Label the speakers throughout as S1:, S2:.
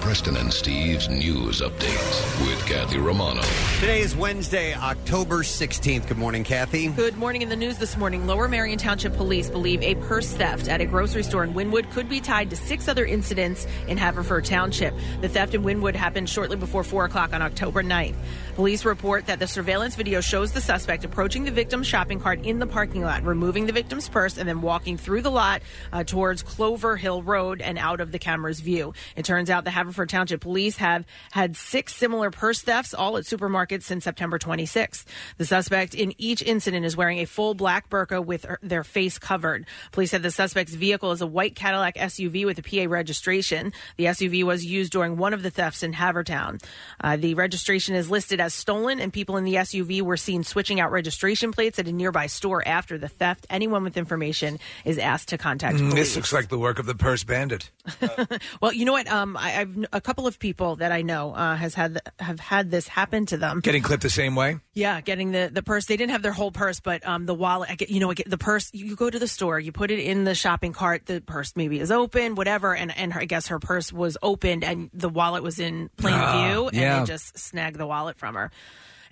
S1: Preston and Steve's news updates with Kathy Romano.
S2: Today is Wednesday, October 16th. Good morning, Kathy.
S3: Good morning. In the news this morning, Lower Marion Township Police believe a purse theft at a grocery store in Wynwood could be tied to six other incidents in Haverford Township. The theft in Wynwood happened shortly before 4 o'clock on October 9th. Police report that the surveillance video shows the suspect approaching the victim's shopping cart in the parking lot, removing the victim's purse, and then walking through the lot uh, towards Clover Hill Road and out of the camera's view. It turns out the Haverford Township Police have had six similar purse thefts, all at supermarkets since September 26th. The suspect in each incident is wearing a full black burqa with her- their face covered. Police said the suspect's vehicle is a white Cadillac SUV with a PA registration. The SUV was used during one of the thefts in Havertown. Uh, the registration is listed as stolen, and people in the SUV were seen switching out registration plates at a nearby store after the theft. Anyone with information is asked to contact
S4: Mm,
S3: police.
S4: This looks like the work of the purse bandit.
S3: Well, you know what? Um, I, I've kn- a couple of people that I know uh, has had have had this happen to them.
S4: Getting clipped the same way.
S3: yeah, getting the, the purse. They didn't have their whole purse, but um, the wallet. I get, you know, I get the purse. You, you go to the store, you put it in the shopping cart. The purse maybe is open, whatever. And and her, I guess her purse was opened, and the wallet was in plain
S5: Ah,
S3: view, and
S5: yeah.
S3: they just snagged the wallet from her.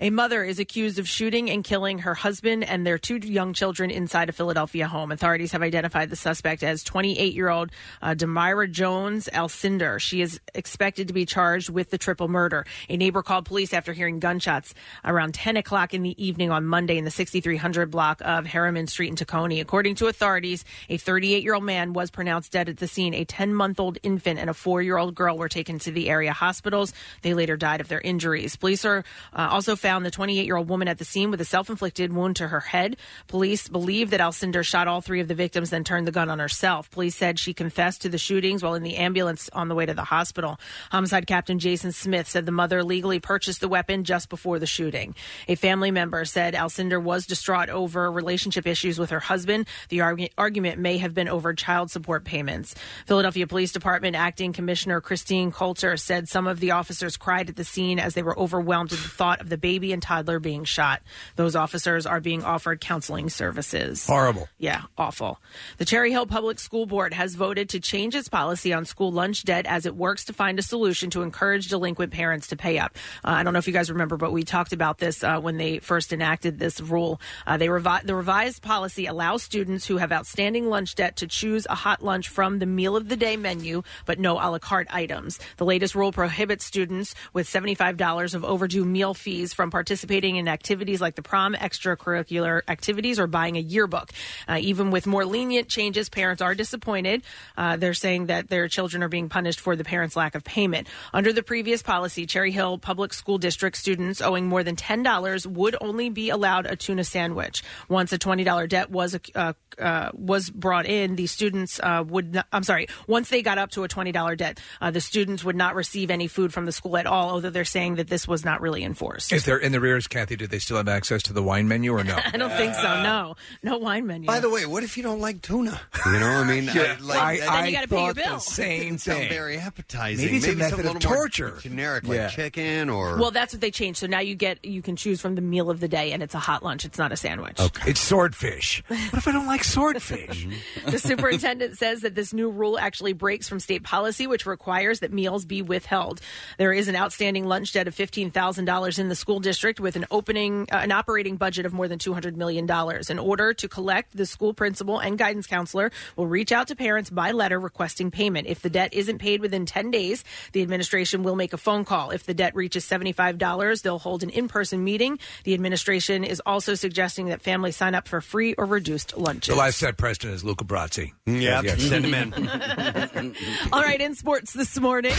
S3: A mother is accused of shooting and killing her husband and their two young children inside a Philadelphia home. Authorities have identified the suspect as 28 year old uh, Demira Jones Alcinder. She is expected to be charged with the triple murder. A neighbor called police after hearing gunshots around 10 o'clock in the evening on Monday in the 6300 block of Harriman Street in Tacony. According to authorities, a 38 year old man was pronounced dead at the scene. A 10 month old infant and a four year old girl were taken to the area hospitals. They later died of their injuries. Police are uh, also found the 28 year old woman at the scene with a self inflicted wound to her head. Police believe that Alcinder shot all three of the victims, then turned the gun on herself. Police said she confessed to the shootings while in the ambulance on the way to the hospital. Homicide Captain Jason Smith said the mother legally purchased the weapon just before the shooting. A family member said Alcinder was distraught over relationship issues with her husband. The argu- argument may have been over child support payments. Philadelphia Police Department Acting Commissioner Christine Coulter said some of the officers cried at the scene as they were overwhelmed at the thought of the baby and toddler being shot. Those officers are being offered counseling services.
S4: Horrible.
S3: Yeah, awful. The Cherry Hill Public School Board has voted to change its policy on school lunch debt as it works to find a solution to encourage delinquent parents to pay up. Uh, I don't know if you guys remember, but we talked about this uh, when they first enacted this rule. Uh, they revi- the revised policy allows students who have outstanding lunch debt to choose a hot lunch from the meal of the day menu, but no a la carte items. The latest rule prohibits students with $75 of overdue meal fees from participating in activities like the prom, extracurricular activities, or buying a yearbook. Uh, even with more lenient changes, parents are disappointed. Uh, they're saying that their children are being punished for the parents' lack of payment. Under the previous policy, Cherry Hill Public School District students owing more than $10 would only be allowed a tuna sandwich. Once a $20 debt was uh, uh, was brought in, the students uh, would not, I'm sorry, once they got up to a $20 debt, uh, the students would not receive any food from the school at all, although they're saying that this was not really enforced.
S4: If they're in the rears, Kathy, do they still have access to the wine menu or no?
S3: I don't think so. No, no wine menu.
S2: By the way, what if you don't like tuna? You know, I mean,
S4: Yeah.
S2: I, like,
S4: I-
S2: that-
S4: Then you I gotta pay your
S3: thought the bill.
S4: same
S2: Doesn't sound
S4: thing.
S2: very appetizing.
S4: Maybe it's a method
S2: something
S4: of
S2: little more
S4: torture.
S2: generic, like
S4: Yeah.
S2: chicken or.
S3: Well, that's what they changed. So now you get you can choose from the meal of the day, and it's a hot lunch. It's not a sandwich.
S4: It's swordfish. What if I don't like swordfish?
S3: the superintendent says that this new rule actually breaks from state policy, which requires that meals be withheld. There is an outstanding lunch debt of fifteen thousand dollars in the school district, with an opening uh, an operating budget of more than two hundred million dollars. In order to collect, the school principal and guidance counselor will reach out to parents by letter requesting payment. If the debt isn't paid within ten days, the administration will make a phone call. If the debt reaches seventy five dollars, they'll hold an in person meeting. The administration is also suggesting that families sign up for free or reduced lunches.
S4: the lifestyle president is Luca Brazzi.
S2: Mm, Yeah, send him in.
S3: All right, in sports this morning.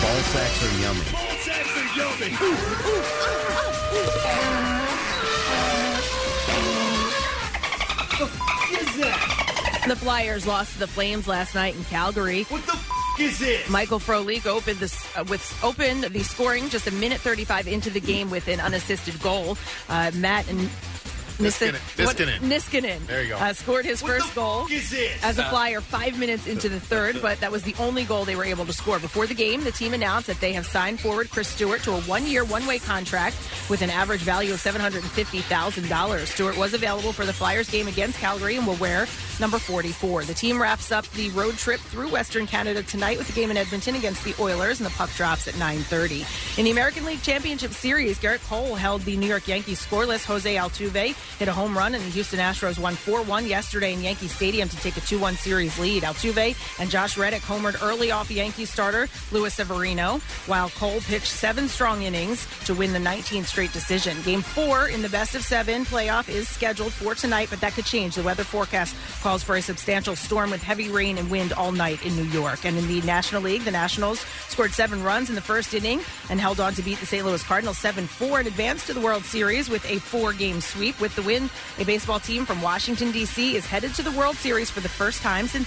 S2: Ball sacks are yummy.
S3: The Flyers lost to the Flames last night in Calgary. What the f- is it? Michael Frolik opened the uh, with opened the scoring just a minute 35 into the game with an unassisted goal. Uh, Matt and Niskanen.
S5: Niskanen.
S3: What-
S5: Niskanen.
S3: Niskanen,
S5: There you go.
S3: Uh, scored his
S5: What
S3: first
S5: the
S3: goal
S5: fuck is this?
S3: as a
S5: Uh,
S3: flyer five minutes into the third, but that was the only goal they were able to score. Before the game, the team announced that they have signed forward Chris Stewart to a one-year, one-way contract with an average value of seven hundred and fifty thousand dollars. Stewart was available for the Flyers game against Calgary and will wear number forty-four. The team wraps up the road trip through Western Canada tonight with a game in Edmonton against the Oilers, and the puck drops at nine thirty. In the American League Championship Series, Garrett Cole held the New York Yankees scoreless. Jose Altuve hit a home run, and the Houston Astros won 4 1 yesterday in Yankee Stadium to take a 2 1 series lead. Altuve and Josh Reddick homered early off Yankee starter Luis Severino, while Cole pitched seven strong innings to win the 19th straight decision. Game four in the best of seven playoff is scheduled for tonight, but that could change. The weather forecast calls for a substantial storm with heavy rain and wind all night in New York. And in the National League, the Nationals scored seven runs in the first inning and held on to beat the St. Louis Cardinals 7 4 and advanced to the World Series with a four game sweep. With the win, a baseball team from Washington, D.C. is headed to the World Series for the first time since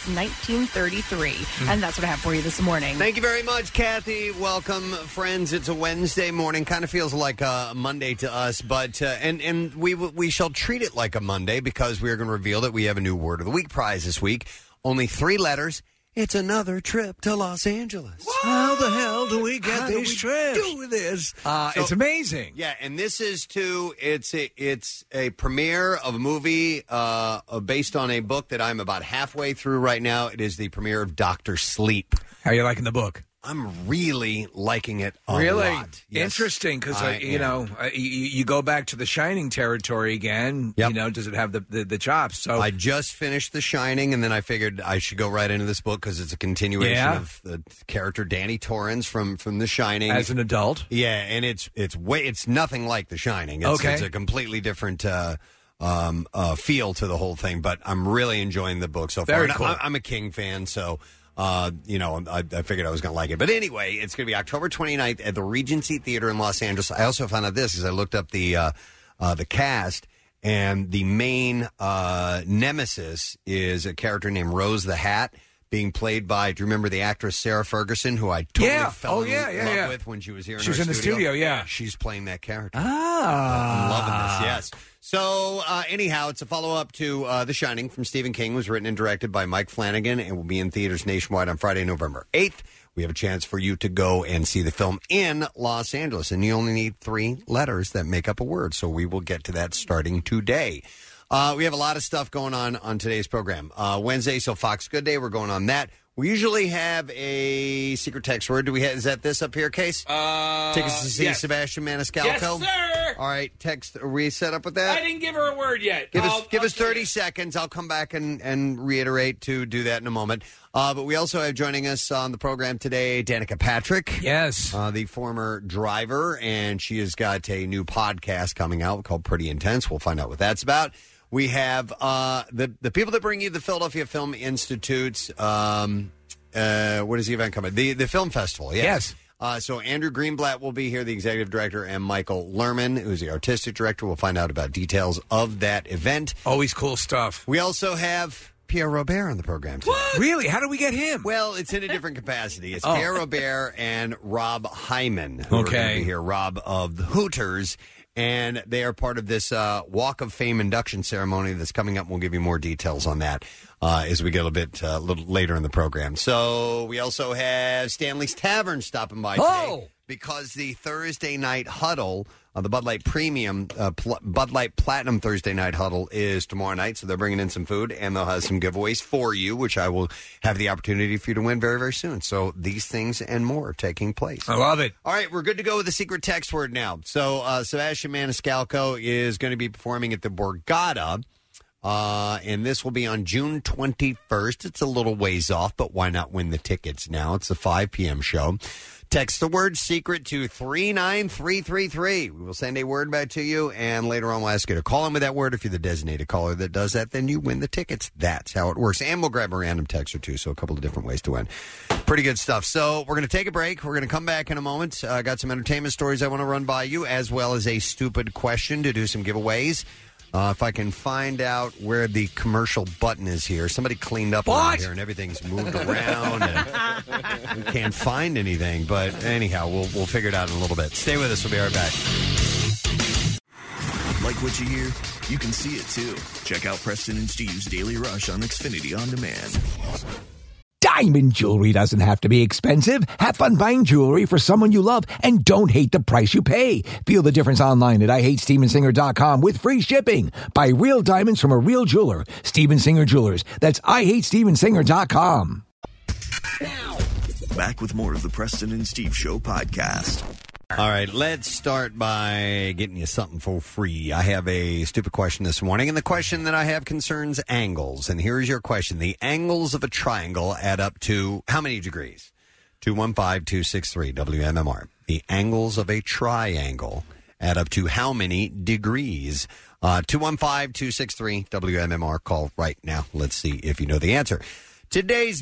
S3: 1933. And that's what I have for you this morning.
S2: Thank you very much, Kathy. Welcome, friends. It's a Wednesday morning. Kind of feels like a Monday to us, but uh, and and we w- we shall treat it like a Monday because we are going to reveal that we have a new word of the week prize this week. Only three letters. It's another trip to Los Angeles.
S4: How the hell do we get
S2: How do
S4: these
S2: we
S4: trips?
S2: do
S4: this?
S2: Uh,
S4: it's
S2: so-
S4: amazing.
S2: Yeah, and this is too. It's a, it's a premiere of a movie uh, uh, based on a book that I'm about halfway through right now. It is the premiere of Doctor Sleep.
S4: How you liking the book?
S2: I'm really liking it. A
S4: really
S2: lot. Yes,
S4: interesting because
S2: I
S4: you
S2: am.
S4: know uh, you, you go back to the Shining territory again. You know, does it have the the, the chops? So
S2: I just finished The Shining, and then I figured I should go right into this book because it's a continuation
S4: Yeah.
S2: of the character Danny Torrance from from The Shining
S4: as an adult,
S2: Yeah, and it's it's way it's nothing like The Shining. It's,
S4: Okay.
S2: it's a completely different uh, um, uh, feel to the whole thing. But I'm really enjoying the book so far.
S4: Very
S2: And
S4: cool.
S2: I, I'm a King fan, so. Uh, you know, I, I figured I was going to like it. But anyway, it's going to be October 29th at the Regency Theater in Los Angeles. I also found out this as I looked up the uh, uh, the cast, and the main uh, nemesis is a character named Rose the Hat, being played by, do you remember the actress Sarah Ferguson, who I totally
S4: Yeah.
S2: fell
S4: Oh,
S2: in
S4: yeah, yeah,
S2: love
S4: yeah.
S2: with when she was here
S4: She was in the studio, yeah.
S2: she's playing that character.
S4: Ah,
S2: I'm loving this. Yes. So, uh, anyhow, it's a follow up to uh, The Shining from Stephen King. Was written and directed by Mike Flanagan, and will be in theaters nationwide on Friday, November eighth. We have a chance for you to go and see the film in Los Angeles, and you only need three letters that make up a word. So we will get to that starting today. Uh, we have a lot of stuff going on on today's program. Uh, Wednesday, so Fox Good Day, we're going on that. We usually have a secret text word. Do we have? Is that this up here, Case?
S6: Uh,
S2: Take us to see
S6: yes.
S2: Sebastian Maniscalco.
S6: Yes, sir.
S2: All right, text. Are we set up with that?
S6: I didn't give her a word yet.
S2: Give us
S6: I'll-
S2: give
S6: I'll
S2: us
S6: tell
S2: thirty
S6: you.
S2: seconds. I'll come back and, and reiterate to do that in a moment. Uh, but we also have joining us on the program today, Danica Patrick.
S4: Yes,
S2: uh, the former driver, and she has got a new podcast coming out called Pretty Intense. We'll find out what that's about. We have uh, the the people that bring you the Philadelphia Film Institute's um, uh, what is the event coming? The the film festival. Yes.
S4: Yes.
S2: Uh, so Andrew Greenblatt will be here, the executive director, and Michael Lerman, who's the artistic director. We'll find out about details of that event.
S4: always cool stuff.
S2: We also have Pierre Robert on the program today.
S4: Really? How do we get him?
S2: Well, it's in a different capacity. It's
S4: Oh.
S2: Pierre Robert and Rob Hyman. Who Are
S4: Okay.
S2: gonna be here, Rob of the Hooters. And they are part of this uh, Walk of Fame induction ceremony that's coming up. We'll give you more details on that uh, as we get a little bit uh, little later in the program. So we also have Stanley's Tavern stopping by today
S4: Oh!
S2: because the Thursday night huddle, uh, the Bud Light Premium, uh, pl- Bud Light Platinum Thursday night huddle is tomorrow night. So they're bringing in some food and they'll have some giveaways for you, which I will have the opportunity for you to win very, very soon. So these things and more are taking place.
S4: I love it.
S2: All right, we're good to go with the secret text word now. So uh, Sebastian Maniscalco is going to be performing at the Borgata. Uh, and this will be on June 21st. It's a little ways off, but why not win the tickets now? It's a 5 p.m. show. Text the word secret to 39333. We will send a word back to you, and later on we'll ask you to call in with that word. If you're the designated caller that does that, then you win the tickets. That's how it works. And we'll grab a random text or two, so a couple of different ways to win. Pretty good stuff. So we're going to take a break. We're going to come back in a moment. I uh, got some entertainment stories I want to run by you, as well as a stupid question to do some giveaways. Uh, if I can find out where the commercial button is here, somebody cleaned up around
S4: What?
S2: here and everything's moved around. and we can't find anything, but anyhow, we'll we'll figure it out in a little bit. Stay with us. We'll be right back.
S7: Like what you hear?
S5: You can see it too. Check out Preston and Steve's Daily Rush on Xfinity On Demand.
S7: Diamond jewelry doesn't have to be expensive. Have fun buying jewelry for someone you love and don't hate the price you pay. Feel the difference online at IHateStevensinger.com with free shipping. Buy real diamonds from a real jeweler. Steven Singer Jewelers. That's IHateStevensinger.com.
S5: Back with more of the Preston and Steve Show podcast.
S2: All right, let's start by getting you something for free. I have a stupid question this morning, and the question that I have concerns angles. And here's your question The angles of a triangle add up to how many degrees? 215 263 WMMR. The angles of a triangle add up to how many degrees? Uh, 215 263 WMMR. Call right now. Let's see if you know the answer. Today's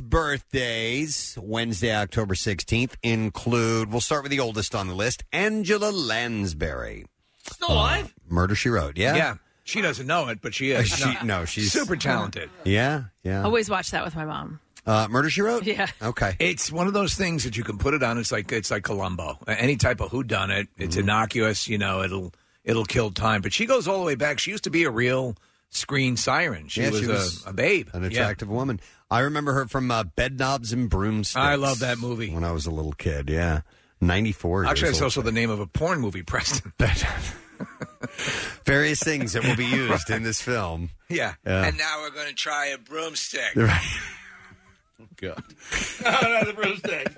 S2: birthdays, Wednesday, October 16th, include, we'll start with the oldest on the list, Angela Lansbury.
S4: Still alive?
S2: Murder She Wrote, yeah? Uh,
S4: Yeah. She doesn't know it, but she is.
S2: She- no, she's-
S4: super talented.
S2: Yeah, yeah.
S3: Always watch that with my mom.
S2: Uh, Murder She Wrote?
S3: Yeah.
S2: Okay.
S4: It's one of those things that you can put it on. It's like it's like Columbo. Any type of whodunit. It's
S2: Mm-hmm.
S4: innocuous. You know, it'll it'll kill time. But she goes all the way back. She used to be a real screen siren. She,
S2: Yeah,
S4: was,
S2: she was
S4: a, a babe,
S2: An
S4: Yeah.
S2: attractive woman. I remember her from uh, Bedknobs and Broomsticks.
S4: I love that movie.
S2: When I was a little kid, yeah. 94.
S4: Actually,
S2: years
S4: that's
S2: old.
S4: also the name of a porn movie, Preston.
S2: Various things that will be used in this film.
S4: yeah.
S2: Yeah.
S4: And now we're going to try a broomstick.
S2: Right. God.
S4: Not the broomstick.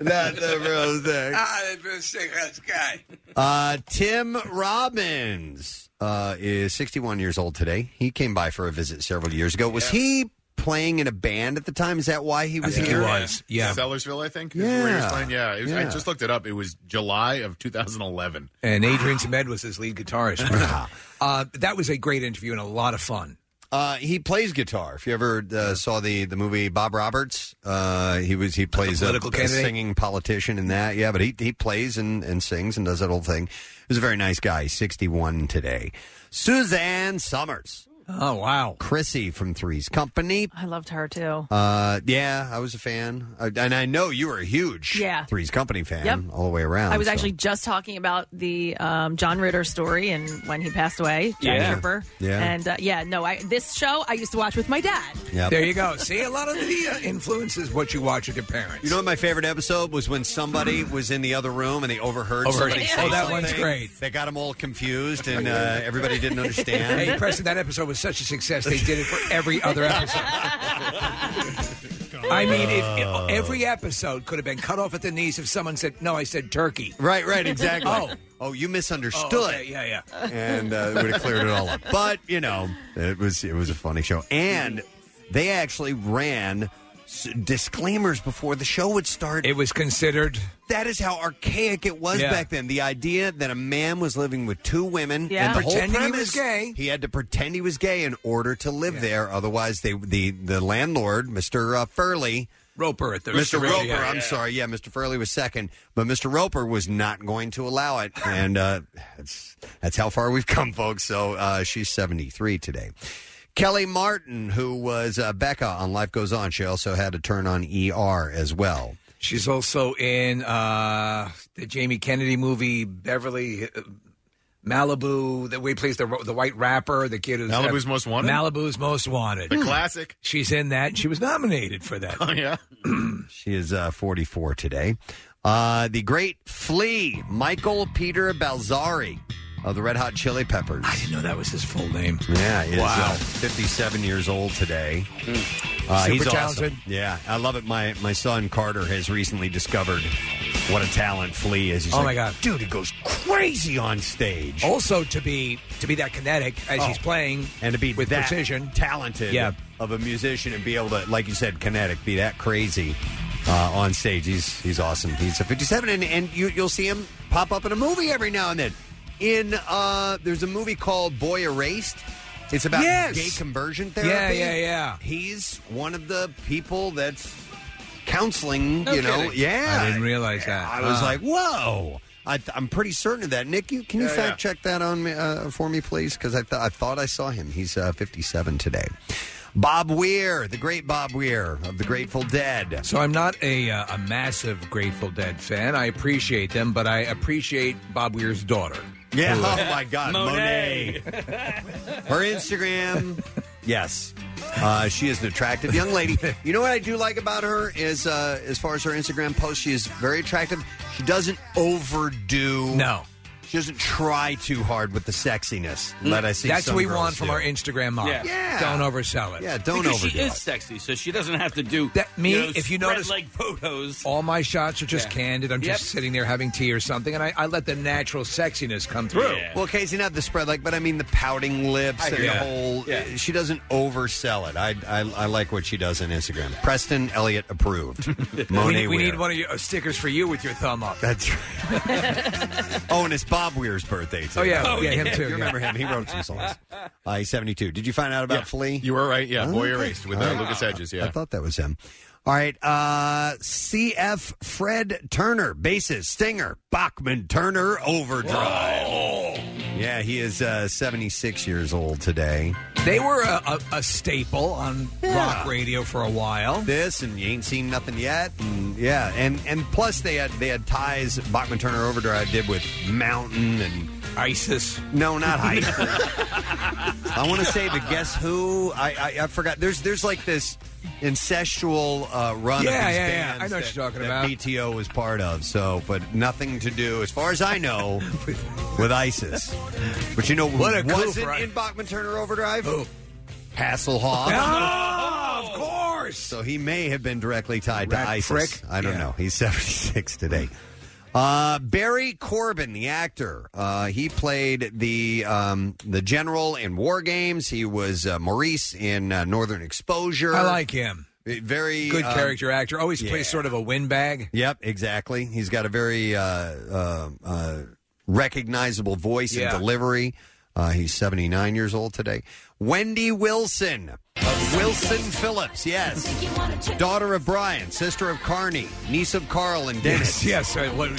S2: Not the broomstick.
S4: Ah, the broomstick. That's guy.
S2: Uh, Tim Robbins uh, is 61 years old today. He came by for a visit several years ago. Was he playing in a band at the time? Is that why he was
S8: think he
S2: here?
S8: was, yeah. Sellersville, I think. is where he was
S2: Yeah.
S8: playing. yeah. It was- I
S2: Yeah.
S8: just looked it up. It was July of 2011.
S4: And Adrian Semed was his lead guitarist. uh, that was a great interview and a lot of fun.
S2: Uh, he plays guitar. If you ever uh, saw the, the movie Bob Roberts, uh, he was he plays a,
S4: political
S2: a
S4: candidate?
S2: singing politician in that. Yeah, but he he plays and, and sings and does that whole thing. He's a very nice guy. Sixty one today. Suzanne Summers.
S4: Oh wow,
S2: Chrissy from Three's Company.
S3: I loved her too.
S2: Uh, yeah, I was a fan, Uh, and I know you were a huge
S3: Yeah.
S2: Three's Company fan
S3: Yep.
S2: all the way around.
S3: I was
S2: so.
S3: actually just talking about the um, John Ritter story and when he passed away, Jack
S2: Yeah.
S3: Ripper.
S2: Yeah.
S3: And uh, yeah, no, I, this show I used to watch with my dad.
S2: Yep.
S4: There you go. See, a lot of the uh, influences what you watch with your parents.
S2: You know what my favorite episode was when somebody was in the other room and they overheard.
S4: Overheard
S2: somebody
S4: it.
S2: say
S4: Oh, that
S2: something.
S4: one's great.
S2: They got them all confused and uh, everybody didn't understand.
S4: Hey, Preston, that episode was such a success. They did it for every other episode. I mean,
S2: Oh.
S4: if, if every episode could have been cut off at the knees if someone said, "No, I said turkey."
S2: Right, right, exactly.
S4: Oh.
S2: oh, you
S4: Oh,
S2: misunderstood,
S4: okay, yeah, yeah.
S2: and uh, would have cleared it all up. But you know, it was it was a funny show, and they actually ran s- disclaimers before the show would start.
S4: It was considered.
S2: that is how archaic it was
S4: Yeah.
S2: back then. The idea that a man was living with two women
S3: Yeah.
S2: and the
S4: Pretending
S2: whole
S4: he
S2: premise
S4: was gay.
S2: he had to pretend he was gay in order to live there. Otherwise, they the the landlord, Mister uh, Furley.
S4: Roper at the
S2: Mr.
S4: Roper,
S2: Roper,
S4: yeah.
S2: I'm sorry. Yeah, Mr. Furley was second, but Mr. Roper was not going to allow it. And uh, that's, that's how far we've come, folks. So uh, she's 73 today. Kelly Martin, who was uh, Becca on Life Goes On, she also had a turn on ER as well.
S4: She's also in uh, the Jamie Kennedy movie Beverly uh, Malibu. The way he plays the ro- the white rapper, the kid who's uh,
S8: Malibu's Most Wanted?
S4: Malibu's Most Wanted,
S8: The Hmm. classic.
S4: She's in that. She was nominated for that.
S8: Oh, yeah.
S2: She is uh, 44 today. Uh, the great flea, Michael Peter Balzari of the Red Hot Chili Peppers.
S4: I didn't know that was his full name.
S2: Yeah, is
S4: Wow.
S2: uh, 57 years old today. Uh,
S4: Hmm. Super
S2: he's awesome.
S4: talented.
S2: Yeah, I love it. My my son Carter has recently discovered what a talent Flea is. He's
S4: Oh,
S2: like,
S4: my God.
S2: dude, he goes crazy on stage,
S4: Also to be to be that kinetic as
S2: Oh.
S4: he's playing
S2: and to be
S4: with
S2: that
S4: precision.
S2: talented,
S4: Yeah.
S2: of a musician, and be able to, like you said, kinetic, be that crazy uh, on stage. He's he's awesome. He's a 57, and and you you'll see him pop up in a movie every now and then. In uh, there's a movie called Boy Erased. It's about
S4: Yes.
S2: gay conversion therapy.
S4: Yeah, yeah, yeah.
S2: He's one of the people that's counseling,
S4: No
S2: you know.
S4: kidding.
S2: Yeah.
S4: I didn't realize that. Uh.
S2: I was
S4: Huh.
S2: like, whoa. I, th- I'm pretty certain of that. Nick, you, can you
S8: Yeah,
S2: fact check that on me, uh, for me, please? Because I, th- I thought I saw him. He's uh, 57 today. Bob Weir, the great Bob Weir of the Grateful Dead.
S4: So I'm not a uh, a massive Grateful Dead fan. I appreciate them, but I appreciate Bob Weir's daughter.
S2: Yeah.
S4: Who, uh,
S2: Oh my God, Monet. Her Instagram. yes. Uh, she is an attractive young lady. You know what I do like about her is, uh, as far as her Instagram post, she is very attractive. She doesn't overdo.
S4: No.
S2: She doesn't try too hard with the sexiness that I see.
S4: Mm. That's
S2: some
S4: what we
S2: girls
S4: want from
S2: do.
S4: our Instagram model.
S6: Yeah.
S2: Yeah.
S4: Don't oversell it.
S2: Yeah, don't
S6: because
S2: overdo
S6: she is
S2: it.
S6: sexy, so she doesn't have to do
S4: That- me,
S6: You know,
S4: if you
S6: spread
S4: notice-
S6: leg photos.
S4: All my shots are just
S6: Yeah.
S4: candid. I'm just
S6: Yep.
S4: sitting there having tea or something, and I, I let the natural sexiness come through.
S6: Yeah.
S2: Well, Casey, not the spread like, but I mean the pouting lips and the
S4: hear you.
S2: whole.
S6: Yeah.
S2: She doesn't oversell it. I, I I like what she does on Instagram. Preston Elliott approved.
S4: We,
S2: Monet
S4: need- we
S2: Weir.
S4: need one of your uh, stickers for you with your thumb up.
S2: That's right. oh, and it's Bob Weir's birthday too.
S4: Oh, yeah. Oh, Yeah, him yeah. too,
S2: You
S4: yeah.
S2: remember him? He wrote some songs. Uh, he's seventy-two. Did you find out about Flea?
S8: You were right. Yeah,
S2: Oh,
S8: boy
S2: okay.
S8: erased with
S2: All
S8: uh,
S2: right.
S8: Lucas Hedges.
S2: I
S8: Yeah,
S2: thought that was him. All right. Uh, CF Fred Turner, bassist, singer, Bachman Turner Overdrive. Yeah, he is uh, 76 years old today.
S4: They were a, a, a staple on
S2: Yeah.
S4: rock radio for a while.
S2: This and you ain't seen nothing yet. And yeah, and and plus they had they had ties Bachman Turner Overdrive did with Mountain and
S4: ISIS.
S2: no, not Heist. I want to say the Guess Who. I, I I forgot. There's there's like this incestual uh, run.
S4: Yeah,
S2: of these
S4: yeah, yeah.
S2: bands
S4: I know what
S2: that-
S4: you're talking
S2: that
S4: about.
S2: BTO was part of. So, but nothing to do, as far as I know, with ISIS. But you know who
S4: What a goof,
S2: wasn't
S4: right?
S2: in Bachman Turner Overdrive?
S9: Oh,
S4: Who?
S2: Hasselhoff. Oh,
S4: Ah, of course.
S2: So he may have been directly tied
S4: Rat
S2: to ISIS.
S4: prick.
S2: I don't
S4: Yeah.
S2: know. He's 76 today. Uh, Barry Corbin, the actor, uh, he played the um, the general in War Games. He was uh, Maurice in uh, Northern Exposure.
S4: I like him.
S2: very
S4: Good
S2: um,
S4: character actor. Always
S2: yeah.
S4: plays sort of a windbag.
S2: Yep, exactly. He's got a very uh, uh, uh, recognizable voice
S4: Yeah.
S2: and delivery. Uh, he's 79 years old today. Wendy Wilson of Wilson Phillips, yes. Daughter of Brian, sister of Carney, niece of Carl and Dennis.
S4: Yes, yes. uh, what,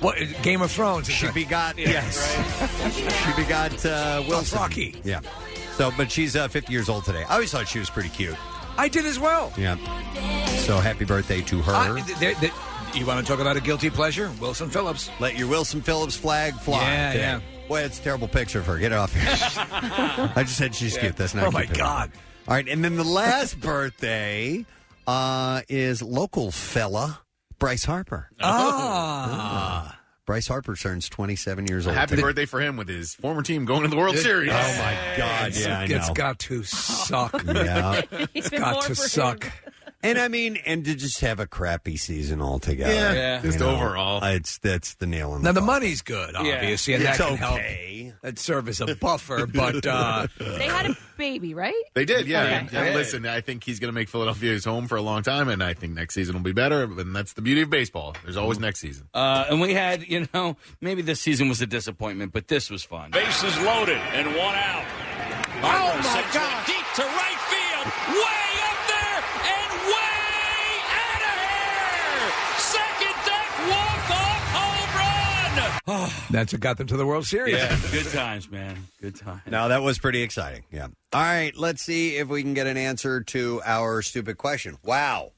S4: what, Game of Thrones.
S2: She begot, yes. she begot uh, Wilson.
S4: Rocky.
S2: Yeah. So, but she's uh, 50 years old today. I always thought she was pretty cute.
S4: I did as well.
S2: Yeah. So happy birthday to her.
S4: I- Uh, th- th- th- you want to talk about a guilty pleasure? Wilson Phillips.
S2: Let your Wilson Phillips flag fly.
S4: Yeah,
S2: today.
S4: yeah.
S2: Boy, that's a terrible picture of her. Get it off here. I just said she's cute. That's not.
S4: Oh,
S2: a cute
S4: my
S2: picture.
S4: God.
S2: All right, and then the last birthday uh, is local fella Bryce Harper.
S4: Oh. Ah.
S2: Bryce Harper turns 27 years old.
S8: happy
S2: today.
S8: birthday for him with his former team going to the World Series.
S2: Oh my God! Yeah, I
S4: It's
S2: know.
S4: got to suck.
S2: Yeah.
S4: It's got to suck.
S2: and I mean, and to just have a crappy season altogether.
S8: Yeah,
S6: Yeah.
S8: just
S2: You know,
S8: overall.
S2: it's that's the nail in the.
S4: Now the
S2: coffin.
S4: money's good, obviously, and
S2: It's
S4: that can
S2: okay.
S4: help. That serve as a buffer, but uh,
S3: They had a baby, right?
S8: They did, yeah.
S3: Okay.
S8: And, and listen, I think he's going to make Philadelphia his home for a long time, and I think next season will be better. And that's the beauty of baseball. There's always next season.
S6: Uh, and we had, you know, maybe this season was a disappointment, but this was fun.
S9: Bases loaded and one out. Oh my God! Deep to right field, way up there and way out of here! Second deck walk off home run.
S4: that's what got them to the World Series.
S6: Yeah, good times, man. Good times.
S2: No, that was pretty exciting. Yeah. All right, let's see if we can get an answer to our stupid question. Wow.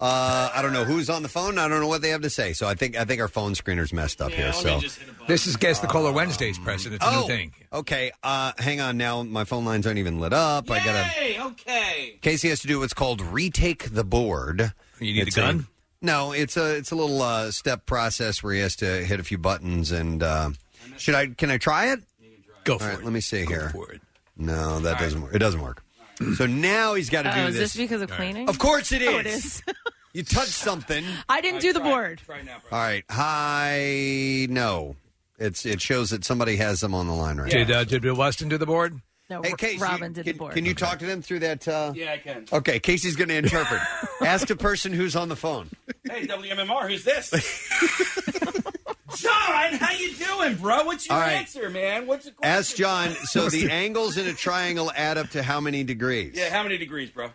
S2: Uh, I don't know who's on the phone. I don't know what they have to say. So I think I think our phone screener's messed up here. So Oh,
S4: This is guess the caller Wednesdays, Preston. It's a new thing.
S2: okay. Uh, hang on now. My phone lines aren't even lit up. I gotta.
S6: Hey, okay.
S2: Casey has to do what's called retake the board.
S4: You need a
S2: It's
S4: gun?
S2: no, it's a it's a little uh, step process where he has to hit a few buttons and uh, should I can I try it?
S4: Go for
S2: All right,
S4: it.
S2: let me see
S4: Go
S2: here.
S4: for it.
S2: No, that doesn't work. It doesn't work. So now he's got to
S3: Oh,
S2: do
S3: is
S2: this.
S3: this because of cleaning?
S2: Of course it is.
S3: Oh, it is.
S2: You touch something.
S3: I didn't do the board.
S2: All right. Hi. No. It's it shows that somebody has them on the line right
S4: Did
S2: now.
S4: uh, did Bill Weston do the board?
S3: No,
S2: Hey, Casey,
S3: Robin did
S2: can,
S3: the board.
S2: Can you talk to them through that? Uh...
S6: Yeah, I can.
S2: Okay, Casey's going to interpret. Ask the person who's on the phone.
S6: Hey, WMMR, who's this? John, how you doing, bro? What's your
S2: All right.
S6: answer, man? What's the question?
S2: Ask John. So the angles in a triangle add up to how many degrees?
S6: Yeah, how many degrees, bro?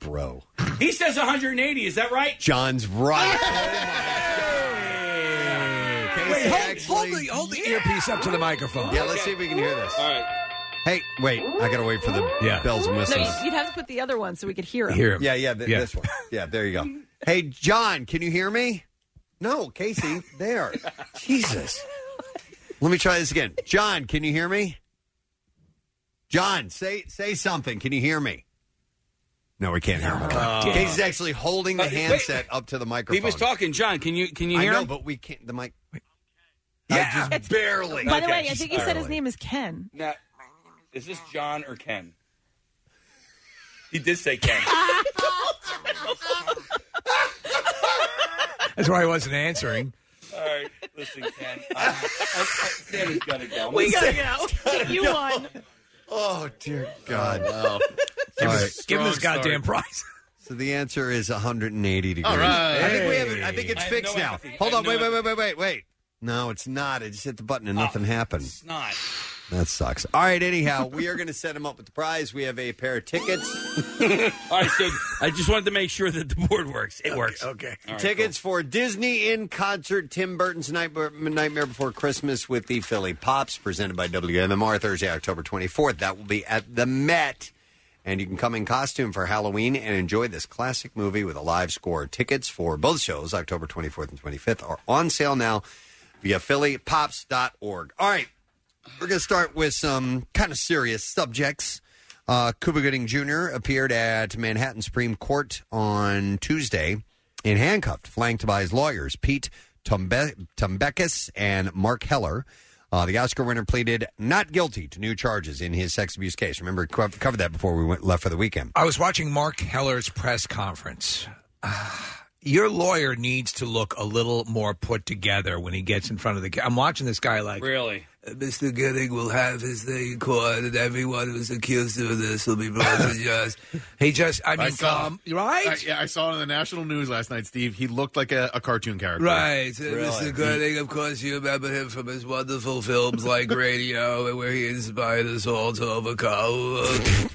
S2: Bro,
S6: He says 180. Is that right?
S2: John's right. Oh, my God. Casey
S4: Hold, hold
S2: actually-
S4: the, hold the earpiece up to the microphone.
S2: Yeah, let's see if we can hear this.
S6: All right.
S2: Hey, wait. I got to wait for the
S4: Yeah.
S2: bells and
S3: No,
S2: whistles.
S3: you- you'd have to put the other one so we could hear him.
S4: Hear him.
S2: Yeah, yeah, th- this one. Yeah, there you go. Hey, John, can you hear me? No, Casey, there. Jesus. Let me try this again. John, can you hear me? John, say say something. Can you hear me? No, we can't hear him.
S6: God damn.
S2: Casey's actually holding the
S6: Uh, wait.
S2: handset up to the microphone.
S6: He was talking, John. Can you can you
S2: I
S6: hear
S2: know,
S6: him?
S2: but we can't. The mic.
S6: Yeah,
S3: It's-
S6: barely.
S3: By the way, I think you said his name is Ken.
S6: Now, is this John or Ken? He did say Ken.
S4: That's why I wasn't answering.
S6: All right, listen, Ken. I'm, I'm, Sandy's gotta go.
S3: We gotta go. You won.
S2: Oh dear God! uh,
S4: Give,
S2: All
S4: us-
S2: right.
S4: give him
S8: Strong
S4: this
S8: start.
S4: goddamn prize.
S2: So the answer is 180 degrees.
S8: All right.
S2: I think we have it. I think it's
S6: I have
S2: fixed
S6: no
S2: now.
S6: empathy.
S2: Hold
S6: I
S2: on.
S6: have
S2: Wait,
S6: no Oh.
S2: wait, wait, wait, wait, wait. No, it's not. I just hit the button and nothing happened.
S6: It's not.
S2: That sucks. All right. Anyhow, we are going to set him up with the prize. We have a pair of tickets.
S6: All right, so I just wanted to make sure that the board works. It works.
S4: Okay.
S6: All right,
S2: Tickets for Disney in concert, Tim Burton's Nightmare, Nightmare Before Christmas with the Philly Pops, presented by WMMR Thursday, October 24th. That will be at the Met. And you can come in costume for Halloween and enjoy this classic movie with a live score. Tickets for both shows, October 24th and 25th, are on sale now via phillypops.org. All right, we're going to start with some kind of serious subjects. Uh, Cuba Gooding Jr. appeared at Manhattan Supreme Court on Tuesday in handcuffed, flanked by his lawyers, Pete Tumbe- Tumbekis and Mark Heller. Uh, the Oscar winner pleaded not guilty to new charges in his sex abuse case. Remember, we co- covered that before we went left for the weekend.
S4: I was watching Mark Heller's press conference. Ah, your lawyer needs to look a little more put together when he gets in front of the. ca- I'm watching this guy like
S6: Really?
S4: Mr. Uh, Gooding will have his day in court, and everyone who's accused of this will be brought to justice. He just, I mean, um, right?
S8: I, yeah, I saw it on the national news last night, Steve. He looked like a, a cartoon character.
S4: Right. Uh, Mr. Gooding, of course, you remember him from his wonderful films like Radio, where he inspired us all to overcome.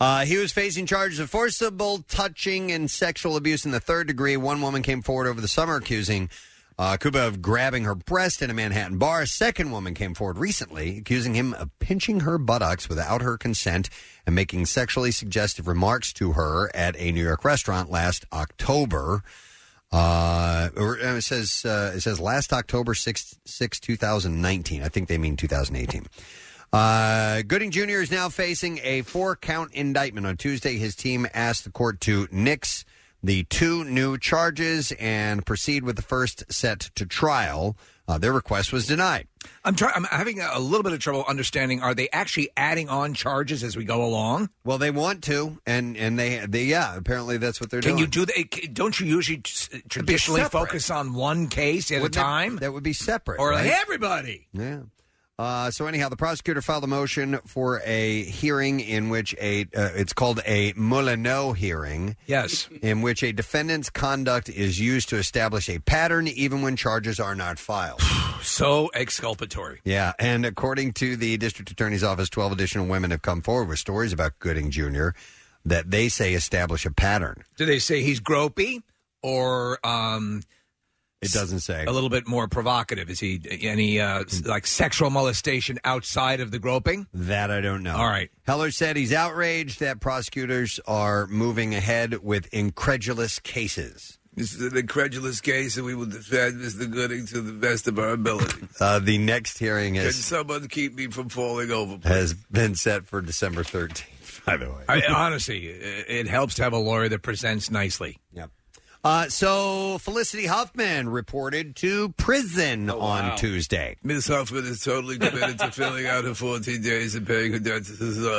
S2: Uh, he was facing charges of forcible touching and sexual abuse in the third degree. One woman came forward over the summer accusing uh, Cuba of grabbing her breast in a Manhattan bar. A second woman came forward recently accusing him of pinching her buttocks without her consent and making sexually suggestive remarks to her at a New York restaurant last October. Uh, or, uh, it says uh, it says last October 6, 6 2019. I think they mean 2018. Uh, Gooding Jr. is now facing a four count indictment. On Tuesday, his team asked the court to nix the two new charges and proceed with the first set to trial. Uh, their request was denied.
S4: I'm trying. I'm having a little bit of trouble understanding. Are they actually adding on charges as we go along?
S2: Well, they want to, and and they, they yeah, apparently that's what they're
S4: Can
S2: doing.
S4: you do that? Don't you usually t- traditionally
S2: separate.
S4: focus on one case at
S2: Wouldn't
S4: a
S2: that-
S4: time,
S2: That, would be separate.
S4: or
S2: right?
S4: like everybody?
S2: Yeah. Uh, so anyhow, the prosecutor filed a motion for a hearing in which a uh, it's called a Molyneux hearing,
S4: Yes.
S2: in which a defendant's conduct is used to establish a pattern, even when charges are not filed.
S4: So exculpatory.
S2: Yeah, and according to the district attorney's office, 12 additional women have come forward with stories about Gooding Jr. that they say establish a pattern.
S4: Do they say he's gropey or um,
S2: It doesn't say.
S4: a little bit more provocative? Is he any uh, s- like sexual molestation outside of the groping?
S2: That I don't know.
S4: All right.
S2: Heller said he's outraged that prosecutors are moving ahead with incredulous cases.
S4: This is an incredulous case, and we will defend Mr. Gooding to the best of our ability.
S2: Uh, the next hearing is,
S4: someone keep me from falling over?
S2: has been set for December 13th, by the way.
S4: I, honestly, it it helps to have a lawyer that presents nicely.
S2: Yep. Uh, so Felicity Huffman reported to prison
S4: Oh,
S2: on Tuesday.
S4: Ms. Huffman is totally committed to filling out her 14 days and paying her debt to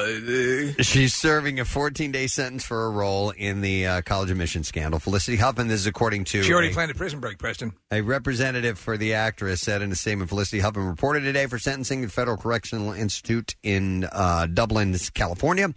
S4: society.
S2: She's serving a 14 day sentence for a role in the uh, college admission scandal. Felicity Huffman, this is according to.
S4: She already
S2: a-
S4: planned a prison break, Preston.
S2: A representative for the actress said in a statement, Felicity Huffman reported today for sentencing at Federal Correctional Institute in uh, Dublin, California.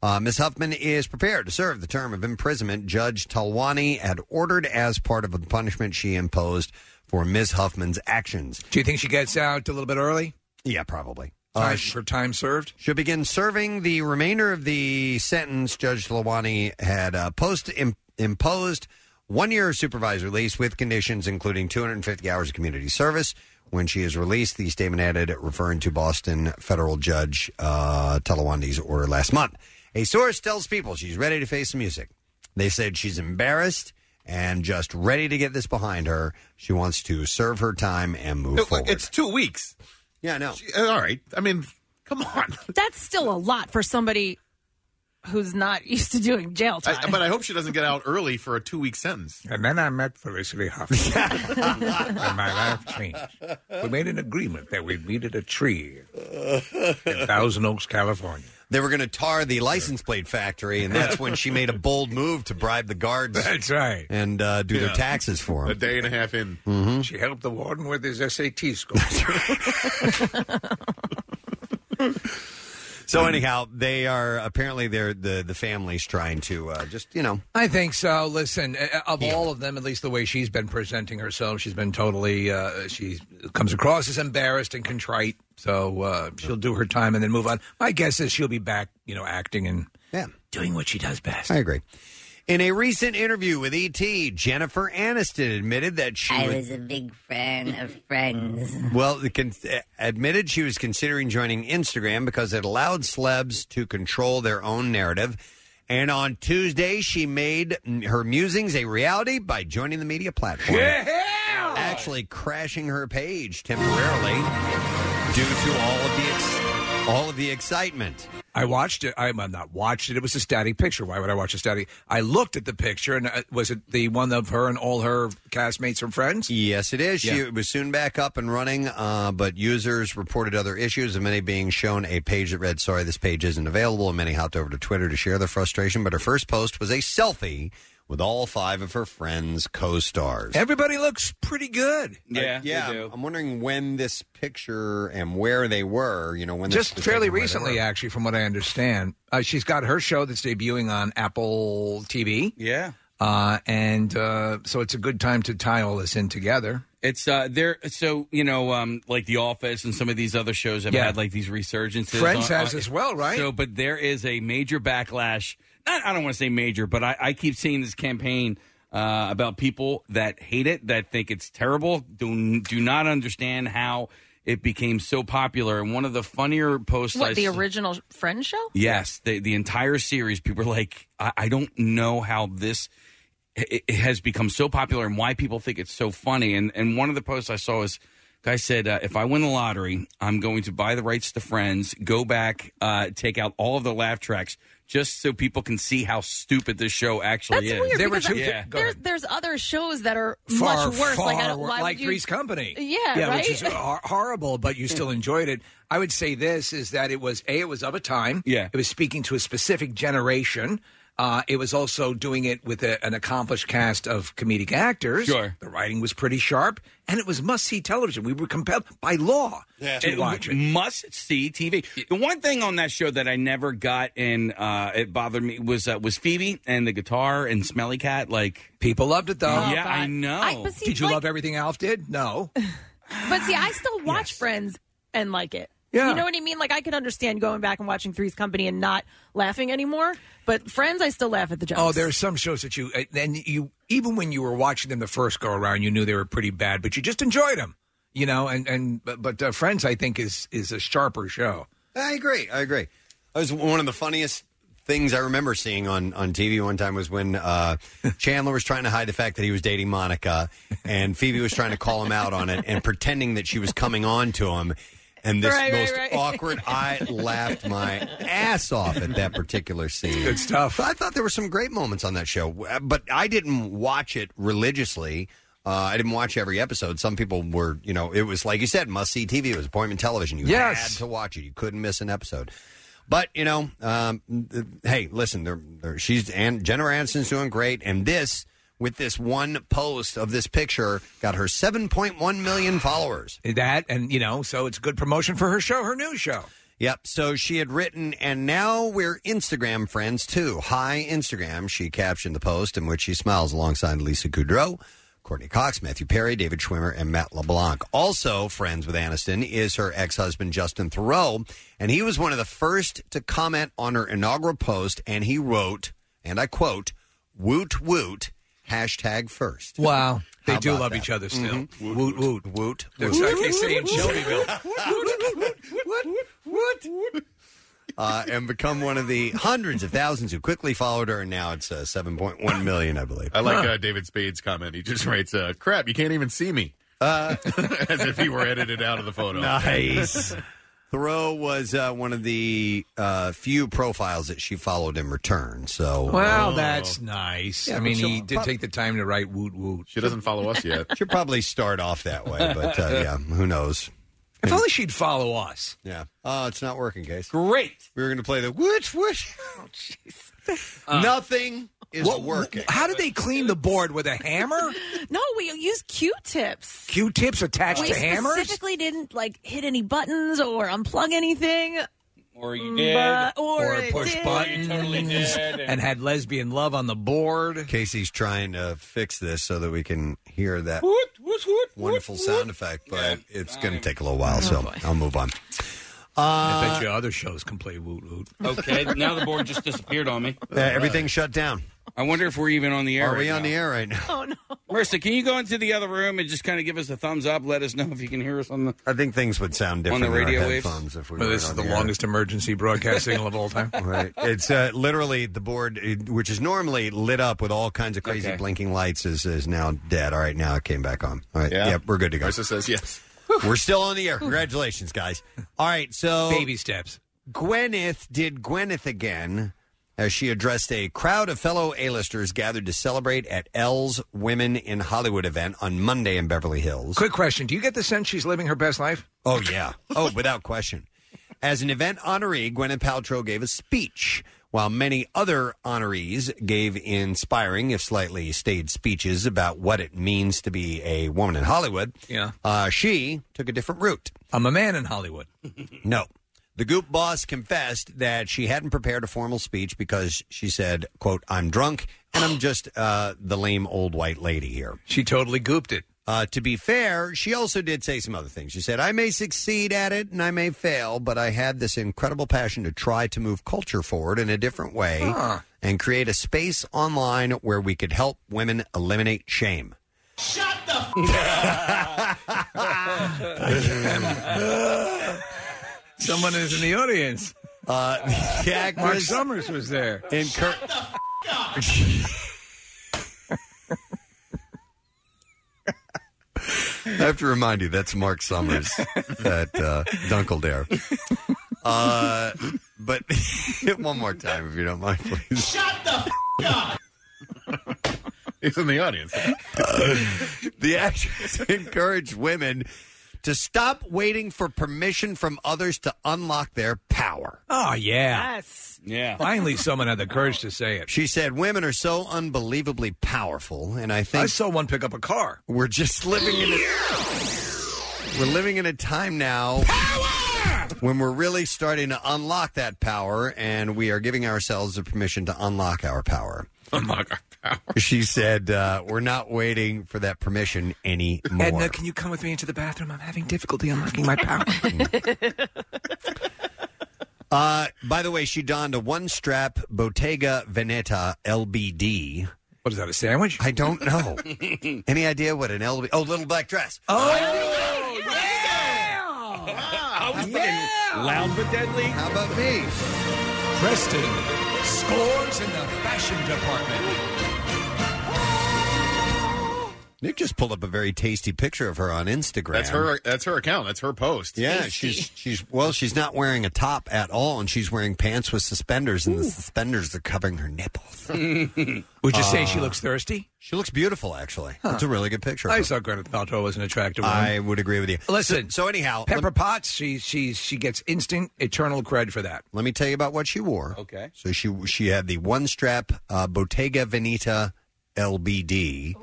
S2: Uh, Ms. Huffman is prepared to serve the term of imprisonment Judge Talwani had ordered as part of the punishment she imposed for Ms. Huffman's actions.
S4: Do you think she gets out a little bit early?
S2: Yeah, probably.
S4: Time,
S2: Uh,
S4: her time served?
S2: She'll begin serving the remainder of the sentence Judge Lawani had uh, post im- imposed one year of supervised release with conditions including 250 hours of community service. When she is released, the statement added, referring to Boston federal judge uh, Talawandi's order last month. A source tells people she's ready to face the music. They said she's embarrassed and just ready to get this behind her. She wants to serve her time and move
S8: Look,
S2: forward.
S8: it's two weeks.
S2: Yeah, I know.
S4: uh,
S8: all right. I mean, come on.
S3: That's still a lot for somebody who's not used to doing jail time.
S8: I, but I hope she doesn't get out early for a two week sentence.
S4: And then I met Felicity Huffman. and my life changed. We made an agreement that we'd meet at a tree in Thousand Oaks, California.
S2: They were going to tar the license plate factory, and that's when she made a bold move to bribe the guards.
S4: That's right.
S2: And uh, do their
S4: Yeah.
S2: taxes for them. Mm-hmm.
S8: and a half in.
S4: She helped the warden with his SAT score.
S2: So anyhow, they are apparently they're the the family's trying to uh, just you know
S4: I think so. Listen, uh, of all of them, at least the way she's been presenting herself, she's been totally. Uh, she comes across as embarrassed and contrite, so uh, she'll do her time and then move on. My guess is she'll be back, you know, acting and
S2: yeah,
S4: doing what she does best.
S2: I agree. In a recent interview with ET, Jennifer Aniston admitted that she
S10: I
S2: would-
S10: was a big fan of Friends.
S2: well the con- uh, admitted she was considering joining Instagram because it allowed celebs to control their own narrative. And on Tuesday, she made mm, her musings a reality by joining the media platform, actually crashing her page temporarily due to all of the ex- all of the excitement.
S4: I watched it. I'm I'm not watched it. It was a static picture. Why would I watch a static? I looked at the picture, and uh, was it the one of her and all her castmates and friends?
S2: Yes, it is. She was soon back up and running, uh, but users reported other issues, and many being shown a page that read, Sorry, this page isn't available. And many hopped over to Twitter to share their frustration. But her first post was a selfie with all five of her friends' co stars.
S4: Everybody looks pretty good.
S2: Yeah, yeah. I'm wondering when this picture and where they were, you know, when this
S4: Just
S2: was
S4: fairly
S2: taken, where they
S4: recently,
S2: were.
S4: actually, from what I understand, uh, she's got her show that's debuting on Apple TV.
S6: Yeah.
S4: Uh, and uh, so it's a good time to tie all this in together.
S6: It's uh there so you know um like The Office and some of these other shows have
S4: Yeah.
S6: had like these resurgences.
S4: Friends
S6: on-
S4: has
S6: on-
S4: as well, right?
S6: So, but there is a major backlash. Not, I don't want to say major, but I, I keep seeing this campaign uh, about people that hate it, that think it's terrible, do do not understand how it became so popular. And one of the funnier posts, I
S3: what the
S6: s-
S3: original Friends show?
S6: Yes, the the entire series. People are like, I, I don't know how this it, it has become so popular and why people think it's so funny. And and one of the posts I saw was guy said, uh, if I win the lottery, I'm going to buy the rights to Friends, go back, uh, take out all of the laugh tracks, just so people can see how stupid this show
S3: That's
S6: actually is.
S3: weird.
S6: There
S3: because I-
S6: yeah.
S3: there's, there's other shows that are
S4: Far,
S3: much worse. like, I
S4: far
S3: don't,
S4: wor-
S3: why
S4: like
S3: would you-
S4: Three's Company.
S3: Yeah,
S4: yeah,
S3: right?
S4: which is hor- horrible, but you still enjoyed it. I would say this is that it was a, it was of a time. Yeah, it was speaking to a specific generation. Uh, it was also doing it with a, an accomplished cast of comedic actors. Sure, the writing was pretty sharp, and it was must-see television. We were compelled by law to
S6: It
S4: watch it.
S6: Must see TV. The one thing on that show that I never got and uh, it bothered me was uh, was Phoebe and the guitar and Smelly Cat. Like
S4: people loved it though.
S3: Oh,
S6: yeah,
S3: God.
S6: I know.
S3: I- but see,
S4: Did you
S3: like-
S4: love everything Alf did? No.
S3: But see, I still watch Friends and like it.
S4: Yeah.
S3: You know what I mean? Like I could understand going back and watching Three's Company and not laughing anymore. But Friends, I still laugh at the jokes.
S4: Oh, there are some shows that you uh, and you even when you were watching them the first go around, you knew they were pretty bad, but you just enjoyed them, you know. And and but, but uh, Friends, I think is is a sharper show.
S2: I agree. I agree. That was one of the funniest things I remember seeing on, on TV one time was when uh, Chandler was trying to hide the fact that he was dating Monica, and Phoebe was trying to call him out on it and pretending that she was coming on to him. And this
S9: Right, right,
S2: most
S9: right.
S2: awkward, I laughed my ass off at that particular scene.
S4: Good stuff.
S2: I thought there were some great moments on that show, uh, but I didn't watch it religiously. Uh, I didn't watch every episode. Some people were, you know, it was like you said, must see TV. It was appointment television. You
S4: Yes.
S2: had to watch it. You couldn't miss an episode. But you know, um, th- hey, listen, they're, they're- she's and Jennifer Aniston's doing great, and this with this one post of this picture got her 7.1 million followers.
S4: That and you know, so it's good promotion for her show, her new show.
S2: Yep. So she had written, and now we're Instagram friends too. Hi, Instagram. She captioned the post in which she smiles alongside Lisa Kudrow, Courtney Cox, Matthew Perry, David Schwimmer, and Matt LeBlanc. Also friends with Aniston is her ex husband, Justin Thoreau. And he was one of the first to comment on her inaugural post, and he wrote, and I quote, woot woot, hashtag first.
S4: Wow, they
S2: How
S4: do
S2: about
S4: love
S2: that?
S4: each other still.
S2: Mhm.
S4: Woot woot
S2: woot.
S4: That's like they say in Shelbyville.
S9: What? What?
S2: uh, and become one of the hundreds of thousands who quickly followed her. And now it's uh, 7.1 million, I believe.
S8: I like uh, David Spade's comment. He just writes, uh, "Crap, you can't even see me,"
S2: uh,
S8: as if he were edited out of the photo.
S2: Nice. Thoreau was uh, one of the uh, few profiles that she followed in return. So,
S4: Well,
S2: uh,
S4: that's nice.
S2: Yeah,
S4: I mean,
S2: but
S4: he
S2: she'll-
S4: did take the time to write woot woot.
S8: She doesn't follow us yet.
S2: should probably start off that way, but uh, yeah, who knows?
S4: If only she'd follow us.
S2: Yeah. Oh, it's not working, Case.
S4: Great.
S2: We were going to play the which which. Oh, jeez. Nothing is
S4: What-
S2: working.
S4: How did they clean the board with a hammer?
S11: No, we use Q-tips.
S4: Q-tips attached
S11: we
S4: to hammers?
S11: specifically didn't like hit any buttons or unplug anything.
S6: Or
S11: you did. But- or it
S4: push
S11: did.
S4: buttons and, had lesbian love on the board.
S2: Casey's trying to fix this so that we can hear that wonderful sound effect, but it's going to take a little while, so I'll move on.
S4: I
S2: Uh,
S4: bet you other shows can play woot woot.
S6: Okay, now the board just disappeared on me.
S2: uh, everything's shut down.
S6: I wonder if we're even on the air.
S2: Are we
S6: right
S2: on
S6: now.
S2: the air right now?
S11: Oh no,
S6: Marissa, can you go into the other room and just kind of give us a thumbs up? Let us know if you can hear us on the.
S2: I think things would sound
S6: On
S2: different in our
S6: the radio waves?
S2: headphones if we
S4: Well,
S2: were
S4: this
S2: on
S4: is the
S2: air.
S4: longest emergency broadcast signal of all time.
S2: Right. It's uh, literally the board, it- which is normally lit up with all kinds of crazy
S4: Okay.
S2: blinking lights, is, is now dead. All right, now it came back on. All right,
S8: Yeah.
S2: yep, we're good to go.
S8: Marissa says yes.
S2: We're still on the air. Congratulations, guys. All right, so
S4: Baby steps.
S2: Gwyneth did Gwyneth again as she addressed a crowd of fellow A-listers gathered to celebrate at L's Women in Hollywood event on Monday in Beverly Hills.
S4: Quick question. Do you get the sense she's living her best life?
S2: Oh, yeah. Oh, without question. As an event honoree, Gwyneth Paltrow gave a speech, while many other honorees gave inspiring, if slightly staid, speeches about what it means to be a woman in Hollywood.
S4: Yeah.
S2: Uh, she took a different route.
S4: I'm a man in Hollywood.
S2: No. The Goop boss confessed that she hadn't prepared a formal speech because she said, quote, I'm drunk and I'm just uh, the lame old white lady here.
S4: She totally gooped it.
S2: Uh, to be fair, she also did say some other things. She said, I may succeed at it and I may fail, but I had this incredible passion to try to move culture forward in a different way
S4: Huh.
S2: and create a space online where we could help women eliminate shame.
S9: Shut the.
S4: Someone is in the audience.
S2: Uh, the
S4: Mark
S2: actress
S4: Summers was there.
S2: encour- I have to remind you, that's Mark Summers, that uh, Dunkel Dare. Uh, but one more time, if you don't mind, please.
S9: Shut the.
S8: He's in the audience.
S2: the actress encouraged women to stop waiting for permission from others to unlock their power.
S4: Oh, yeah.
S3: Yes.
S6: Yeah.
S4: Finally, someone had the courage to say it.
S2: She said, Women are so unbelievably powerful, and I
S4: I
S2: think
S4: saw one pick up a car.
S2: we're just living in a. We're living in a time now when we're really starting to unlock that power, and we are giving ourselves the permission to unlock our power.
S8: Unlock our power.
S2: She said, uh, "We're not waiting for that permission anymore."
S4: Edna, can you come with me into the bathroom? I'm having difficulty unlocking my power.
S2: Uh, by the way, she donned a one strap Bottega Veneta LBD.
S4: What is that, a sandwich?
S2: I don't know. Any idea what an LBD? Oh, little black dress.
S4: Oh,
S6: I was fucking loud but deadly.
S2: How about me?
S4: Preston scores in the fashion department.
S2: Nick just pulled up a very tasty picture of her on Instagram.
S8: That's her. That's her account. That's her post.
S2: Yeah, she's she's well, she's not wearing a top at all, and she's wearing pants with suspenders, and the suspenders are covering her nipples.
S4: Would you say she looks thirsty?
S2: Uh, she looks beautiful, actually. It's a really good picture. of
S4: I
S2: her.
S4: saw Gwyneth Paltrow was an attractive woman.
S2: I would agree with you.
S4: Listen,
S2: so, so anyhow, let-
S4: Pepper Potts, she she she gets instant eternal cred for that.
S2: let me tell you about what she wore.
S6: Okay.
S2: So she she had the one strap uh, Bottega Veneta LBD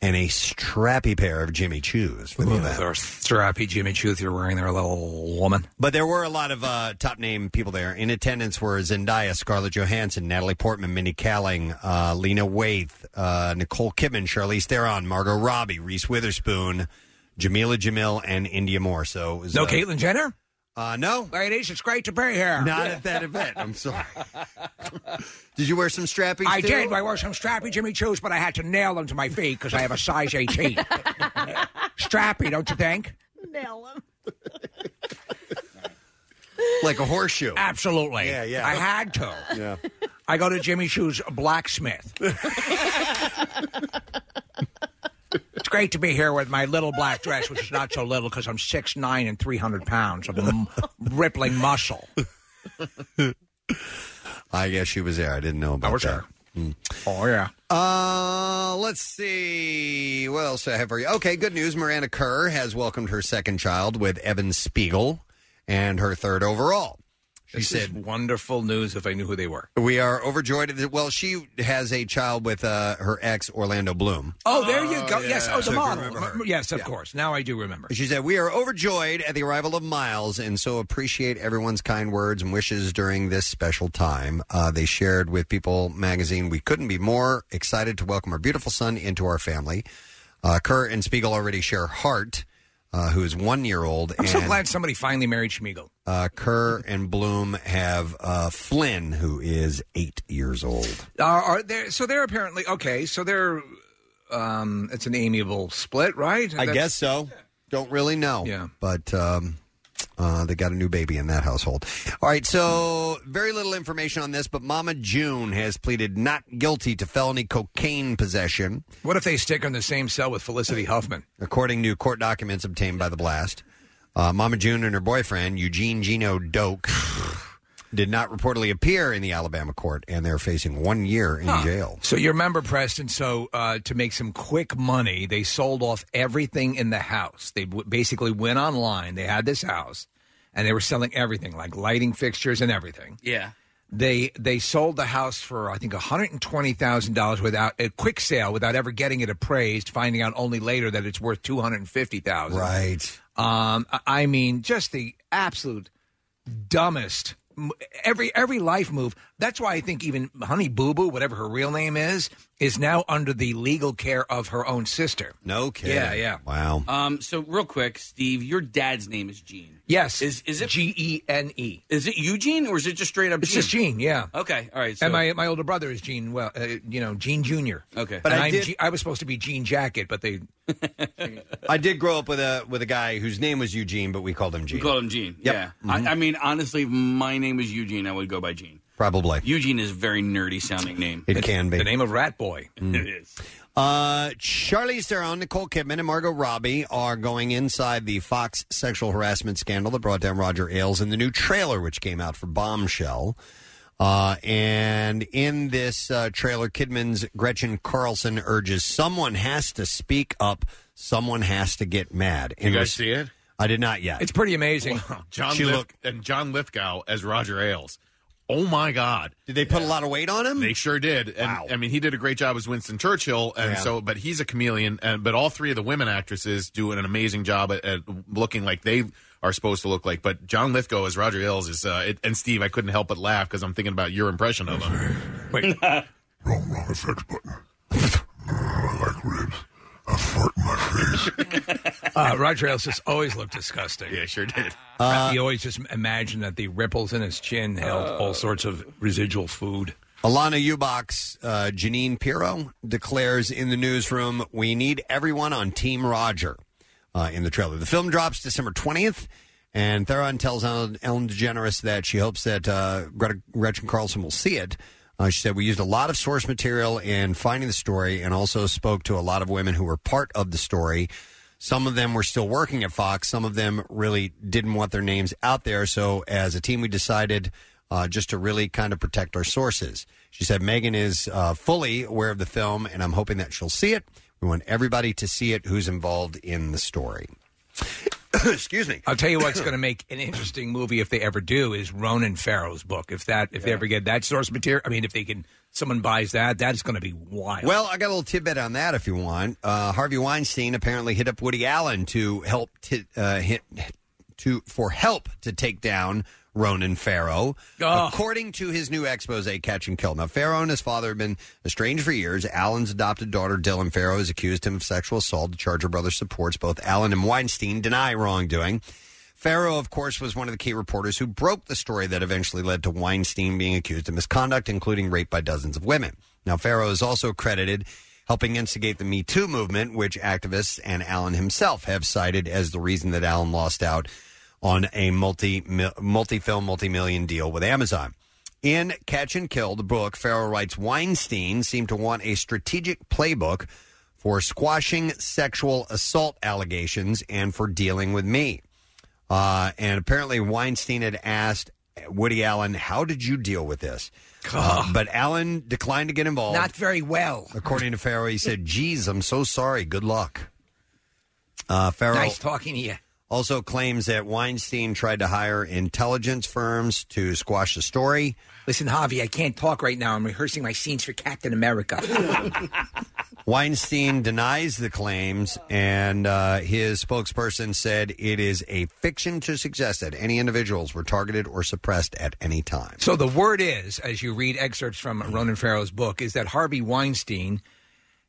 S2: and a strappy pair of Jimmy Choo's for the event.
S4: Those strappy Jimmy Chooth you're wearing there, little woman.
S2: But there were a lot of uh, top name people there. In attendance were Zendaya, Scarlett Johansson, Natalie Portman, Minnie Kaling, uh, Lena Waithe, uh, Nicole Kidman, Charlize Theron, Margot Robbie, Reese Witherspoon, Jamila Jamil, and India Moore. So it was,
S4: No
S2: uh,
S4: Caitlyn Jenner?
S2: Uh, no,
S4: Larry Nation, it's great to be here.
S2: not at that event. I'm sorry. did you wear some strappies?
S4: I
S2: too?
S4: did. I wore some strappy Jimmy Choo's, but I had to nail them to my feet because I have a size 18. strappy, don't you think?
S3: Nail him.
S2: like a horseshoe.
S4: Absolutely. Yeah, yeah. I had to.
S2: Yeah.
S4: I go to Jimmy Shoe's blacksmith. it's great to be here with my little black dress, which is not so little because I'm 6'9 and 300 pounds of m- rippling muscle.
S2: I guess she was there. I didn't know about
S4: I was
S2: that. Hmm.
S4: Oh yeah.
S2: Uh, let's see. What else do I have for you? Okay, good news. Miranda Kerr has welcomed her second child with Evan Spiegel, and her third overall. She
S4: This is
S2: said,
S4: wonderful news if I knew who they were.
S2: "We are overjoyed." at the- Well, she has a child with uh, her ex Orlando Bloom.
S4: Oh, there you go. Yes,
S2: So
S4: oh, the
S2: if you
S4: model.
S2: remember her.
S4: M- Yes, of course. Now I do remember.
S2: She said, We are overjoyed at the arrival of Miles and so appreciate everyone's kind words and wishes during this special time. Uh, they shared with People magazine, We couldn't be more excited to welcome our beautiful son into our family. Uh, Kerr and Spiegel already share Hart, uh, who is one year old.
S4: I'm
S2: and
S4: so glad somebody finally married Schmiegel.
S2: uh, Kerr and Bloom have uh, Flynn, who is eight years old.
S4: Are, are there? So they're apparently okay. So they're. Um, it's an amiable split, right?
S2: I guess so. Don't really know. Yeah. But um, uh, they got a new baby in that household. All right. So, very little information on this, but Mama June has pleaded not guilty to felony cocaine possession,
S4: What if they stick her in the same cell with Felicity Huffman?
S2: according to court documents obtained by the blast. Uh, Mama June and her boyfriend, Eugene Gino Doak, did not reportedly appear in the Alabama court, and they're facing one year in jail.
S4: So you remember Preston? So uh, to make some quick money, they sold off everything in the house. They w- basically went online. They had this house, and they were selling everything, like lighting fixtures and everything.
S6: Yeah.
S4: They they sold the house for I think one hundred and twenty thousand dollars without a quick sale, without ever getting it appraised. Finding out only later that it's worth two hundred and fifty thousand.
S2: Right.
S4: Um, I- I mean, just the absolute dumbest. m- Every every life move. That's why I think even Honey Boo Boo, whatever her real name is, is now under the legal care of her own sister.
S2: No kidding.
S4: Yeah, yeah.
S2: Wow.
S6: Um, so real quick, Steve, your dad's name is Gene.
S4: Yes.
S6: Is is it
S4: G E N E?
S6: Is it Eugene or is it just straight up?
S4: It's
S6: Gene?
S4: just Gene, yeah.
S6: Okay, all right. So,
S4: and my my older brother is Gene. Well, uh, you know Gene Junior.
S6: Okay,
S4: but
S2: But I
S4: I'm
S2: did-
S4: G- I was supposed to be Gene Jacket, but they
S2: I did grow up with a with a guy whose name was Eugene, but we called him
S6: you
S4: E.
S2: Gene.
S6: call him Gene.
S2: Yep.
S6: Yeah.
S2: Mhm.
S4: Mm-hmm.
S6: I, I mean, honestly, if my name is Eugene, I would go by Gene.
S2: Probably.
S6: Eugene is a very nerdy sounding name.
S2: It can be.
S4: the name of Rat Boy.
S6: It is.
S2: Uh, Charlize Theron, Nicole Kidman, and Margot Robbie are going inside the Fox sexual harassment scandal that brought down Roger Ailes in the new trailer, which came out for Bombshell. Uh, and in this uh, trailer, Kidman's Gretchen Carlson urges someone has to speak up, someone has to get mad.
S8: You
S2: In
S8: guys
S2: res-
S8: see it?
S2: I did not yet.
S4: It's pretty amazing.
S8: John
S2: She
S8: Lith-
S2: looked-
S8: and John Lithgow as Roger Ailes. Oh my God!
S2: Did they put a lot of weight on him?
S8: They sure did. And I mean, he did a great job as Winston Churchill, and
S2: Yeah.
S8: so, but he's a chameleon. And but all three of the women actresses do an amazing job at, at looking like they are supposed to look like. But John Lithgow as Roger Ailes is, uh, it, and Steve, I couldn't help but laugh because I'm thinking about your impression of him.
S4: Wait. Uh, Roger Ailes just always looked disgusting. Yeah,
S8: sure did.
S2: Uh,
S4: he always just imagined that the ripples in his chin held all sorts of residual food.
S2: Alana Eubox, uh, Janine Pirro declares in the newsroom, "We need everyone on Team Roger." Uh, in the trailer, the film drops December twentieth, and Theron tells Ellen, Ellen DeGeneres that she hopes that uh, Greta, Gretchen Carlson will see it. Uh, she said, "We used a lot of source material in finding the story, and also spoke to a lot of women who were part of the story." Some of them were still working at Fox. Some of them really didn't want their names out there. So, as a team, we decided uh, just to really kind of protect our sources. She said, Megan is uh, fully aware of the film, and I'm hoping that she'll see it. We want everybody to see it who's involved in the story. Excuse me.
S4: I'll tell you what's going to make an interesting movie if they ever do is Ronan Farrow's book. If that, if they ever get that source material, I mean, if they can, someone buys that, that's going to be wild.
S2: Well, I got a little tidbit on that if you want. Uh, Harvey Weinstein apparently hit up Woody Allen to help ti uh, hit to for help to take down Ronan Farrow, according to his new expose, Catch and Kill. Now, Farrow and his father have been estranged for years. Allen's adopted daughter, Dylan Farrow, has accused him of sexual assault. The Charger Brothers supports both Allen and Weinstein deny wrongdoing. Farrow, of course, was one of the key reporters who broke the story that eventually led to Weinstein being accused of misconduct, including rape by dozens of women. Now, Farrow is also credited helping instigate the Me Too movement, which activists and Allen himself have cited as the reason that Allen lost out on a multi multi film multi million deal with Amazon. In Catch and Kill, the book, Farrell writes Weinstein seemed to want a strategic playbook for squashing sexual assault allegations and for dealing with me. Uh, and apparently, Weinstein had asked Woody Allen, How did you deal with this? Uh, but Allen declined to get involved.
S4: Not very well.
S2: According to Farrow, he said, Geez, I'm so sorry. Good luck. Uh, Farrow
S4: Nice talking to you.
S2: also claims that Weinstein tried to hire intelligence firms to squash the story.
S4: Listen, Javi, I can't talk right now. I'm rehearsing my scenes for Captain America.
S2: Weinstein denies the claims, and uh, his spokesperson said it is a fiction to suggest that any individuals were targeted or suppressed at any time.
S4: So the word is, as you read excerpts from Ronan Farrow's book, is that Harvey Weinstein,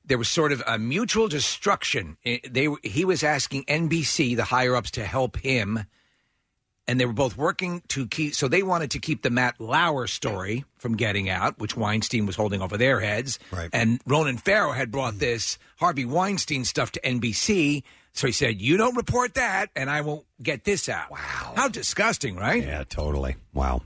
S4: there was sort of a mutual destruction. It- They were- he was asking NBC, the higher ups, to help him, and they were both working to keep. So they wanted to keep the Matt Lauer story from getting out, which Weinstein was holding over their heads. Right. And Ronan Farrow had brought this Harvey Weinstein stuff to NBC. So he said, "You don't report that, and I won't get this out." Wow! How disgusting, right?
S2: Yeah, totally. Wow.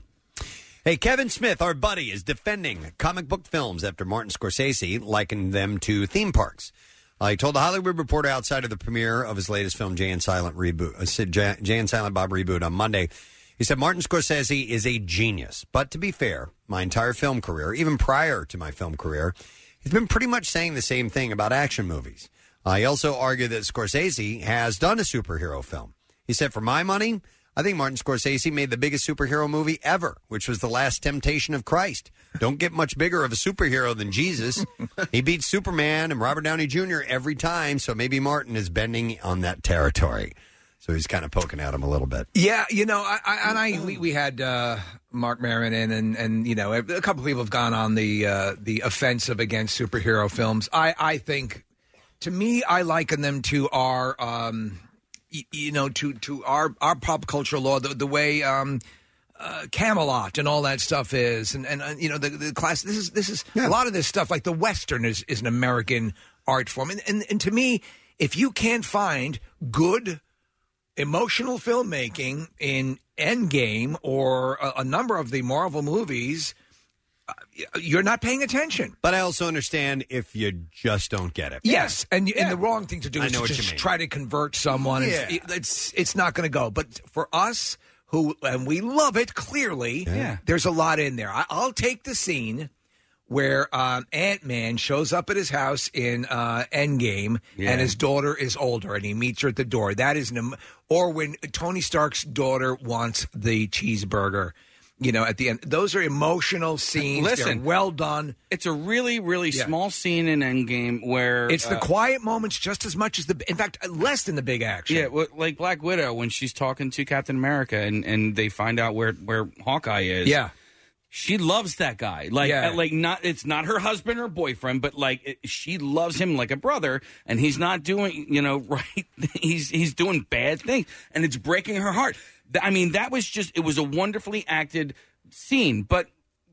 S2: Hey, Kevin Smith, our buddy, is defending comic book films after Martin Scorsese likened them to theme parks. Uh, he told the Hollywood Reporter outside of the premiere of his latest film, Jay and Silent Reboot, uh, Si- Jay Jay and Silent Bob Reboot, on Monday. He said Martin Scorsese is a genius, but to be fair, my entire film career, even prior to my film career, he's been pretty much saying the same thing about action movies. Uh, he also argued that Scorsese has done a superhero film. He said, "For my money, I think Martin Scorsese made the biggest superhero movie ever, which was The Last Temptation of Christ. Don't get much bigger of a superhero than Jesus. he beats Superman and Robert Downey Jr. every time, so maybe Martin is bending on that territory. So he's kind of poking at him a little bit.
S4: Yeah, you know, I, I and I we, we had uh, Mark Maron in, and and you know, a couple people have gone on the uh, the offensive against superhero films. I I think, to me, I liken them to our um, y- you know, to to our our pop culture law, the, the way um, uh, Camelot and all that stuff is, and and uh, you know, the the class. This is this is a lot of this stuff. Like the Western is is an American art form, and and, and to me, if you can't find good emotional filmmaking in Endgame or a, a number of the Marvel movies, uh, you're not paying attention.
S2: But I also understand if you just don't get it.
S4: Yes, and and the wrong thing to do
S2: I
S4: is
S2: know
S4: to
S2: what you
S4: just
S2: mean.
S4: try to convert someone. and
S2: Yeah.
S4: it- it's it's not going to go. But for us who and we love it clearly,
S6: Yeah.
S4: there's a lot in there. I, I'll take the scene where um, Ant Man shows up at his house in uh, Endgame,
S6: Yeah.
S4: and his daughter is older, and he meets her at the door. That is, an, am- or when Tony Stark's daughter wants the cheeseburger. You know, at the end, those are emotional scenes. They're
S6: Listen,
S4: well done.
S6: It's a really, really small scene in Endgame where
S4: It's the
S6: uh,
S4: quiet moments just as much as the, in fact, less than the big action.
S6: Yeah, well, like Black Widow when she's talking to Captain America and, and they find out where, where Hawkeye is.
S4: Yeah.
S6: She loves that guy. Like
S4: Yeah.
S6: uh, like not it's not her husband or boyfriend, but like it, she loves him like a brother and he's not doing, you know, right he's he's doing bad things and it's breaking her heart. Th- I mean, that was just it was a wonderfully acted scene, but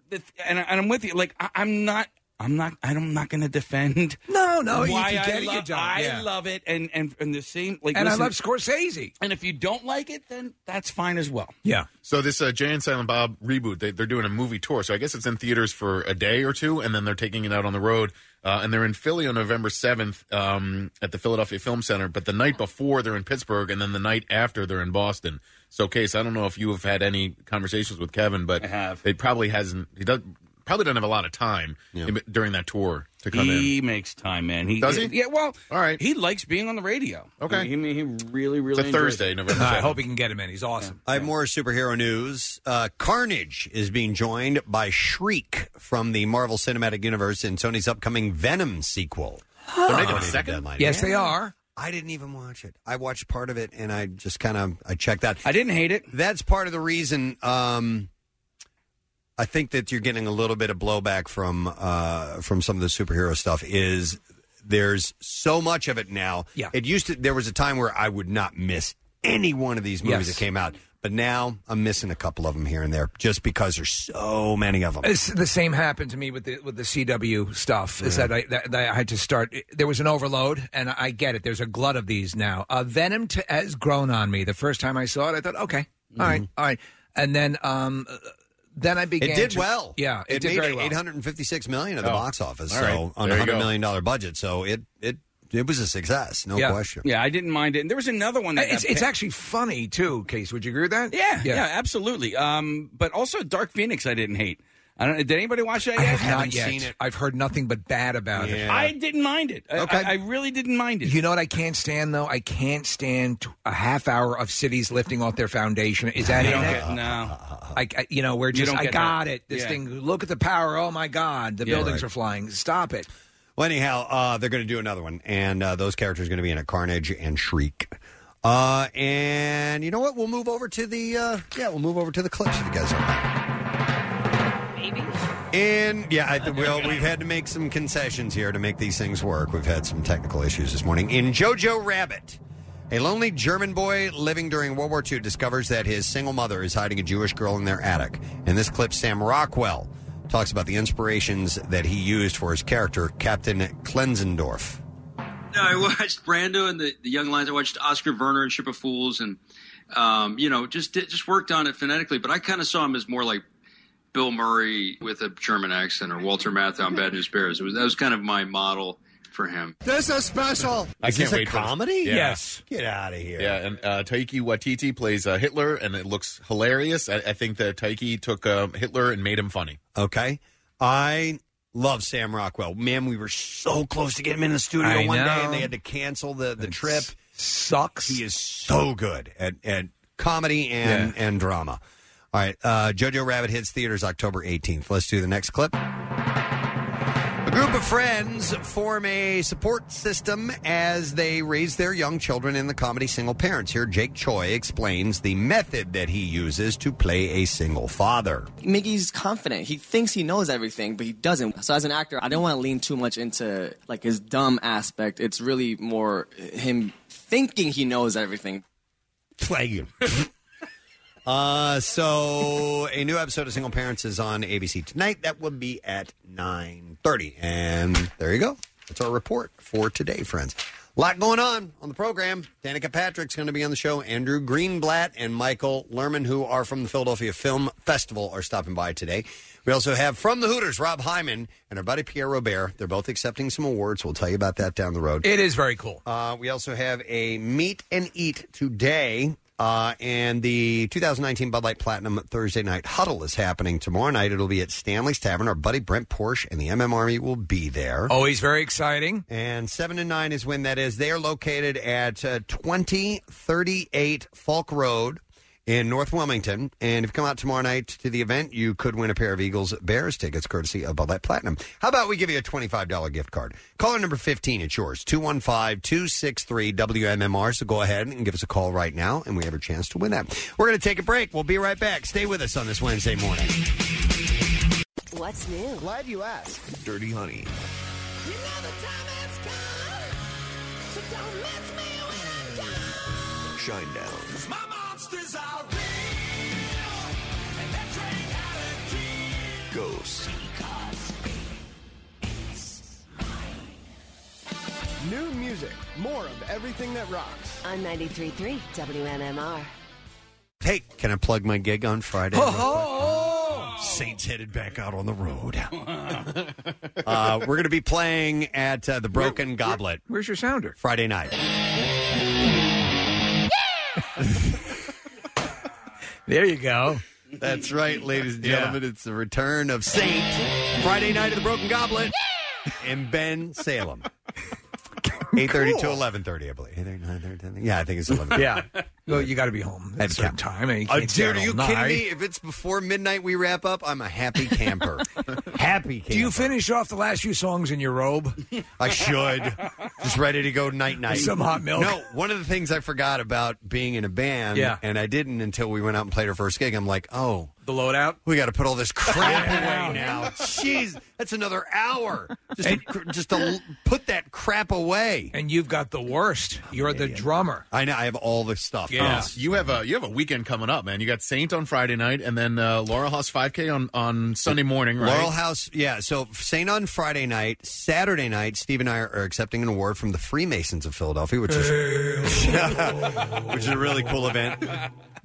S6: the th- and, I- and I'm with you. Like I, I'm not I'm not I'm not going to defend
S4: No, no, if
S6: why
S4: you
S6: I
S4: get it, you
S6: love-
S4: don't,
S6: I
S4: yeah.
S6: love it and and and the same like
S4: and
S6: listen-
S4: I love Scorsese.
S6: and if you don't like it, then that's fine as well.
S4: Yeah.
S8: So this uh, Jay and Silent Bob reboot, they, they're doing a movie tour. So I guess it's in theaters for a day or two, and then they're taking it out on the road. Uh, and they're in Philly on November seventh um, at the Philadelphia Film Center. But the night before, they're in Pittsburgh, and then the night after, they're in Boston. So, Case, I don't know if you have had any conversations with Kevin, but They probably hasn't. He does, probably doesn't have a lot of time in- during that tour to come in.
S6: He makes time, man. He
S8: Does he?
S6: Yeah. Well,
S8: all right.
S6: He likes being on the radio.
S8: Okay.
S6: I mean, he, he really, really.
S8: a
S6: enjoys
S8: Thursday,
S6: it.
S8: November
S4: I hope he can get him in. He's awesome.
S2: I have more superhero news. Uh, Carnage is being joined by Shriek from the Marvel Cinematic Universe in Sony's upcoming Venom sequel.
S8: They're making a
S2: Dominated
S8: second?
S2: deadline.
S4: Yes, they
S2: Yeah.
S4: are.
S2: I didn't even watch it. I watched part of it and I just kind of I checked that.
S6: I didn't hate it.
S2: That's part of the reason um I think that you're getting a little bit of blowback from uh from some of the superhero stuff is there's so much of it now.
S4: Yeah.
S2: It used to there was a time where I would not miss any one of these movies
S4: Yes.
S2: that came out. But now I'm missing a couple of them here and there just because there's so many of them.
S4: It's, the same happened to me with the with the CW stuff. Is
S2: Yeah.
S4: that I, that, that I had to start? There was an overload, and I get it. There's a glut of these now. Uh, Venom t- has grown on me. The first time I saw it, I thought, okay, all right, all right, and then um, uh, then I began.
S2: Mm-hmm. It did
S4: to-
S2: well.
S4: Yeah, it, did
S2: made
S4: very well.
S2: 856 million at the
S4: Oh,
S2: box office.
S6: all
S2: So
S6: right.
S2: on a
S6: There you
S2: hundred
S6: go.
S2: million dollar budget, so it it it was a success, no
S6: yeah.
S2: question.
S6: Yeah, I didn't mind it. And there was another one that
S4: Uh, It's-
S6: got
S4: it's
S6: picked.
S4: actually funny too. Case, would you agree with that?
S6: Yeah,
S4: Yeah.
S6: yeah, absolutely. Um, but also Dark Phoenix, I didn't hate. I don't. Did anybody watch that yet?
S4: I have not yet. I've heard nothing but bad about it.
S6: I didn't mind it. I-
S4: Okay.
S6: I, I really didn't mind it.
S4: You know what I can't stand though? I can't stand t- a half hour of cities lifting off their foundation. Is that
S6: You
S4: in
S6: don't
S4: it?
S6: get- no.
S4: I, I- you know, we're
S6: You
S4: just
S6: don't
S4: I
S6: get
S4: got
S6: that.
S4: it. This
S6: Yeah.
S4: thing. Look at the power. Oh my God, the
S2: Yeah.
S4: buildings
S2: Right.
S4: are flying. Stop it.
S2: Well, anyhow, uh, they're going to do another one, and uh, those characters are going to be in a Carnage and Shriek. Uh, and you know what? We'll move over to the uh, yeah, we'll move over to the clips if you guys are. And yeah, I, well, we've had to make some concessions here to make these things work. We've had some technical issues this morning. In Jojo Rabbit, a lonely German boy living during World War II discovers that his single mother is hiding a Jewish girl in their attic. In this clip, Sam Rockwell talks about the inspirations that he used for his character, Captain Klenzendorf.
S12: No, I watched Brando and the, the Young Lions. I watched Oscar Werner and Ship of Fools, and um, you know, just did, just worked on it phonetically. But I kind of saw him as more like Bill Murray with a German accent, or Walter Matthau on Bad News Bears. It was, that was kind of my model for him.
S2: This is special.
S8: I
S12: Is
S8: can't
S12: this a
S8: wait for this.
S12: comedy? Yes.
S2: Get out of here.
S8: Yeah, and uh, Taiki Watiti plays uh, Hitler, and it looks hilarious. I, I think that Taiki took um, Hitler and made him funny.
S2: Okay. I love Sam Rockwell. Man, we were so close to getting him in the studio
S8: I
S2: one day,
S8: know.
S2: and they had to cancel the, the trip.
S4: Sucks.
S2: He is so good at, at comedy and, and drama. All right. Uh, Jojo Rabbit hits theaters October 18th. Let's do the next clip. A group of friends form a support system as they raise their young children in the comedy Single Parents. Here, Jake Choi explains the method that he uses to play a single father.
S13: Mickey's confident. He thinks he knows everything, but he doesn't. So as an actor, I don't want to lean too much into like his dumb aspect. It's really more him thinking he knows everything.
S2: Play you. Uh, so a new episode of Single Parents is on ABC tonight. That will be at nine thirty, and there you go. That's our report for today, friends. A lot going on on the program. Danica Patrick's going to be on the show. Andrew Greenblatt and Michael Lerman, who are from the Philadelphia Film Festival, are stopping by today. We also have from the Hooters Rob Hyman and our buddy Pierre Robert. They're both accepting some awards. We'll tell you about that down the road.
S4: It is very cool.
S2: Uh, we also have a meet and eat today. Uh, and the 2019 Bud Light Platinum Thursday Night Huddle is happening tomorrow night. It'll be at Stanley's Tavern. Our buddy Brent Porsche and the MM Army will be there.
S4: Always Oh, very exciting.
S2: And 7 to 9 is when that is. They are located at uh, 2038 Falk Road in North Wilmington. And if you come out tomorrow night to the event, you could win a pair of Eagles Bears tickets courtesy of Bud Light Platinum. How about we give you a $25 gift card? Caller number 15, it's yours, 215 263 WMMR. So go ahead and give us a call right now, and we have a chance to win that. We're going to take a break. We'll be right back. Stay with us on this Wednesday morning.
S14: What's new? Glad you asked.
S5: Dirty Honey. Shine down. Ghost.
S14: New music. More of everything that rocks. On 93.3 WMMR.
S2: Hey, can I plug my gig on Friday?
S14: Oh,
S2: Saints headed back out on the road. uh, we're going to be playing at uh, the Broken Goblet
S4: Where's your sounder?
S2: Friday night.
S4: there you go.
S2: That's right, ladies and gentlemen. It's the return of Saint Friday night at the Broken Goblet in Ben Salem. 8.30 to 11.30, I believe. 8:30, 9:30, 10:30. Yeah, I think it's 11.
S4: yeah. Well, you got to be home at a certain time. and you
S2: Uh,
S4: can't stay
S2: dude,
S4: out
S2: are you
S4: all
S2: kidding
S4: night.
S2: me? If it's before midnight we wrap up, I'm a happy camper. happy camper.
S4: Do you finish off the last few songs in your robe?
S2: I should. Just ready to go night night.
S4: Some hot milk.
S2: No, one of the things I forgot about being in a band,
S4: Yeah.
S2: and I didn't until we went out and played our first gig. I'm like, oh,
S4: the loadout.
S2: We got to put all this crap away now. Jeez, that's another hour. Just to, cr- just to l- put that crap away.
S4: And you've got the worst. You're the drummer.
S2: I know. I have all the stuff.
S8: Yeah, you have a you have a weekend coming up, man. You got Saint on Friday night, and then uh, Laurel House 5K on on Sunday morning, right?
S2: Laurel House, yeah. So St. on Friday night, Saturday night, Steve and I are, are accepting an award from the Freemasons of Philadelphia, which is which is a really cool event.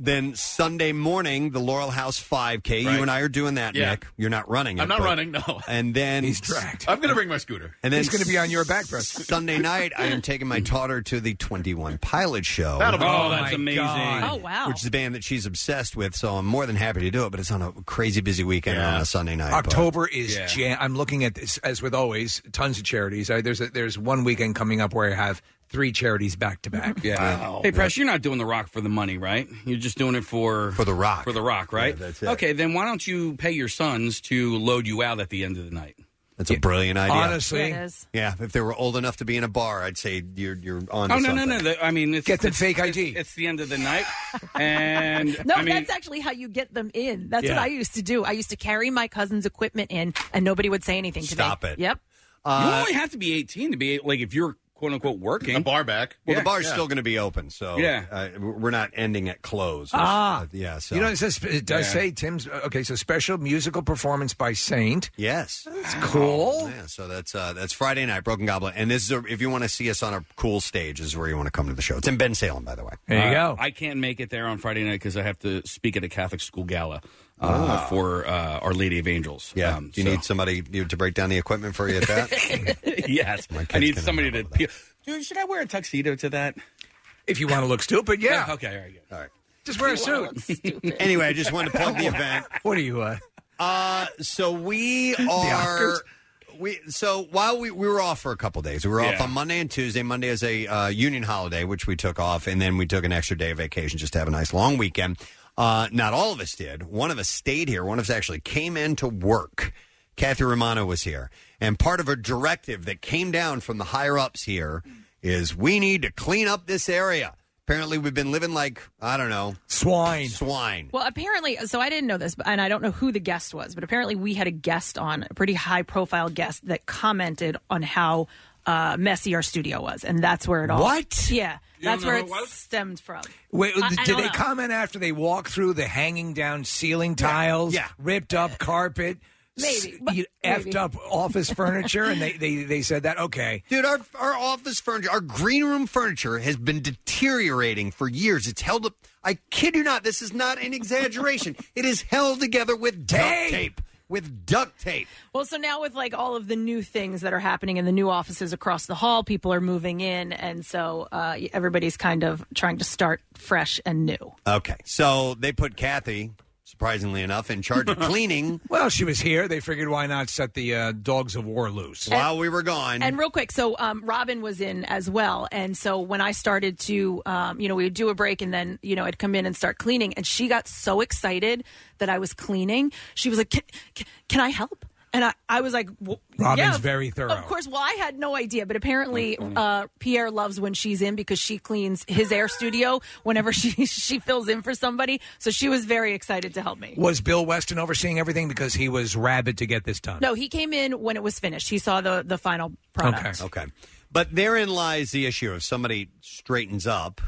S2: Then Sunday morning, the Laurel House 5K.
S8: Right.
S2: You and I are doing that,
S8: Yeah.
S2: Nick. You're not running. It,
S8: I'm not
S2: but-
S8: running, no.
S2: And then he's
S8: tracked. I'm gonna bring my scooter,
S2: And then
S8: it's gonna be on your back, press.
S2: Sunday night, I am taking my daughter to the Twenty One Pilot show.
S8: That'll be Oh, fun. that's amazing.
S3: Oh, wow.
S2: Which is a band that she's obsessed with, so I'm more than happy to do it. But it's on a crazy busy weekend on a Sunday night. but-
S4: October is jam. I'm looking at this as with always, tons of charities. I, there's a, there's one weekend coming up where I have three charities back to back.
S6: Yeah. Hey, Press, you're not doing the rock for the money, right? You're just doing it for for
S2: the rock.
S6: For the rock, right?
S2: that's
S6: it. Okay, then why don't you pay your sons to load you out at the end of the night?
S2: That's a brilliant idea.
S6: Honestly. Yeah, it is.
S2: yeah. If they were old enough to be in a bar, I'd say you're you're on.
S6: oh no, no, no, The- I mean, it's,
S2: Get them
S6: it's-
S2: fake
S6: it's- It's, the end of the night, and
S3: No,
S6: I mean,
S3: that's actually how you get them in. That's
S6: Yeah.
S3: what I used to do. I used to carry my cousin's equipment in, and nobobody would say anything to me.
S6: Stop it.
S3: Yep.
S6: you
S2: Uh,
S6: only have to be 18 to be like if you're quote unquote working. The
S8: bar back.
S2: Well, the bar's still going to be open, so
S6: Yeah.
S2: uh, we're not ending it closed.
S4: Ah,
S2: Uh, yeah. So
S4: you know it, says, it does say Tim's. uh, Okay, so special musical performance by Saint.
S2: Yes,
S4: that's cool.
S2: Yeah, so that's uh, that's Friday night, Broken Goblin, and this is a, if you want to see us on a cool stage, is where you want to come to the show. It's in Ben Salem, by the way.
S6: Uh, I can't make it there on Friday night because I have to speak at a Catholic school gala uh,
S2: Ah.
S6: for uh, Our Lady of Angels.
S2: Yeah,
S6: Um,
S2: do you
S6: so-
S2: need somebody you, to break down the equipment for you at that?
S6: yes, I
S2: kid's
S6: need
S2: gonna
S6: somebody to. Peel. Dude, should I wear a tuxedo to that?
S4: If you want to look stupid, yeah.
S6: okay, all right,
S2: all right.
S4: Just wear a suit.
S2: anyway, I just wanted to plug the event.
S4: What are you? Uh,
S2: uh so we
S4: Oscars?
S2: are. We so while we, we were off for a couple days, we were off
S6: Yeah.
S2: on Monday and Tuesday. Monday is a uh, union holiday, which we took off, and then we took an extra day of vacation just to have a nice long weekend. Uh, not all of us did. One of us stayed here. One of us actually came in to work. Kathy Romano was here, and part of a directive that came down from the higher ups here is we need to clean up this area. Apparently, we've been living like I don't know
S4: swine,
S2: swine.
S3: Well, apparently, so I didn't know this, but- and I don't know who the guest was, but apparently we had a guest on, a pretty high profile guest that commented on how uh, messy our studio was, and that's where it all.
S4: What?
S3: Yeah,
S4: You don't
S3: that's
S4: know
S3: where
S4: who
S3: it
S4: it was?
S3: stemmed from.
S4: Wait,
S3: I- I
S4: did
S3: don't
S4: they
S3: know.
S4: comment after they walk through the hanging down ceiling tiles, ripped up carpet,
S3: Maybe,
S4: s-
S3: but-
S4: you
S3: maybe.
S4: effed up office furniture, and they, they they said that okay.
S2: Dude, our our office furniture, our green room furniture has been deteriorating for years. It's held up. I kid you not. This is not an exaggeration. it is held together with duct tape. With duct tape.
S3: Well, so now with like all of the new things that are happening in the new offices across the hall, people are moving in, and so uh, everybody's kind of trying to start fresh and new.
S2: Okay, so they put Kathy, surprisingly enough, in charge of cleaning
S4: Well, she was here. They figured why not set the uh, dogs of war loose
S2: while we were gone.
S3: And real quick, so um, Robin was in as well, and so when I started to, um, you know, we would do a break, and then you know I'd come in and start cleaning, and she got so excited that I was cleaning. She was like, "Can, can, can I help?" And I, I was like, well,
S4: Robin's
S3: yeah, of-
S4: very thorough. Mm-hmm.
S3: Of course. Well, I had no idea, but apparently uh, Pierre loves when she's in because she cleans his air studio whenever she she fills in for somebody. So she was very excited to help me.
S4: Was Bill Weston overseeing everything because he was rabid to get this done?
S3: No, he came in when it was finished. He saw the the final product.
S2: Okay. But therein lies the issue. If somebody straightens up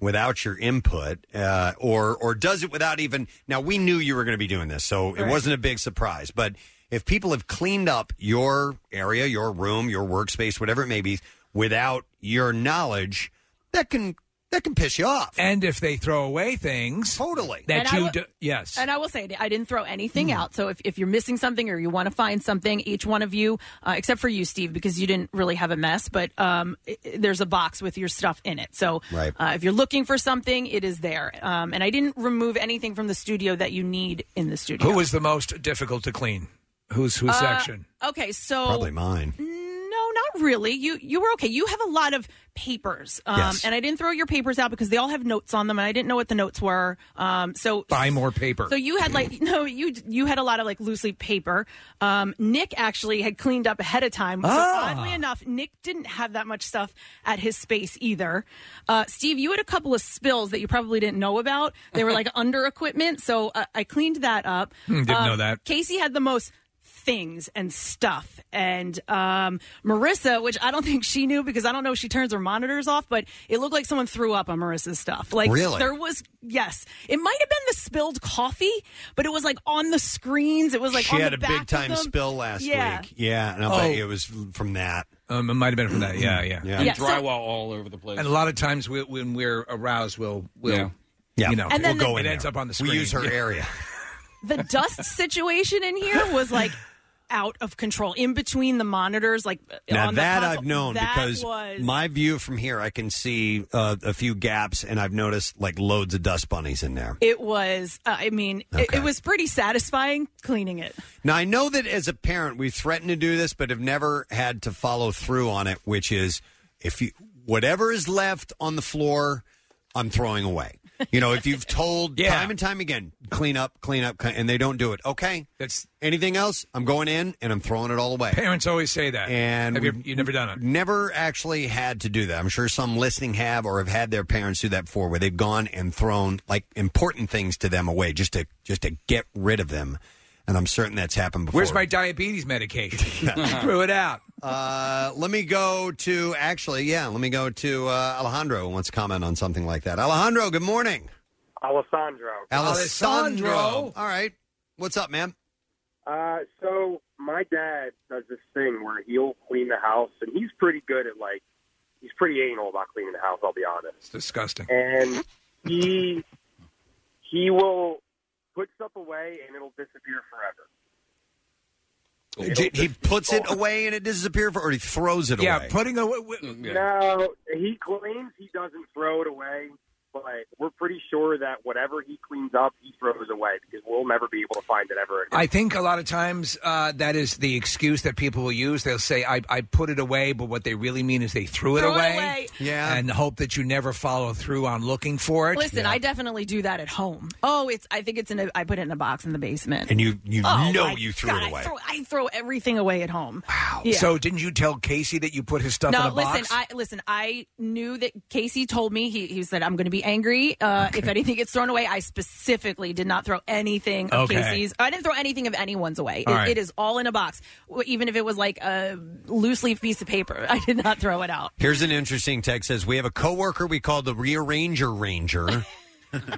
S2: without your input, uh, or or does it without even now, we knew you were going to be doing this, so it
S15: Right.
S2: wasn't a big surprise. But if people have cleaned up your area, your room, your workspace, whatever it may be, without your knowledge, that can that can piss you off.
S4: And if they throw away things,
S2: totally
S4: that
S3: And I
S4: you
S3: would-
S4: do, yes. Mm.
S3: And I will say, I didn't throw anything out. So if, if you're missing something or you want to find something, each one of you, uh, except for you, Steve, because you didn't really have a mess, but um, i- i- there's a box with your stuff in it. So
S2: Right.
S3: uh, if you're looking for something, it is there. Um, and I didn't remove anything from the studio that you need in the studio.
S4: Who was the most difficult to clean? Who's whose
S3: Uh, oh.
S4: section?
S3: Okay, so
S2: mine.
S3: No, not really. You you were okay. You have a lot of papers, um,
S4: Yes.
S3: and I didn't throw your papers out because they all have notes on them, and I didn't know what the notes were. Um, so
S4: Buy more paper.
S3: So you had like no, you you had a lot of like loose leaf paper. Um, Nick actually had cleaned up ahead of time. So
S16: Ah.
S3: oddly enough, Nick didn't have that much stuff at his space either. Uh, Steve, you had a couple of spills that you probably didn't know about. They were like under equipment, so uh, I cleaned that up.
S4: Hmm, didn't know that.
S3: Casey had the most things and stuff. And um, Marissa, which I don't think she knew because I don't know if she turns her monitors off, but it looked like someone threw up on Marissa's stuff. Like
S10: Really?
S3: there was yes, it might have been the spilled coffee, but it was like on the screens. It was like
S2: she
S3: on
S2: had
S3: the
S2: a
S3: back
S2: big
S3: of
S2: time
S3: them.
S2: spill last
S3: Yeah.
S2: week. Yeah, and I bet
S4: Oh.
S2: it was from that.
S4: Um, it might have been from that. Yeah, yeah.
S2: yeah.
S6: And
S3: Yeah, so-
S6: drywall all over the place.
S4: And a lot of times we, when we're aroused, we'll we'll
S6: Yeah.
S2: Yeah.
S4: you know
S3: And then
S4: we'll go
S3: the-
S4: it ends up on the
S2: We
S4: screen.
S2: use her area.
S3: the dust situation in here was like out of control in between the monitors like
S2: Now
S3: on the
S2: that
S3: console.
S2: I've known
S3: That
S2: because
S3: was-
S2: my view from here, I can see uh, a few gaps, and I've noticed like loads of dust bunnies in there.
S3: it was uh, i mean it, it was pretty satisfying cleaning it
S2: Now I know that as a parent, we threaten to do this, but have never had to follow through on it. Which is, if you whatever is left on the floor, I'm throwing away. You know, if you've told time and time again, clean up, clean up, clean, and they don't do it, okay. That's anything else. I'm going in and I'm throwing it all away.
S4: Parents always say that.
S2: And
S4: Have you-
S2: we-
S4: you've never done it?
S2: Never actually had to do that. I'm sure some listening have or have had their parents do that before, where they've gone and thrown like important things to them away just to just to get rid of them. And I'm certain that's happened before.
S4: Where's my diabetes medication? Threw it out.
S2: Uh, let me go to actually, yeah, let me go to uh, Alejandro who wants to comment on something like that. Alejandro, good morning.
S17: Alessandro.
S2: Alessandro. All right. What's up, man?
S17: Uh, so my dad does this thing where he'll clean the house, and he's pretty good at like he's pretty anal about cleaning the house. I'll be honest.
S4: It's disgusting.
S17: And he he will put stuff away, and it'll disappear forever.
S2: J- He puts it away and it disappears, or he throws it
S4: Yeah,
S2: away.
S4: putting away.
S2: Mm,
S17: Now he claims he doesn't throw it away, but we're pretty sure that whatever he cleans up, he throws away because we'll never be able to find it ever again.
S4: I think a lot of times uh, that is the excuse that people will use. They'll say, I, I put it away, but what they really mean is they threw it,
S3: Throw it
S4: away,
S3: away.
S2: Yeah.
S4: And hope that you never follow through on looking for it.
S3: listen i definitely do that at home oh it's i think it's in a i put it in a box in the basement
S4: And you- you
S3: Oh,
S4: know
S3: my
S4: you threw
S3: God,
S4: it away.
S3: I throw, I throw everything away at home wow yeah.
S4: So didn't you tell Casey that you put his stuff in
S3: no,
S4: a box?
S3: listen. I listen. I knew that Casey told me he, he said I'm going to be angry uh, if anything gets thrown away. I specifically did not throw anything of
S10: Okay.
S3: Casey's. I didn't throw anything of anyone's away. It,
S10: All right.
S3: it is all in a box, W- even if it was like a loose leaf piece of paper. I did not throw it out.
S2: Here's an interesting text says we have a coworker we call the rearranger ranger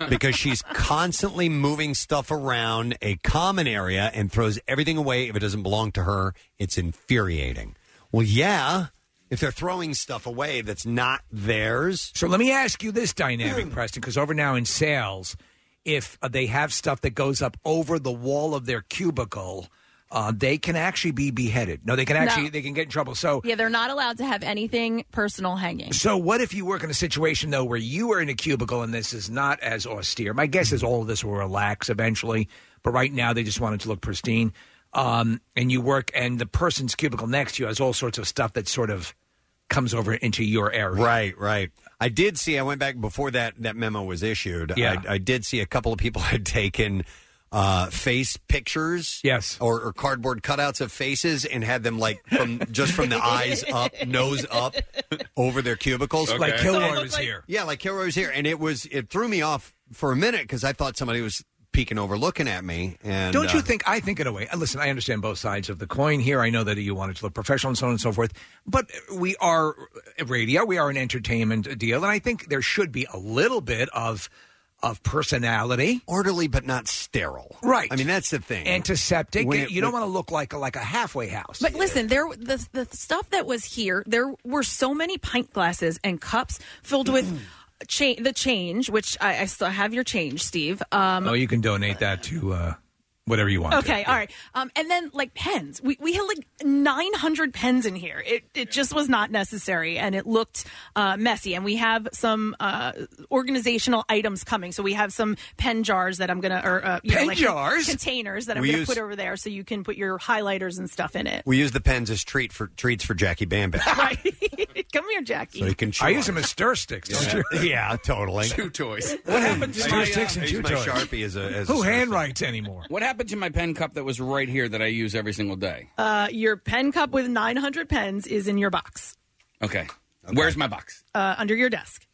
S2: because she's constantly moving stuff around a common area and throws everything away if it doesn't belong to her. It's infuriating. Well, yeah, if they're throwing stuff away that's not theirs.
S4: So let me ask you this dynamic, Preston, because over now in sales, if uh, they have stuff that goes up over the wall of their cubicle, uh, they can actually be beheaded. No, they can actually
S3: No.
S4: they can get in trouble. So
S3: Yeah, they're not allowed to have anything personal hanging.
S4: So, what if you work in a situation though where you are in a cubicle and this is not as austere? My guess is all of this will relax eventually, but right now they just want it to look pristine. Um, and you work, and the person's cubicle next to you has all sorts of stuff that sort of comes over into your area.
S2: Right, right. I did see. I went back before that that memo was issued.
S4: Yeah.
S2: I, I did see a couple of people had taken uh, face pictures,
S4: yes,
S2: or, or cardboard cutouts of faces, and had them like from just from the eyes up, nose up, over their cubicles,
S4: Like Okay. Kilroy was here.
S2: Yeah, like Kilroy was here, and it was it threw me off for a minute because I thought somebody was peeking over, looking at me. And
S4: Don't you
S2: uh,
S4: think? I think in a way. uh, Listen, I understand both sides of the coin here. I know that you want it to look professional and so on and so forth, but we are radio. We are an entertainment deal, and I think there should be a little bit of of personality,
S2: orderly but not sterile.
S4: Right.
S2: I mean, that's the thing.
S4: Antiseptic.
S2: When it-
S4: you don't
S2: when-
S4: want to look like a, like a halfway house.
S3: But listen, there the the stuff that was here, there were so many pint glasses and cups filled with cha- the change, which I, I still have your change, Steve. Um,
S4: oh, you can donate that to uh, whatever you want. to.
S3: okay, all right. Um, and then like pens, we we had like nine hundred pens in here. It it just was not necessary, and it looked uh, messy. And we have some uh, organizational items coming, so we have some pen jars that I'm gonna or uh, you know,
S2: Pen
S3: like
S2: jars?
S3: containers that I'm
S2: We
S3: gonna
S2: use-
S3: put over there, so you can put your highlighters and stuff in it.
S2: we use the pens as treat for treats for Jackie Bambit.
S3: Come here, Jackie.
S2: So you can chew
S4: I use
S2: on
S4: them
S2: it.
S4: as stir sticks, don't
S2: yeah.
S4: you?
S2: Yeah, totally.
S6: Chew
S18: toys.
S6: What happened to
S2: Star
S6: my,
S2: sticks and
S6: uh,
S2: I use chew my toys. Sharpie as a- as a Who star
S4: handwrites anymore?
S6: What happened to my pen cup that was right here that I use every single day?
S3: Uh, your pen cup with 900 pens is in your box
S6: Okay, where's my box?
S3: uh, under your desk.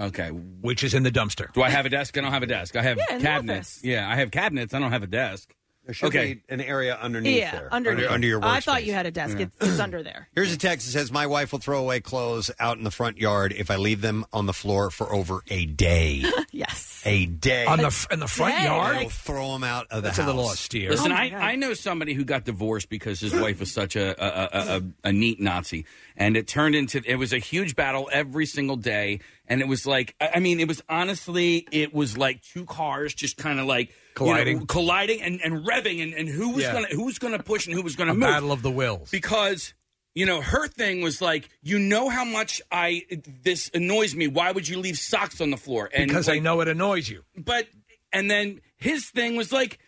S6: Okay,
S4: which is in the dumpster.
S6: Do I have a desk? I don't have a desk. I have
S3: Yeah, in the
S6: cabinets. Yeah, I have cabinets. I don't have a desk.
S2: There should
S6: Okay.
S2: be an area underneath
S11: yeah,
S2: there.
S11: underneath.
S2: Under, under your workspace.
S11: I thought you had a desk.
S2: Yeah.
S11: It's, it's under there.
S2: Here's a text that says, My wife will throw away clothes out in the front yard if I leave them on the floor for over a day.
S11: yes.
S2: A day.
S6: On the f- in the front Dang. yard?
S2: I'll throw them out of Oh, the
S6: That's
S2: house.
S6: a little austere.
S3: Oh
S6: Listen, I, I know somebody who got divorced because his wife was such a a, a, a a neat Nazi, and it turned into it was a huge battle every single day, and it was like I I mean, it was honestly, it was like two cars just kind of like you know,
S15: Colliding.
S6: colliding, and, and revving, and, and who was
S15: Yeah.
S6: gonna who was gonna push and who was gonna
S15: A
S6: move.
S15: battle of the wills.
S6: because you know her thing was like you know how much i this annoys me why would you leave socks on the floor
S4: because I
S6: like,
S4: know it annoys you.
S6: but and then his thing was like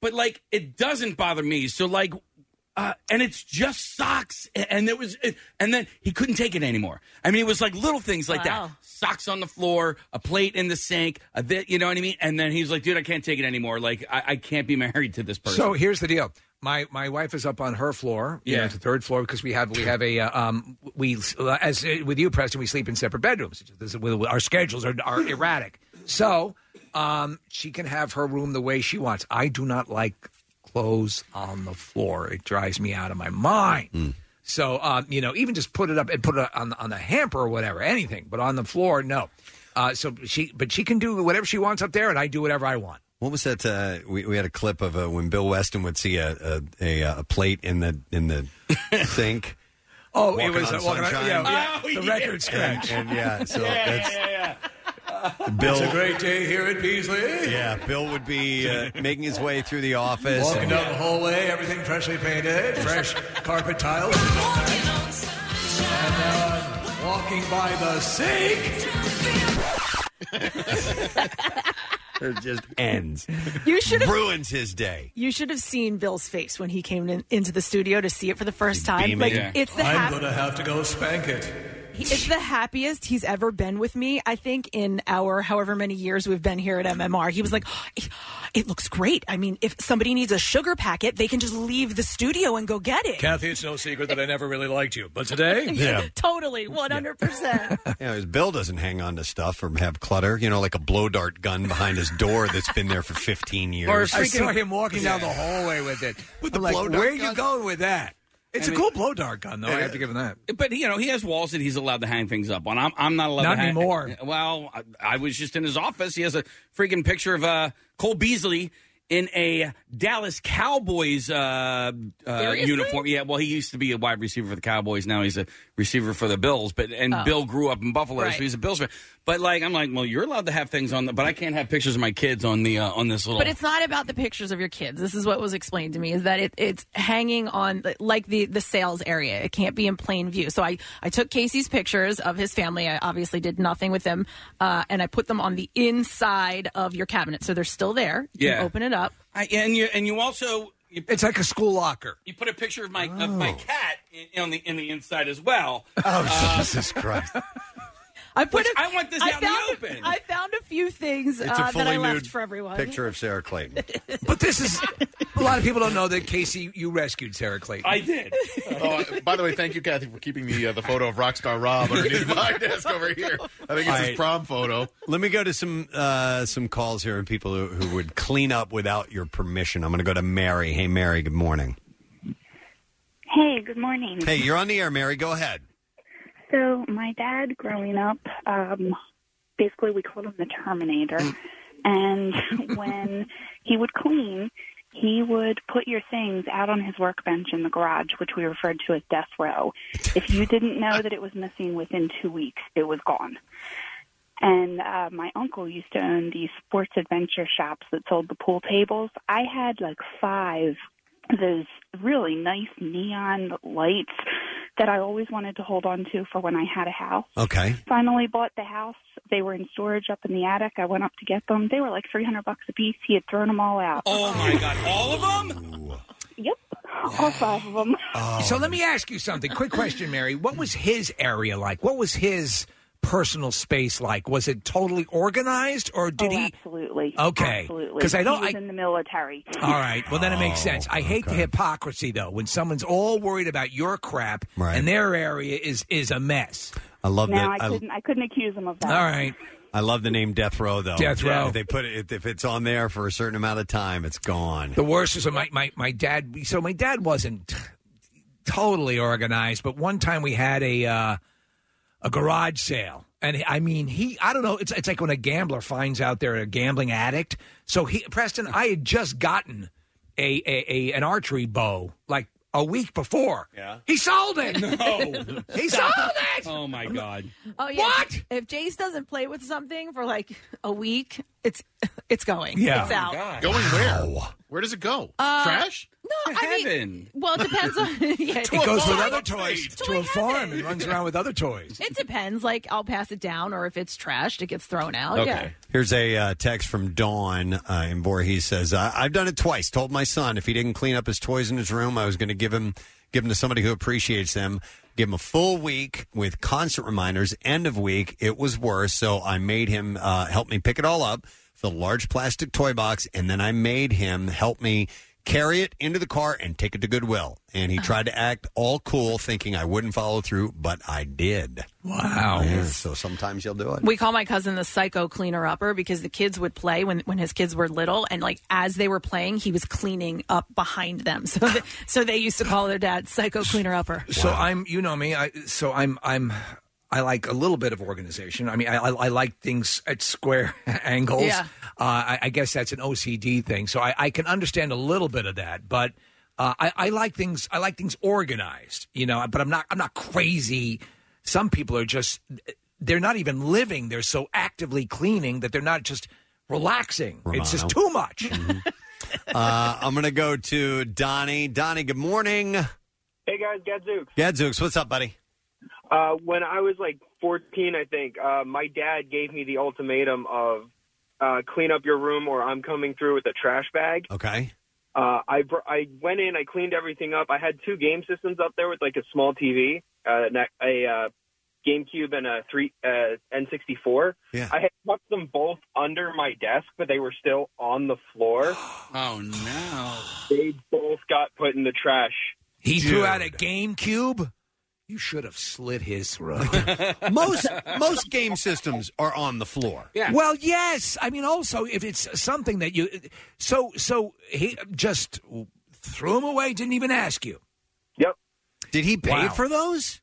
S6: but like it doesn't bother me so like uh, and it's just socks A- and it was it, and then he couldn't take it anymore i mean it was like little things like that
S15: Wow.
S6: socks on the floor a plate in the sink a bit you know what i mean and then he was like dude i can't take it anymore like i, I can't be married to this person
S4: So here's the deal. My my wife is up on her floor, yeah,
S6: Yeah.
S4: the third floor because we have we have a uh, um we as uh, with you, Preston, we sleep in separate bedrooms. This is- with- Our schedules are, are erratic, so um she can have her room the way she wants. I do not like clothes on the floor; it drives me out of my mind.
S6: Hmm.
S4: So um, you know, even just put it up and put it on on the hamper or whatever, anything, but on the floor, no. Uh, so she, but she can do whatever she wants up there, and I do whatever I want.
S2: What was that? Uh, we, we had a clip of uh, when Bill Weston would see a a, a, a plate in the in the sink.
S4: Oh,
S2: Walking
S4: it was
S2: on
S4: uh, walking on-
S2: sunshine.
S4: yeah,
S9: Oh,
S4: the
S9: yeah.
S4: record scratch.
S2: And- and, yeah, so Yeah, that's-
S9: yeah,
S2: Bill-
S9: It's a great
S4: day here at Beasley.
S2: Yeah, Bill would be uh, making his way through the office.
S15: Walking
S2: and-
S15: down the hallway, everything freshly painted, fresh carpet tiles. And now I'm walking by the sink.
S2: it just ends.
S11: You should have
S2: ruins his day.
S11: You should have seen Bill's face when he came in, into the studio to see it for the first time.
S15: beaming.
S11: Like it's the
S15: I'm
S11: hap-
S15: gonna have to go spank it.
S11: he- it's the happiest he's ever been with me. I think in our however many years we've been here at MMR, he was like, "It- "It looks great." I mean, if somebody needs a sugar packet, they can just leave the studio and go get it.
S15: Kathy, it's no secret that I never really liked you, but today,
S11: totally, one hundred percent.
S2: Yeah, his Bill doesn't hang on to stuff or have clutter. You know, like a blow dart gun behind his door that's been there for 15 years.
S4: I saw him walking down the hallway with it. With
S6: the
S4: I'm like,
S6: blow dart
S4: where are you
S6: gun?
S4: going with that? It's a
S6: I mean-
S4: cool blow dart gun, though. I have to give him that.
S6: But you know, he has walls that he's allowed to hang things up on. I'm, I'm not allowed.
S4: Not
S6: to hang,
S4: anymore.
S6: Well, I, I was just in his office. He has a freaking picture of uh, Cole Beasley in a Dallas Cowboys uh, uh,
S15: Seriously?
S6: uniform. Yeah, well, he used to be a wide receiver for the Cowboys. Now he's a receiver for the Bills. But and
S15: Oh.
S6: Bill grew up in Buffalo,
S15: Right.
S6: so he's a Bills fan. But like, I'm like, well, you're allowed to have things on, the, but I can't have pictures of my kids on the uh, on this little.
S3: But it's not about the pictures of your kids. This is what was explained to me: is that it, it's hanging on like the the sales area. It can't be in plain view. So I I took Casey's pictures of his family. I obviously did nothing with them, uh, and I put them on the inside of your cabinet, so they're still there. You can
S6: Yeah.
S3: open it up.
S6: I, and you and you also you,
S4: it's like a school locker.
S6: You put a picture of my
S2: Oh.
S6: of my cat in, on the in the inside as well. Oh
S2: Jesus Christ!
S11: I put.
S6: Which I want this
S11: I
S6: out in
S11: found,
S6: the open.
S11: I found a few things
S2: It's
S11: uh,
S2: a
S11: that I
S2: fully
S11: left
S2: nude
S11: for everyone.
S2: picture of Sarah Clayton.
S4: But this is a lot of people don't know that Casey, you rescued Sarah Clayton.
S6: I did.
S8: oh, uh, by the way, thank you, Kathy, for keeping the uh, the photo of Rockstar Rob underneath my desk over here. I think it's
S2: All
S8: his
S2: right.
S8: prom photo.
S2: Let me go to some uh, some calls here and people who, who would clean up without your permission. I'm going to go to Mary. Hey, Mary. Good morning.
S19: Hey, good morning.
S2: Hey, you're on the air, Mary. Go ahead.
S19: So, my dad growing up, um, basically, we called him the Terminator.
S2: Mm.
S19: and when he would clean, he would put your things out on his workbench in the garage, which we referred to as death row. If you didn't know that it was missing within two weeks, it was gone. And uh, my uncle used to own these sports adventure shops that sold the pool tables. I had like five of those really nice neon lights that I always wanted to hold on to for when I had a house.
S2: Okay.
S19: Finally bought the house. They were in storage up in the attic. I went up to get them. They were like 300 bucks a piece. He had thrown them all out.
S6: Oh my God! All of them?
S19: Yep. All five of them.
S4: Oh. So let me ask you something. Quick question, Mary. What was his area like? What was his personal space like? Was it totally organized, or did
S19: oh,
S4: he?
S19: Absolutely.
S4: Okay.
S19: Absolutely.
S4: 'Cause I don't-
S19: He was
S4: I-
S19: in the military.
S4: All right. Well, then it makes sense. I hate the hypocrisy though when someone's all worried about your crap and their area is is a mess.
S2: I love
S19: Now I couldn't. I couldn't accuse him of that.
S4: All right.
S2: I love the name Death Row though.
S4: Death Row.
S2: If they put it if- if it's on there for a certain amount of time, it's gone.
S4: The worst is when my, my, my dad. So my dad wasn't totally organized, but one time we had a uh, a garage sale, and I mean he. I don't know. It's it's like when a gambler finds out they're a gambling addict. So he Preston, I had just gotten a a, a an archery bow like a week before. Yeah, he sold it.
S6: No.
S4: he sold it.
S6: Oh my god.
S3: Oh yeah. What? If Jace doesn't play with something for like a week, it's it's going.
S6: Oh
S3: It's out.
S8: Going where? Where does it go?
S3: Uh,
S8: Trash?
S3: No, I mean, well, it depends on. yeah,
S4: It goes with other
S3: Toy
S4: toys to a farm and runs around with other toys.
S3: It depends. Like I'll pass it down, or if it's trashed, it gets thrown out. Yeah.
S2: Here's a uh, text from Dawn uh, in Voorhees says, I- "I've done it twice. Told my son if he didn't clean up his toys in his room, I was going to give him give him to somebody who appreciates them. Give him a full week with constant reminders. End of week, it was worse. So I made him uh, help me pick it all up, the large plastic toy box, and then I made him help me." Carry it into the car and take it to Goodwill. And he tried to act all cool, thinking I wouldn't follow through, but I did.
S4: Wow.
S2: Yeah, so sometimes you'll do it.
S3: We call my cousin the psycho cleaner upper because the kids would play when, when his kids were little, and like as they were playing, he was cleaning up behind them. So, th so they used to call their dad psycho cleaner upper.
S4: So I'm, you know me. I, so I'm, I'm, I like a little bit of organization. I mean, I, I, I like things at square angles.
S3: Yeah.
S4: Uh, I, I guess that's an OCD thing. So I, I can understand a little bit of that, but uh, I, I like things. I like things organized. You know, but I'm not. I'm not crazy. Some people are just. They're not even living. They're so actively cleaning that they're not just relaxing. It's just
S2: Romano.
S4: too much.
S2: uh, I'm going to go to Donnie. Donnie, good morning.
S20: Hey guys, Gadzooks.
S2: Gadzooks, what's up, buddy?
S20: Uh, when I was like 14, I think uh, my dad gave me the ultimatum of uh, clean up your room or I'm coming through with a trash bag.
S2: Okay.
S20: Uh, I br- I went in, I cleaned everything up. I had two game systems up there with like a small TV, uh, and a, a uh, GameCube and a three uh, N64.
S2: Yeah.
S20: I had tucked them both under my desk, but they were still on the floor.
S6: Oh no!
S20: They both got put in the trash.
S4: He threw out a GameCube. You should have slit his throat.
S2: most most game systems are on the floor.
S4: Well, yes. I mean, also if it's something that you, so so he just threw him away. Didn't even ask you.
S20: Yep.
S2: Did he pay
S4: Wow.
S2: for those?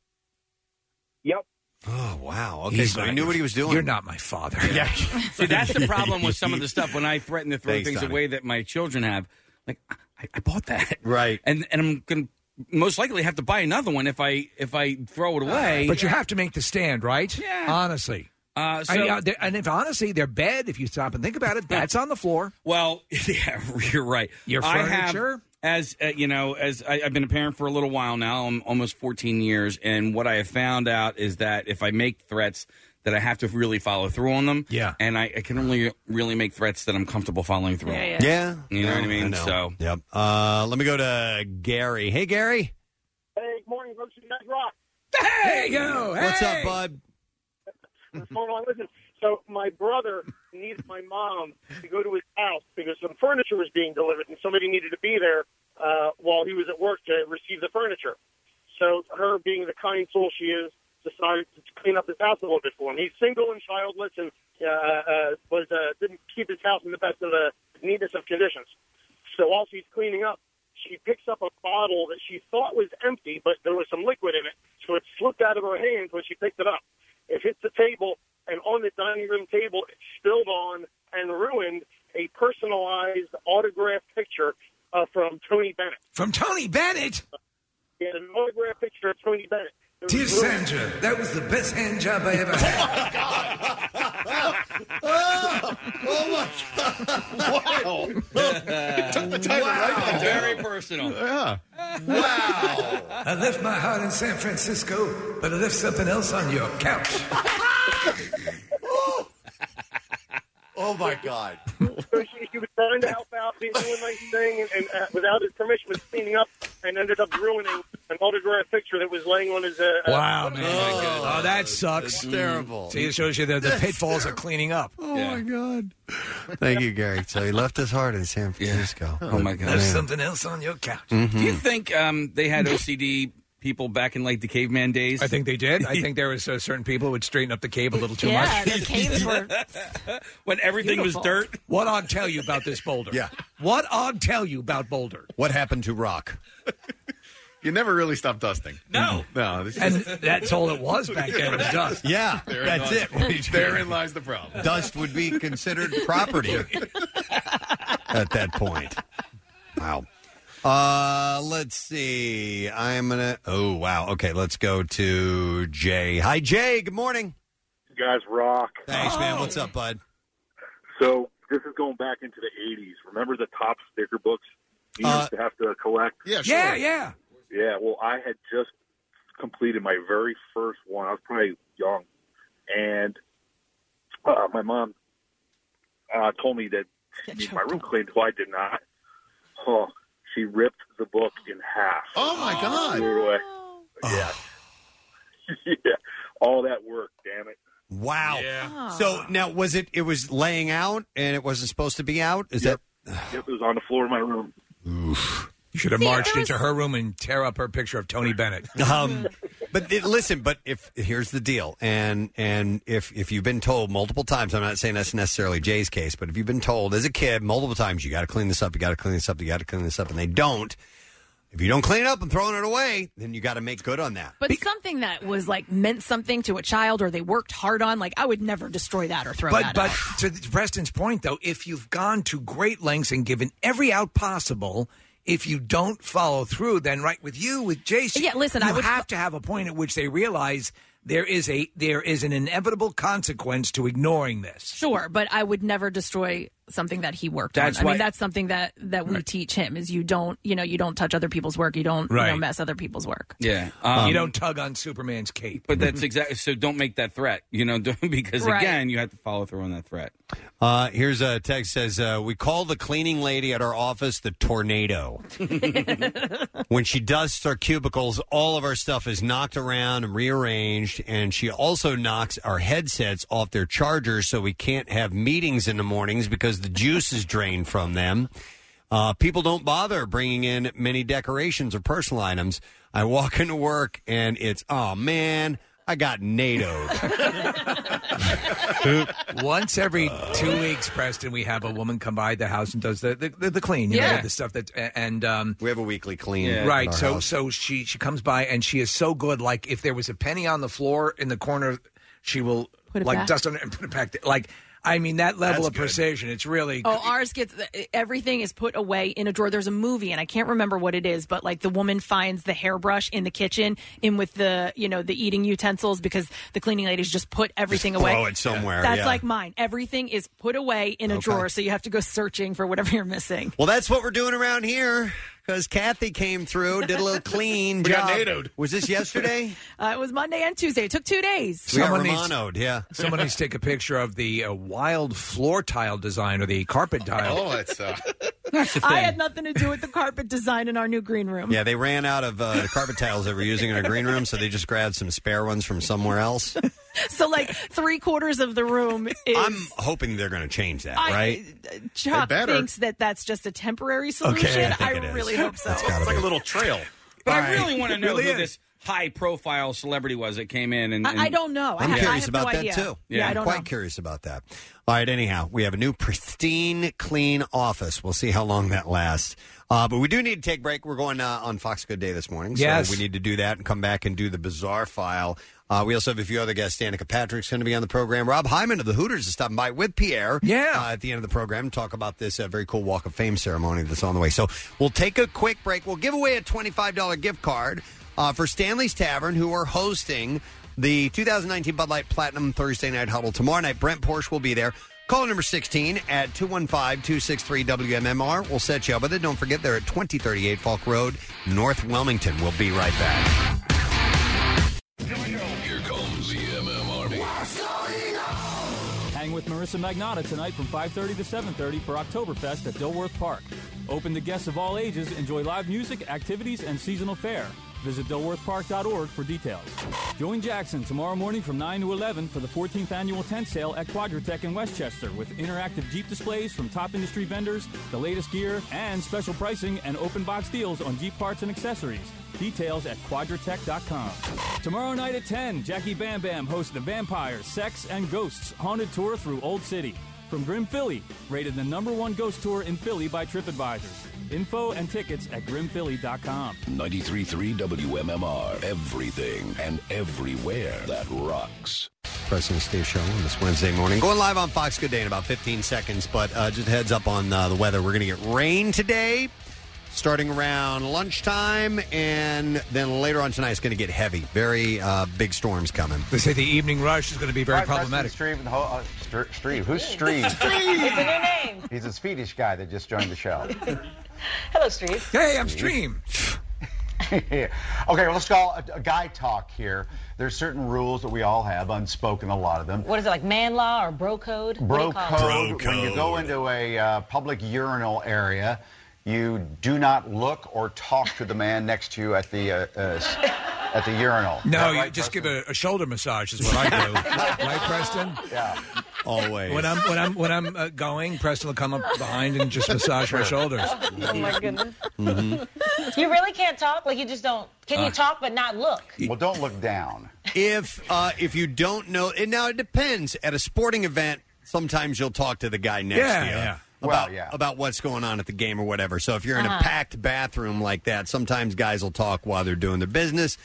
S20: Yep.
S2: Oh wow. Okay,
S6: He's
S2: so he
S6: not
S2: knew
S6: your-
S2: what he was doing.
S6: you're
S4: not my father.
S2: Yeah.
S6: See, that's the problem with some of the stuff when I threaten to throw
S2: Thanks,
S6: things
S2: Donnie.
S6: away that my children have. Like I, I bought that,
S2: right?
S6: And and I'm gonna most likely have to buy another one if I if I throw
S2: Uh,
S6: it away.
S4: But you have to make the stand, right? Yeah. Honestly.
S6: Uh, so-
S4: I- uh, they're- and if honestly, their bed, if you stop and think about it, that's on the floor.
S6: Well, yeah, you're right.
S4: Your
S6: I have-
S4: furniture?
S6: as uh, you know, as I, I've been a parent for a little while now, I'm almost 14 years, and what I have found out is that if I make threats, that I have to really follow through on them.
S2: Yeah.
S6: and I, I can only really make threats that I'm comfortable following through. on.
S2: Yeah.
S6: you know what I mean.
S2: know.
S6: So
S2: yep. Uh, let me go to Gary. Hey, Gary.
S17: Hey, good morning, folks. You guys rock.
S4: Hey, yo,
S2: What's up, bud?
S17: What's going on? Listen, so my brother needed my mom to go to his house because some furniture was being delivered, and somebody needed to be there uh, while he was at work to receive the furniture. So her, being the kind soul she is, decided to clean up his house a little bit for him. He's single and childless, and uh, uh, was uh, didn't keep his house in the best of the neatest of conditions. So while she's cleaning up, she picks up a bottle that she thought was empty, but there was some liquid in it, so it slipped out of her hands when she picked it up. It hit the table, and on the dining room table, it spilled on and ruined a personalized autograph picture uh, from Tony Bennett.
S4: From Tony Bennett?
S17: He had an autograph picture of Tony Bennett. It was
S15: Dear
S17: ruined.
S15: Sandra, that was the best hand job I ever had.
S9: Oh, my God. Wow.
S15: Wow.
S6: Very personal.
S15: Yeah. Wow. I left my heart in San Francisco, but I left something else on your couch.
S2: Oh my God!
S17: so she, she was trying to help out, being doing nice thing, and, and uh, without his permission, was cleaning up and ended up ruining an autograph picture that was laying on his. Uh, uh,
S4: Wow, man. Oh, that sucks.
S2: terrible.
S4: See, it shows you the, the pitfalls of cleaning up.
S2: Oh my God! Thank you, Gary. So he left his heart in San Francisco.
S6: Oh, my
S4: Left
S6: God.
S2: Man. Mm-hmm.
S4: something else on your couch.
S6: Do you think um, they had OCD people back in like the caveman days?
S4: I think they did. I think there was uh, certain people who would straighten up the cave a little too
S6: Yeah,
S4: much.
S6: the caves were when everything was dirt.
S4: What on tell you about this boulder?
S8: Yeah.
S4: What on tell you about boulder?
S2: What happened to rock?
S8: you never really stop dusting. No, no, this
S4: And that's all it was back then was dust.
S2: Yeah, that's it.
S8: Therein lies the problem.
S2: Dust would be considered property at that point. Wow. Uh, let's see. I'm gonna. Oh wow. Okay, let's go to Jay. Hi, Jay. Good morning.
S21: You guys rock.
S2: Thanks, man. What's up, bud?
S21: So this is going back into the '80s. Remember the top sticker books you
S2: Uh,
S21: used to have to collect?
S4: yeah, yeah.
S21: Yeah, well, I had just completed my very first one. I was probably young, and uh, my mom uh, told me that she needed my room cleaned. Well, I did not. Oh, she ripped the book in half.
S8: Oh my God.
S21: Threw it away. Yeah, yeah. All that work, damn it.
S2: Wow.
S21: Yeah.
S2: So now was it? It was laying out, and it wasn't supposed to be out. Is
S21: Yep, it was on the floor of my room.
S4: You should have
S2: See,
S4: marched
S2: there
S4: into her room and tear up her picture of Tony Bennett.
S2: that? Um, but it- listen. But if here's the deal, and and if if you've been told multiple times, I'm not saying that's necessarily Jay's case, but if you've been told as a kid multiple times, you got to clean this up, you got to clean this up, you got to clean this up, and they don't. If you don't clean it up and throwing it away, then you got to make good on that.
S3: But something that was like meant something to a child or they worked hard on, like I would never destroy that or throw
S4: But
S3: that
S4: but
S3: out.
S4: to th- Preston's point though, if you've gone to great lengths and given every out possible, if you don't follow through, then right with you with Jason,
S3: Yeah, listen,
S4: you
S3: I would-
S4: have to have a point at which they realize there is a there is an inevitable consequence to ignoring this.
S3: Sure, but I would never destroy something that he worked
S4: That's
S3: on. I
S4: why-
S3: mean, that's something that that we teach him is you don't, you know, you don't touch other people's work, you don't, you
S6: Right.
S3: know, mess other people's work.
S6: Yeah, Um,
S4: you don't tug on Superman's cape.
S6: But that's exactly so. Don't make that threat, you know, don't- because
S4: Right.
S6: again, you have to follow through on that threat.
S2: Uh, here's a text says uh, we call the cleaning lady at our office the tornado. when she dusts our cubicles, all of our stuff is knocked around and rearranged, and she also knocks our headsets off their chargers so we can't have meetings in the mornings because the juice is drained from them. Uh, people don't bother bringing in many decorations or personal items. I walk into work and it's, oh man, I got NATO'd.
S4: Once every two weeks, Preston, we have a woman come by the house and does the the, the, the clean. You
S2: Yeah.
S4: know, the stuff that and um,
S2: we have a weekly clean. at
S4: right?
S2: our
S4: So
S2: house.
S4: so she she comes by and she is so good. Like if there was a penny on the floor in the corner, she will
S3: Put it
S4: like
S3: back.
S4: dust on it and put it back. Like I mean that level
S3: That's
S4: of
S3: good.
S4: precision. It's really
S3: Oh, ours gets everything is put away in a drawer. There's a movie, and I can't remember what it is, but like the woman finds the hairbrush in the kitchen, in with the you know the eating utensils because the cleaning ladies just put everything
S2: Just
S3: away.
S2: throw it somewhere,
S3: That's
S2: yeah.
S3: like mine. Everything is put away in a
S2: Okay.
S3: drawer, so you have to go searching for whatever you're missing.
S2: Well, that's what we're doing around here because Kathy came through, did a little clean
S3: We
S2: job.
S3: got NATO'd.
S2: Was this yesterday?
S3: Uh, it was Monday and Tuesday. It took two days.
S2: We got Romano'd, yeah.
S4: Someone needs to take a picture of the uh, wild floor tile design or the carpet tile.
S8: Oh, it's uh,
S3: I had nothing to do with the carpet design in our new green room.
S2: Yeah, they ran out of uh, the carpet tiles they were using in our green room, so they just grabbed some spare ones from somewhere else.
S3: So like three quarters of the room is.
S2: I'm hoping they're going to change that,
S3: I-
S2: right?
S3: Chuck
S2: They better.
S3: thinks that that's just a temporary solution.
S2: I think it is.
S3: really hope so.
S6: It's
S2: like
S6: a little trail. But
S2: All
S6: I
S2: right.
S6: really want to
S2: It
S6: know
S2: really
S6: who
S2: is.
S6: this high-profile celebrity was that came in. And, and
S3: I, I don't know. I
S2: I'm
S3: ha- I
S2: curious
S3: have
S2: about
S3: no
S2: that
S3: idea.
S2: too.
S3: Yeah, I
S2: I'm
S3: don't
S2: quite
S3: know.
S2: curious about that. All right, anyhow, we have a new pristine, clean office. We'll see how long that lasts. Uh, but we do need to take a break. We're going uh, on Fox Good Day this morning. So
S4: Yes.
S2: we need to do that and come back and do the bizarre file. Uh, we also have a few other guests. Danica Patrick's going to be on the program. Rob Hyman of the Hooters is stopping by with Pierre. Yeah. Uh, at the end of the program, to talk about this uh, very cool Walk of Fame ceremony that's on the way. So we'll take a quick break. We'll give away a twenty-five dollar gift card uh, for Stanley's Tavern, who are hosting the 2019 Bud Light Platinum Thursday Night Huddle tomorrow night. Brent Porsche will be there. Call number 16 at 215-263-WMMR. We'll set you up with it. Don't forget, they're at 2038 Falk Road, North Wilmington. We'll be right back.
S1: Here comes the MMR.
S22: Hang with Marissa Magnata tonight from 5.30 to 7.30 for Oktoberfest at Dilworth Park. Open to guests of all ages, enjoy live music, activities, and seasonal fare.
S23: Visit DelworthPark.org for details. Join Jackson tomorrow morning from 9 to 11 for the 14th annual tent sale at Quadratech in Westchester with interactive Jeep displays from top industry vendors, the latest gear, and special pricing and open box deals on Jeep parts and accessories. Details at quadratech.com. Tomorrow night at 10, Jackie Bam Bam hosts the Vampires, Sex, and Ghosts Haunted Tour through Old City. From Grim Philly, rated the number one ghost tour in Philly by TripAdvisor. Info and tickets at grimphilly.com.
S1: 93.3 WMMR. Everything and everywhere that rocks.
S2: President Steve Show on this Wednesday morning. Going live on Fox Good Day in about 15 seconds, but uh, just a heads up on uh, the weather. We're going to get rain today, starting around lunchtime, and then later on tonight it's going to get heavy. Very uh, big storms coming.
S4: They say the evening rush is going to be very
S24: Why Preston
S4: problematic.
S24: Streve and Ho- uh, Str- Streve. Who's Streve?
S10: It's a new name.
S24: He's a Swedish guy that just joined the show.
S10: Hello, Steve.
S4: Hey, I'm Stream.
S24: okay, well, let's call a, a guy talk here. There's certain rules that we all have, unspoken, a lot of them.
S10: What is it like, man law or bro code? What do
S24: Bro
S10: you
S24: code,
S10: call it?
S24: When you go into a uh, public urinal area, you do not look or talk to the man next to you at the uh, uh, s- at the urinal.
S4: No, you just give a, a shoulder massage is what I do. right, Preston?
S24: Yeah.
S2: Always.
S4: When I'm when I'm when I'm uh, going, Preston will come up behind and just massage my shoulders.
S10: Oh my goodness. You really can't talk? Like you just don't can you
S2: Uh.
S10: talk but not look?
S24: Well, don't look down.
S2: If uh, if you don't know, and now it depends. At a sporting event, sometimes you'll talk to the guy next
S24: Yeah,
S2: to you.
S24: yeah.
S2: About,
S24: Well, yeah.
S2: about what's going on at the game or whatever. So if you're in
S24: Uh-huh.
S2: a packed bathroom like that, sometimes guys will talk while they're doing their business.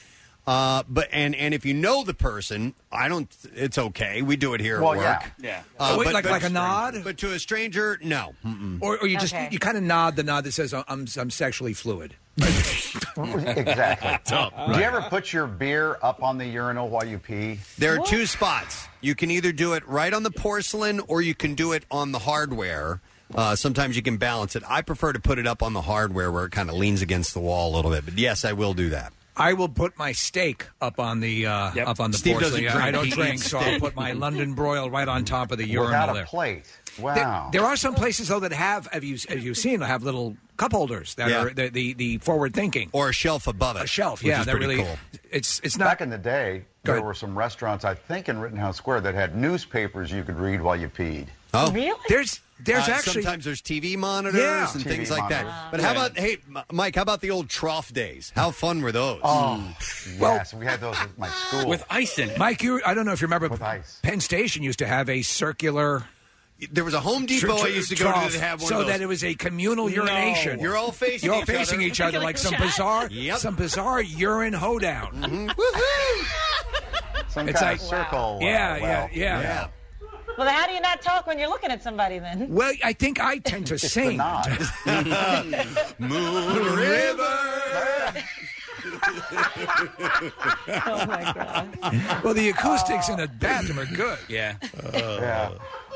S2: Uh, but and and if you know the person, I don't. It's okay. We do it here
S4: Well,
S2: at
S4: yeah.
S2: work.
S4: Yeah.
S2: Uh,
S4: Oh, wait,
S2: but-
S4: like-
S2: but-
S4: like a nod?
S2: But to a stranger, no.
S4: Or, or you just
S2: Okay.
S4: you kind of nod the nod that says I'm I'm, I'm sexually fluid.
S24: exactly.
S4: Tough,
S24: Do
S4: right.
S24: you ever put your beer up on the urinal while you pee?
S2: There are two spots. You can either do it right on the porcelain or you can do it on the hardware. Uh, sometimes you can balance it. I prefer to put it up on the hardware where it kind of leans against the wall a little bit. But yes, I will do that.
S4: I will put my steak up on the uh, up on the
S2: Steve
S4: porcelain.
S2: doesn't drink.
S4: I don't
S2: He
S4: drink,
S2: eats
S4: so I'll
S2: steak.
S4: put my London broil right on top of the urinal
S24: Without
S4: there.
S24: a plate.
S4: There-
S24: Wow.
S4: There, are some places though that have have you have you seen have little cup holders that
S24: Yeah.
S4: are the, the the forward thinking
S2: or a shelf above it.
S4: A shelf,
S24: which
S4: yeah,
S24: is
S4: that
S24: pretty
S4: really
S24: cool.
S4: it's it's not
S24: Back in the day,
S4: Go
S24: there
S4: ahead.
S24: were some restaurants, I think, in Rittenhouse Square that had newspapers you could read while you peed.
S2: Oh,
S10: really?
S4: There's
S24: there's
S2: Uh,
S24: actually-
S2: sometimes there's TV monitors
S24: Yeah.
S2: and
S24: TV
S2: things like
S24: monitors.
S2: that. But how
S24: Yeah.
S2: about hey, M- Mike? How about the old trough days? How fun were those?
S24: Oh, yes, we had those at my school.
S4: Mm. With
S6: ice in
S4: Mike, you I don't know if you remember with ice. Penn Station used to have a circular
S2: there was a Home Depot I used to go to that had one
S4: so
S2: of those.
S4: that it was a communal
S2: No.
S4: urination.
S2: You're all facing
S4: You're all
S2: each
S4: facing
S2: other.
S4: each other like,
S2: Like
S4: some
S2: a chat.
S4: bizarre some bizarre urine hoedown.
S2: Mm-hmm.
S24: Some
S4: It's
S24: kind of
S4: like-
S24: circle. uh,
S4: Yeah,
S24: well,
S4: yeah, yeah,
S10: Well how do you not talk when you're looking at somebody then?
S4: Well, I think I tend to sing.
S2: Moon
S10: oh my god.
S4: Well, the acoustics in the bathroom are good.
S6: Yeah.
S24: yeah.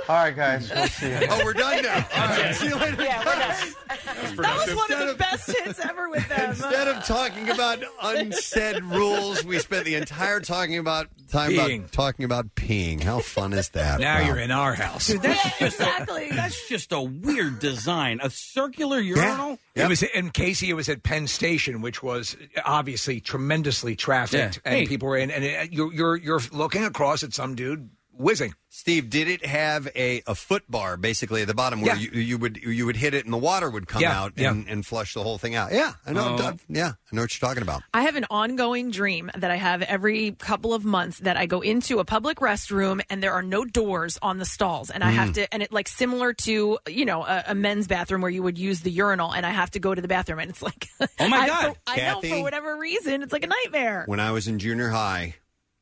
S24: All right, guys. We'll see you.
S2: Oh, we're done now. All right, see you later.
S10: Yeah,
S2: That
S3: was one of the best hits ever with them.
S2: Instead of talking about unsaid rules, we spent the entire talking about time
S4: Peeing.
S2: about talking about peeing. How fun is that?
S4: Now
S2: Wow.
S4: you're in our house.
S6: Dude, that's just exactly. that's just a weird design. A circular urinal.
S4: It was in Casey. It was at Penn Station, which was obviously tremendously trafficked,
S6: Yeah.
S4: and
S6: Hey.
S4: people were in. And it, you're, you're you're looking across at some dude whizzing.
S2: Steve, did it have a, a foot bar basically at the bottom where
S4: Yeah.
S2: you, you would you would hit it and the water would come
S4: Yeah,
S2: out
S4: yeah.
S2: and, and flush the whole thing out? Yeah, I know.
S4: Oh.
S2: Yeah, I know what you're talking about.
S3: I have an ongoing dream that I have every couple of months that I go into a public restroom and there are no doors on the stalls and I have
S25: Mm.
S3: to and it like similar to you know a, a men's bathroom where you would use the urinal and I have to go to the bathroom and it's like
S2: Oh, my
S3: I-
S2: God.
S3: I, know
S2: Kathy.
S3: for whatever reason it's like a nightmare.
S2: When I was in junior high,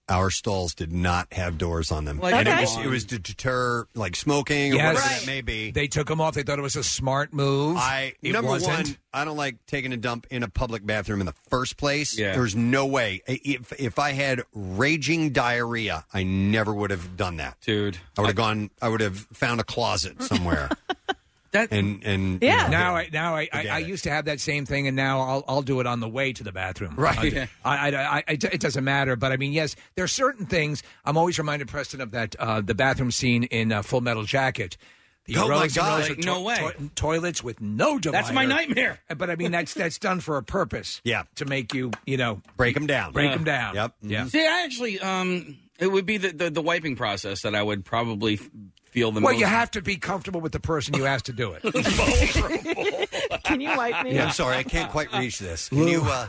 S2: our stalls did not have doors on them,
S4: Like
S2: and
S4: Okay.
S2: it was it was to deter like smoking or whatever it may be.
S4: They took him off. They thought it was a smart move.
S2: I
S4: it
S2: number
S4: wasn't.
S2: one, I don't like taking a dump in a public bathroom in the first place.
S4: Yeah.
S2: There's no way. I- If if I had raging diarrhea, I never would have done that,
S6: dude.
S2: I would have gone. I would have found a closet somewhere.
S4: That-
S2: and and
S4: Yeah.
S2: you know,
S4: Now I now I, I, I used to have that same thing, and now I'll I'll do it on the way to the bathroom.
S2: Right.
S4: I, I, I- I- it doesn't matter, but I mean, yes, there are certain things. I'm always reminded, Preston, of that uh, the bathroom scene in uh, Full Metal Jacket. The
S6: Oh,
S4: rows
S6: my
S4: and
S6: God.
S4: rows of
S6: Like, no
S4: toi-
S6: way.
S4: toi- toilets with no divider.
S6: That's my nightmare.
S4: Uh, But I mean, that's that's done for a purpose. Yeah, to make you you know
S2: break them down,
S4: break
S6: Yeah.
S4: them down. Yep.
S2: Mm-hmm.
S4: Yeah.
S6: See, I actually, um, it would be the, the, the wiping process that I would probably f- feel the
S4: well,
S6: most.
S4: you have to be comfortable with the person you asked to do it.
S3: Can you wipe me?
S2: I'm sorry, I can't quite reach this. Can you? Uh,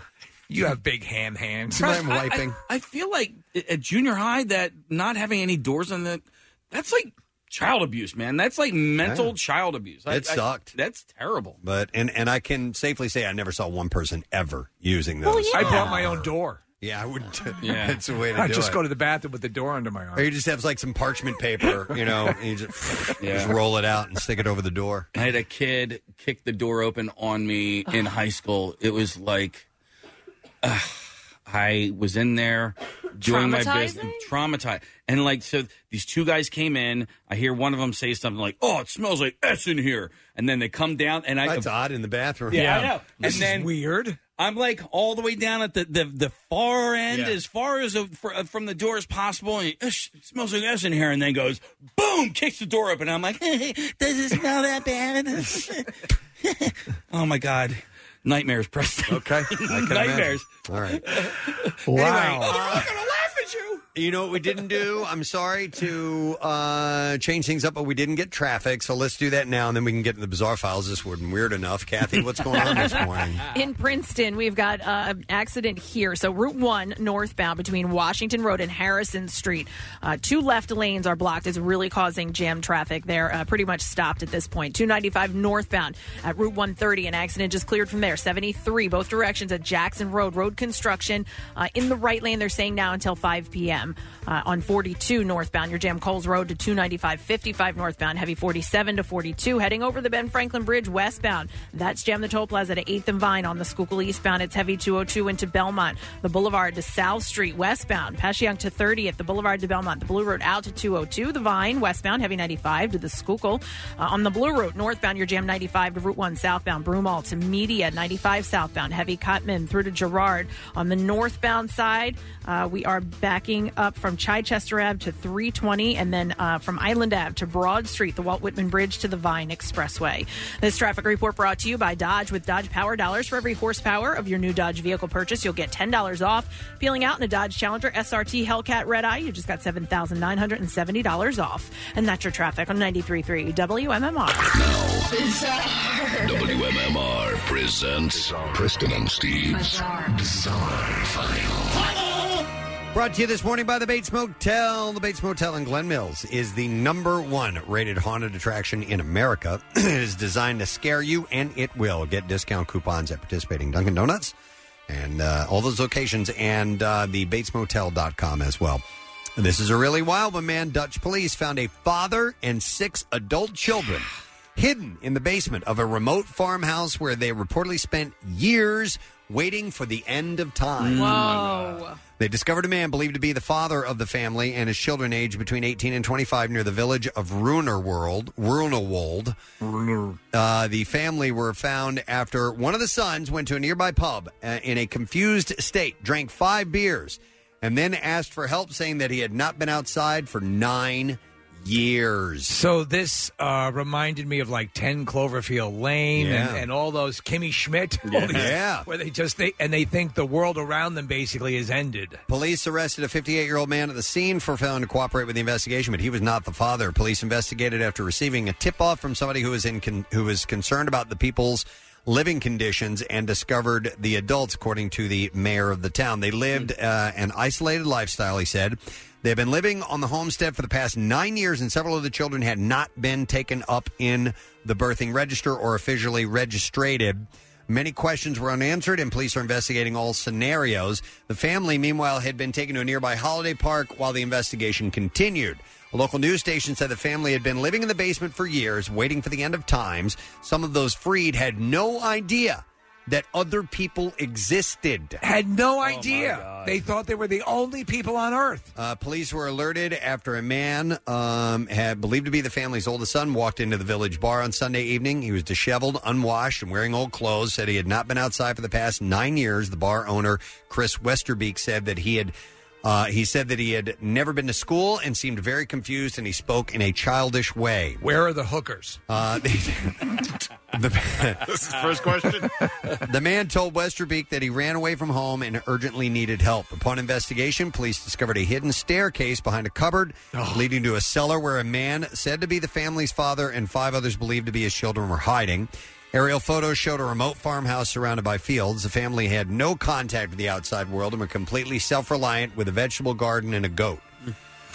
S4: you have big ham hands.
S6: Russ, I- I- I, feel like i- at junior high that not having any doors on the that's like child abuse, man. That's like mental
S2: Yeah.
S6: child abuse. I-
S2: It
S6: I-
S2: sucked.
S6: that's terrible.
S2: but and and I can safely say I never saw one person ever using those.
S4: Well, yeah. I brought my own door.
S2: Yeah, I wouldn't.
S4: Yeah.
S2: that's the way to
S4: I
S2: do
S4: just
S2: it.
S4: go to the bathroom with the door under my arm.
S2: or you just have like some parchment paper, you know, and you just,
S6: Yeah.
S2: just roll it out and stick it over the door.
S6: I had a kid kick the door open on me in high school. It was like ugh, I was in there doing my business, traumatized, and like so. These two guys came in. I hear one of them say something like, "Oh, it smells like s in here," and then they come down, and I
S2: That's odd in the bathroom.
S6: Yeah, I know.
S2: This
S6: and then
S4: weird.
S6: I'm like all the way down at the the, the far end, as far as a, fr- uh, from the door as possible, and it, it smells like us in here, and then goes boom, kicks the door open. I'm like, does it smell that bad? oh my god, nightmares, Preston.
S4: Okay,
S6: nightmares.
S2: All right. You know what we didn't do? I'm sorry to uh, change things up, but we didn't get traffic, so let's do that now, and then we can get in the bizarre files. This wasn't weird enough. Kathy, what's going on this morning?
S3: In Princeton, we've got uh, an accident here. So, Route 1 northbound between Washington Road and Harrison Street. Uh, two left lanes are blocked. It's really causing jam traffic there. Uh, pretty much stopped at this point. 295 northbound at Route 130. An accident just cleared from there. 73 both directions at Jackson Road. Road construction uh, in the right lane, they're saying now until 5 p.m. Uh, on 42 northbound, your jam Coles Road to 295, 55 northbound, heavy 47 to 42, heading over the Ben Franklin Bridge westbound. That's jam the toll plaza to 8th and Vine on the Schuylkill eastbound. It's heavy 202 into Belmont, the Boulevard to South Street westbound, Passyunk to 30th, the Boulevard to Belmont, the Blue Road out to 202, the Vine westbound, heavy 95 to the Schuylkill. Uh, on the Blue Road northbound, your jam 95 to Route 1 southbound, Broomall to Media, 95 southbound, heavy Cotman through to Girard. On the northbound side, uh, we are backing up from Chichester Ave to 320 and then uh, from Island Ave to Broad Street, the Walt Whitman Bridge to the Vine Expressway. This traffic report brought to you by Dodge with Dodge Power Dollars. For every horsepower of your new Dodge vehicle purchase, you'll get $10 off. Peeling out in a Dodge Challenger SRT Hellcat Red Eye, you just got $7,970 off. And that's your traffic on 93.3 WMMR.
S1: WMMR presents Preston and Steve's Bizarre, File.
S2: Brought to you this morning by the Bates Motel. The Bates Motel in Glen Mills is the number one rated haunted attraction in America. it is designed to scare you, and it will. Get discount coupons at participating Dunkin' Donuts and uh, all those locations, and uh, the BatesMotel.com as well. And this is a really wild one, man. Dutch police found a father and six adult children hidden in the basement of a remote farmhouse where they reportedly spent years waiting for the end of time.
S3: Whoa.
S2: They discovered a man believed to be the father of the family and his children aged between 18 and 25 near the village of Runerworld. Runerwold. Uh, the family were found after one of the sons went to a nearby pub uh, in a confused state, drank five beers, and then asked for help, saying that he had not been outside for nine years.
S4: So this uh, reminded me of like Ten Cloverfield Lane
S2: Yeah.
S4: and, and all those Kimmy Schmidt, all
S2: Yeah.
S4: these-
S2: Yeah.
S4: where they just they and they think the world around them basically is ended.
S2: Police arrested a 58 year old man at the scene for failing to cooperate with the investigation, but he was not the father. Police investigated after receiving a tip off from somebody who was in con- who was concerned about the people's living conditions and discovered the adults, according to the mayor of the town. They lived uh, an isolated lifestyle, he said. They've been living on the homestead for the past nine years, and several of the children had not been taken up in the birthing register or officially registrated. Many questions were unanswered, and police are investigating all scenarios. The family, meanwhile, had been taken to a nearby holiday park while the investigation continued. A local news station said the family had been living in the basement for years, waiting for the end of times. Some of those freed had no idea that other people existed.
S4: Had no idea. they thought they were the only people on earth.
S2: Uh, police were alerted after a man um, had believed to be the family's oldest son walked into the village bar on Sunday evening. He was disheveled, unwashed, and wearing old clothes. Said he had not been outside for the past nine years. The bar owner, Chris Westerbeek, said that he had Uh, he said that he had never been to school and seemed very confused, and he spoke in a childish way.
S4: Where are the hookers?
S2: Uh, the,
S8: This is the first question.
S2: the man told Westerbeek that he ran away from home and urgently needed help. Upon investigation, police discovered a hidden staircase behind a cupboard
S8: Oh.
S2: leading to a cellar where a man said to be the family's father and five others believed to be his children were hiding. Aerial photos showed a remote farmhouse surrounded by fields. The family had no contact with the outside world and were completely self reliant with a vegetable garden and a goat.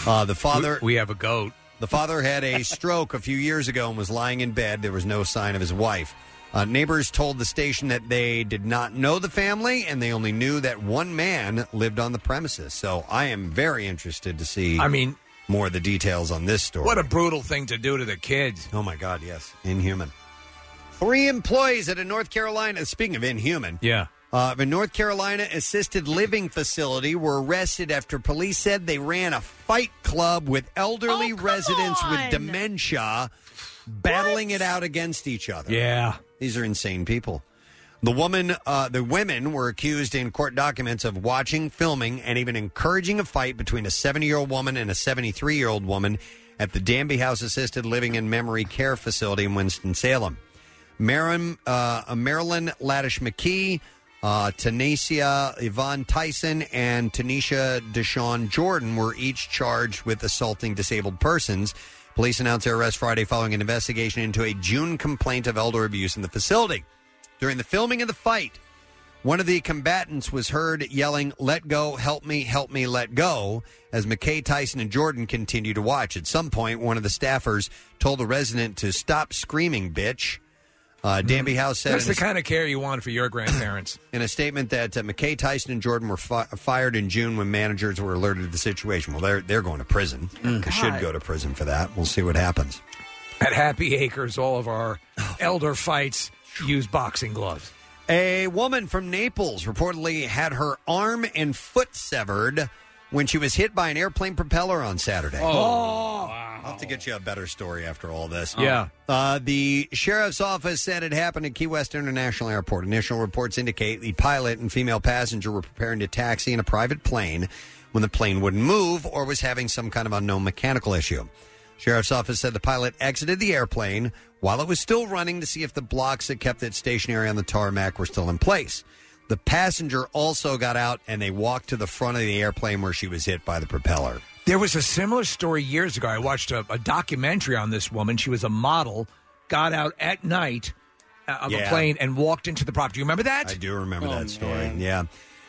S2: Uh, the father.
S4: We have a goat.
S2: The father had a stroke a few years ago and was lying in bed. There was no sign of his wife. Uh, neighbors told the station that they did not know the family and they only knew that one man lived on the premises. So I am very interested to see.
S4: I mean-
S2: more of the details on this story.
S4: What a brutal thing to do to the kids.
S2: Oh my God, yes. Inhuman. Three employees at a North Carolina, speaking of inhuman,
S4: Yeah.
S2: uh, the North Carolina assisted living facility were arrested after police said they ran a fight club with elderly
S4: Oh,
S2: residents with dementia battling it out against each other.
S4: Yeah.
S2: These are insane people. The woman, uh, the women were accused in court documents of watching, filming, and even encouraging a fight between a 70-year-old woman and a 73-year-old woman at the Danby House Assisted Living and Memory Care Facility in Winston-Salem. Marin, uh, Marilyn Laddish McKee, uh, Tanasia Yvonne Tyson, and Tanisha Deshawn Jordan were each charged with assaulting disabled persons. Police announced their arrest Friday following an investigation into a June complaint of elder abuse in the facility. During the filming of the fight, one of the combatants was heard yelling, Let go, help me, help me, let go, as McKay, Tyson, and Jordan continued to watch. At some point, one of the staffers told the resident to stop screaming, bitch. Uh, Danby House said
S4: Mm-hmm. That's
S2: in a
S4: the kind of care you want for your grandparents.
S2: in a statement that uh, McKay, Tyson, and Jordan were fi- fired in June when managers were alerted to the situation. Well, they're they're going to prison. They should
S4: Mm. God.
S2: go to prison for that. We'll see what happens.
S4: At Happy Acres, all of our elder fights use boxing gloves.
S2: A woman from Naples reportedly had her arm and foot severed when she was hit by an airplane propeller on
S4: Oh,
S2: Saturday. Oh. I'll have to get you a better story after all this.
S4: Yeah.
S2: Uh, the sheriff's office said it happened at Key West International Airport. Initial reports indicate the pilot and female passenger were preparing to taxi in a private plane when the plane wouldn't move or was having some kind of unknown mechanical issue. Sheriff's office said the pilot exited the airplane while it was still running to see if the blocks that kept it stationary on the tarmac were still in place. The passenger also got out and they walked to the front of the airplane where she was hit by the propeller.
S4: There was a similar story years ago. I watched a, a documentary on this woman. She was a model, got out at night uh, of
S2: Yeah.
S4: a plane and walked into the property. You remember that?
S2: I do remember
S4: Oh,
S2: that story. Yeah.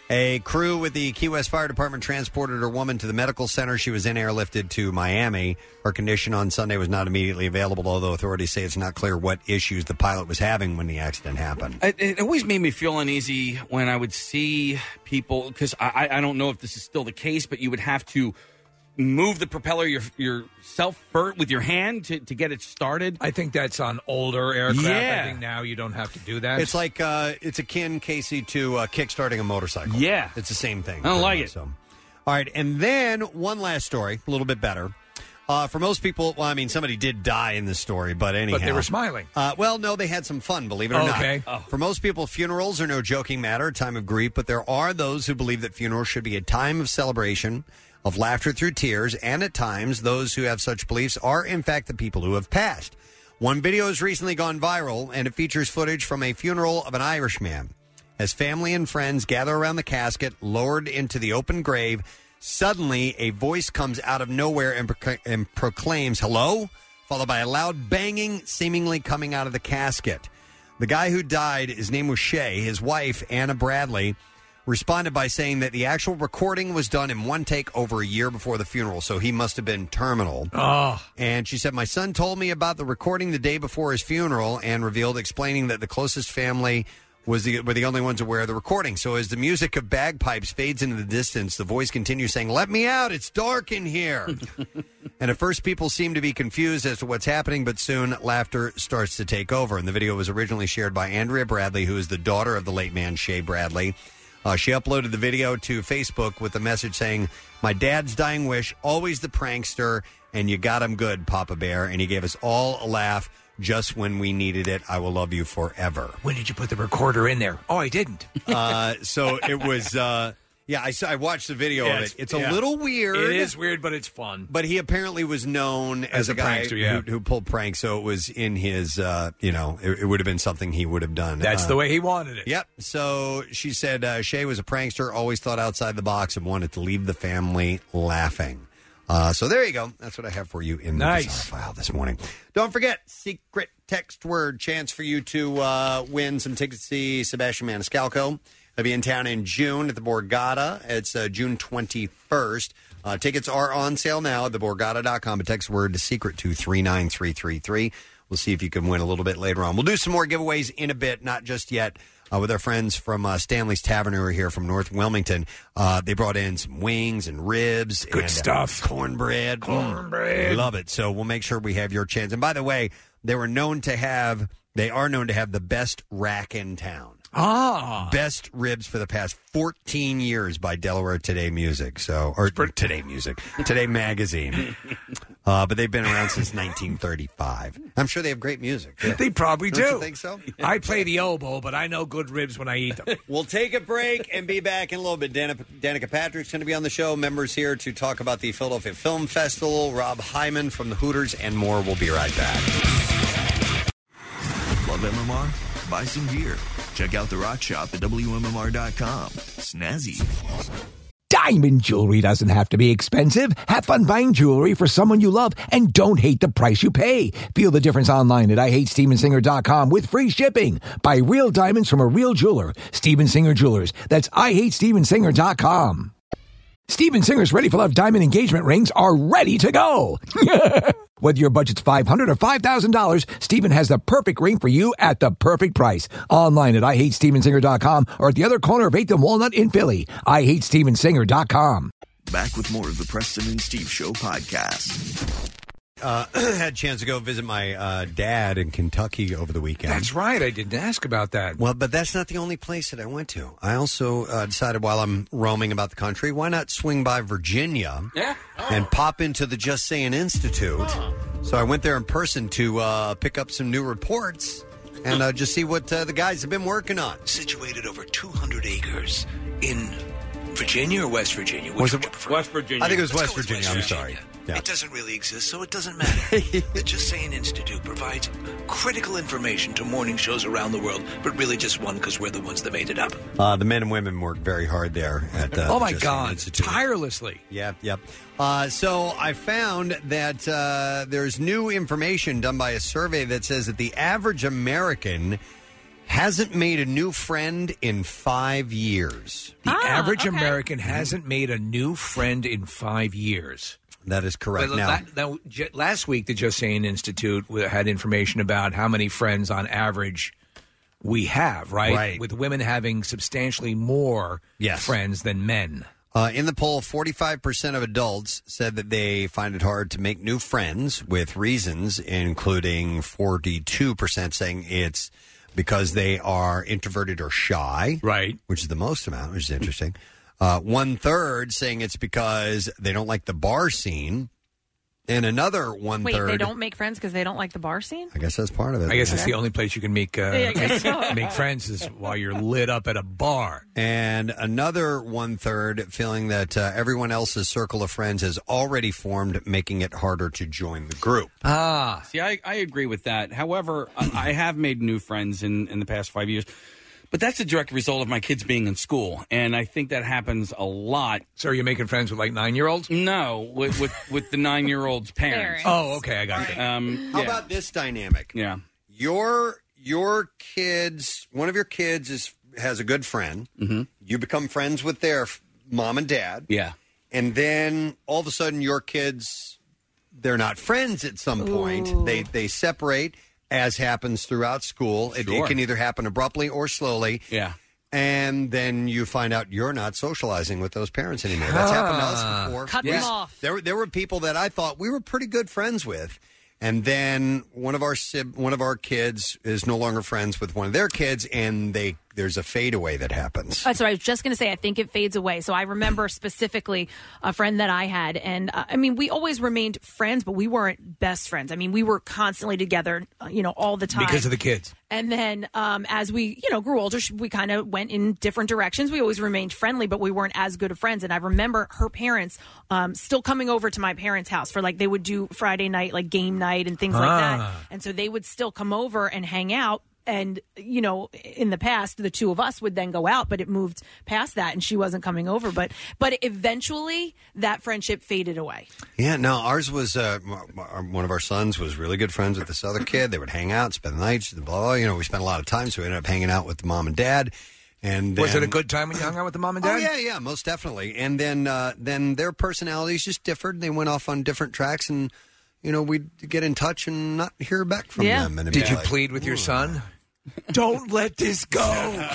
S2: A crew with the Key West Fire Department transported her woman to the medical center. She was then airlifted to Miami. Her condition on Sunday was not immediately available, although authorities say it's not clear what issues the pilot was having when the accident happened.
S6: It, it always made me feel uneasy when I would see people because I, I I don't know if this is still the case, but you would have to move the propeller your, yourself fir- with your hand to, to get it started.
S4: I think that's on older aircraft.
S6: Yeah.
S4: I think now you don't have to do that.
S2: It's like uh, it's akin, Casey, to uh, kickstarting a motorcycle. Yeah, it's the same thing.
S6: I don't like it.
S2: So. All right, and then one last story, a little bit better. Uh, for most people, well, I mean, somebody did die in this story, but anyhow,
S4: but they were smiling.
S2: Uh, well, no, they had some fun, believe it or
S4: Okay.
S2: not. For most people, funerals are no joking matter, a time of grief, but there are those who believe that funerals should be a time of celebration, of laughter through tears, and at times, those who have such beliefs are, in fact, the people who have passed. One video has recently gone viral, and it features footage from a funeral of an Irishman. As family and friends gather around the casket, lowered into the open grave, suddenly a voice comes out of nowhere and, proc- and proclaims, Hello? followed by a loud banging, seemingly coming out of the casket. The guy who died, his name was Shay. His wife, Anna Bradley, responded by saying that the actual recording was done in one take over a year before the funeral, so he must have been terminal.
S4: Oh.
S2: And she said, My son told me about the recording the day before his funeral and revealed, explaining that the closest family. Was the, were the only ones aware of the recording. So as the music of bagpipes fades into the distance, the voice continues saying, "Let me out! It's dark in here." And at first, people seem to be confused as to what's happening, but soon laughter starts to take over. And the video was originally shared by Andrea Bradley, who is the daughter of the late man, Shay Bradley. Uh, she uploaded the video to Facebook with a message saying, My dad's dying wish, always the prankster, and you got him good, Papa Bear. And he gave us all a laugh just when we needed it. I will love you forever.
S4: When did you put the recorder in there? Oh, I didn't.
S2: Uh, so it was uh, Yeah, I, saw, I watched the video
S4: Yeah,
S2: of
S4: it's-
S2: it. It's a
S4: yeah.
S2: little weird.
S4: It is weird, but it's fun.
S2: But he apparently was known as,
S4: As
S2: a,
S4: a
S2: guy
S4: prankster, yeah.
S2: who, who pulled pranks, so it was in his, uh, you know, it, it would have been something he would have done.
S4: That's
S2: Uh,
S4: the way he wanted it.
S2: Yep. So she said uh, Shay was a prankster, always thought outside the box, and wanted to leave the family laughing. Uh, so there you go. That's what I have for you in the
S10: Nice.
S2: bizarre file this morning. Don't forget secret text word chance for you to uh, win some tickets to see Sebastian Maniscalco. He'll be in town in June at the Borgata. It's uh, June 21st. Uh, tickets are on sale now at theborgata.com. But text word to secret to 39333. We'll see if you can win a little bit later on. We'll do some more giveaways in a bit, not just yet. Uh, with our friends from uh, Stanley's Tavern who are here from North Wilmington, uh, they brought in some wings and uh, ribs, good
S4: stuff,
S2: cornbread, cornbread, love it. So we'll make sure we have your chance. And by the way, they were known to have, they are known to have the best rack in town.
S4: Ah,
S2: Best ribs for the past 14 years by Delaware Today Music. So, or Today Music, Today Magazine. uh, but they've been around since 1935. I'm sure they have great music. too.
S4: They probably
S2: Don't
S4: do.
S2: you think so?
S4: I play the oboe, but I know good ribs when I eat them.
S2: We'll take a break and be back in a little bit. Danica, Danica Patrick's going to be on the show. Members here to talk about the Philadelphia Film Festival. Rob Hyman from the Hooters and more. We'll be right back.
S5: Love MMR? Buy some gear. Check out the rock shop at WMMR.com. Snazzy.
S12: Diamond jewelry doesn't have to be expensive. Have fun buying jewelry for someone you love and don't hate the price you pay. Feel the difference online at IHateStevensinger.com with free shipping. Buy real diamonds from a real jeweler. Steven Singer Jewelers. That's IHateStevensinger.com. Steven Singer's Ready for Love diamond engagement rings are ready to go. Whether your budget's $500 or $5,000, Steven has the perfect ring for you at the perfect price. Online at IHateStevensinger.com or at the other corner of 8th and Walnut in Philly. IHateStevensinger.com.
S5: Back with more of the Preston and Steve Show podcast.
S2: Uh, had a chance to go visit my uh, dad in Kentucky over the weekend.
S4: That's right. I didn't ask about that.
S2: Well, but that's not the only place that I went to. I also uh, decided while I'm roaming about the country, why not swing by Virginia
S6: Yeah.
S2: and pop into the Just Saying Institute? So I went there in person to uh, pick up some new reports and uh, just see what uh, the guys have been working on.
S12: Situated over 200 acres in Virginia or West Virginia?
S2: Was it-
S12: West
S2: Virginia. I think it was West Virginia. I'm sorry. Yeah.
S12: It doesn't really exist, so it doesn't matter. the Just Saying Institute provides critical information to morning shows around the world, but really just one because we're the ones that made it up.
S2: Uh, the men and women worked very hard there. At, uh,
S4: oh
S2: the
S4: my
S2: Just Saying
S4: God! Tirelessly.
S2: Yep, yep. Uh, so I found that uh, there's new information done by a survey that says that the average American hasn't made a new friend in five years.
S4: The average American hasn't made a new friend in five years.
S2: That is correct.
S4: Well,
S2: Now-
S4: la- now, j- last week, the Just Saying Institute w- had information about how many friends on average we have, right?
S2: Right.
S4: With women having substantially more friends than men.
S2: Uh, in the poll, 45% of adults said that they find it hard to make new friends with reasons, including 42% saying it's because they are introverted or shy.
S4: Right.
S2: Which is the most amount, which is interesting. Uh, one third saying it's because they don't like the bar scene. And another one
S3: Wait,
S2: third.
S3: they don't make friends because they don't like the bar scene?
S2: I guess that's part of it.
S4: I guess it's the only place you can make uh,
S3: Yeah, I guess so.
S4: make friends is while you're lit up at a bar.
S2: and another one third feeling that uh, everyone else's circle of friends has already formed, making it harder to join the group.
S4: Ah.
S6: See, I, I agree with that. However, I, I have made new friends in, in the past five years, but that's a direct result of my kids being in school. And I think that happens a lot.
S4: So are you making friends with like nine year olds?
S6: No, with, with, with the nine year old's
S2: Parents.
S6: parents.
S2: Oh, okay,
S4: I got
S6: it. Um,
S2: How
S6: yeah.
S2: about this dynamic?
S6: Yeah.
S2: Your your kids, one of your kids is has a good friend. You become friends with their f- mom and dad.
S6: Mm-hmm. Yeah.
S2: And then all of a sudden your kids they're not friends at some point. They they separate as happens throughout school. It, it
S6: Sure.
S2: can either happen abruptly or slowly.
S6: Yeah.
S2: And then you find out you're not socializing with those parents anymore. That's happened to us
S6: Ah.
S2: before.
S6: Cut
S2: We
S6: them
S2: s-
S6: off.
S2: There, were- there were people that I thought we were pretty good friends with, and then one of our sib- one of our kids is no longer friends with one of their kids, and they there's a fadeaway that happens.
S3: That's what Oh, I was just going to say. I think it fades away. So I remember specifically a friend that I had, and uh, I mean, we always remained friends, but we weren't best friends. I mean, we were constantly together, uh, you know, all the time
S4: because of the kids.
S3: And then um, as we, you know, grew older, she- we kind of went in different directions. We always remained friendly, but we weren't as good of friends. And I remember her parents um, still coming over to my parents' house for like, they would do Friday night, like game night and things like that.
S11: Ah.
S3: And so they would still come over and hang out. And, you know, in the past, the two of us would then go out, but it moved past that and she wasn't coming over. But, but eventually that friendship faded away.
S2: Yeah, no, ours was uh, m- m- one of our sons was really good friends with this other kid. They would hang out, spend the nights, blah, blah. You know, we spent a lot of time, so we ended up hanging out with the mom and dad. And
S4: Was it a
S2: then-
S4: good time when you hung out with the mom and dad?
S2: Oh yeah, yeah, most definitely. And then uh, then their personalities just differed. They went off on different tracks, and you know we'd get in touch and not hear back from them. And it'd
S4: Did
S2: be
S4: you
S2: like,
S4: plead with your son? Don't let this go.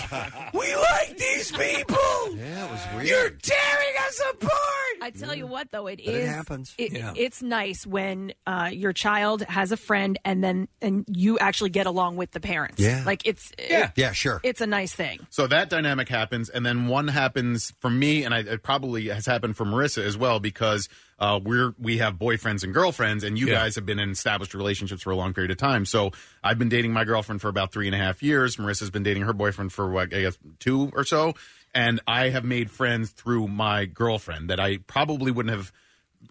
S4: we like these people.
S2: Yeah, it was weird.
S4: You're tearing us apart.
S3: I tell you what, though, it
S2: But it
S3: is-
S2: happens.
S3: it-
S2: Yeah.
S3: It's nice when uh, your child has a friend, and then and you actually get along with the parents.
S8: Yeah.
S3: like it's
S8: Yeah.
S3: it-
S8: Yeah, sure.
S3: It's a nice thing.
S8: So that dynamic happens, and then one happens for me, and I, it probably has happened for Marissa as well because uh, we're we have boyfriends and girlfriends, and you guys have been in established relationships for a long period of time. So I've been dating my girlfriend for about three and a half years. Marissa's been dating her boyfriend for what, I guess two or so, and I have made friends through my girlfriend that I probably wouldn't have.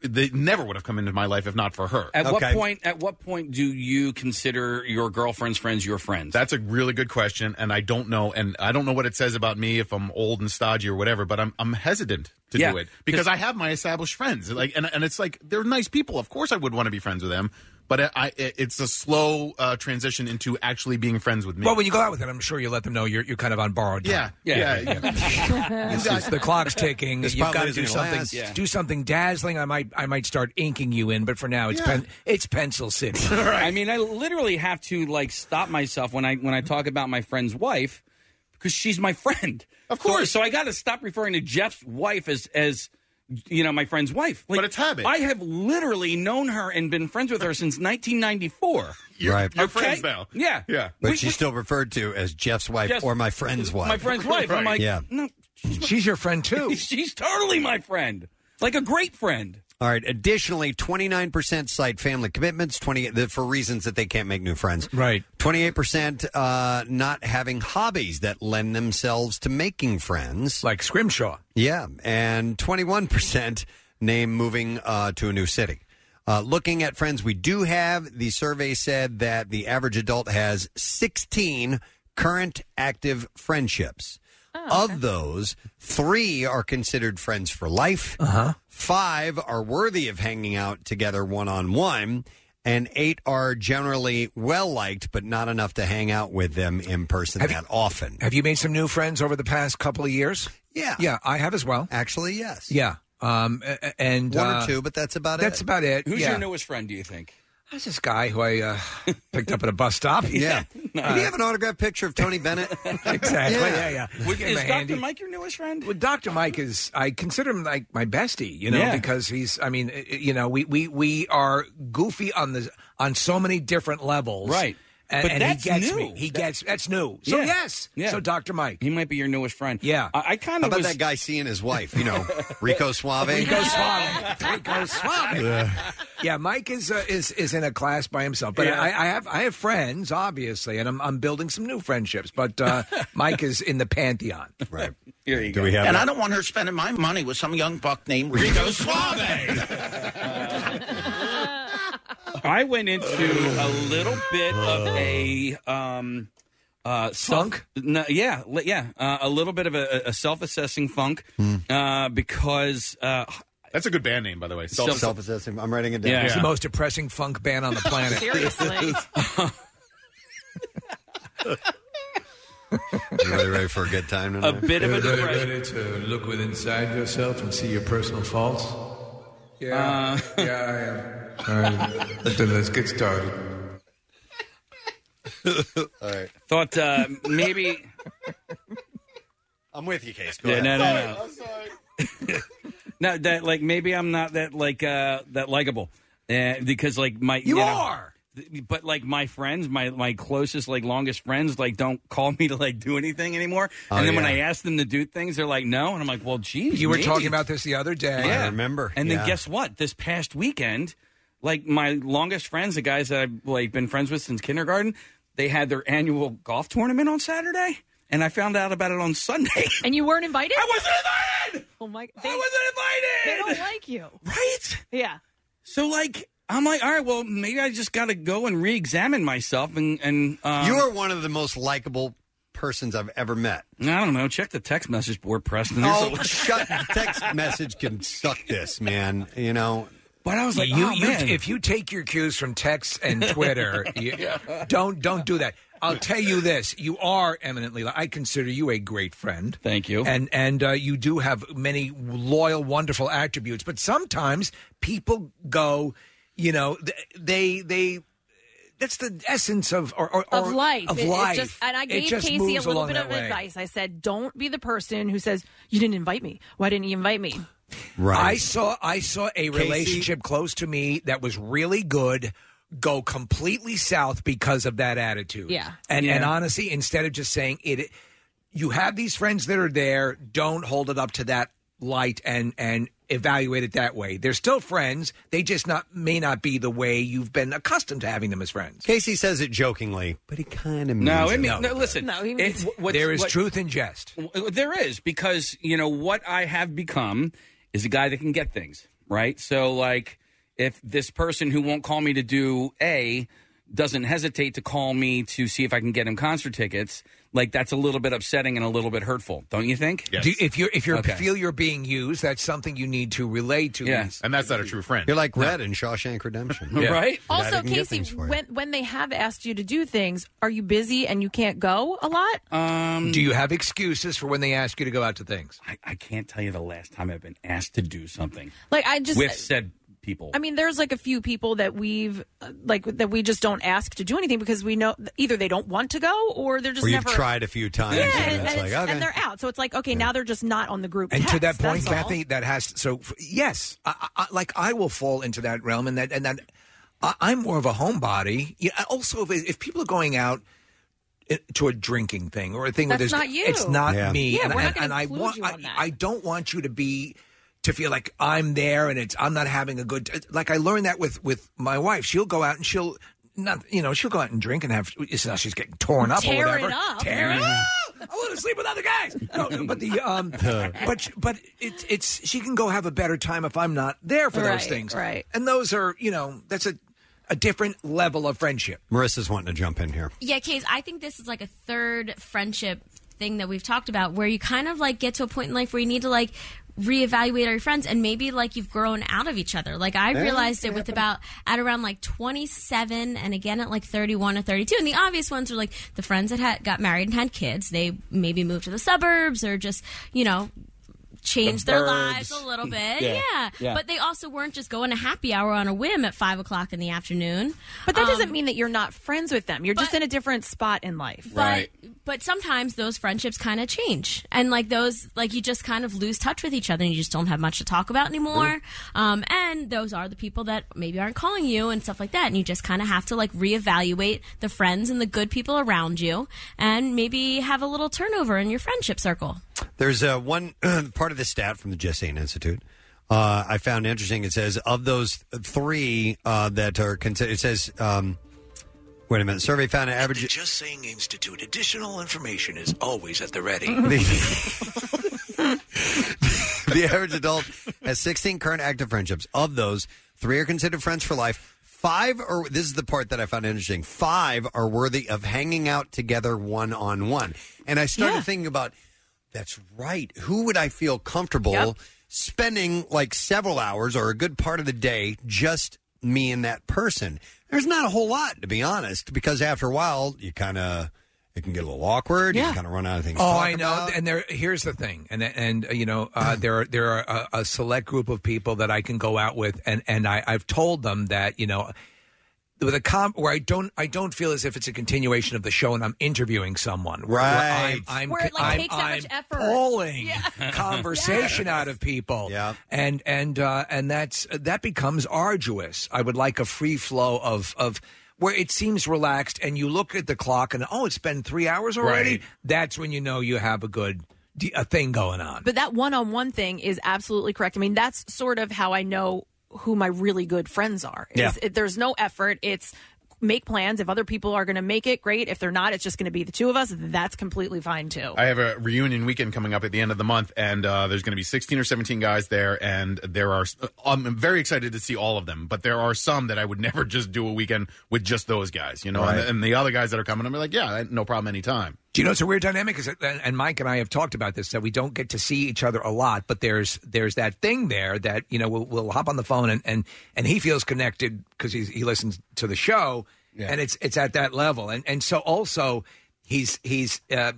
S8: They never would have come into my life if not for her.
S6: At what point? At what point do you consider your girlfriend's friends your friends?
S8: That's a really good question, and I don't know, and I don't know what it says about me if I'm old and stodgy or whatever. But I'm I'm hesitant to
S6: Yeah.
S8: do it because I have my established friends, like, and and it's like they're nice people. Of course, I would want to be friends with them, but I, I it's a slow uh, transition into actually being friends with me.
S4: Well, when you go out with them, I'm sure you let them know you're you're kind of on borrowed time.
S8: Yeah. Yeah.
S4: This is- the clock's ticking.
S8: This
S4: You've
S8: probably
S4: got to
S8: isn't
S4: do
S8: gonna
S4: something.
S8: last. Yeah.
S4: Do something dazzling. I might I might start inking you in, but for now it's
S6: Yeah.
S4: pen, it's pencil city.
S6: I mean, I literally have to like stop myself when I when I talk about my friend's wife because she's my friend. Of course. So, so I got to stop referring to Jeff's wife as as you know my friend's wife. Like, but it's habit. I have literally known her and been friends with her since 1994.
S2: right.
S6: You're friends now. Yeah.
S2: yeah. But
S6: We-
S2: she's still referred to as Jeff's wife
S6: Jeff's-
S2: or my friend's wife.
S6: My friend's wife. I'm like,
S2: yeah.
S6: no,
S4: she's your friend too.
S6: she's totally my friend, like a great friend.
S2: All right. Additionally, 29% cite family commitments 20 the- for reasons that they can't make new friends.
S4: Right.
S2: 28% uh, not having hobbies that lend themselves to making friends.
S4: Like Scrimshaw.
S2: Yeah. And 21% name moving uh, to a new city. Uh, looking at friends we do have, the survey said that the average adult has 16 current active friendships. Of those, three are considered friends for life. Uh-huh. Five are worthy of hanging out together one on one. And eight are generally well liked, but not enough to hang out with them in person that often.
S4: Have you made some new friends over the past couple of years?
S2: Yeah.
S4: Yeah, I have as well.
S2: Actually, yes.
S4: Yeah. Um, a- a- and
S2: One or
S4: uh,
S2: two, but that's about it.
S4: That's about it.
S6: Who's
S4: yeah.
S6: your newest friend? Do you think?
S4: Who's this guy who I uh, picked up at a bus stop?
S6: Yeah.
S2: Did he have an autographed picture of Tony Bennett?
S4: exactly. Yeah, yeah.
S6: Would-
S4: Give him
S6: is
S4: a
S6: Doctor
S4: handy.
S6: Mike your newest friend?
S4: Well, Dr. Mike is, I consider him like my bestie, you know,
S6: Yeah.
S4: because he's, I mean, i- you know, we, we, we are goofy on the, on so many different levels.
S6: Right.
S4: And,
S6: But
S4: and
S6: that's
S4: he gets
S6: new.
S4: me. He gets, that's new. So
S6: Yeah.
S4: yes.
S6: Yeah.
S4: So Dr. Mike.
S6: He might be your newest friend.
S4: Yeah.
S6: I, I kind
S2: How
S6: of
S2: about
S6: was...
S2: that guy seeing his wife? You know, Rico Suave.
S4: Rico Suave. Rico Suave. Yeah, Mike is uh, is is in a class by himself. But
S6: Yeah.
S4: I, I have I have friends, obviously, and I'm I'm building some new friendships. But uh, Mike is in the pantheon.
S2: Right.
S6: Here you
S2: Do go. we have
S9: and
S2: that?
S9: I don't want her spending my money with some young buck named Rico Suave.
S6: I went into a little bit of a um uh self, no, yeah li- yeah uh, a little bit of a, a self-assessing funk
S2: Hmm.
S6: uh because uh
S8: that's a good band name by the way
S2: Self assessing. I'm writing it down.
S6: Yeah.
S4: It's the most depressing funk band on the planet.
S6: Seriously.
S2: You really ready for a good time tonight?
S4: A bit of a
S26: Everybody
S4: depression.
S26: ready to look within inside yourself and see your personal faults? Yeah.
S6: Uh.
S26: yeah, I am. All right. then let's get started.
S2: All right.
S6: thought uh maybe
S2: I'm with you, Case.
S6: yeah, no no no no that like maybe I'm not that like uh that likable uh, because like my
S4: You
S6: know-
S4: are.
S6: th- but like my friends, my my closest like longest friends, like don't call me to like do anything anymore.
S4: Oh,
S6: and then when
S4: yeah.
S6: I ask them to do things, they're like no, and I'm like, well, geez,
S4: You were
S6: maybe.
S4: talking about this the other day.
S6: Yeah. And then
S4: Yeah.
S6: guess what? This past weekend, like my longest friends, the guys that I've like been friends with since kindergarten, they had their annual golf tournament on Saturday, and I found out about it on Sunday.
S3: And you weren't invited? I
S6: wasn't
S3: invited! Oh my they, I
S6: wasn't
S3: They don't like you.
S6: Right?
S3: Yeah.
S6: So like I'm like, all right, well, maybe I just got to go and re-examine myself and and um,
S2: you are one of the most likable persons I've ever met.
S6: I don't know. Check the text message board, Preston.
S2: Oh, shut! The text message can suck this, man. You know.
S6: But I oh,
S4: you, you, if you take your cues from texts and Twitter, you, don't don't do that. I'll tell you this: you are eminently. I consider you a great friend.
S6: Thank you.
S4: And and uh, you do have many loyal, wonderful attributes. But sometimes people go, you know, th- they they. That's the essence of or, or,
S3: of
S4: or-
S3: life.
S4: Of
S3: It- it
S4: life.
S3: just- and I
S4: It
S3: gave
S4: just
S3: Casey a
S4: moves
S3: little
S4: along
S3: bit
S4: that
S3: of
S4: way.
S3: advice. I said, don't be the person who says, you didn't invite me. Why didn't you invite me?
S2: Right.
S4: I saw I saw a relationship close to me that was really good go completely south because of that attitude.
S3: Yeah.
S4: And and
S6: Yeah.
S4: honestly, instead of just saying it you have these friends that are there, don't hold it up to that light and and evaluate it that way. They're still friends. They just not may not be the way you've been accustomed to having them as friends.
S2: Casey says it jokingly, but he kind of
S6: No, it means, no. Listen,
S4: No,
S3: he
S4: means-
S6: it's- what's-
S4: There is
S6: what-
S4: truth in jest.
S6: w- There is because you know what I have become is a guy that can get things right. So like, if this person who won't call me to do a doesn't hesitate to call me to see if I can get him concert tickets, like that's a little bit upsetting and a little bit hurtful, don't you think?
S4: Do you- if you if you
S6: Okay.
S4: feel you're being used, that's something you need to relate to.
S6: Yeah.
S4: and that's not a true friend.
S2: You're like Red in Shawshank Redemption,
S4: Yeah. Right?
S3: Also,
S2: That can get
S3: Casey,
S2: things for you.
S3: when when they have asked you to do things, are you busy and you can't go a lot?
S6: Um,
S4: do you have excuses for when they ask you to go out to things?
S6: I, I can't tell you the last time I've been asked to do something
S3: Like I just
S6: with said people.
S3: I mean, there's like a few people that we've uh, like that we just don't ask to do anything because we know either they don't want to go or they're just
S2: Or you've
S3: never
S2: tried a few times,
S3: Yeah,
S2: and
S3: and,
S2: it's
S3: and
S2: like,
S3: it's- and
S2: okay.
S3: they're out. So it's like okay, now they're just not on the group.
S4: And to that
S3: text,
S4: point,
S3: that's all.
S4: Kathy, that has so f- yes, I, I, I- like I will fall into that realm, and that and that I, I'm more of a homebody. Yeah, I also, if, if people are going out eh, to a drinking thing or a thing
S15: That's
S4: where there's
S15: not you.
S4: it's not
S15: Yeah.
S4: me,
S15: Yeah,
S4: and,
S15: we're not
S4: and-
S15: gonna
S4: and I
S15: include
S4: want
S15: you on
S4: I, I don't want you to be to feel like I'm there and it's I'm not having a good eh, like I learned that with with my wife. She'll go out and she'll not you know she'll go out and drink and have it's not she's getting torn up
S15: Tear
S4: or
S15: it
S4: whatever
S15: up. Mm-hmm.
S4: tear it up. I want to sleep with other guys. No, no, but the um, but but it's it's she can go have a better time if I'm not there for
S2: Right,
S4: those things.
S2: right.
S4: And those are you know that's a a different level of friendship.
S2: Marissa's wanting to jump in here.
S10: Yeah, Case, I think this is like a third friendship thing that we've talked about where you kind of like get to a point in life where you need to like reevaluate our friends and maybe like you've grown out of each other. Like I
S14: Yeah,
S10: realized it
S14: yeah.
S10: with about at around like 27 and again at like 31 or 32. And the obvious ones are like the friends that had, got married and had kids. They maybe moved to the suburbs or just, you know, changed The their burbs. lives a little bit. Yeah. yeah. Yeah. But they also weren't just going to happy hour on a whim at five o'clock in the afternoon.
S3: But that
S10: Um,
S3: doesn't mean that you're not friends with them. You're just in a different spot in life.
S10: but but sometimes those friendships kind of change and like those like you just kind of lose touch with each other and you just don't have much to talk about anymore um, and those are the people that maybe aren't calling you and stuff like that and you just kind of have to like reevaluate the friends and the good people around you and maybe have a little turnover in your friendship circle
S2: There's uh, one part of the stat from the Jessane Institute uh, I found interesting. It says of those three uh, that are considered, it says, um, wait a minute, survey found an average.
S4: Just Saying Institute additional information is always at the ready.
S2: the average adult has 16 current active friendships. Of those, three are considered friends for life. Five are, this is the part that I found interesting, five are worthy of hanging out together one on one. And I started thinking about, that's right. Who would I feel comfortable spending like several hours or a good part of the day just me and that person? There's not a whole lot, to be honest, because after a while, you kind of, it can get a little awkward. You kind of run out of things. to
S4: Oh,
S2: talk
S4: I know. And there, here's the thing, and and uh, you know, uh, there are there are a, a select group of people that I can go out with, and and I I've told them that you know, with a comp where I don't I don't feel as if it's a continuation of the show, and I'm interviewing someone, where- Where I'm, I'm
S3: Where it like
S4: I'm-
S3: takes that much
S4: I'm
S3: effort.
S4: pulling
S3: Yeah.
S4: conversation out of people. Yeah. And and uh, and that's that becomes arduous. I would like a free flow of of where it seems relaxed and you look at the clock and oh, it's been three hours already.
S6: Right.
S4: That's when you know you have a good d- a thing going on.
S3: But that one on one thing is absolutely correct. I mean, that's sort of how I know who my really good friends are. Is
S4: Yeah.
S3: it- there's no effort. It's make plans. If other people are going to make it, great. If they're not, it's just going to be the two of us. That's completely fine too.
S8: I have a reunion weekend coming up at the end of the month, and uh, there's going to be 16 or 17 guys there, and there are. uh, I'm very excited to see all of them, but there are some that I would never just do a weekend with just those guys, you know.
S4: Right.
S8: And, and the other guys that are coming, I'm like, yeah, no problem, anytime.
S4: Do you know it's a weird dynamic? Is that- and Mike and I have talked about this that we don't get to see each other a lot, but there's there's that thing there that you know we'll, we'll hop on the phone and and, and he feels connected because he listens to the show, and it's it's at that level, and and so also he's he's. Uh,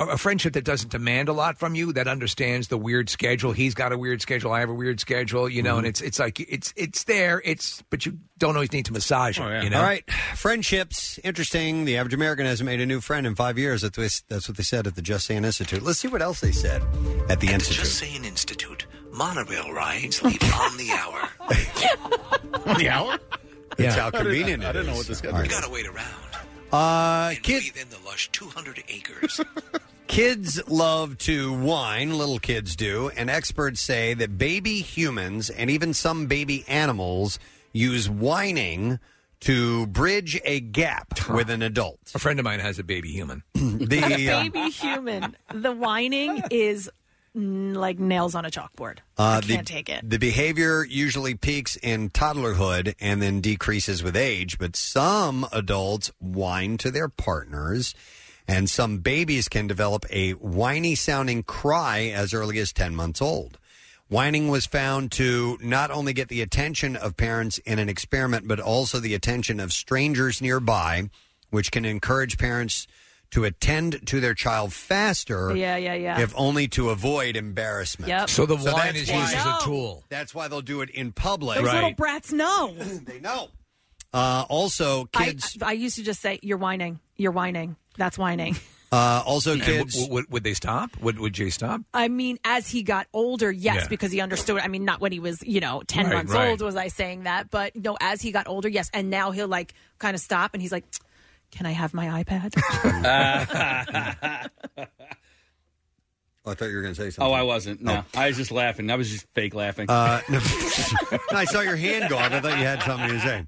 S4: a a friendship that doesn't demand a lot from you, that understands the weird schedule. He's got a weird schedule. I have a weird schedule, you know. And it's it's like it's it's there. It's but you don't always need to
S15: Oh,
S4: massage it. You know,
S2: All right, friendships. Interesting. The average American has made a new friend in five years. That's what- that's what they said at the Just Saying Institute. Let's see what else they said at the Institute.
S15: Just Saying Institute. Monorail rides leave on the hour. on
S8: the hour?
S2: That's how convenient it is. All right.
S15: You gotta wait around.
S2: Uh,
S15: and
S2: kid,
S15: breathe in the lush 200 acres.
S2: Kids love to whine, little kids do, and experts say that baby humans and even some baby animals use whining to bridge a gap with an adult.
S4: A friend of mine has a baby human.
S2: the uh,
S3: baby human. The whining is mm, like nails on a chalkboard. I
S2: uh,
S3: can't
S2: the,
S3: take it.
S2: The behavior usually peaks in toddlerhood and then decreases with age, but some adults whine to their partners, and some babies can develop a whiny sounding cry as early as 10 months old. Whining was found to not only get the attention of parents in an experiment, but also the attention of strangers nearby, which can encourage parents to attend to their child faster
S3: Yeah, yeah, yeah.
S2: if only to avoid embarrassment.
S3: Yep. So the wine
S2: that's
S3: is
S2: why-
S3: used as a tool.
S2: That's why they'll do it in public.
S3: Those little brats know.
S2: they know. Uh, also,
S3: I,
S2: kids.
S3: I used to just say, "You're whining. You're whining. That's whining."
S2: Uh, also,
S4: And
S2: kids-
S4: w- w- would they stop? Would would Jay stop?
S3: I mean, as he got older, yes,
S4: Yeah.
S3: because he understood. I mean, not when he was, you know, 10
S4: Right,
S3: months
S4: right.
S3: old was I saying that, but no, as he got older, yes. And now he'll like kind of stop and he's like, can I have my iPad?
S2: Uh, I thought you were going to say
S6: Oh, I wasn't. No, I was just laughing. I was just fake laughing.
S2: Uh, no. I saw your hand go up. I thought you had something to say.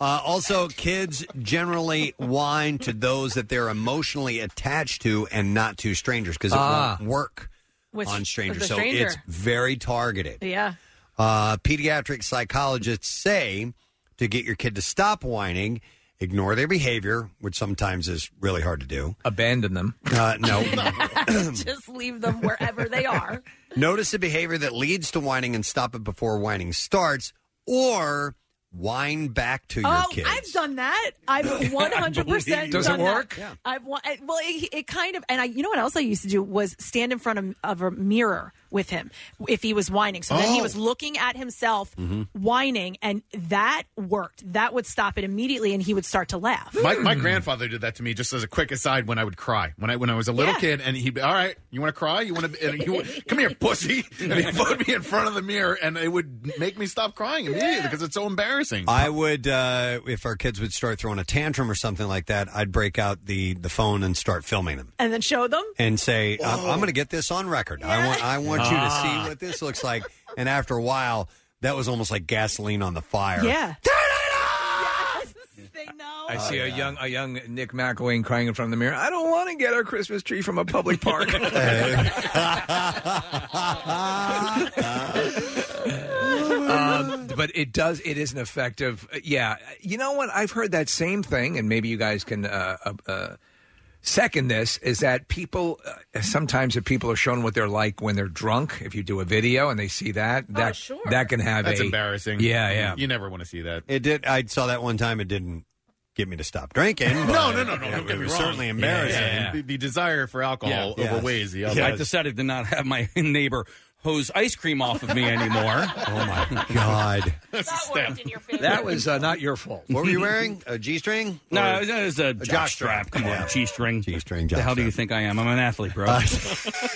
S2: Uh, also, kids generally whine to those that they're emotionally attached to and not to strangers because it
S3: Ah.
S2: won't work
S3: With-
S2: on strangers.
S3: with the
S2: So
S3: stranger.
S2: it's very targeted.
S3: yeah.
S2: Uh, pediatric psychologists say to get your kid to stop whining, ignore their behavior, which sometimes is really hard to do.
S4: Abandon them.
S2: Uh, no.
S3: just leave them wherever they are.
S2: Notice a behavior that leads to whining and stop it before whining starts, or whine back to your
S3: oh,
S2: kid.
S3: I've done that. I've
S2: I
S3: 100%
S2: believe you.
S3: done
S2: Does it work?
S3: That.
S2: Yeah.
S3: I've wa- I- well, it, it kind of and I you know what else I used to do was stand in front of, of a mirror with him if he was whining. So then he
S14: Oh.
S3: was looking at himself
S2: Mm-hmm.
S14: Mhm.
S3: whining and that worked. That would stop it immediately and he would start to laugh.
S8: My, my
S4: Hmm.
S8: grandfather did that to me just as a quick aside when I would cry when I when I was a little
S3: Yeah.
S8: kid and he'd be all right you want to cry you want to you wanna- come here pussy and he'd put me in front of the mirror and it would make me stop crying immediately because it's so embarrassing
S2: I would, uh, if our kids would start throwing a tantrum or something like that, I'd break out the, the phone and start filming them
S3: and then show them.
S2: and say, "I'm,
S8: Oh.
S2: I'm going to get this on record. I want I want you
S8: Ah.
S2: to see what this looks like." And after a while, that was almost like gasoline on the fire.
S3: Yeah.
S4: I
S2: Oh,
S4: see a young a young Nick McElwain crying in front of the mirror. I don't want to get our Christmas tree from a public park. Uh, um, but it does. It is an effective. Yeah, you know what? I've heard that same thing, and maybe you guys can uh, uh, uh, second this. Is that people uh, sometimes if people are shown what they're like when they're drunk, if you do a video and they see that,
S8: Oh,
S4: that that can have
S8: that's
S4: a
S8: embarrassing
S4: Yeah, yeah.
S8: you never want to see that
S2: It did. I saw that one time. It didn't get me to stop drinking.
S8: no
S2: but
S8: no no no don't
S2: It,
S8: get me
S2: was
S8: wrong.
S2: certainly embarrassing.
S8: Yeah, yeah, yeah. The, the desire for alcohol
S6: Yeah.
S8: overweighs the other
S6: Yeah, I decided to not have my neighbor hose ice cream off of me anymore.
S2: oh my god,
S8: that's
S6: a step.
S4: That was uh, not your fault.
S2: What were you wearing? A G string?
S6: No, it was a, jock strap. Come on, G string. G
S2: string.
S6: The hell do you think I am? I'm an athlete, bro.
S4: Uh,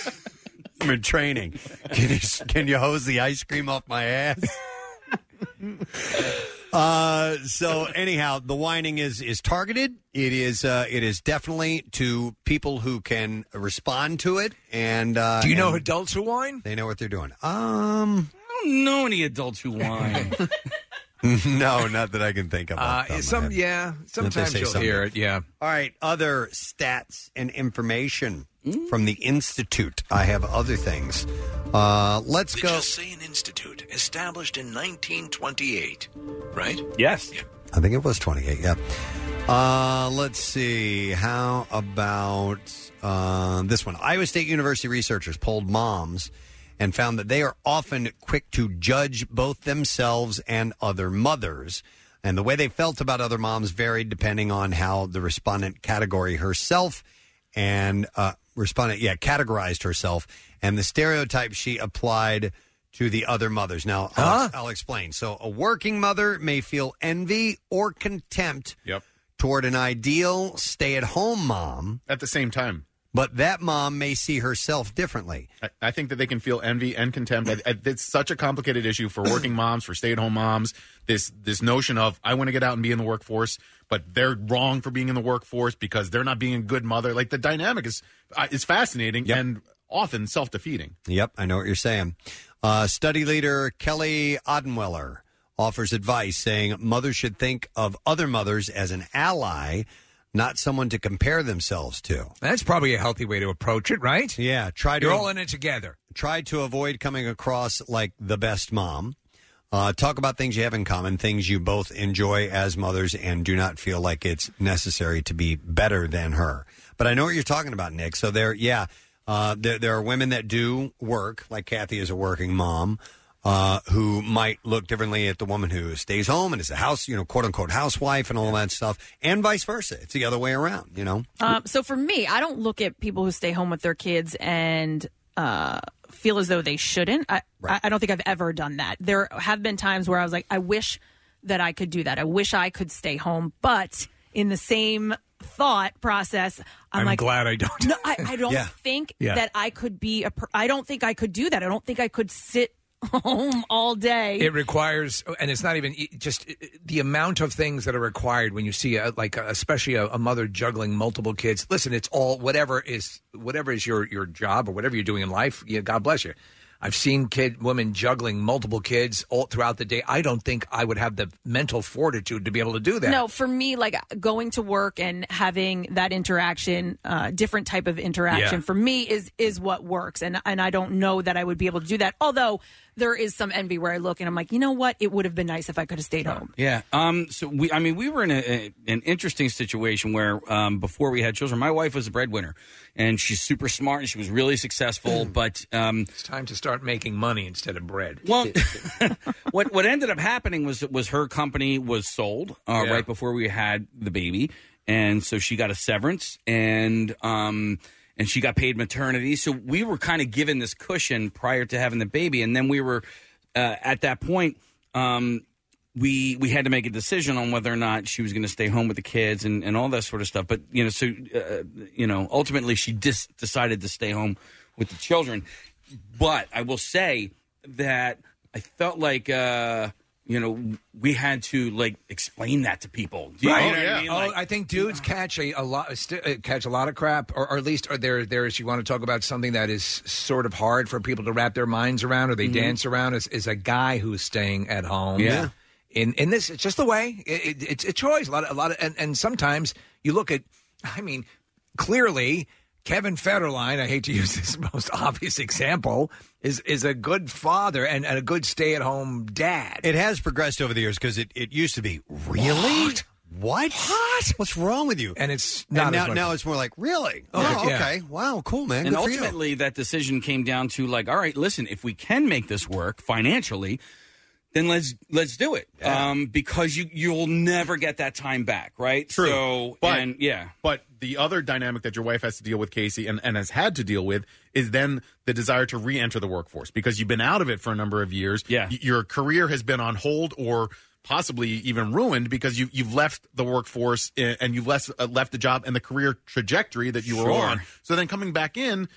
S2: I'm in training. Can you can you hose the ice cream off my ass? Uh, so anyhow, the whining is is targeted. It is uh, it is definitely to people who can respond to it. And uh,
S4: Do you know
S2: and
S4: adults who whine?
S2: They know what they're doing. Um,
S6: I don't know any adults who whine.
S2: no, not that I can think of. off the top of. my
S4: Uh, some,
S2: head.
S4: yeah.
S2: That they
S4: Sometimes
S2: say
S4: you'll
S2: something.
S4: hear it. Yeah.
S2: All right, other stats and information from the institute. I have other things. Uh, let's
S13: the
S2: go.
S13: Jossein Institute, established in 1928, right?
S6: Yes.
S2: I think it was 28. Yeah. Uh, let's see. How about uh, this one? Iowa State University researchers polled moms and found that they are often quick to judge both themselves and other mothers. And the way they felt about other moms varied depending on how the respondent category herself and uh, respondent, yeah, categorized herself and the stereotype she applied to the other mothers. Now, I'll, I'll explain. So, a working mother may feel envy or contempt toward an ideal stay at home mom
S8: at the same time.
S2: But that mom may see herself differently.
S8: I, I think that they can feel envy and contempt. I, I, it's such a complicated issue for working moms, for stay-at-home moms. This this notion of I want to get out and be in the workforce, but they're wrong for being in the workforce because they're not being a good mother. Like the dynamic is uh, is fascinating and often self-defeating.
S2: Yep, I know what you're saying. Uh, study leader Kelly Odenweller offers advice saying mothers should think of other mothers as an ally, not someone to compare themselves to.
S4: That's probably a healthy way to approach it, right?
S2: Yeah. Try to
S4: You're all in it together.
S2: try to avoid coming across like the best mom. Uh, talk about things you have in common, things you both enjoy as mothers, and do not feel like it's necessary to be better than her. But I know what you're talking about, Nick. So there, yeah, uh, there, there are women that do work, like Kathy is a working mom, uh, who might look differently at the woman who stays home and is a house, you know, quote unquote housewife and all that stuff, and vice versa. It's the other way around, you know.
S3: Um, so for me, I don't look at people who stay home with their kids and uh, feel as though they shouldn't. I, I, I don't think I've ever done that. There have been times where I was like, I wish that I could do that. I wish I could stay home. But in the same thought process, I'm,
S4: I'm
S3: like,
S4: glad I don't.
S3: No, I, I don't
S4: Yeah.
S3: think
S4: Yeah.
S3: that I could be a. Per- I don't think I could do that. I don't think I could sit home all day.
S4: It requires, and it's not even it- just it- the amount of things that are required when you see, a, like, a, especially a, a mother juggling multiple kids. Listen, it's all whatever is whatever is your your job or whatever you're doing in life. Yeah, God bless you. I've seen kid women juggling multiple kids all throughout the day. I don't think I would have the mental fortitude to be able to do that.
S3: No, for me, like going to work and having that interaction, uh, different type of interaction,
S4: Yeah.
S3: for me is is what works, and and I don't know that I would be able to do that. Although there is some envy where I look and I'm like, you know what, it would have been nice if I could have stayed home.
S6: Yeah. Um. So we, I mean, we were in a, a- an interesting situation where, um, before we had children, my wife was a breadwinner, and she's super smart and she was really successful. but um,
S4: Mm. it's time to start making money instead of bread.
S6: Well, what what ended up happening was was her company was sold uh,
S4: Yeah.
S6: right before we had the baby, and so she got a severance and um and she got paid maternity. So we were kind of given this cushion prior to having the baby, and then we were uh, at that point. Um, we we had to make a decision on whether or not she was going to stay home with the kids and, and all that sort of stuff. But you know, so uh, you know, ultimately she dis- decided to stay home with the children. But I will say that I felt like uh, you know we had to like explain that to people. Do you know what I mean? Like,
S4: oh, I think dudes catch a, a lot, st- uh, catch a lot of crap, or, or at least are there there's you want to talk about something that is sort of hard for people to wrap their minds around, or they
S6: Mhm.
S4: dance around. Is, is a guy who's staying at home?
S6: Yeah.
S4: In in this, it's just the way it, it, it's a choice. A lot, of, a lot, of, and and sometimes you look at, I mean, clearly. Kevin Federline, I hate to use this most obvious example, is is a good father and, and a good stay at home dad.
S2: It has progressed over the years because it, it used to be really what? what What's wrong with you?
S4: And it's
S6: not
S2: and
S6: as
S2: now
S6: much-
S2: now it's more like really.
S6: Yeah.
S2: Oh,
S6: Yeah.
S2: okay. Wow, cool man.
S6: and
S2: Good for you.
S6: ultimately, that decision came down to like, all right, listen, if we can make this work financially, then let's let's do it. Um, because you you'll never get that time back, right?
S8: True.
S6: So
S8: But-
S6: and yeah.
S8: But the other dynamic that your wife has to deal with, Casey, and, and has had to deal with, is then the desire to re enter the workforce because you've been out of it for a number of years. Yeah. your career has been on hold or possibly even ruined because you, you've left the workforce i- and you've left, uh, left the job and the career trajectory that you were
S6: Sure.
S8: on. So then coming back in,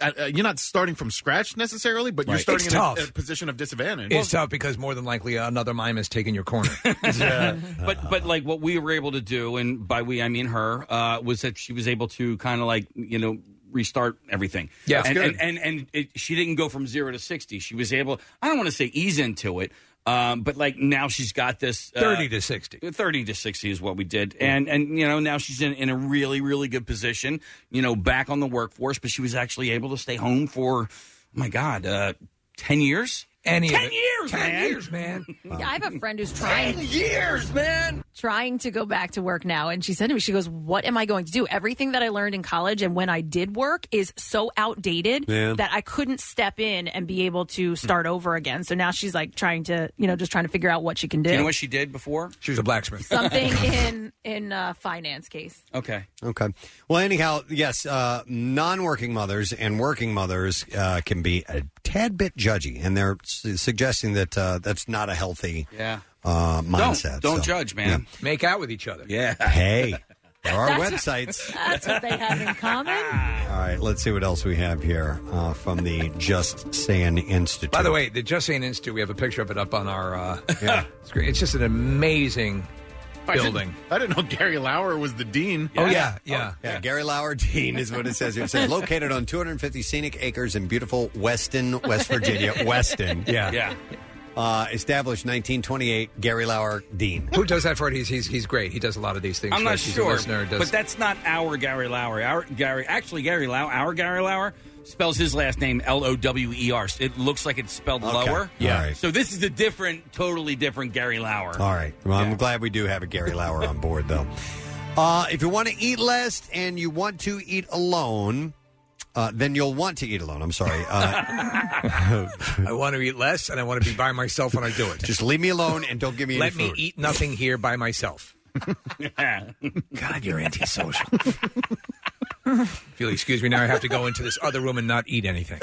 S8: I, I, you're not starting from scratch necessarily, but you're
S4: Right.
S8: starting
S4: It's
S8: in a,
S4: tough.
S8: a position of disadvantage.
S4: It's tough because more than likely another mime has taken your corner.
S6: but but like what we were able to do, and by we I mean her, uh, was that she was able to kind of like you know restart everything.
S4: Yeah. That's
S6: and
S4: good.
S6: and and, and it, she didn't go from zero to sixty. She was able. I don't want to say ease into it. Um, but like now she's got this
S4: 30 to 60
S6: 30 to 60 is what we did and and you know now she's in, in a really really good position you know back on the workforce but she was actually able to stay home for oh my god uh 10 years
S4: Any of
S6: 10
S4: it.
S6: years
S4: 10
S6: man
S4: years man
S3: Yeah, I have a friend who's trying
S4: years, man,
S3: trying to go back to work now, and she said to me, "She goes, what am I going to do? Everything that I learned in college and when I did work is so outdated
S14: Yeah.
S3: that I couldn't step in and be able to start over again." So now she's like trying to, you know, just trying to figure out what she can do.
S6: you know what she did before
S4: she was a blacksmith
S3: Something in in uh, finance case.
S6: Okay.
S2: Okay. Well, anyhow, yes, uh, non-working mothers and working mothers uh, can be a tad bit judgy, and they're su- suggesting that uh, that's not a healthy
S6: yeah
S2: uh, mindset.
S6: don't don't
S2: So,
S6: judge man
S4: make out with each other
S6: yeah
S2: Hey, there are websites.
S3: That's what they have in common.
S2: All right, let's see what else we have here uh, from the Just Saying Institute.
S4: By the way, the Just Saying Institute, we have a picture of it up on our uh, screen. It's just an amazing
S8: I didn't-
S4: building.
S8: I didn't know Gary Lauer was the dean.
S4: Oh, yeah, yeah.
S2: Yeah, Gary Lauer Dean is what it says here. It says located on 250 scenic acres in beautiful Weston, West Virginia. Weston, yeah,
S6: yeah.
S2: Uh, established 1928. Gary Lauer Dean.
S4: Who does that for it? He's, he's, he's great. He does a lot of these things.
S6: I'm
S4: for
S6: not
S4: us. He's a
S6: sure,
S4: listener, does-
S6: but that's not our Gary Lauer. Our Gary, actually, Gary Lauer, our Gary Lauer spells his last name L O W E R. It looks like it's spelled
S2: Okay.
S6: lower.
S2: Yeah. All right.
S6: So this is a different, totally different Gary Lauer.
S2: All right. Well, I'm glad we do have a Gary Lauer on board, though. Uh, if you want to eat less and you want to eat alone, uh, then you'll want to eat alone. I'm sorry. Uh,
S4: I want to eat less, and I want to be by myself when I do it.
S2: Just leave me alone and don't give me any
S4: Let me
S2: food.
S4: eat nothing here by myself. God, you're antisocial. if you'll excuse me, now I have to go into this other room and not eat anything.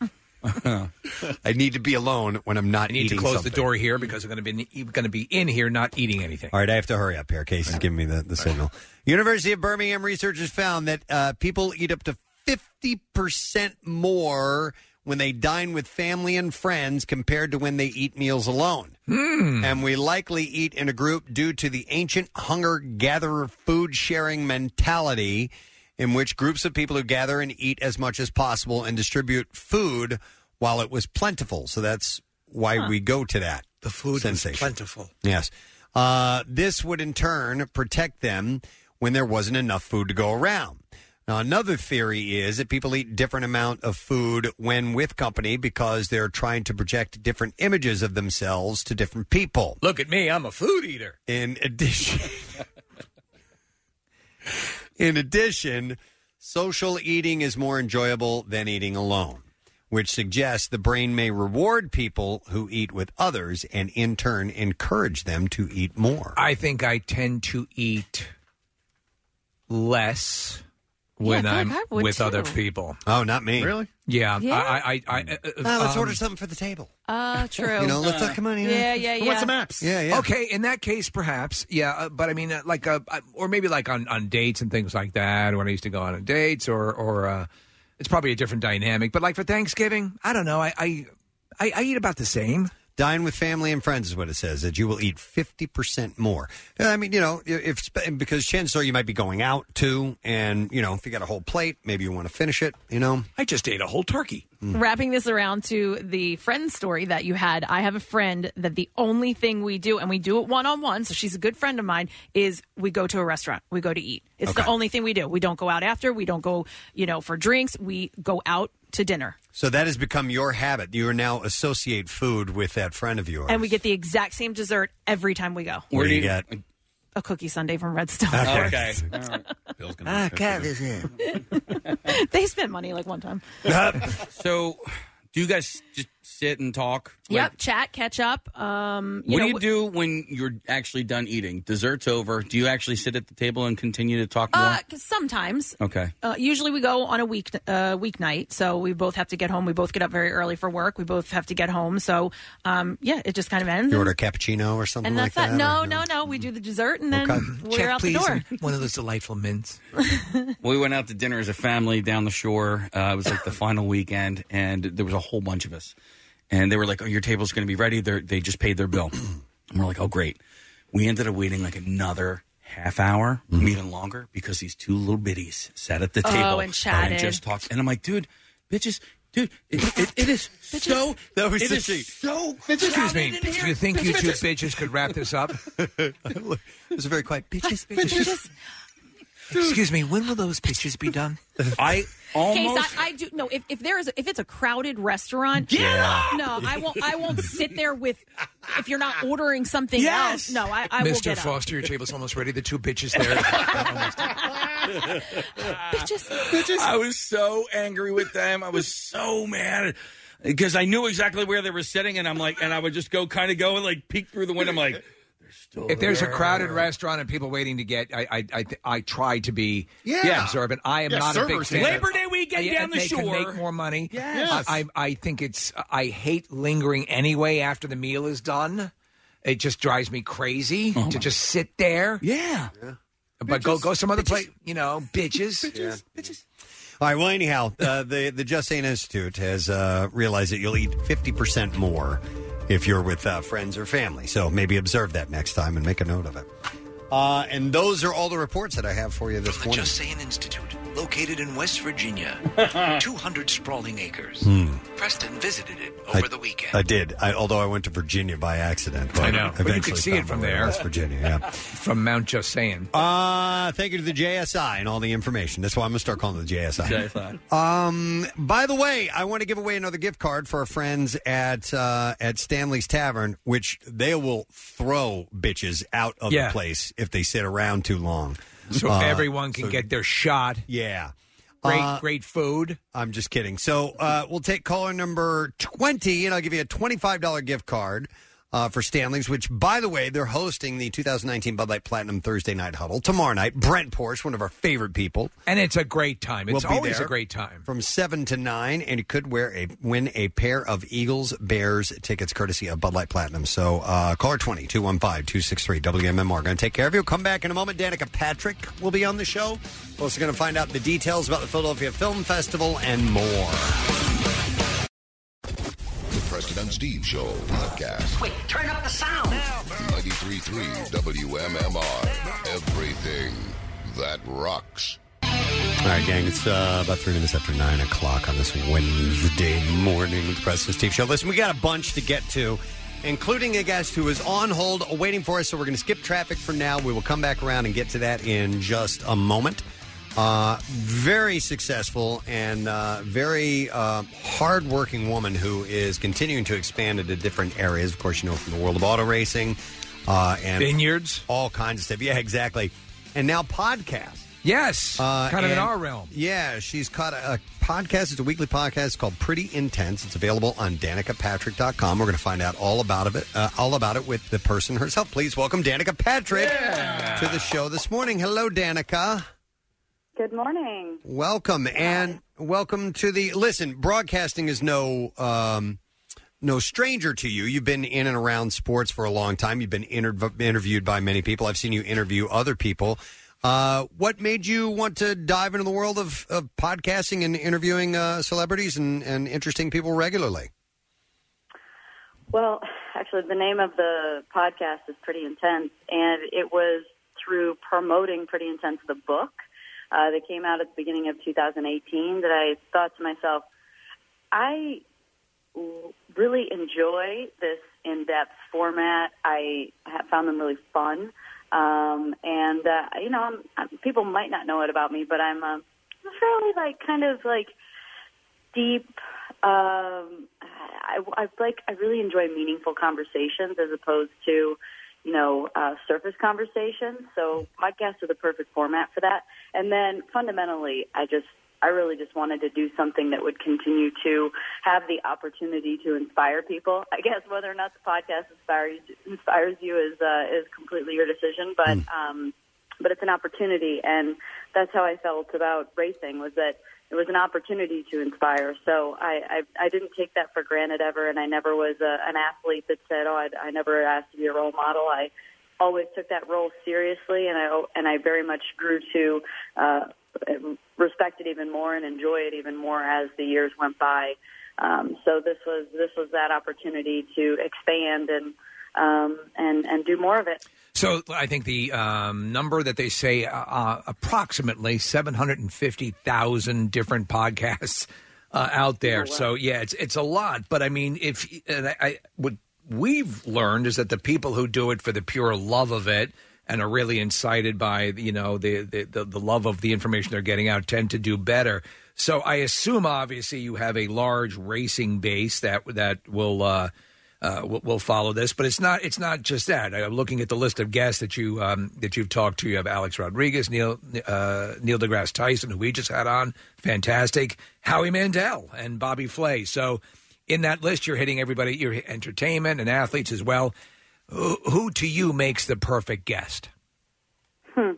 S2: I need to be alone when I'm not
S4: I need
S2: eating
S4: to close
S2: something.
S4: the door here because I'm going to be going to be in here not eating anything.
S2: All right, I have to hurry up here. Casey's giving me the, the signal. University of Birmingham researchers found that uh, people eat up to 50% more when they dine with family and friends compared to when they eat meals alone.
S11: Hmm.
S2: And we likely eat in a group due to the ancient hunger gatherer food sharing mentality, in which groups of people who gather and eat as much as possible and distribute food while it was plentiful. So that's why
S4: Huh.
S2: we go to that. The
S4: food
S2: sensation.
S4: plentiful.
S2: Yes. Uh, this would in turn protect them when there wasn't enough food to go around. Now, another theory is that people eat different amount of food when with company because they're trying to project different images of themselves to different people.
S4: Look at me, I'm a food eater.
S2: In addition, in addition, social eating is more enjoyable than eating alone, which suggests the brain may reward people who eat with others and in turn encourage them to eat more.
S4: I think I tend to eat less when
S2: Yeah, I
S4: I'm
S2: feel like I would,
S4: with other
S2: too.
S4: people.
S2: Oh, not me. Really?
S4: Yeah.
S2: Yeah.
S4: um, I, I, I, I, uh,
S2: Ah, let's
S4: um,
S2: order something for the table.
S3: Uh, true.
S2: Oh. You know, let's not come on here.
S3: Yeah, yeah, yeah.
S2: Yeah, yeah.
S4: Okay, in that case, perhaps, yeah. Uh, but I mean, uh, like, uh, uh, or maybe like on, on dates and things like that. When I used to go on dates, or or uh, it's probably a different dynamic. But like for Thanksgiving, I don't know. I I, I, I eat about the same.
S2: Dine with family and friends is what it says that you will eat fifty percent more. I mean, you know, if because chances are you might be going out too, and you know, if you got a whole plate, maybe you want to finish it. You know, Mm.
S4: I just ate a whole turkey.
S3: Wrapping this around to the friend story that you had, I have a friend that the only thing we do, and we do it one on one, so she's a good friend of mine, is we go to a restaurant. We go to eat. It's the
S2: Okay.
S3: only thing we do. We don't go out after. We don't go, you know, for drinks. We go out to dinner.
S2: So that has become your habit. You now associate food with that friend of yours.
S3: And we get the exact same dessert every time we go.
S2: Where do you get?
S3: A cookie sundae from Redstone.
S2: Okay.
S3: Ah, cat is they spent money like one time.
S6: so, do you guys just sit and talk? Like,
S3: yep, chat, catch up. Um, you
S6: what
S3: know,
S6: do you do when you're actually done eating? Dessert's over. Do you actually sit at the table and continue to talk more?
S3: Uh, 'cause sometimes.
S6: okay.
S3: Uh, usually we go on a week uh, weeknight, so we both have to get home. We both get up very early for work. We both have to get home, so um, yeah, it just kind of ends.
S2: You order a cappuccino or something
S3: and
S2: like
S3: that's
S2: that?
S3: that.
S2: or-
S3: No, no, no. We do the dessert and then
S2: Okay.
S3: we're out the door.
S6: One of those delightful mints. we went out to dinner as a family down the shore. Uh, it was like the final weekend, and there was a whole bunch of us. And they were like, "Oh, your table's going to be ready." They're, they just paid their bill, and we're like, "Oh, great." We ended up waiting like another half hour, even longer, because these two little biddies sat at the
S3: Mm-hmm. Oh,
S6: table
S3: and chatted.
S6: just talked. And I'm like, "Dude, bitches." Dude, it, it, it is so.
S4: That was
S6: it
S4: such
S6: is
S4: a-
S6: so.
S4: Excuse me.
S6: crowded in
S4: Do
S6: here.
S4: you think you two
S6: Bitches.
S4: bitches could wrap this up? it
S2: was very quiet. Bitches,
S4: bitches. Excuse me. When will those pictures be done?
S6: I
S3: Case, I, I do no. If, if there is if it's a crowded restaurant,
S4: Get Yeah. up!
S3: no, I won't. I won't sit there with. If you're not ordering something
S4: Yes!
S3: else, no, I, I will
S4: Mr.
S3: get
S4: Foster, your table's almost ready. The two bitches there.
S3: up. Bitches,
S6: I was so angry with them. I was so mad because I knew exactly where they were sitting, and I'm like, and I would just go kind of go and like peek through the window. I'm like,
S4: if there's a crowded restaurant and people waiting to get, I I I, I try to be
S6: Yeah.
S4: observant. I am
S6: Yeah,
S4: not a big
S6: servers,
S4: fan.
S6: Labor Day weekend
S4: Yeah,
S6: down the
S4: they can
S6: shore.
S4: make more money.
S6: Yes.
S4: I, I I think it's I hate lingering anyway after the meal is done. It just drives me crazy to just sit there.
S6: Oh Yeah.
S4: But go go some other place, you know, bitches.
S2: Bitches. All right. Well, anyhow, uh, the the Just Saying Institute has uh, realized that you'll eat fifty percent more if you're with uh, friends or family. So maybe observe that next time and make a note of it. Uh, and those are all the reports that I have for you this
S13: The
S2: morning.
S13: Just Saying Institute, located in West Virginia, 200 sprawling acres.
S2: Hmm.
S13: Preston visited it
S2: I-
S13: over the weekend.
S2: I did. I, although I went to Virginia by accident. But
S4: I know. But you could
S2: eventually
S4: see it
S2: found
S4: from
S2: my way to
S4: there.
S2: West Virginia. Yeah.
S4: from Mount Just Saying.
S2: Uh, thank you to the JSI and all the information. That's why I'm going to start calling it the JSI.
S6: JSI.
S2: Um, by the way, I want to give away another gift card for our friends at uh, at Stanley's Tavern, which they will throw bitches out of
S4: Yeah.
S2: the place if they sit around too long.
S4: So
S2: Uh,
S4: everyone can
S2: so-
S4: get their shot.
S2: Yeah.
S4: Great,
S2: Uh,
S4: great food.
S2: I'm just kidding. So uh, we'll take caller number 20, and I'll give you a $25 gift card uh, for Stanley's, which, by the way, they're hosting the 2019 Bud Light Platinum Thursday Night Huddle tomorrow night. Brent Porsche, one of our favorite people.
S4: And it's a great time. It's
S2: will be
S4: always
S2: there
S4: a great time.
S2: From 7 to 9, and you could wear a win a pair of Eagles Bears tickets courtesy of Bud Light Platinum. So uh, caller 20 215 263 WMMR. Going to take care of you. Come back in a moment. Danica Patrick will be on the show. We're also going to find out the details about the Philadelphia Film Festival and more.
S1: The Preston and Steve Show podcast.
S9: Wait, turn up the sound.
S1: 93.3 WMMR. Everything that rocks.
S2: All right, gang, it's uh, about three minutes after nine o'clock on this Wednesday morning with the Preston Steve Show. Listen, we got a bunch to get to, including a guest who is on hold waiting for us, so we're going to skip traffic for now. We will come back around and get to that in just a moment. Uh, very successful and uh, very uh, hardworking woman who is continuing to expand into different areas. Of course, you know from the world of auto racing uh, and
S4: vineyards,
S2: all kinds of stuff. Yeah, exactly. And now podcasts.
S4: Yes,
S2: uh,
S4: kind of in
S2: and-
S4: our realm.
S2: Yeah, she's caught a, a podcast. It's a weekly podcast It's called Pretty Intense. It's available on danicapatrick.com. We're going to find out all about of it, uh, all about it with the person herself. Please welcome Danica Patrick to the show this morning. Hello, Danica.
S14: Good morning.
S2: Welcome and welcome to the listen. Broadcasting is no um, no stranger to you. You've been in and around sports for a long time. You've been inter- interviewed by many people. I've seen you interview other people. Uh, what made you want to dive into the world of, of podcasting and interviewing uh, celebrities and, and interesting people regularly?
S14: Well, actually, the name of the podcast is Pretty Intense, and it was through promoting Pretty Intense, the book uh, that came out at the beginning of 2018, that I thought to myself, I l- really enjoy this in depth format. I ha- found them really fun. Um, and, uh, you know, I'm, i people might not know it about me, but I'm a fairly, like, kind of like deep. Um, I, I like I really enjoy meaningful conversations as opposed to, you know, uh, surface conversations. So podcasts are the perfect format for that. And then fundamentally, I just I really just wanted to do something that would continue to have the opportunity to inspire people. I guess whether or not the podcast inspires inspires you is uh, is completely your decision, but um, but it's an opportunity, and that's how I felt about racing was that it was an opportunity to inspire. So I I, I didn't take that for granted ever, and I never was a, an athlete that said, oh, I, I never asked to be a role model. I always took that role seriously, and I and I very much grew to uh, respect it even more and enjoy it even more as the years went by. Um, so this was this was that opportunity to expand and um, and and do more of it.
S4: So I think the um, number that they say uh, uh, approximately 750,000 different podcasts uh, out there. So yeah, it's it's a lot, but I mean if and I, I what we've learned is that the people who do it for the pure love of it and are really incited by you know the the, the, the love of the information they're getting out tend to do better. So I assume obviously you have a large racing base that that will uh, uh, will, will follow this, but it's not it's not just that. I'm looking at the list of guests that you um, that you've talked to. You have Alex Rodriguez, Neil uh, Neil deGrasse Tyson, who we just had on, fantastic. Howie Mandel and Bobby Flay. So in that list, you're hitting everybody. You're hit- entertainment and athletes as well. Who, who to you makes the perfect guest?
S14: Hmm.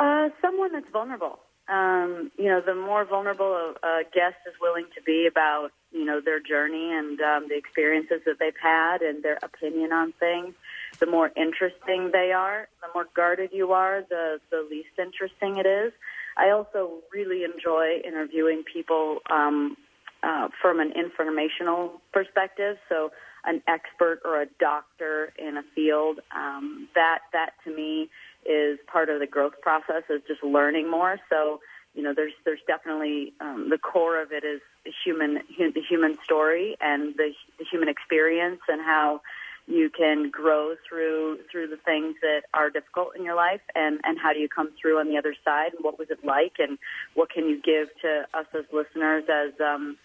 S14: Uh, someone that's vulnerable. Um, you know, the more vulnerable a, a guest is willing to be about, you know, their journey and um, the experiences that they've had and their opinion on things, the more interesting they are, the more guarded you are, the, the least interesting it is. I also really enjoy interviewing people um, uh, from an informational perspective. So, an expert or a doctor in a field. Um, that that to me is part of the growth process is just learning more. So you know, there's there's definitely um, the core of it is human hu- the human story and the, the human experience and how you can grow through through the things that are difficult in your life and and how do you come through on the other side and what was it like and what can you give to us as listeners as um,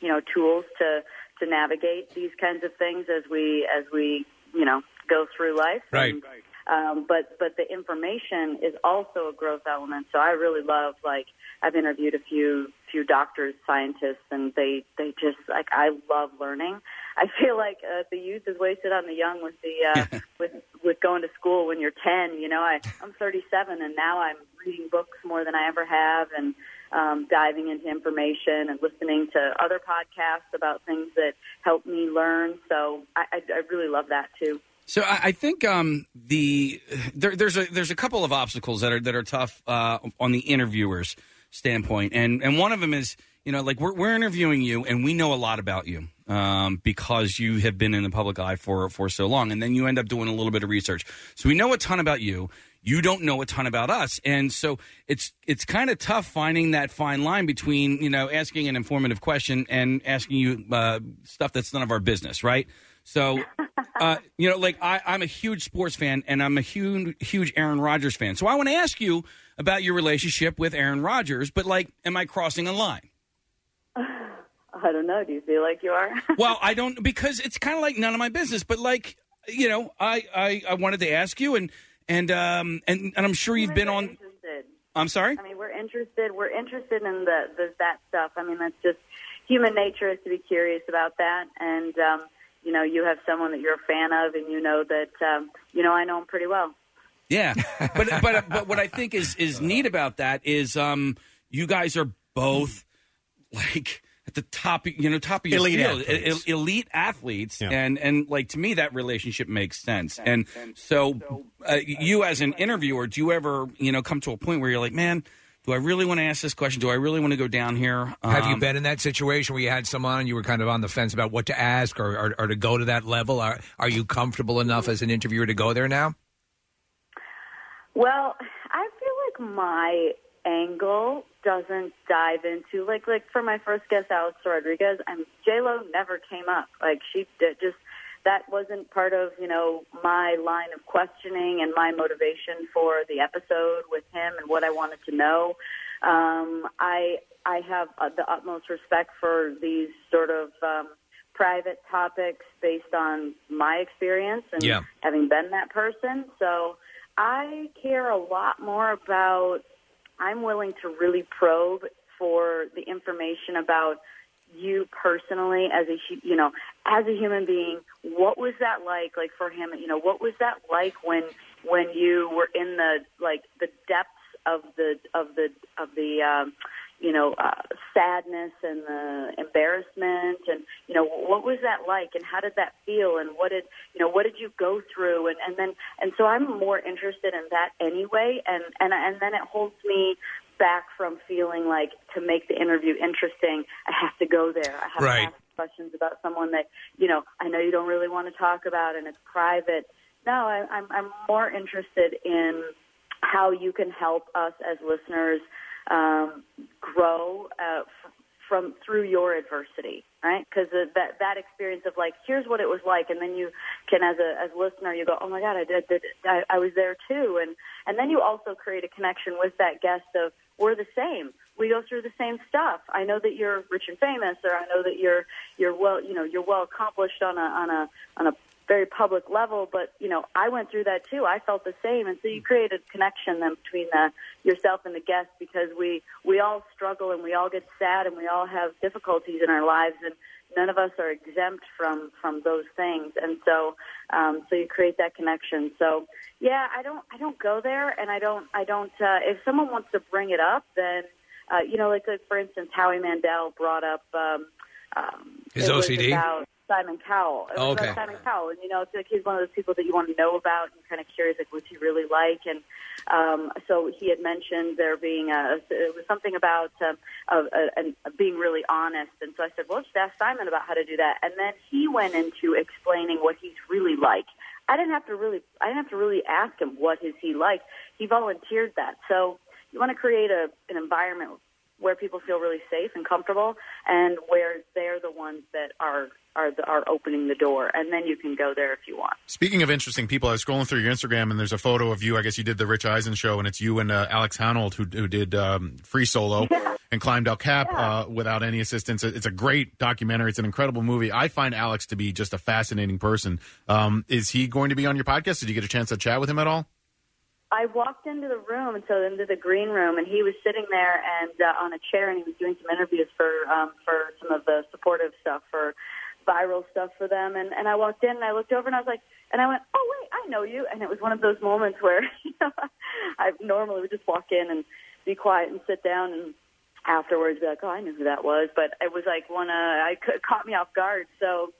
S14: you know tools to to navigate these kinds of things as we as we you know go through life
S16: Right.
S14: um, but but the information is also a growth element. So I really love like I've interviewed a few few doctors, scientists, and they they just like I love learning. I feel like uh, the youth is wasted on the young with the uh, with with going to school when you're ten. You know, I I'm 37 and now I'm reading books more than I ever have, and um, diving into information and listening to other podcasts about things that help me learn. So I I, I really love that too.
S6: So I, I think um, the there, there's a there's a couple of obstacles that are that are tough uh, on the interviewer's standpoint, and and one of them is you know like we're we're interviewing you and we know a lot about you um, because you have been in the public eye for for so long, and then you end up doing a little bit of research. So we know a ton about you. You don't know a ton about us, and so it's it's kind of tough finding that fine line between you know asking an informative question and asking you uh, stuff that's none of our business, right? So, uh, you know, like I, I'm a huge sports fan and I'm a huge, huge Aaron Rodgers fan. So I want to ask you about your relationship with Aaron Rodgers, but like, am I crossing a line?
S14: I don't know. Do you feel like you are?
S6: Well, I don't because it's kind of like none of my business. But like, you know, I, I, I wanted to ask you and and um and, and I'm sure you've been on.
S14: interested.
S6: I'm sorry.
S14: I mean, we're interested. We're interested in the, the that stuff. I mean, that's just human nature is to be curious about that. And um, you know, you have someone that you're a fan of, and you know that um, you know I know him pretty well.
S6: Yeah, but but but what I think is is neat about that is um you guys are both like at the top you know top of your
S2: Elite
S6: field,
S2: athletes.
S6: E- elite athletes,
S2: Yeah.
S6: and and like to me that relationship makes sense. And so uh, you as an interviewer, do you ever you know come to a point where you're like, man, do I really want to ask this question? Do I really want to go down here?
S4: Have you
S6: Um,
S4: been in that situation where you had someone and you were kind of on the fence about what to ask or, or, or to go to that level? Are, are you comfortable enough as an interviewer to go there now?
S14: Well, I feel like my angle doesn't dive into like like for my first guest, Alex Rodriguez. I'm J Lo never came up. Like she did just that wasn't part of you know my line of questioning and my motivation for the episode with him and what I wanted to know. Um, I I have uh, the utmost respect for these sort of um, private topics based on my experience and
S16: Yeah.
S14: having been that person. So I care a lot more about I'm willing to really probe for the information about you personally as a hu- you know as a human being what was that like like for him you know what was that like when when you were in the like the depths of the of the of the um you know uh, sadness and the embarrassment and you know what was that like and how did that feel and what did you know what did you go through and and then and so I'm more interested in that anyway and and and then it holds me back from feeling like to make the interview interesting I have to go there I have
S16: Right.
S14: to ask questions about someone that you know I know you don't really want to talk about and it's private no I, I'm I'm more interested in how you can help us as listeners um, grow uh, f- from through your adversity, right? Because that that experience of like, here's what it was like, and then you can, as a as a listener, you go, oh my god, I did, did I, I was there too, and and then you also create a connection with that guest of we're the same, we go through the same stuff. I know that you're rich and famous, or I know that you're you're well, you know, you're well accomplished on a on a on a very public level, but you know, I went through that too. I felt the same, and so you create a connection then between the yourself and the guest because we we all struggle and we all get sad and we all have difficulties in our lives, and none of us are exempt from from those things. And so, um, so you create that connection. So, yeah, I don't I don't go there, and I don't I don't. Uh, if someone wants to bring it up, then uh, you know, like, like for instance, Howie Mandel brought up. Um, um,
S4: His
S14: it was
S4: OCD?
S14: about Simon Cowell. It was
S4: Oh,
S14: about
S4: okay.
S14: Simon Cowell, and you know, it's like he's one of those people that you want to know about, and you're kind of curious, like, what's he really like? And um, so he had mentioned there being a, it was something about um, of a, an being really honest, and so I said, well, just ask Simon about how to do that, and then he went into explaining what he's really like. I didn't have to really, I didn't have to really ask him what is he like. He volunteered that, so you want to create a an environment where people feel really safe and comfortable, and where they're the ones that are are the, are opening the door, and then you can go there if you want.
S8: Speaking of interesting people, I was scrolling through your Instagram and there's a photo of you. I guess you did the Rich Eisen show, and it's you and uh, Alex Honnold who, who did um, free solo and climbed El Cap uh, without any assistance. It- It's a great documentary. It's an incredible movie. I find Alex to be just a fascinating person. Um, is he going to be on your podcast? Did you get a chance to chat with him at all?
S14: I walked into the room, and so into the green room, and he was sitting there and uh, on a chair, and he was doing some interviews for um, for some of the supportive stuff for viral stuff for them. And and I walked in, and I looked over, and I was like, and I went, oh wait, I know you. And it was one of those moments where you know, I normally would just walk in and be quiet and sit down and afterwards be like, oh, I knew who that was. But it was like one, uh, I it caught me off guard. So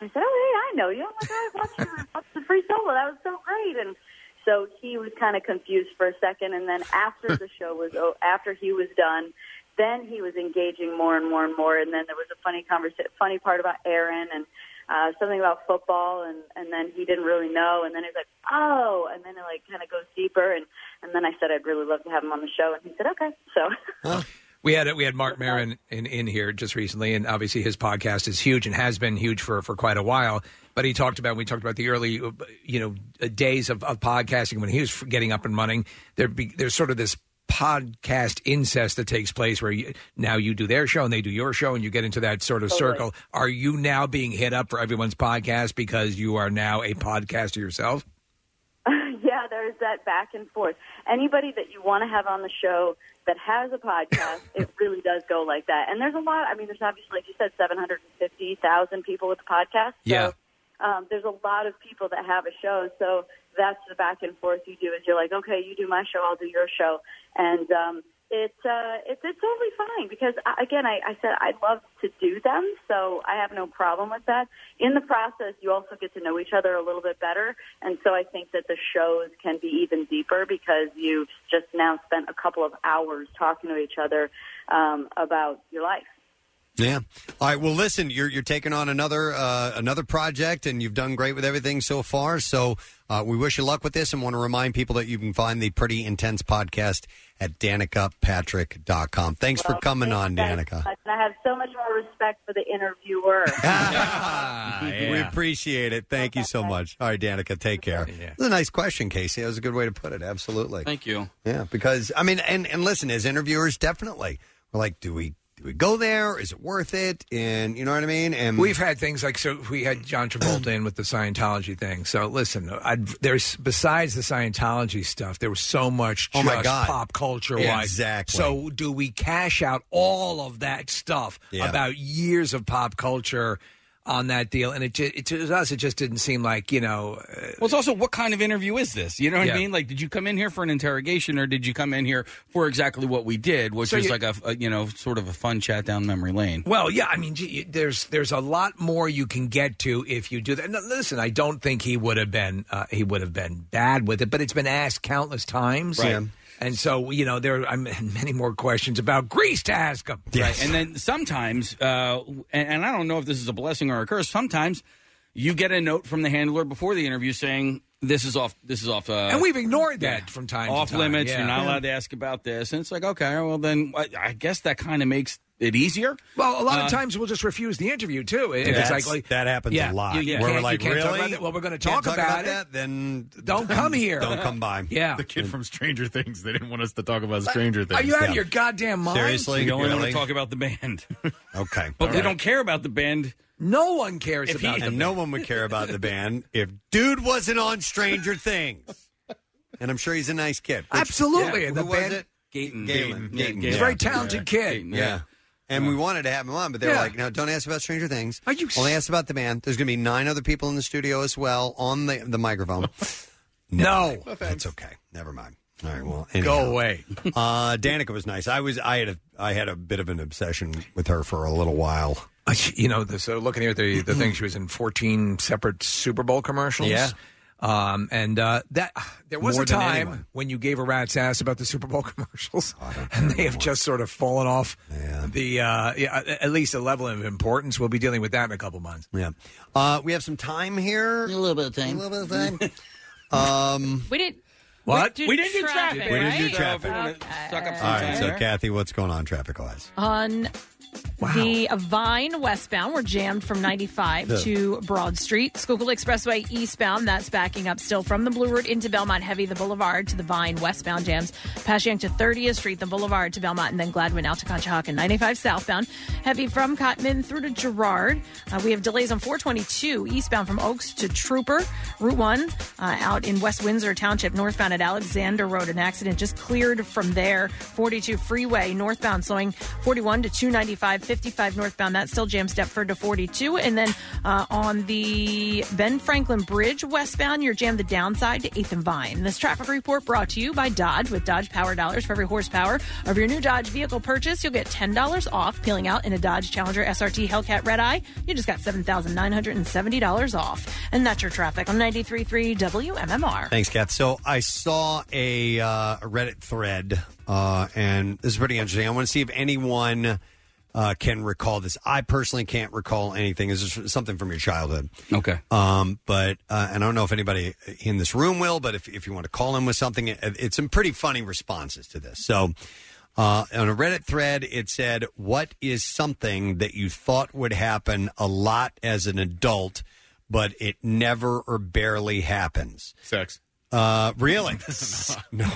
S14: I said, oh, hey, I know you. Oh my God, I watched, your, watched the free solo. That was so great. And so he was kind of confused for a second. And then after the show was, o after he was done, then he was engaging more and more and more. And then there was a funny conversation, funny part about Aaron and uh, something about football. And, and then he didn't really know. And then he was like, oh, and then it like kind of goes deeper. And, and then I said, I'd really love to have him on the show. And he said, okay. So.
S4: We had we had Mark Marin in, in here just recently, and obviously his podcast is huge and has been huge for, for quite a while. But he talked about we talked about the early uh, you know days of, of podcasting when he was getting up and running. There be, there's sort of this podcast incest that takes place where you, now you do their show and they do your show and you get into that sort of
S19: Totally.
S4: circle. Are you now being hit up for everyone's podcast because you are now a podcaster yourself?
S14: yeah, there's that back and forth. Anybody that you want to have on the show that has a podcast, it really does go like that. And there's a lot. I mean, there's obviously, like you said, 750,000 people with the podcast.
S16: Yeah.
S14: Um, there's a lot of people that have a show, so that's the back and forth you do. Is you're like, okay, you do my show, I'll do your show, and um, it's uh, it's it's totally fine because I, again, I, I said I love to do them, so I have no problem with that. In the process, you also get to know each other a little bit better, and so I think that the shows can be even deeper because you've just now spent a couple of hours talking to each other um, about your life.
S2: Yeah. All right. Well, listen, you're you're taking on another uh, another project, and you've done great with everything so far. So uh, we wish you luck with this, and want to remind people that you can find the Pretty Intense podcast at DanicaPatrick.com. Thanks for coming on, Danica.
S14: And I have so much more respect for the interviewer.
S6: Ah,
S2: We appreciate it. Thank you so much. All right, Danica, take care. That's a nice question, Casey. That was a good way to put it. Absolutely.
S6: Thank you.
S2: Yeah, because I mean, and and listen, as interviewers, definitely we're like, do we do we go there? Is it worth it? And you know what I mean? And
S4: We've had things like so. We had John Travolta in with the Scientology thing. So listen, i there's besides the Scientology stuff, there was so much
S2: Oh,
S4: just
S2: my God.
S4: pop culture wise.
S2: Exactly.
S4: So do we cash out all of that stuff
S2: Yeah.
S4: about years of pop culture on that deal? And it, ju- it to us, it just didn't seem like you know. Uh,
S6: Well, it's also what kind of interview is this? You know what
S4: Yeah.
S6: I mean? Like, did you come in here for an interrogation, or did you come in here for exactly what we did, which
S4: So
S6: is
S4: you-
S6: like a, a, you know sort of a fun chat down memory lane?
S4: Well, yeah, I mean, gee, you- there's there's a lot more you can get to if you do that. Now, listen, I don't think he would have been uh, he would have been bad with it, but it's been asked countless times,
S6: Right. Yeah.
S4: and so you know there are I'm, many more questions about Greece to ask him.
S6: Right. And then sometimes, uh, and, and I don't know if this is a blessing or a curse. Sometimes you get a note from the handler before the interview saying this is off. This is off. Uh,
S4: and we've ignored that from time
S6: off
S4: to time.
S6: limits.
S4: Yeah.
S6: You're not allowed to ask about this. And it's like, okay, well then, I, I guess that kind of makes it easier.
S4: Well, a lot
S6: Uh,
S4: of times we'll just refuse the interview too. If
S6: That's-
S4: it's like, like-
S6: that happens a
S4: yeah,
S6: lot.
S4: You, you
S6: Where we're
S4: can't, you
S6: like,
S4: can't talk
S6: really?
S4: about that. Well, we're going to
S6: Can't
S4: talk,
S6: talk
S4: about,
S6: about
S4: it.
S6: that?
S2: Then
S4: don't come here.
S8: Don't come
S2: by.
S4: Yeah,
S8: the kid from Stranger Things. They didn't want us to talk about Stranger Things.
S4: Are you out of your goddamn mind?
S6: We don't want to talk about the band.
S2: okay,
S6: but
S2: all
S6: we
S2: right.
S6: don't care about the band.
S4: No one cares
S6: If he-
S2: and no one would care about the band if dude wasn't on Stranger Things. And I'm sure he's a nice kid. Which-
S4: Absolutely.
S2: Yeah,
S4: And the
S2: who was
S4: band-
S2: it?
S6: Galen.
S2: Galen.
S4: Yeah,
S2: Galen,
S4: He's a
S2: yeah.
S4: very talented kid. Galen,
S2: Yeah.
S4: yeah.
S2: And we wanted to have him on, but they were
S4: Yeah.
S2: like, no, don't ask about Stranger Things.
S4: Are you
S2: Only ask about the band. There's going to be nine other people in the studio as well on the, the microphone.
S4: no.
S2: That's okay. Never mind. All right, well,
S4: Go away.
S2: uh, Danica was nice. I was, I had a, I had a bit of an obsession with her for a little while.
S4: Uh, You know, the- so looking at the the thing, she was in fourteen separate Super Bowl commercials.
S2: Yeah.
S4: Um, and uh, that there was
S2: More
S4: a
S2: than
S4: time
S2: anyone.
S4: when you gave a rat's ass about the Super Bowl commercials, and they have just sort of fallen off the uh, yeah, a- at least a level of importance. We'll be dealing with that in a couple months.
S2: Yeah, uh, we have some time here. A little bit of time. A little bit of time. um,
S3: We didn't.
S2: What?
S3: We,
S2: We
S3: didn't do traffic.
S2: We didn't do
S3: right?
S2: traffic. all right, so Kathy, what's going on traffic wise?
S3: on the Vine westbound. We're jammed from 95
S2: Yeah.
S3: to Broad Street. Schuylkill Expressway eastbound. That's backing up still from the Blue Route into Belmont Heavy, the Boulevard to the Vine westbound jams. Passyunk to 30th Street, the Boulevard to Belmont, and then Gladwin out to Conshohocken. 95 southbound. Heavy from Cotman through to Girard. Uh, we have delays on 422 eastbound from Oaks to Trooper. Route 1 uh, out in West Windsor Township, northbound at Alexander Road. An accident just cleared from there. 42 freeway, northbound, slowing 41 to 295, 55 northbound. That still jams Stepford to 42. And then uh, on the Ben Franklin Bridge westbound, you're jammed the downside to 8th and Vine. This traffic report brought to you by Dodge with Dodge Power Dollars. For every horsepower of your new Dodge vehicle purchase, you'll get $10 off peeling out in a Dodge Challenger SRT Hellcat Red Eye. You just got $7,970 off. And that's your traffic on 93.3 WMMR.
S2: Thanks, Kath. So I saw a uh, Reddit thread, uh, and this is pretty interesting. I want to see if anyone uh, can recall this. I personally can't recall anything. This is something from your childhood.
S6: Okay.
S2: Um, but uh, and I don't know if anybody in this room will, but if, if you want to call in with something, it- it's some pretty funny responses to this. So uh, on a Reddit thread, it said, "What is something that you thought would happen a lot as an adult, but it never or barely happens?"
S8: Sex.
S2: Uh, really? no.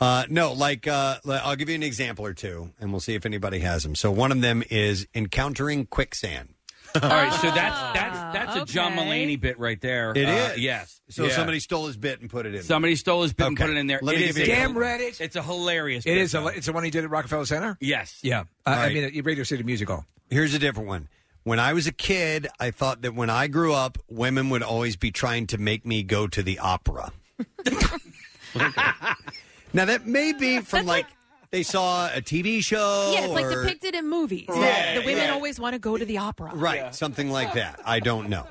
S2: Uh, no, like uh, li- I'll give you an example or two, and we'll see if anybody has them. So one of them is encountering quicksand.
S6: All right, so
S4: Ah.
S6: that's that's that's a John Mulaney bit right there.
S2: It
S6: Uh,
S2: is.
S6: Yes.
S2: So somebody stole his bit and put it in.
S6: Somebody stole his bit and put it in there.
S2: Let
S6: It
S2: me
S6: is
S2: give you
S6: a-
S2: a-
S4: Damn Reddit!
S6: It's a hilarious.
S4: It
S6: bit,
S4: is. A,
S6: though.
S4: it's the one he did at Rockefeller Center.
S6: Yes.
S4: Yeah. Uh,
S2: All
S4: I
S2: right.
S4: mean, at Radio City Music Hall.
S2: Here's a different one. When I was a kid, I thought that when I grew up, women would always be trying to make me go to the opera. now that may be from like they saw a TV show.
S3: Yeah, it's like
S2: or-
S3: depicted in movies. that
S2: Right,
S3: the women
S2: right.
S3: always want to go to the opera.
S2: Right, something like that. I don't know.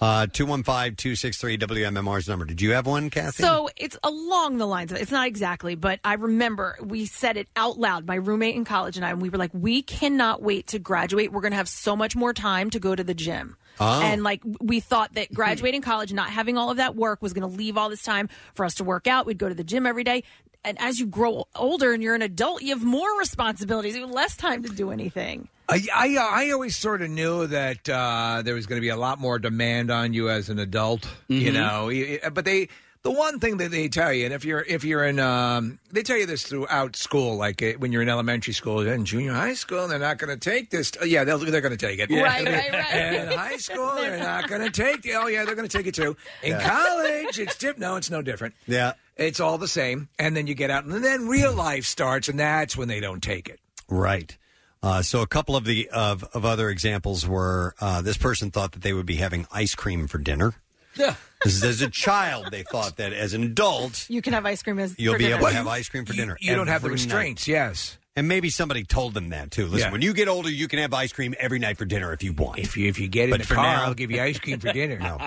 S2: Uh 215-263 WMMR's number. Did you have one, Kathy?
S3: So it's along the lines of it's not exactly, but I remember we said it out loud. My roommate in college and I, and we were like, we cannot wait to graduate. We're going to have so much more time to go to the gym.
S16: Oh.
S3: And like we thought that graduating college, not having all of that work, was going to leave all this time for us to work out. We'd go to the gym every day. And as you grow older and you're an adult, you have more responsibilities, you have less time to do anything.
S4: I I, uh, I always sort of knew that uh, there was going to be a lot more demand on you as an adult, you
S2: Mm-hmm.
S6: Mhm.
S4: know. y- y- But they The one thing that they tell you, and if you're if you're in, um, they tell you this throughout school, like uh, when you're in elementary school and junior high school, they're not going to take this. yeah, they'll, they're going to take it.
S9: Right, right,
S4: right. And high school, they're not going to take it. Oh yeah, they're going to take it too. In
S9: Yeah.
S4: college, it's dip. No, it's no different.
S2: Yeah.
S4: It's all the same. And then you get out, and then real life starts, and that's when they don't take it.
S2: Right. Uh, so a couple of the of, of other examples were uh, this person thought that they would be having ice cream for dinner.
S4: Yeah.
S2: As, as a child, they thought that as an adult,
S3: You can have ice cream as
S2: you'll
S3: for
S2: be
S3: dinner.
S2: able to have ice cream for dinner.
S4: you don't have the
S2: every night.
S4: restraints, yes.
S2: And maybe somebody told them that too. Listen,
S4: Yeah.
S2: when you get older, you can have ice cream every night for dinner if you want.
S4: If you if you get
S2: but
S4: in the
S2: for
S4: car,
S2: now,
S4: I'll give you ice cream for dinner.
S2: No.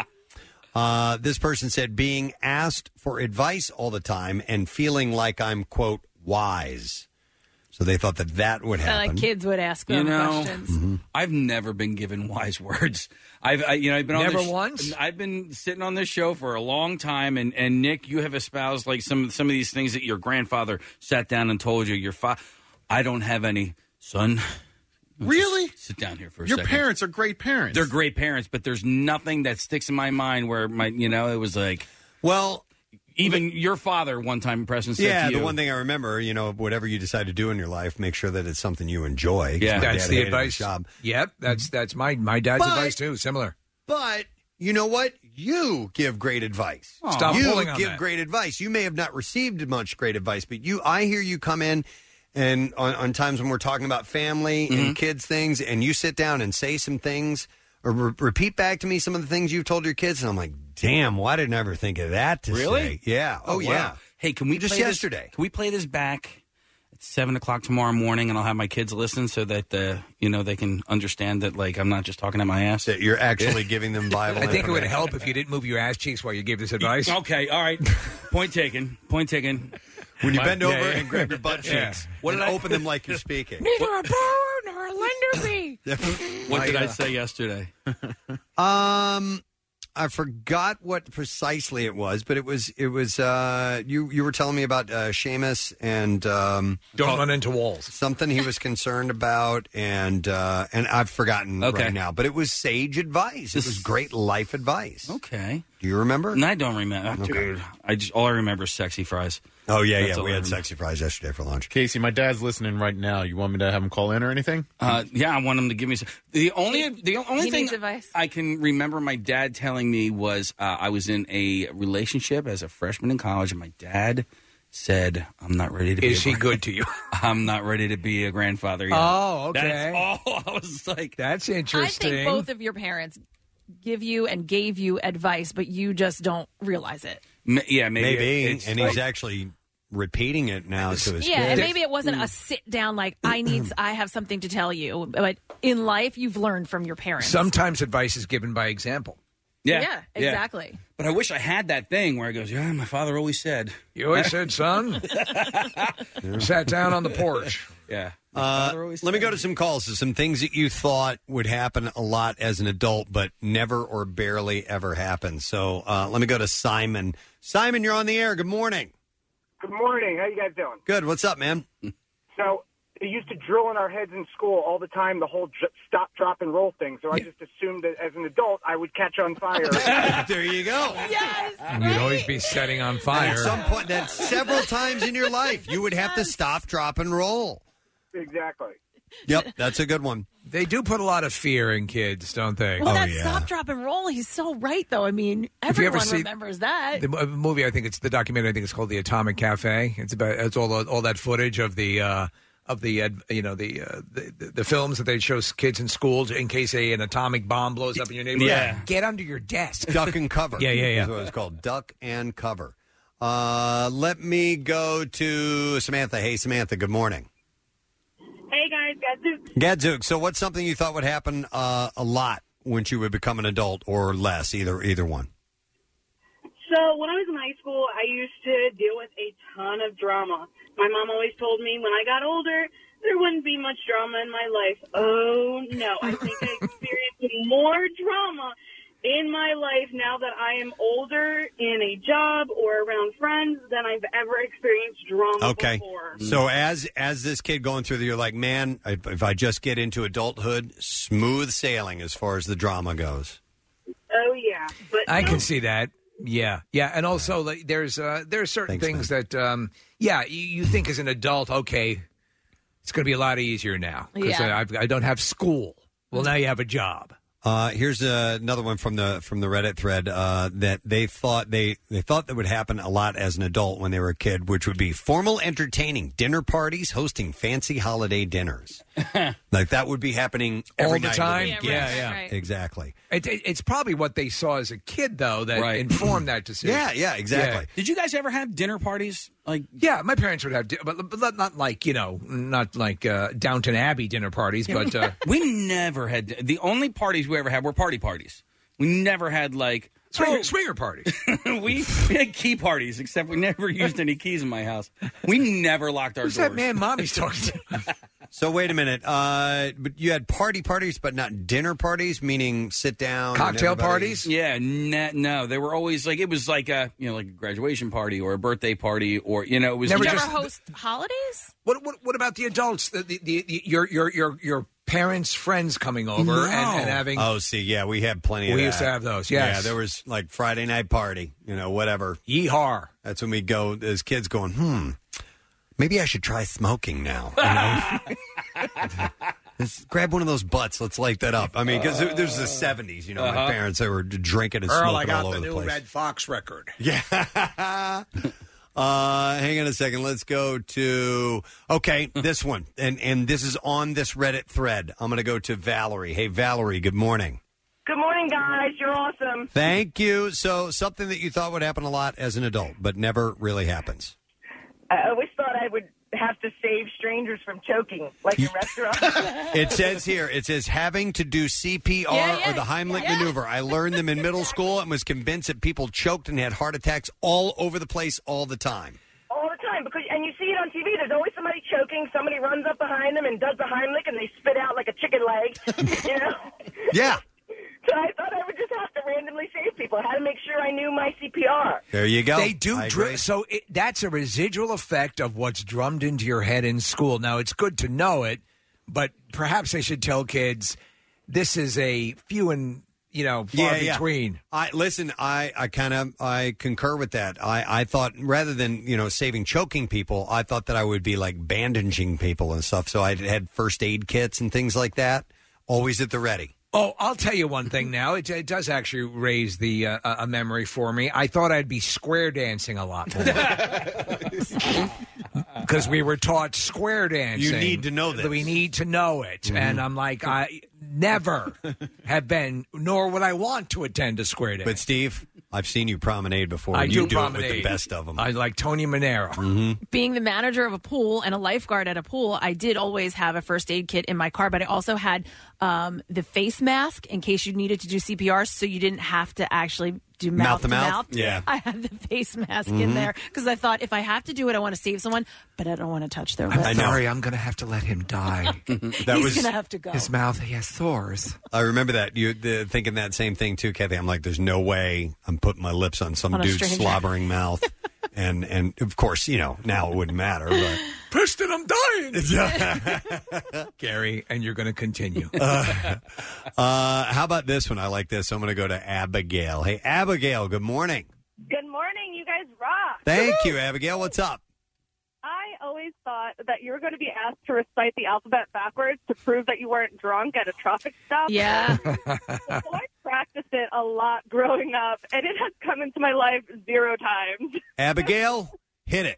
S2: Uh, this person said being asked for advice all the time and feeling like I'm quote wise. So they thought that that would
S3: Uh,
S2: happen. Mm-hmm.
S3: like kids would ask
S6: You
S3: them
S6: know,
S3: questions.
S6: I've never been given wise words. I've, I, you know, I've been
S4: Never
S6: on this,
S4: once?
S6: I've been sitting on this show for a long time, and and Nick, you have espoused like some some of these things that your grandfather sat down and told you. Your fa- I don't have any son.
S8: Really?
S6: Sit down here for a
S8: Your
S6: second.
S8: parents are great parents.
S6: They're great parents, but there's nothing that sticks in my mind where my, you know, it was like,
S2: well,
S6: even your father one time, Preston said
S2: Yeah,
S6: to you,
S2: the one thing I remember, you know, whatever you decide to do in your life, make sure that it's something you enjoy. 'Cause my
S4: that's
S2: dad
S4: the
S2: hated his
S4: advice.
S2: Job.
S4: Yep, that's that's my my dad's
S2: But-
S4: advice too. Similar.
S2: But you know what? You give great advice.
S4: Aw. Stop
S2: you
S4: pulling on
S2: give
S4: that.
S2: great advice. You may have not received much great advice, but you, I hear you come in and on, on times when we're talking about family
S4: Mm-hmm.
S2: and kids things, and you sit down and say some things or re- repeat back to me some of the things you've told your kids, and I'm like, damn, why didn't I ever think of that to
S6: Really?
S2: say? Yeah. Oh,
S6: wow.
S2: yeah.
S6: Hey, can we
S2: just
S6: play this-
S2: yesterday?
S6: can we play this back at seven o'clock tomorrow morning, and I'll have my kids listen so that the you know they can understand that like I'm not just talking at my ass. That
S2: you're actually giving them Bible.
S4: I think it would help if you didn't move your ass cheeks while you gave this advice.
S6: Okay, all right. Point taken. Point taken.
S2: When you
S6: My-
S2: bend over
S6: yeah, yeah.
S2: and grab your butt cheeks,
S6: Yeah. What
S2: and
S6: did I-
S2: open them like you're speaking.
S3: Neither a borrower nor a lender be.
S6: What did
S2: My,
S6: I
S2: uh,
S6: say yesterday?
S2: Um, I forgot what precisely it was, but it was it was uh you you were telling me about uh, Seamus and um
S4: Don't run into walls.
S2: Something he was concerned about, and uh and I've forgotten
S6: Okay.
S2: right now, but it was sage advice. It was great life advice.
S6: Okay.
S2: Do you remember?
S6: No, I don't remember, dude. I just all I remember is sexy fries.
S2: Oh yeah,
S6: That's
S2: yeah.
S6: all
S2: We
S6: I
S2: had
S6: remember.
S2: sexy fries yesterday for lunch.
S8: Casey, my dad's listening right now. You want me to have him call in or anything?
S6: Uh, yeah, I want him to give me some. The only the only
S3: he
S6: thing
S3: needs advice.
S6: I can remember my dad telling me was uh, I was in a relationship as a freshman in college, and my dad said, "I'm not ready to be."
S4: Is he good to you?
S6: I'm not ready to be a grandfather yet.
S4: Oh, okay.
S6: That's all. I was like,
S4: that's
S3: I
S4: interesting.
S3: think both of your parents give you and gave you advice, but you just don't realize it.
S6: M- yeah, maybe.
S2: Maybe,
S6: it's
S2: and
S6: like-
S2: he's actually repeating it now to his
S3: yeah,
S2: kids.
S3: and maybe it
S4: Mm.
S3: wasn't a sit down like I need, I have something to tell you. But in life, you've learned from your parents.
S4: Sometimes advice is given by example.
S6: Yeah,
S3: yeah, exactly.
S6: But I wish I had that thing where it goes, yeah, my father always said.
S4: You always said, son. Sat down on the porch.
S6: Yeah.
S2: Uh, let me go to some calls. So some things that you thought would happen a lot as an adult, but never or barely ever happened. So uh, let me go to Simon. Simon, you're on the air. Good morning.
S16: Good morning. How you guys doing?
S2: Good. What's up, man?
S16: So they used to drill in our heads in school all the time the whole dr- stop, drop, and roll thing. So I just assumed that as an adult I would catch on fire.
S2: there you go.
S16: Yes.
S4: You'd always be setting on fire.
S2: At some point, that several times in your life, you would have to stop, drop, and roll.
S16: Exactly.
S2: Yep, that's a good one. Oh,
S4: They do put a lot of fear in kids, don't they?
S3: Well, that stop, drop, and roll. He's so right, though. I mean,
S4: Have Oh, you ever
S3: everyone
S4: seen-
S3: remembers that.
S4: The mo- movie, I think it's the documentary. I think it's called the Atomic Cafe. It's about it's all all that footage of the uh, of the uh, you know the, uh, the the- the films that they show s- kids in schools in case a, an atomic bomb blows up in your neighborhood.
S2: Yeah.
S4: get under your desk.
S2: Duck and cover.
S4: yeah, yeah, yeah.
S2: Is what it's called. Duck and cover. Uh, let me go to Samantha. Hey, Samantha. Good morning.
S19: Hey guys, Gadzooks.
S2: Gadzook, so what's something you thought would happen uh, a lot once you would become an adult or less, either either one?
S19: So when I was in high school, I used to deal with a ton of drama. My mom always told me when I got older, there wouldn't be much drama in my life. Oh no, I think I experienced more drama in my life now that I am older in a job or around friends than I've ever experienced drama
S2: Okay.
S19: before.
S2: So as as this kid going through, you're like, man, if, if I just get into adulthood, smooth sailing as far as the drama goes.
S19: Oh yeah, but
S4: I can see that. Yeah, yeah, and also like, there's uh, there are certain things that um, yeah you, you think as an adult okay it's going to be a lot easier now because
S2: Yeah.
S4: I, I don't have school. Well, now you have a job.
S2: Uh, here's uh, another one from the from the Reddit thread uh, that they thought they they thought that would happen a lot as an adult when they were a kid, which would be formal entertaining dinner parties, hosting fancy holiday dinners. like that would be happening
S4: All
S2: every
S4: the
S2: night of
S4: time?
S2: week.
S4: Yeah,
S2: Yes.
S4: yeah. Right.
S2: exactly.
S4: It, it, it's probably what they saw as a kid though that informed that decision.
S2: Yeah, yeah, exactly.
S4: Did you guys ever have dinner parties? Like yeah, my parents would have, di- but, but not- not like you know not like uh, Downton Abbey dinner parties, but uh,
S6: we never had the only parties we ever had were party parties. We never had like oh.
S4: Swinger- swinger parties.
S6: we, we had key parties, except we never used any keys in my house. We never locked our
S4: who's
S6: doors.
S4: that man mommy's talking to?
S2: So wait a minute. Uh, but you had party parties, but not dinner parties, meaning sit down and everybody-
S6: Yeah, ne- no, they were always like it was like a you know like a graduation party or a birthday party or you know it was
S3: Did you
S6: just-
S3: ever host holidays?
S4: What, what what about the adults? The, the, the, the your your your your parents' friends coming over
S2: No.
S4: and, and having
S2: Oh, see, yeah, we had plenty. of
S4: We
S2: that.
S4: used to have those,
S2: yeah.
S4: yes.
S2: There was like Friday night party, you know, whatever.
S4: Yeehaw!
S2: That's when we go as kids, going, hmm, maybe I should try smoking now. You know? Let's grab one of those butts. Let's light that up. I mean, because there's the seventies, you know,
S4: Uh-huh.
S2: my parents they were drinking and
S4: Earl,
S2: smoking
S4: I got
S2: all over
S4: the
S2: the,
S4: new
S2: place.
S4: Red Fox record.
S2: Yeah. uh, hang on a second. Let's go to okay this one, and and this is on this Reddit thread. I'm going to go to Valerie. Hey, Valerie. Good morning.
S20: Good morning, guys. You're awesome.
S2: Thank you. So something that you thought would happen a lot as an adult, but never really happens.
S20: I always thought I would have to save strangers from choking, like in restaurants.
S2: It says here, it says having to do CPR
S20: Yeah, yeah,
S2: or the Heimlich maneuver. I learned them in middle school and was convinced that people choked and had heart attacks all over the place all the time.
S20: all the time because, and you see it on TV. There's always somebody choking. Somebody runs up behind them and does the Heimlich, and they spit out like a chicken leg. you know.
S2: Yeah.
S20: So I thought I would just have to randomly save people. I had to make sure I knew my CPR.
S2: There you go.
S4: They do
S2: I
S4: dri-
S2: agree.
S4: so it, that's a residual effect of what's drummed into your head in school. Now it's good to know it, but perhaps they should tell kids this is a few and you know far between.
S2: I listen. I I kind of I concur with that. I I thought rather than you know saving choking people, I thought that I would be like bandaging people and stuff. So I had first aid kits and things like that, always at the ready.
S4: Oh, I'll tell you one thing now. It, it does actually raise the uh, a memory for me. I thought I'd be square dancing a lot more because we were taught square dancing.
S2: need to know Mm-hmm.
S4: this. We need to know it, and I'm like, I never have been, nor would I want to attend a square dance.
S2: But Steve, I've seen you promenade before.
S4: I
S2: and you
S4: do
S2: do it with the
S4: promenade.
S2: best of Mm-hmm. them.
S4: I like Tony Monero.
S3: being the manager of a pool and a lifeguard at a pool, I did always have a first aid kit in my car, but I also had um, the face mask in case you needed to do CPR, so you didn't have to actually do
S2: Mouth
S3: mouth,
S2: to mouth? Yeah.
S3: I had the face mask
S2: Mhm.
S3: in there because I thought if I have to do it, I want to save someone, but I don't want to touch their.
S4: I'm
S3: wrist.
S4: sorry, I'm going to have to let him die.
S2: That
S3: He's
S2: was-
S3: gonna have to go.
S4: His mouth, he has sores.
S2: I remember that you the, thinking that same thing too, Kathy. I'm like, there's no way I'm putting my lips on some
S3: On a
S2: dude's
S3: stranger.
S2: slobbering mouth, and and of course, you know, now it wouldn't matter. But
S4: Preston, I'm dying. Gary, and you're going to continue.
S2: uh, how about this one? I like this. I'm going to go to Abigail. Hey, Abigail. Good morning.
S17: Good morning, you guys rock.
S2: Thank you, Abigail. What's up?
S17: I always thought that you were going to be asked to recite the alphabet backwards to prove that you weren't drunk at a traffic stop.
S3: Yeah.
S17: so I practiced it a lot growing up, and it has come into my life zero times.
S2: Abigail, hit it.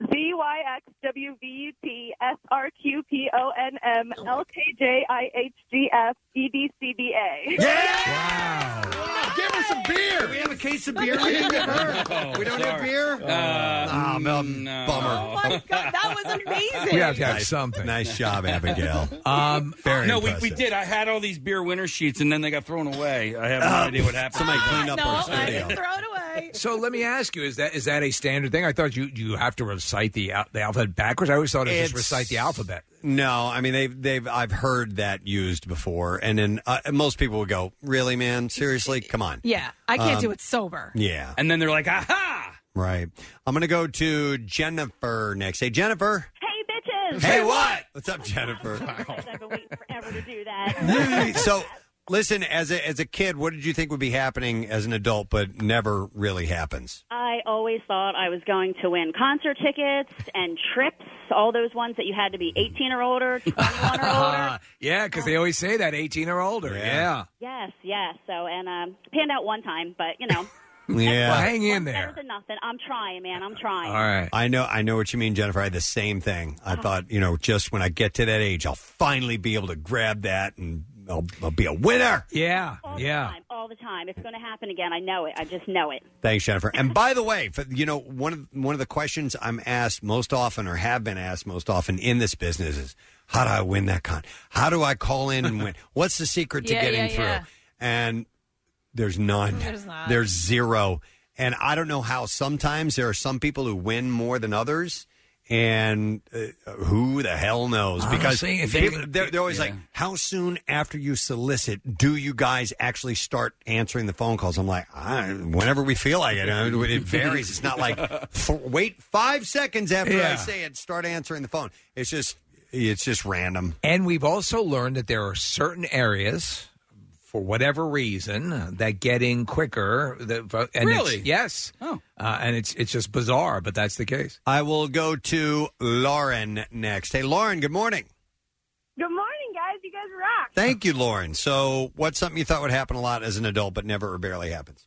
S17: Z Y X W V U T S R Q P O N M L K J I H G F E D C B A.
S9: Give her some beer. we have a case of beer? We didn't
S2: have her.
S9: We don't have
S6: Uh,
S9: beer?
S2: Ah, Melvin,
S6: Oh,
S2: bummer.
S3: that was amazing.
S4: We have to have
S2: Nice-
S4: something.
S2: Nice job, Abigail.
S4: Um,
S6: no, we, we did. I had all these beer winner sheets, and then they got thrown away. I have no
S4: Uh,
S6: idea what happened.
S4: somebody
S6: cleaned
S4: up our studio.
S3: Throw it away.
S4: So let me ask you: Is that is that a standard thing? I thought you you have to recite the al- the alphabet backwards. I always thought it was just
S2: It's-
S4: recite the alphabet.
S2: No, I mean they've they've I've heard that used before, and then uh, most people would go, "Really, man? Seriously? Come on."
S3: Yeah, I can't
S2: Um,
S3: do it sober.
S2: Yeah.
S6: And then they're like, aha!
S2: Right. I'm going to go to Jennifer next. Hey, Jennifer.
S27: Hey, bitches.
S2: What's up, Jennifer?
S27: I've been waiting forever to do that.
S2: so Listen, as a as a kid, what did you think would be happening as an adult, but never really happens?
S21: I always thought I was going to win concert tickets and trips, all those ones that you had to be 18 or older.
S4: Ah, yeah, because they always say that 18 or older. Yeah.
S21: yes, yes. So, and um, panned out one time, but you know.
S2: Yeah.
S4: Well, hang in
S21: Better than nothing. I'm trying, man. I'm trying.
S2: right. I know I know what you mean, Jennifer. I had the same thing. I thought, you know, just when I get to that age, I'll finally be able to grab that and I'll, I'll be a winner.
S4: Yeah.
S2: yeah.
S21: Time, all the time. It's going to happen again. I know it. I just know it.
S2: Thanks, Jennifer. And by the way, for, you know one of one of the questions I'm asked most often, or have been asked most often in this business, is how do I win that con? How do I call in and win? What's the secret to
S22: Yeah,
S2: getting
S22: yeah,
S2: through?
S22: yeah.
S2: And there's none.
S22: There's not.
S2: There's zero. And I don't know how. Sometimes there are some people who win more than others. And uh, who the hell knows? Because
S4: Honestly, if
S2: people-
S4: you-
S2: they're, they're always
S4: Yeah.
S2: like, how soon after you solicit do you guys actually start answering the phone calls? I'm like, I, whenever we feel like it. I mean, it varies. It's not like th- wait five seconds after I
S4: Yeah.
S2: say it, start answering the phone. It's just it's just random.
S4: And we've also learned that there are certain areas, for whatever reason, that get in quicker. That, and it's-
S2: Really?
S4: yes.
S6: Oh.
S4: Uh, and it's it's just bizarre, but that's the case.
S2: I will go to Lauren next. Hey, Lauren. Good morning.
S27: Good morning, guys. You guys rock.
S2: Thank you, Lauren. So, what's something you thought would happen a lot as an adult, but never or barely happens?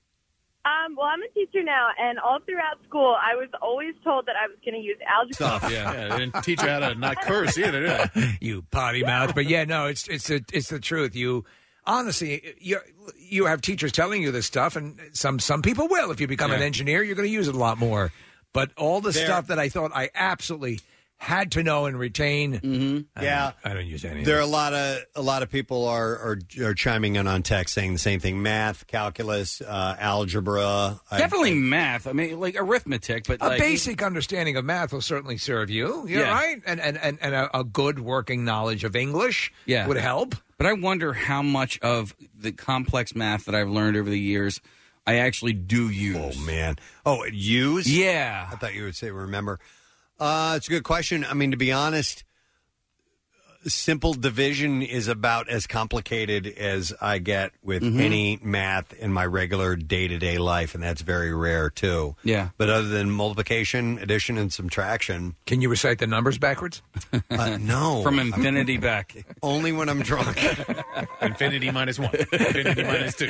S27: Um, well, I'm a teacher now, and all throughout school, I was always told that I was going to use algebra.
S8: Tough, yeah. yeah. They didn't teach you how to not curse either, did they?
S4: you potty mouth. But yeah, no, it's it's the it's the truth. You honestly, you you have teachers telling you this stuff, and some some people will. If you become an
S6: Yeah.
S4: engineer, you're going to use it a lot more. But all the
S6: There-
S4: stuff that I thought I absolutely had to know and retain,
S6: Mm-hmm.
S4: I
S2: Yeah.
S4: don't, I don't use any.
S2: There are a
S4: of
S2: lot of a lot of people are are, are chiming in on text saying the same thing: math, calculus, uh, algebra. I-
S6: Definitely math. I mean, like arithmetic, but
S4: a
S6: like,
S4: basic understanding of math will certainly serve you. You're
S6: Yeah.
S4: right, and and and, and a, a good working knowledge of English
S6: yeah.
S4: would help.
S6: But I wonder how much of the complex math that I've learned over the years I actually do use. Oh
S2: man! Oh, use?
S6: Yeah.
S2: I thought you would say remember. Uh, it's a good question. I mean, to be honest, simple division is about as complicated as I get with
S6: Mhm.
S2: any math in my regular day to day life, and that's very rare too.
S6: Yeah.
S2: But other than multiplication, addition, and subtraction,
S4: can you recite the numbers backwards?
S2: Uh, no,
S6: From infinity back.
S2: Only when I'm drunk.
S8: Infinity minus one. Infinity minus two.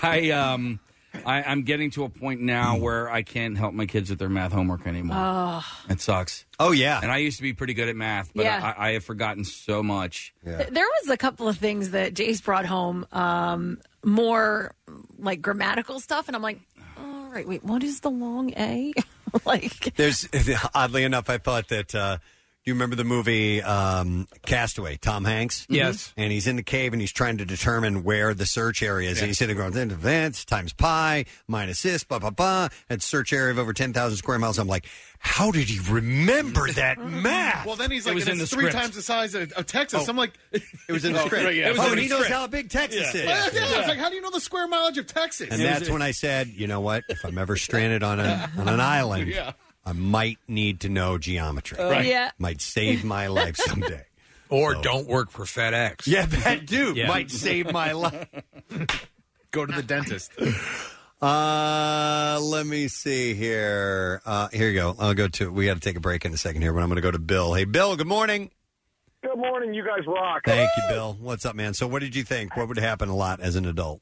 S6: I um I, I'm getting to a point now where I can't help my kids with their math homework anymore.
S3: Oh.
S6: It sucks.
S2: Oh yeah.
S6: And I used to be pretty good at math, but
S3: Yeah.
S6: I, I have forgotten so much.
S3: Th- There was a couple of things that Jace brought home, um, more like grammatical stuff, and I'm like, all right, wait, what is the long A? like
S2: There's oddly enough, I thought that. Uh, do you remember the movie um, Castaway? Tom Hanks.
S4: Yes.
S2: And he's in the cave and he's trying to determine where the search area is. And he's sitting there going, "Events times pi minus this, blah blah blah." And search area of over ten thousand square miles. I'm like, how did he remember that math?
S8: Well, then he's
S2: It
S8: like,
S2: was
S8: and
S2: in
S8: it's
S2: the
S8: three
S2: script.
S8: times the size of, of Texas.
S2: Oh.
S8: I'm like,
S2: It was in the
S8: Oh,
S2: script.
S8: right, yeah, it was
S2: oh,
S8: in the
S2: he knows
S8: script.
S2: how big Texas
S8: Yeah.
S2: is.
S8: Well, yeah, I was like, how do you know the square mileage of Texas?
S2: And that's when I said, you know what? If I'm ever stranded on, a, on an island,
S8: Yeah.
S2: I might need to know geometry.
S8: Oh, Right. yeah.
S2: Might save my life someday.
S4: Or don't work for FedEx.
S2: Yeah, that dude
S4: Yeah.
S2: might save my life.
S8: Go to the dentist.
S2: Uh, let me see here. Uh, here you go. I'll go to. We got to take a break in a second here, but I'm going to go to Bill. Hey, Bill. Good morning.
S28: Good morning, you guys rock.
S2: Thank you, Bill. What's up, man? So, what did you think? What would happen a lot as an adult?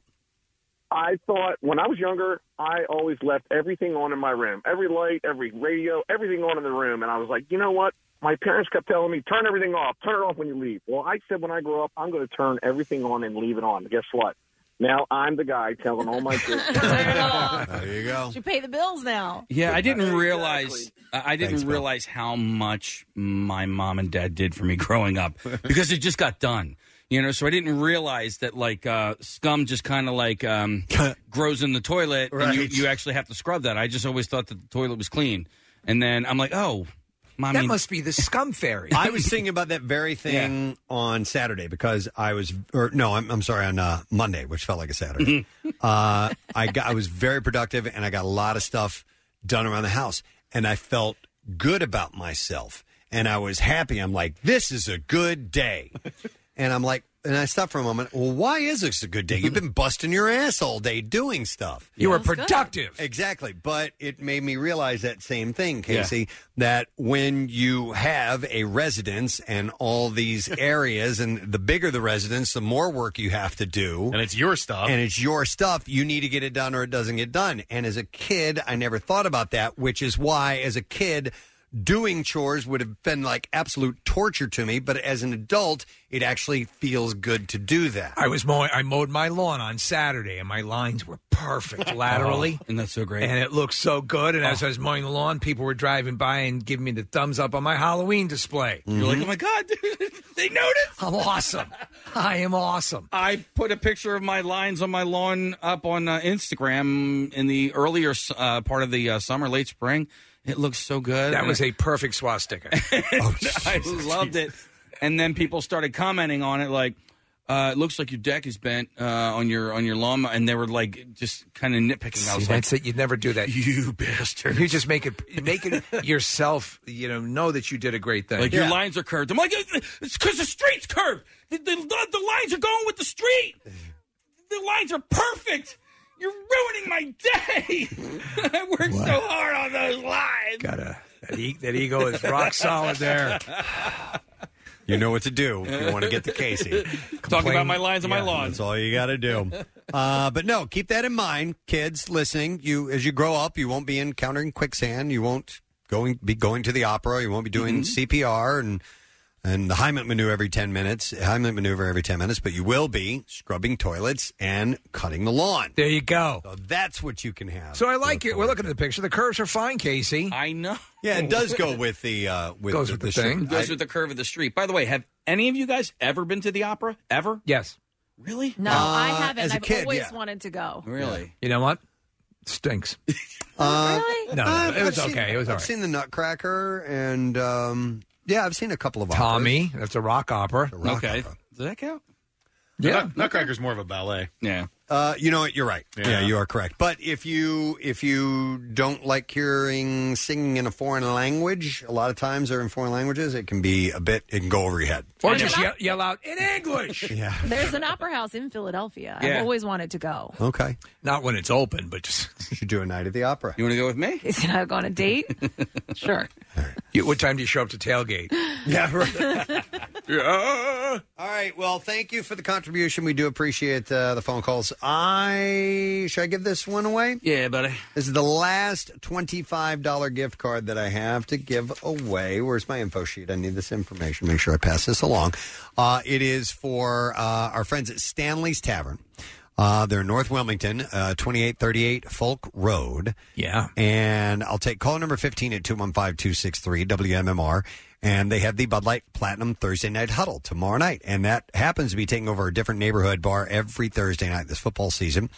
S28: I thought when I was younger, I always left everything on in my room. Every light, every radio, everything on in the room. And I was like, you know what? My parents kept telling me, turn everything off, turn it off when you leave. Well, I said when I grow up, I'm going to turn everything on and leave it on. Guess what? Now I'm the guy telling all my kids.
S2: there you
S6: Oh.
S2: go.
S3: you pay the bills now.
S6: Yeah, I didn't realize I I didn't realize how much my mom and dad did for me growing up because it just got done. You know, so I didn't realize that like uh, scum just kind of like um, grows in the toilet, and you,
S4: Right.
S6: you actually have to scrub that. I just always thought that the toilet was clean, and then I'm like, oh, mommy,
S4: that must be the scum fairy.
S2: I was thinking about that very thing on Saturday because I was, or no, I'm, I'm sorry, on uh, Monday, which felt like a Saturday.
S4: Mm-hmm.
S2: uh, I got, I was very productive and I got a lot of stuff done around the house, and I felt good about myself, and I was happy. I'm like, this is a good day, and I'm like, and I stop for a moment. Well, why is this a good day? You've been busting your ass all day doing stuff.
S4: You were That's good. productive.
S2: Exactly. But it made me realize that same thing, Casey, that when you have a residence and all these areas, and the bigger the residence, the more work you have to do. And
S8: it's your stuff.
S2: And it's your stuff. You need to get it done or it doesn't get done. And as a kid, I never thought about that, which is why, as a kid, doing chores would have been like absolute torture to me. But as an adult, it actually feels good to do that.
S4: I was mowing. I mowed my lawn on Saturday, and my lines were perfect laterally,
S6: Oh, and that's so great. Oh.
S4: and it looked so good. And as I was mowing the lawn, people were driving by and giving me the thumbs up on my Halloween display.
S6: You're like, oh my god, they noticed.
S4: I'm awesome. I am awesome.
S6: I put a picture of my lines on my lawn up on uh, Instagram in the earlier uh, part of the uh, summer, late spring. It looks so good.
S4: That
S6: And
S4: was
S6: I-
S4: a perfect swastika. Oh,
S6: I loved it. And then people started commenting on it, like, uh, "It looks like your deck is bent uh, on your on your lawn," and they were like, just kind of nitpicking. I
S4: See,
S6: was
S4: that's
S6: like,
S4: it. You'd never do that.
S6: You bastard.
S4: You just make it make it yourself, you know, know that you did a great thing.
S6: Like your lines are curved. I'm like, it's because the street's curved. The, the, the lines are going with the street. The lines are perfect. You're ruining my day. I worked so hard on those lines.
S4: Gotta. That, e- that ego is rock solid there.
S2: You know what to do if you want to get to Casey.
S6: Talking about my lines on my
S2: Yeah,
S6: lawn.
S2: That's all you got to do. Uh, but no, keep that in mind, kids listening. You as you grow up, you won't be encountering quicksand. You won't going be going to the opera. You won't be
S4: Mm-hmm.
S2: doing CPR and and the Heimlich maneuver every ten minutes. Heimlich maneuver every ten minutes. But you will be scrubbing toilets and cutting the lawn.
S4: There you go.
S2: So that's what you can have.
S4: So I like it. We're looking at the picture. The curves are fine, Casey.
S6: I know.
S2: Yeah, it does go with the uh, with
S4: Goes
S2: the,
S4: with the thing.
S2: I-
S6: Goes with the curve of the street. By the way, have any of you guys ever been to the opera? Ever?
S4: Yes.
S6: Really?
S3: No, I haven't.
S6: as a
S3: I've
S6: kid,
S3: always
S6: yeah.
S3: wanted to go.
S6: Really?
S4: You know what? Stinks.
S2: Uh,
S4: Really? No, no,
S2: I've-
S4: it was
S2: I've seen-
S4: okay. It was all
S2: I've
S4: right.
S2: seen the Nutcracker, and um, yeah, I've seen a couple of
S4: Tommy. That's a rock opera.
S6: okay. Does that count?
S4: Yeah.
S8: Nut- Nutcracker's more of a ballet.
S6: Yeah.
S2: Uh, you know what? You're right. Yeah.
S8: Yeah.
S2: you are correct. But if you if you don't like hearing singing in a foreign language, a lot of times they're in foreign languages. It can be a bit. It can go over your head.
S4: Or just yell, yell out in English.
S2: yeah.
S3: There's an opera house in Philadelphia.
S4: Yeah.
S3: I've always wanted to go.
S2: Okay.
S4: Not when it's open, but just.
S2: Should do a night at the opera.
S6: You want to go with me?
S3: Is it not go on a date? sure.
S4: You, what time do you show up to tailgate?
S2: Yeah.
S4: yeah.
S2: All right. Well, thank you for the contribution. We do appreciate uh, the phone calls. I should I give this one away?
S6: Yeah, buddy.
S2: This is the last twenty-five dollar gift card that I have to give away. Where's my info sheet? I need this information. Make sure I pass this along. Uh, it is for uh, our friends at Stanley's Tavern. Uh, they're in North Wilmington, uh, 2838 Folk Road.
S4: Yeah.
S2: And I'll take call number 15 at 215 263 WMMR. And they have the Bud Light Platinum Thursday Night Huddle tomorrow night. And that happens to be taking over a different neighborhood bar every Thursday night this football season.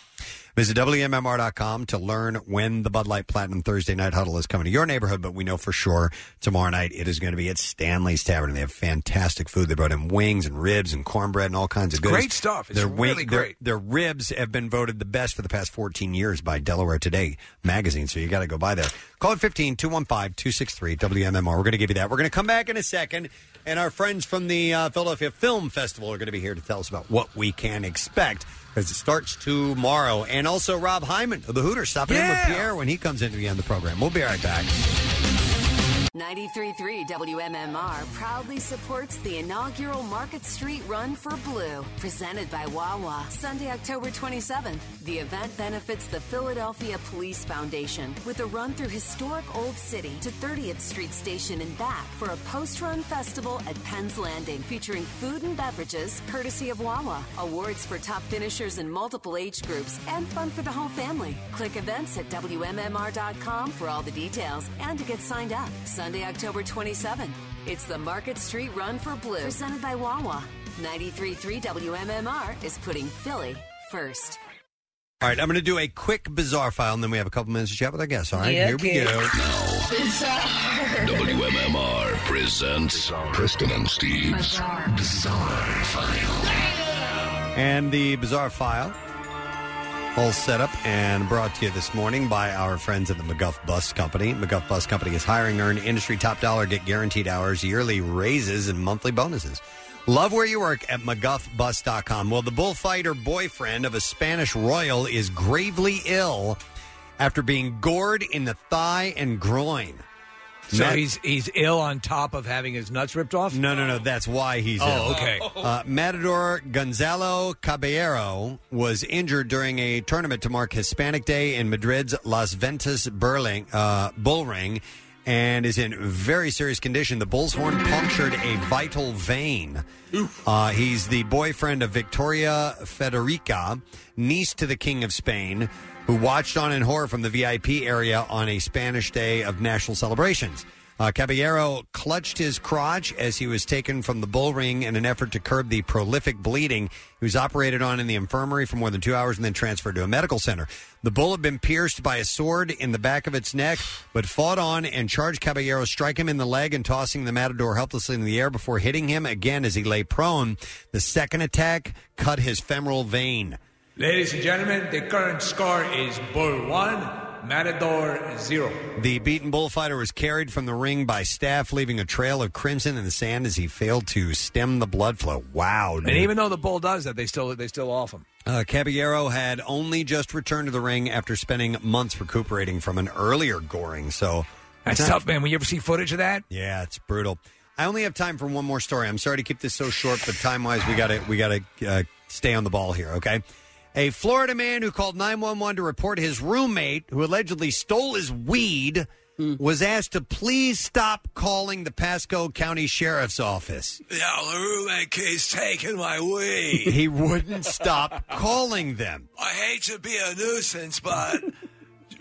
S2: Visit WMMR.com to learn when the Bud Light Platinum Thursday Night Huddle is coming to your neighborhood. But we know for sure tomorrow night it is going to be at Stanley's Tavern. They have fantastic food. They brought in wings and ribs and cornbread and all kinds of
S4: It's
S2: goodies.
S4: great stuff. It's
S2: wing-
S4: really
S2: their-
S4: great.
S2: their ribs have been voted the best for the past 14 years by Delaware Today magazine. So you got to go by there. Call it 15 215 263 WMMR. We're going to give you that. We're going to come back in a second. And our friends from the uh, Philadelphia Film Festival are going to be here to tell us about what we can expect because it starts tomorrow. And also Rob Hyman of the Hooters stopping in with Pierre when he comes in to be on the program. We'll be right back.
S5: 93.3 WMMR proudly supports the inaugural Market Street Run for Blue, presented by Wawa, Sunday, October 27th. The event benefits the Philadelphia Police Foundation with a run through historic Old City to 30th Street Station and back for a post-run festival at Penn's Landing featuring food and beverages courtesy of Wawa, awards for top finishers in multiple age groups, and fun for the whole family. Click events at WMMR.com for all the details and to get signed up. Sunday, October 27th. It's the Market Street Run for Blue, presented by Wawa. 93.3 WMMR is putting Philly first.
S2: All right, I'm going to do a quick bizarre file, and then we have a couple minutes to chat with our guests. All right,
S5: Yeah,
S2: here we
S5: okay.
S2: go.
S1: WMMR presents Preston and Steve's Bizarre, File.
S2: And the bizarre file, all set up and brought to you this morning by our friends at the McGuff Bus Company. McGuff Bus Company is hiring, earn industry top dollar, get guaranteed hours, yearly raises, and monthly bonuses. Love where you work at McGuffBus.com. Well, the bullfighter boyfriend of a Spanish royal is gravely ill after being gored in the thigh and groin.
S4: So
S2: Matt-
S4: he's he's ill on top of having his nuts ripped off.
S2: No, no, no. That's why he's
S4: Oh,
S2: ill.
S4: okay.
S2: Uh, Matador Gonzalo Caballero was injured during a tournament to mark Hispanic Day in Madrid's Las Ventas Burling, uh, Bullring and is in very serious condition. The bull's horn punctured a vital vein. Uh, he's the boyfriend of Victoria Federica, niece to the King of Spain, who watched on in horror from the VIP area on a Spanish day of national celebrations. Uh, Caballero clutched his crotch as he was taken from the bull ring in an effort to curb the prolific bleeding. He was operated on in the infirmary for more than two hours and then transferred to a medical center. The bull had been pierced by a sword in the back of its neck, but fought on and charged Caballero, strike him in the leg and tossing the matador helplessly in the air before hitting him again as he lay prone. The second attack cut his femoral vein.
S4: Ladies and gentlemen, the current score is Bull one, Matador zero.
S2: The beaten bullfighter was carried from the ring by staff, leaving a trail of crimson in the sand as he failed to stem the blood flow. Wow, dude.
S4: And even though the bull does that, they still they still off him.
S2: Uh, Caballero had only just returned to the ring after spending months recuperating from an earlier goring. So
S4: That's tough, man. When you ever see footage of that,
S2: Yeah, it's brutal. I only have time for one more story. I'm sorry to keep this so short, but time wise, we gotta we gotta uh, stay on the ball here. Okay. A Florida man who called 911 to report his roommate, who allegedly stole his weed, was asked to please stop calling the Pasco County Sheriff's Office.
S9: Now, the roommate keeps taking my weed.
S2: He wouldn't stop calling them.
S9: I hate to be a nuisance, but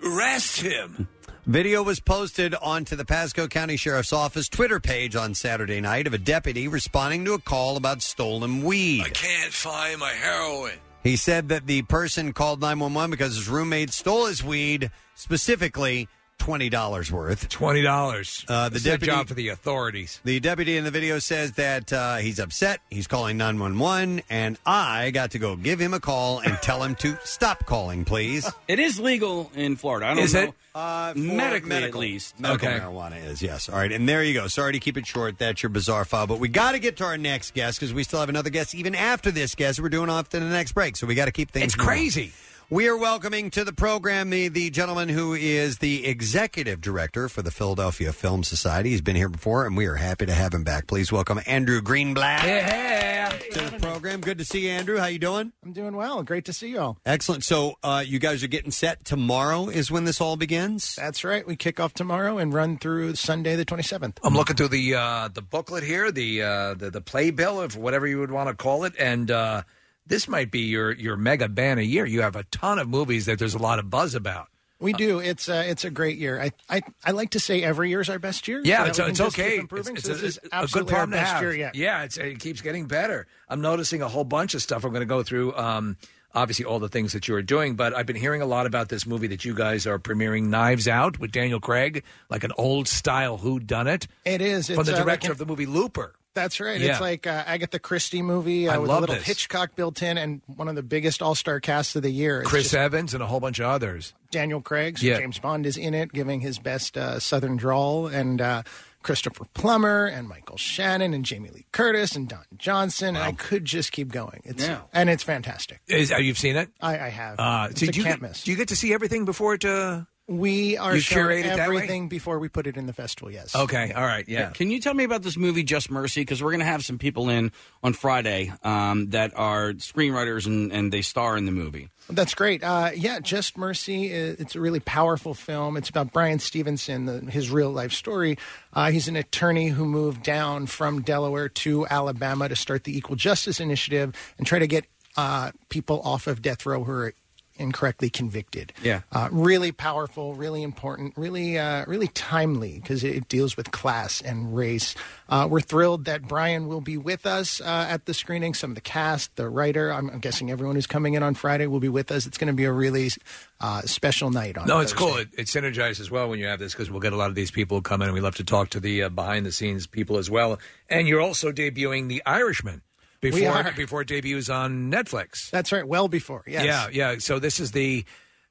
S9: arrest him.
S2: Video was posted onto the Pasco County Sheriff's Office Twitter page on Saturday night of a deputy responding to a call about stolen weed.
S9: Can't find my heroin.
S2: He said that the person called 911 because his roommate stole his weed, specifically $20 worth.
S4: $20.
S2: Uh, the
S4: It's their
S2: deputy,
S4: job for the authorities.
S2: the deputy in the video says that uh, he's upset. He's calling 911, and I got to go give him a call and tell him to stop calling, please.
S6: It is legal in Florida. I don't
S2: Is
S6: know.
S2: it? Uh, for
S6: medically, at
S2: medical-
S6: least.
S2: medical marijuana is yes. All right, and there you go. Sorry to keep it short. That's your bizarre file, but we got to get to our next guest because we still have another guest even after this guest. We're doing off to the next break, so we got to keep things.
S4: It's
S2: moving.
S4: crazy.
S2: We are welcoming to the program the, the gentleman who is the executive director for the Philadelphia Film Society. He's been here before, and we are happy to have him back. Please welcome Andrew Greenblatt to the program. Good to see you, Andrew. How you doing?
S7: I'm doing well. Great to see y'all.
S2: Excellent. So uh, you guys are getting set. Tomorrow is when this all begins.
S7: That's right. We kick off tomorrow and run through Sunday the 27th.
S4: I'm looking through the uh, the booklet here, the uh, the, the playbill, if whatever you would want to call it, and uh, this might be your your mega ban a year. You have a ton of movies that there's a lot of buzz about.
S7: We do. It's uh, it's a great year. I, I I like to say every year is our best year.
S4: Yeah,
S7: so that
S4: it's,
S7: we can
S4: it's
S7: just keep
S4: okay.
S7: improving.
S4: It's,
S7: So
S4: it's
S7: this
S4: a-
S7: is
S4: a
S7: absolutely
S4: good
S7: our
S4: problem to
S7: best
S4: have.
S7: year yet.
S4: Yeah, it's, it keeps getting better. I'm noticing a whole bunch of stuff. I'm going to go through. Um, obviously, all the things that you are doing, but I've been hearing a lot about this movie that you guys are premiering, Knives Out, with Daniel Craig, like an old style Who Done It.
S7: It is.
S4: from
S7: It's,
S4: the
S7: uh, like
S4: director
S7: an-
S4: of the movie Looper.
S7: That's right.
S4: Yeah.
S7: It's like uh, Agatha Christie movie
S4: I
S7: uh, with
S4: love
S7: a little
S4: this.
S7: Hitchcock built in and one of the biggest all star casts of the year. It's
S4: Chris
S7: just
S4: Evans and a whole bunch of others.
S7: Daniel Craig, so
S4: Yeah.
S7: James Bond is in it, giving his best uh, Southern drawl, and uh, Christopher Plummer and Michael Shannon and Jamie Lee Curtis and Don Johnson, and I could just keep going. It's
S4: Yeah.
S7: and it's fantastic.
S4: Is, have you seen it?
S7: I, I have.
S4: Uh,
S7: it's
S4: so
S7: a
S4: do you
S7: can't
S4: get-
S7: miss.
S4: Do you get to see everything before it? Uh...
S7: We are
S4: You
S7: showing
S4: curate it that way?
S7: everything before we put it in the festival. Yes.
S4: Okay, all right, yeah.
S6: Can you tell me about this movie, Just Mercy? Because we're going to have some people in on Friday um, that are screenwriters and, and they star in the movie.
S7: That's great. Uh, yeah, Just Mercy. i- It's a really powerful film. It's about Brian Stevenson, the, his real life story. Uh, he's an attorney who moved down from Delaware to Alabama to start the Equal Justice Initiative and try to get uh, people off of death row who are incorrectly convicted.
S6: Yeah.
S7: Uh, really powerful, really important, really, uh, really timely because it deals with class and race. Uh, we're thrilled that Brian will be with us uh, at the screening. Some of the cast, the writer, I'm, I'm guessing everyone who's coming in on Friday will be with us. It's going to be a really uh, special night. On
S4: No, it's
S7: Thursday.
S4: cool. It, it synergizes well when you have this because we'll get a lot of these people who come in, and we love to talk to the uh, behind the scenes people as well. And you're also debuting The Irishman
S7: We
S4: before
S7: are.
S4: before it debuts on Netflix.
S7: That's right. Well before. Yes.
S4: Yeah, yeah. So this is the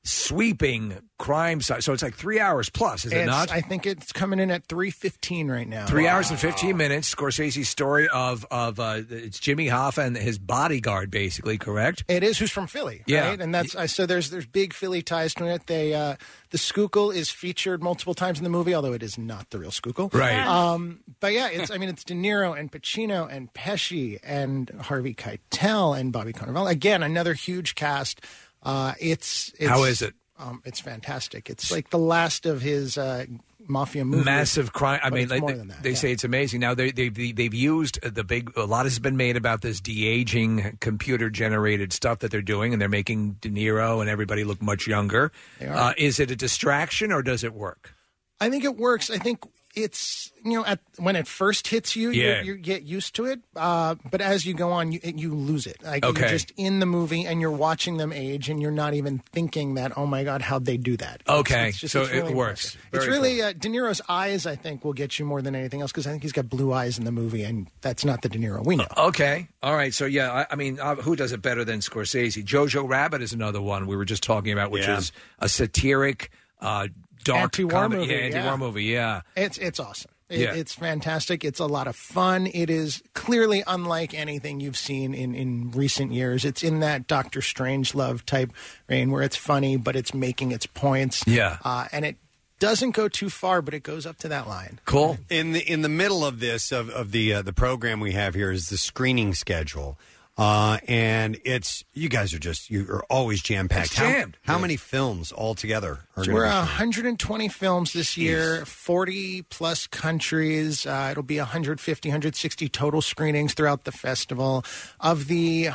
S4: sweeping crime site. So it's like three hours plus, is it
S7: It's-
S4: not?
S7: I think it's coming in at three fifteen right now.
S4: Three hours and fifteen minutes. Scorsese's story of of uh, it's Jimmy Hoffa and his bodyguard, basically. Correct.
S7: It is who's from Philly,
S4: Yeah.
S7: right? And that's I so there's there's big Philly ties to it. They uh, the Schuylkill is featured multiple times in the movie, although it is not the real Schuylkill,
S4: Right.
S7: Um, but yeah, it's I mean it's De Niro and Pacino and Pesci and Harvey Keitel and Bobby Cannavale. Again, another huge cast. Uh, it's, it's
S4: How is it?
S7: Um, it's fantastic. It's like the last of his uh, mafia movie.
S4: Massive crime. I
S7: but
S4: mean,
S7: it's
S4: like,
S7: more
S4: they,
S7: than that.
S4: they say it's amazing. Now they, they, they they've used the big. A lot has been made about this de aging, computer generated stuff that they're doing, and they're making De Niro and everybody look much younger.
S7: are.
S4: Uh, is it a distraction or does it work?
S7: I think it works. I think it's you know at when it first hits you,
S4: Yeah.
S7: you, you get used to it. Uh, but as you go on, you it- you lose it. Like
S4: Okay.
S7: you're just in the movie and you're watching them age, and you're not even thinking that oh my god, how'd they do that? It's-
S4: Okay,
S7: it's just-
S4: so
S7: it's
S4: it
S7: really
S4: works.
S7: impressive.
S4: Very
S7: it's really uh, De Niro's eyes. I think will get you more than anything else because I think he's got blue eyes in the movie, and that's not the De Niro we know.
S4: Okay. All right. So yeah, I, I mean, uh, who does it better than Scorsese? Jojo Rabbit is another one we were just talking about, which
S7: Yeah.
S4: is a satiric, uh, dark
S7: Anti-war
S4: comedy.
S7: movie,
S4: Yeah, anti-war
S7: yeah.
S4: movie. Yeah.
S7: It's it's awesome. It,
S4: Yeah.
S7: It's fantastic. It's a lot of fun. It is clearly unlike anything you've seen in, in recent years. It's in that Doctor Strange love type reign where it's funny, but it's making its points.
S2: Yeah.
S7: Uh, and it doesn't go too far, but it goes up to that line.
S4: Cool.
S2: In the in the middle of this of of the uh, the program we have here is the screening schedule, uh, and it's you guys are just you are always jam packed.
S7: It's
S2: How,
S7: jammed.
S2: how many films altogether? Are
S7: So
S2: gonna
S7: we're
S2: be-
S7: 120 films this year, 40 plus countries. Uh, it'll be 150, 160 total screenings throughout the festival. Of the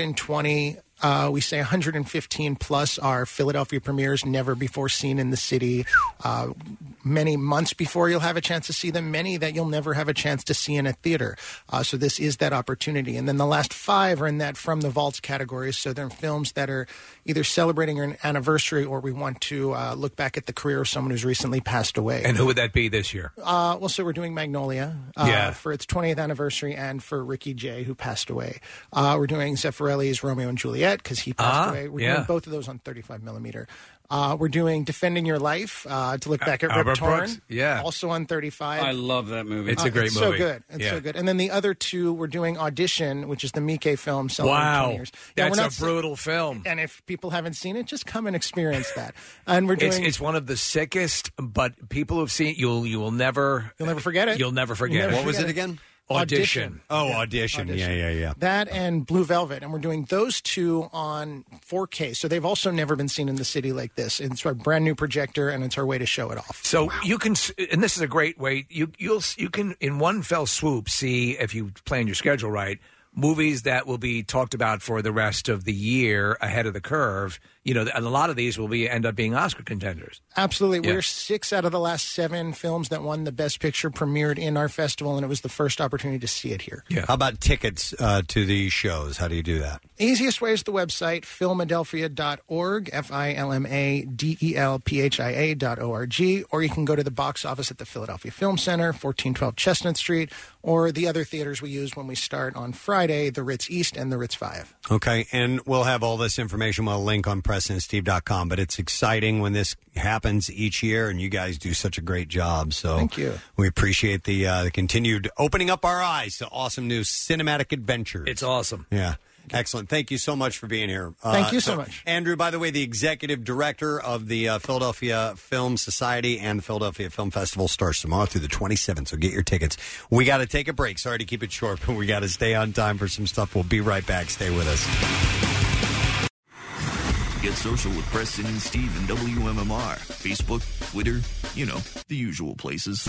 S7: 120, uh, we say 115 plus are Philadelphia premieres, never before seen in the city. Uh, many months before you'll have a chance to see them, many that you'll never have a chance to see in a theater. Uh, so this is that opportunity. And then the last five are in that from the vaults category. So they're films that are either celebrating an anniversary or we want to uh, look back at the career of someone who's recently passed away.
S4: And who would that be this year?
S7: Uh, well, so we're doing Magnolia uh,
S4: Yeah.
S7: for its 20th anniversary and for Ricky Jay, who passed away. Uh, we're doing Zeffirelli's Romeo and Juliet because he passed
S4: Ah,
S7: away. We're
S4: yeah.
S7: doing both of those on 35 millimeter. Uh, we're doing Defending Your Life uh, to look back at Rip
S6: Albert
S7: Torn.
S6: Brooks, yeah.
S7: Also on 35.
S6: I love that movie.
S7: Uh, so good. It's so good. And then the other two, we're doing Audition, which is the Mike film. celebrating 20
S4: Wow,
S7: years. Yeah, we're
S4: that's
S7: not
S4: a brutal film.
S7: And if people haven't seen it, just come and experience that. And we're doing.
S4: It's, it's one of the sickest, but people who've seen it, you'll you will never you'll
S7: never forget it.
S4: You'll never
S7: You'll
S4: forget
S7: never
S4: it.
S7: What was forget it it. again?
S4: Audition.
S7: Audition.
S2: Oh, audition. Yeah, yeah, yeah.
S7: That and Blue Velvet, and we're doing those two on 4K. So they've also never been seen in the city like this. And it's our brand new projector, and it's our way to show it off.
S4: So you can, s- and this is a great way. You you'll s- you can in one fell swoop see if you plan your schedule right. Movies that will be talked about for the rest of the year ahead of the curve. You know, and a lot of these will be end up being Oscar contenders.
S7: Absolutely.
S4: Yeah.
S7: We're six out of the last seven films that won the Best Picture premiered in our festival, and it was the first opportunity to see it here.
S2: How about tickets uh, to the shows? How do you do that?
S7: Easiest way is the website, filmadelphia.org, F I L M A D E L P H I A dot O R G, or you can go to the box office at the Philadelphia Film Center, 1412 Chestnut Street, or the other theaters we use when we start on Friday, the Ritz East and the Ritz 5.
S2: Okay, and we'll have all this information. We'll link on PrestonandSteve.com. But it's exciting when this happens each year, and you guys do such a great job. So
S7: Thank you.
S2: We appreciate the uh, the continued opening up our eyes to awesome new cinematic adventures. It's
S4: awesome.
S2: Yeah. Excellent. Thank you so much for being here. Uh,
S7: Thank you so much.
S2: Andrew, by the way, the executive director of the uh, Philadelphia Film Society and the Philadelphia Film Festival starts tomorrow through the 27th. So get your tickets. We got to take a break. Sorry to keep it short, but we got to stay on time for some stuff. We'll be right back. Stay with us.
S11: Get social with Preston and Steve and WMMR. Facebook, Twitter, you know, the usual places.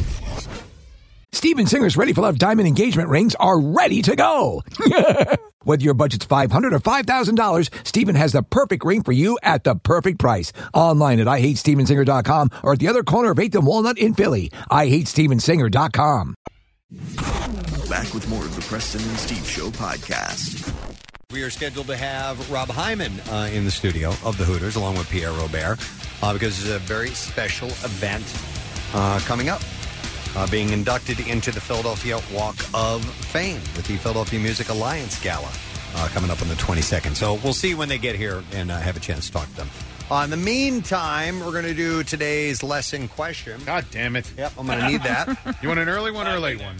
S12: Steven Singer's Ready for Love diamond engagement rings are ready to go. Whether your budget's $500 or $5,000, Steven has the perfect ring for you at the perfect price. Online at IHateStevenSinger.com or at the other corner of 8th and Walnut in Philly. IHateStevenSinger.com.
S11: Back with more of the Preston and Steve Show podcast.
S2: We are scheduled to have Rob Hyman uh, in the studio of the Hooters, along with Pierre Robert, uh, because there's a very special event uh, coming up. Uh, being inducted into the Philadelphia Walk of Fame with the Philadelphia Music Alliance Gala uh, coming up on the 22nd. So we'll see when they get here and uh, have a chance to talk to them. Uh, in the meantime, we're going to do today's lesson question.
S8: God damn it.
S2: Yep, I'm going to need that.
S8: You want an early one or a late one?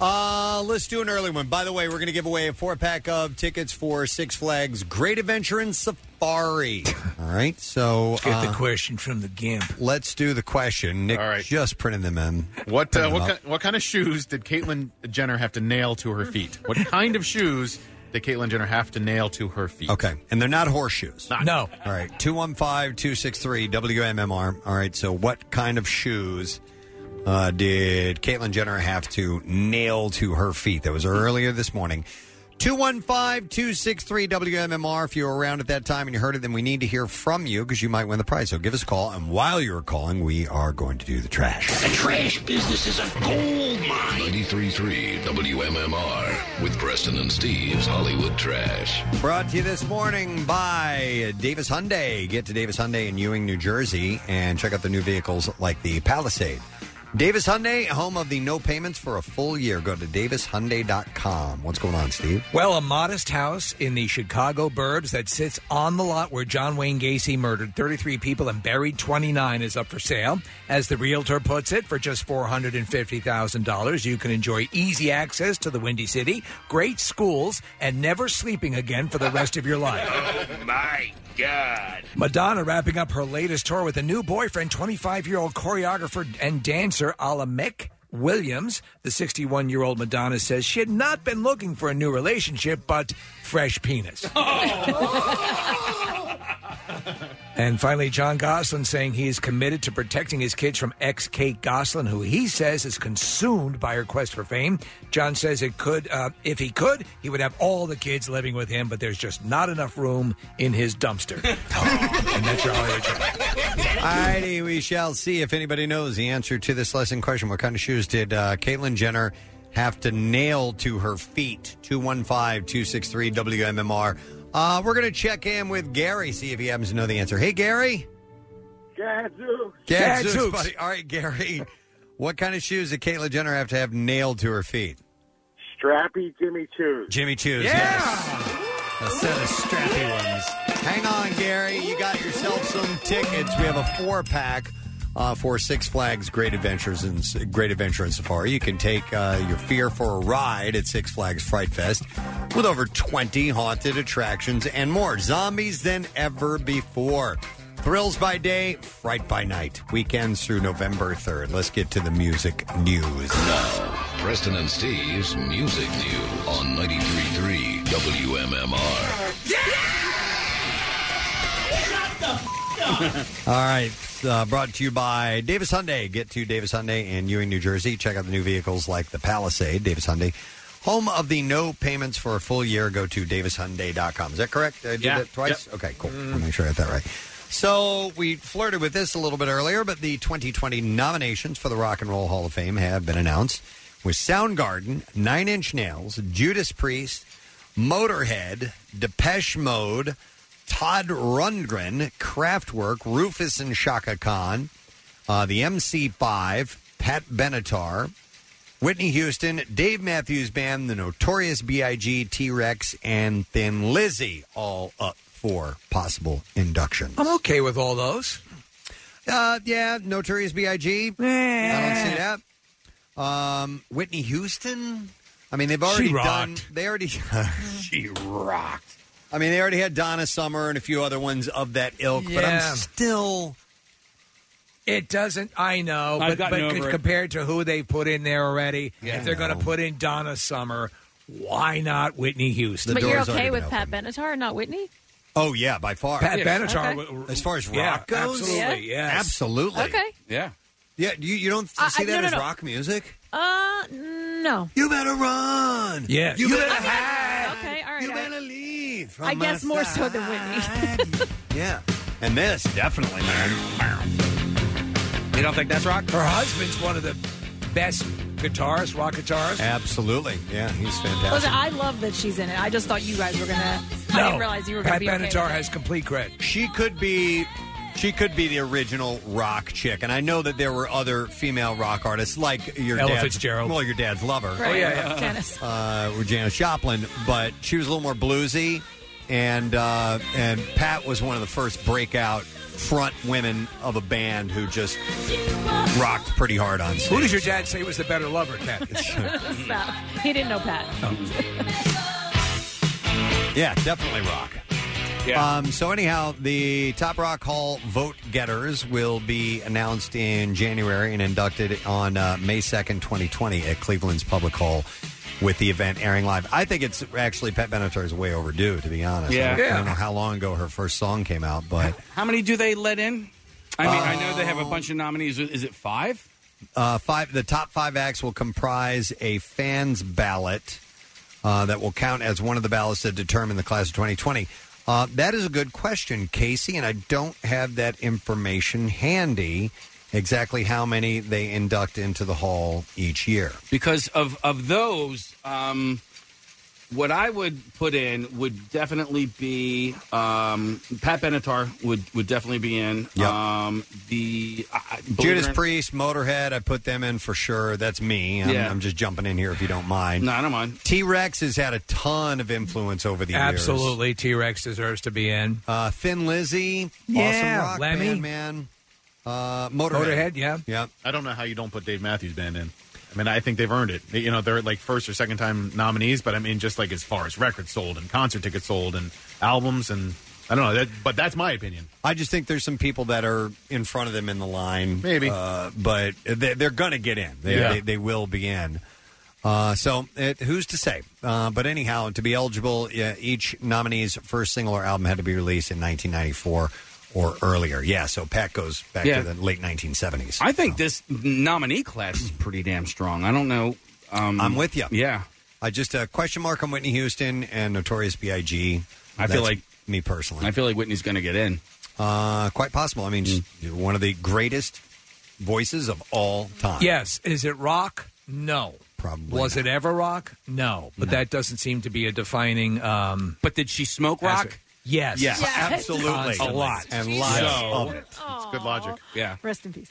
S2: Uh, let's do an early one. By the way, we're going to give away a four pack of tickets for Six Flags Great Adventure and Safari. All right, so
S4: Let's get the
S2: question from the gimp. Let's do the question. Nick just printed them in.
S8: What uh,
S2: Printed them
S8: what
S2: up.
S8: kind, what kind of shoes did Caitlyn Jenner have to nail to her feet? What kind of shoes did Caitlyn Jenner have to nail to her feet?
S2: Okay, and they're not horseshoes.
S8: No.
S2: All right, 215 263 WMMR. All right, so what kind of shoes uh, did Caitlyn Jenner have to nail to her feet? That was earlier this morning. 215 263 WMMR. If you were around at that time and you heard it, then we need to hear from you because you might win the prize. So give us a call. And while you're calling, we are going to do the trash.
S1: The trash business is a gold mine. 93.3 WMMR with Preston and Steve's Hollywood Trash.
S2: Brought to you this morning by Davis Hyundai. Get to Davis Hyundai in Ewing, New Jersey, and check out the new vehicles like the Palisade. Davis Hyundai, home of the no payments for a full year. Go to davishyundai.com. What's going on, Steve?
S4: Well, a modest house in the Chicago burbs that sits on the lot where John Wayne Gacy murdered 33 people and buried 29 is up for sale. As the realtor puts it, for just $450,000, you can enjoy easy access to the Windy City, great schools, and never sleeping again for the rest of your life.
S9: My God.
S4: Madonna wrapping up her latest tour with a new boyfriend, 25 year old choreographer and dancer Alamek Williams. The 61 year old Madonna says she had not been looking for a new relationship, but fresh penis. And finally, John Goslin saying he is committed to protecting his kids from ex Kate Goslin, who he says is consumed by her quest for fame. John says it could, uh, if he could, he would have all the kids living with him, but there's just not enough room in his dumpster. and that's your Hollywood Trash.
S2: Alrighty, we shall see if anybody knows the answer to this lesson question. What kind of shoes did uh, Caitlyn Jenner have to nail to her feet? 215 263 WMMR. Uh, we're going to check in with Gary, see if he happens to know the answer. Hey, Gary.
S10: Gadzooks.
S2: Gadzooks, buddy. All right, Gary. What kind of shoes did Caitlyn Jenner have to have nailed to her feet?
S10: Strappy Jimmy Choo.
S2: Jimmy Choo's. Yeah. A set of strappy ones. Hang on, Gary. You got yourself some tickets. We have a four pack. Uh, for Six Flags Great Adventures and Great Adventure and Safari, you can take uh, your fear for a ride at Six Flags Fright Fest with over 20 haunted attractions and more. Zombies than ever before. Thrills by day, fright by night. Weekends through November 3rd. Let's get to the music news.
S1: Now, Preston and Steve's Music News on 93.3 WMMR.
S2: All right. Uh, brought to you by Davis Hyundai. Get to Davis Hyundai in Ewing, New Jersey. Check out the new vehicles like the Palisade, Davis Hyundai. Home of the no payments for a full year. Go to davishyundai.com. Is that correct? Did I did
S9: Yeah.
S2: that twice? Okay, cool. I'll make sure I got that right. So we flirted with this a little bit earlier, but the 2020 nominations for the Rock and Roll Hall of Fame have been announced with Soundgarden, Nine Inch Nails, Judas Priest, Motorhead, Depeche Mode, Todd Rundgren, Kraftwerk, Rufus and Shaka Khan, uh, the MC5, Pat Benatar, Whitney Houston, Dave Matthews Band, the Notorious B.I.G., T Rex, and Thin Lizzy all up for possible induction.
S4: I'm okay with all those.
S2: Uh, yeah, Notorious B.I.G. I don't see
S4: Eh.
S2: that. Um, Whitney Houston. I mean, they've already done. They already. she rocked. I mean, they already had Donna Summer and a few other ones of that ilk. But I'm still.
S4: It doesn't. I know,
S2: I've
S4: but,
S2: gotten
S4: but
S2: over it.
S4: compared to who they put in there already, if they're going to put in Donna Summer, why not Whitney Houston?
S3: but you're okay with Pat Benatar and not Whitney?
S2: Oh yeah, by far.
S4: Pat Benatar Okay. w-
S2: as far as rock
S4: yeah,
S2: goes,
S4: absolutely, Yeah. yes.
S2: absolutely.
S3: Okay.
S6: Yeah,
S2: yeah. You, you don't
S3: I- I-
S2: see that
S3: Uh, no, no,
S2: as
S3: no.
S2: rock music.
S3: Uh, no.
S2: You better run.
S4: Yeah.
S2: You better
S3: Okay.
S2: hide.
S3: Okay, all right.
S2: You
S3: all right.
S2: better leave. from
S3: I guess
S2: my
S3: more
S2: side.
S3: so than Whitney.
S2: Yeah. And this, definitely, man.
S6: You don't think that's rock?
S4: Her husband's one of the best guitarists, rock guitarists.
S2: Absolutely. Yeah, he's fantastic.
S3: Listen, I love that she's in it. I just thought you guys were gonna. I didn't realize you were gonna
S4: Pat
S3: be okay
S4: Benatar
S3: with it.
S4: has complete credit.
S2: She could be. She could be the original rock chick, and I know that there were other female rock artists like your
S4: Ella
S2: dad's,
S4: Fitzgerald.
S2: well, your dad's lover,
S4: Right. Oh, yeah, yeah. Janis.
S2: uh, with Janis Joplin, but she was a little more bluesy, and uh, and Pat was one of the first breakout front women of a band who just rocked pretty hard on stage.
S4: Who does your dad say was the better lover, Ken?
S3: Stop. He didn't know Pat.
S2: Yeah, definitely rock. Um, so anyhow, the Top Rock Hall vote getters will be announced in January and inducted on uh, May second, twenty twenty, at Cleveland's Public Hall, with the event airing live. I think it's actually Pat Benatar is way overdue, to be honest.
S6: Yeah.
S2: I don't, I
S6: Yeah.
S2: don't know how long ago her first song came out, but
S6: How many do they let in? I mean, I know they
S7: Um,
S6: have a bunch of nominees. Is it five?
S2: uh, five the top five acts will comprise a fans ballot uh, that will count as one of the ballots that determine the class of 2020. Uh, that is a good question, Casey, and I don't have that information handy exactly how many they induct into the hall each year.
S6: Because of of those, um, what I would put in would definitely be um, Pat Benatar would would definitely be in. Um, the I- I- believe
S2: Judas
S6: it or-
S2: Priest, Motorhead, I put them in for sure. That's me. I'm,
S6: Yeah.
S2: I'm just jumping in here if you don't mind.
S6: No, I don't mind.
S2: T Rex has had a ton of influence over the years.
S4: Absolutely, T Rex deserves to be in.
S2: Uh, Thin Lizzy,
S4: yeah,
S2: awesome rock
S4: Lemmy,
S2: band, man. Uh, Motorhead.
S4: yeah,
S2: yeah.
S8: I don't know how you don't put Dave Matthews Band in. I mean, I think they've earned it. They- You know, they're like first or second time nominees, but I mean, just like as far as records sold and concert tickets sold and albums and I don't know. That, but that's my opinion.
S2: I just think there's some people that are in front of them in the line, maybe, uh, but they, they're going to get in. They,
S8: Yeah.
S2: they, they will be in. Uh, so it, who's to say? Uh, but anyhow, to be eligible, yeah, each nominee's first single or album had to be released in 1994 or earlier. Yeah, so Pat goes back
S6: Yeah.
S2: to the late 1970s.
S6: I think this nominee class is pretty damn strong. I don't know. Um,
S2: I'm with you.
S6: Yeah,
S2: I just uh, question mark on Whitney Houston and Notorious B.I.G.
S6: I feel
S2: That's
S6: like-
S2: me personally.
S6: I feel like Whitney's going to get in. Mm.
S2: Uh, quite possible. I mean, she's one of the greatest voices of all time.
S4: Yes. Is it rock? No.
S2: Probably.
S4: Was it ever rock? No. But that doesn't seem to be a defining. Um,
S6: but did she smoke rock?
S4: Yes.
S6: Yes. Yes.
S4: Constantly.
S6: A lot.
S4: And
S6: Jeez.
S4: lots
S6: So-
S4: of it.
S3: It's
S8: good logic.
S6: Yeah.
S3: Rest in peace.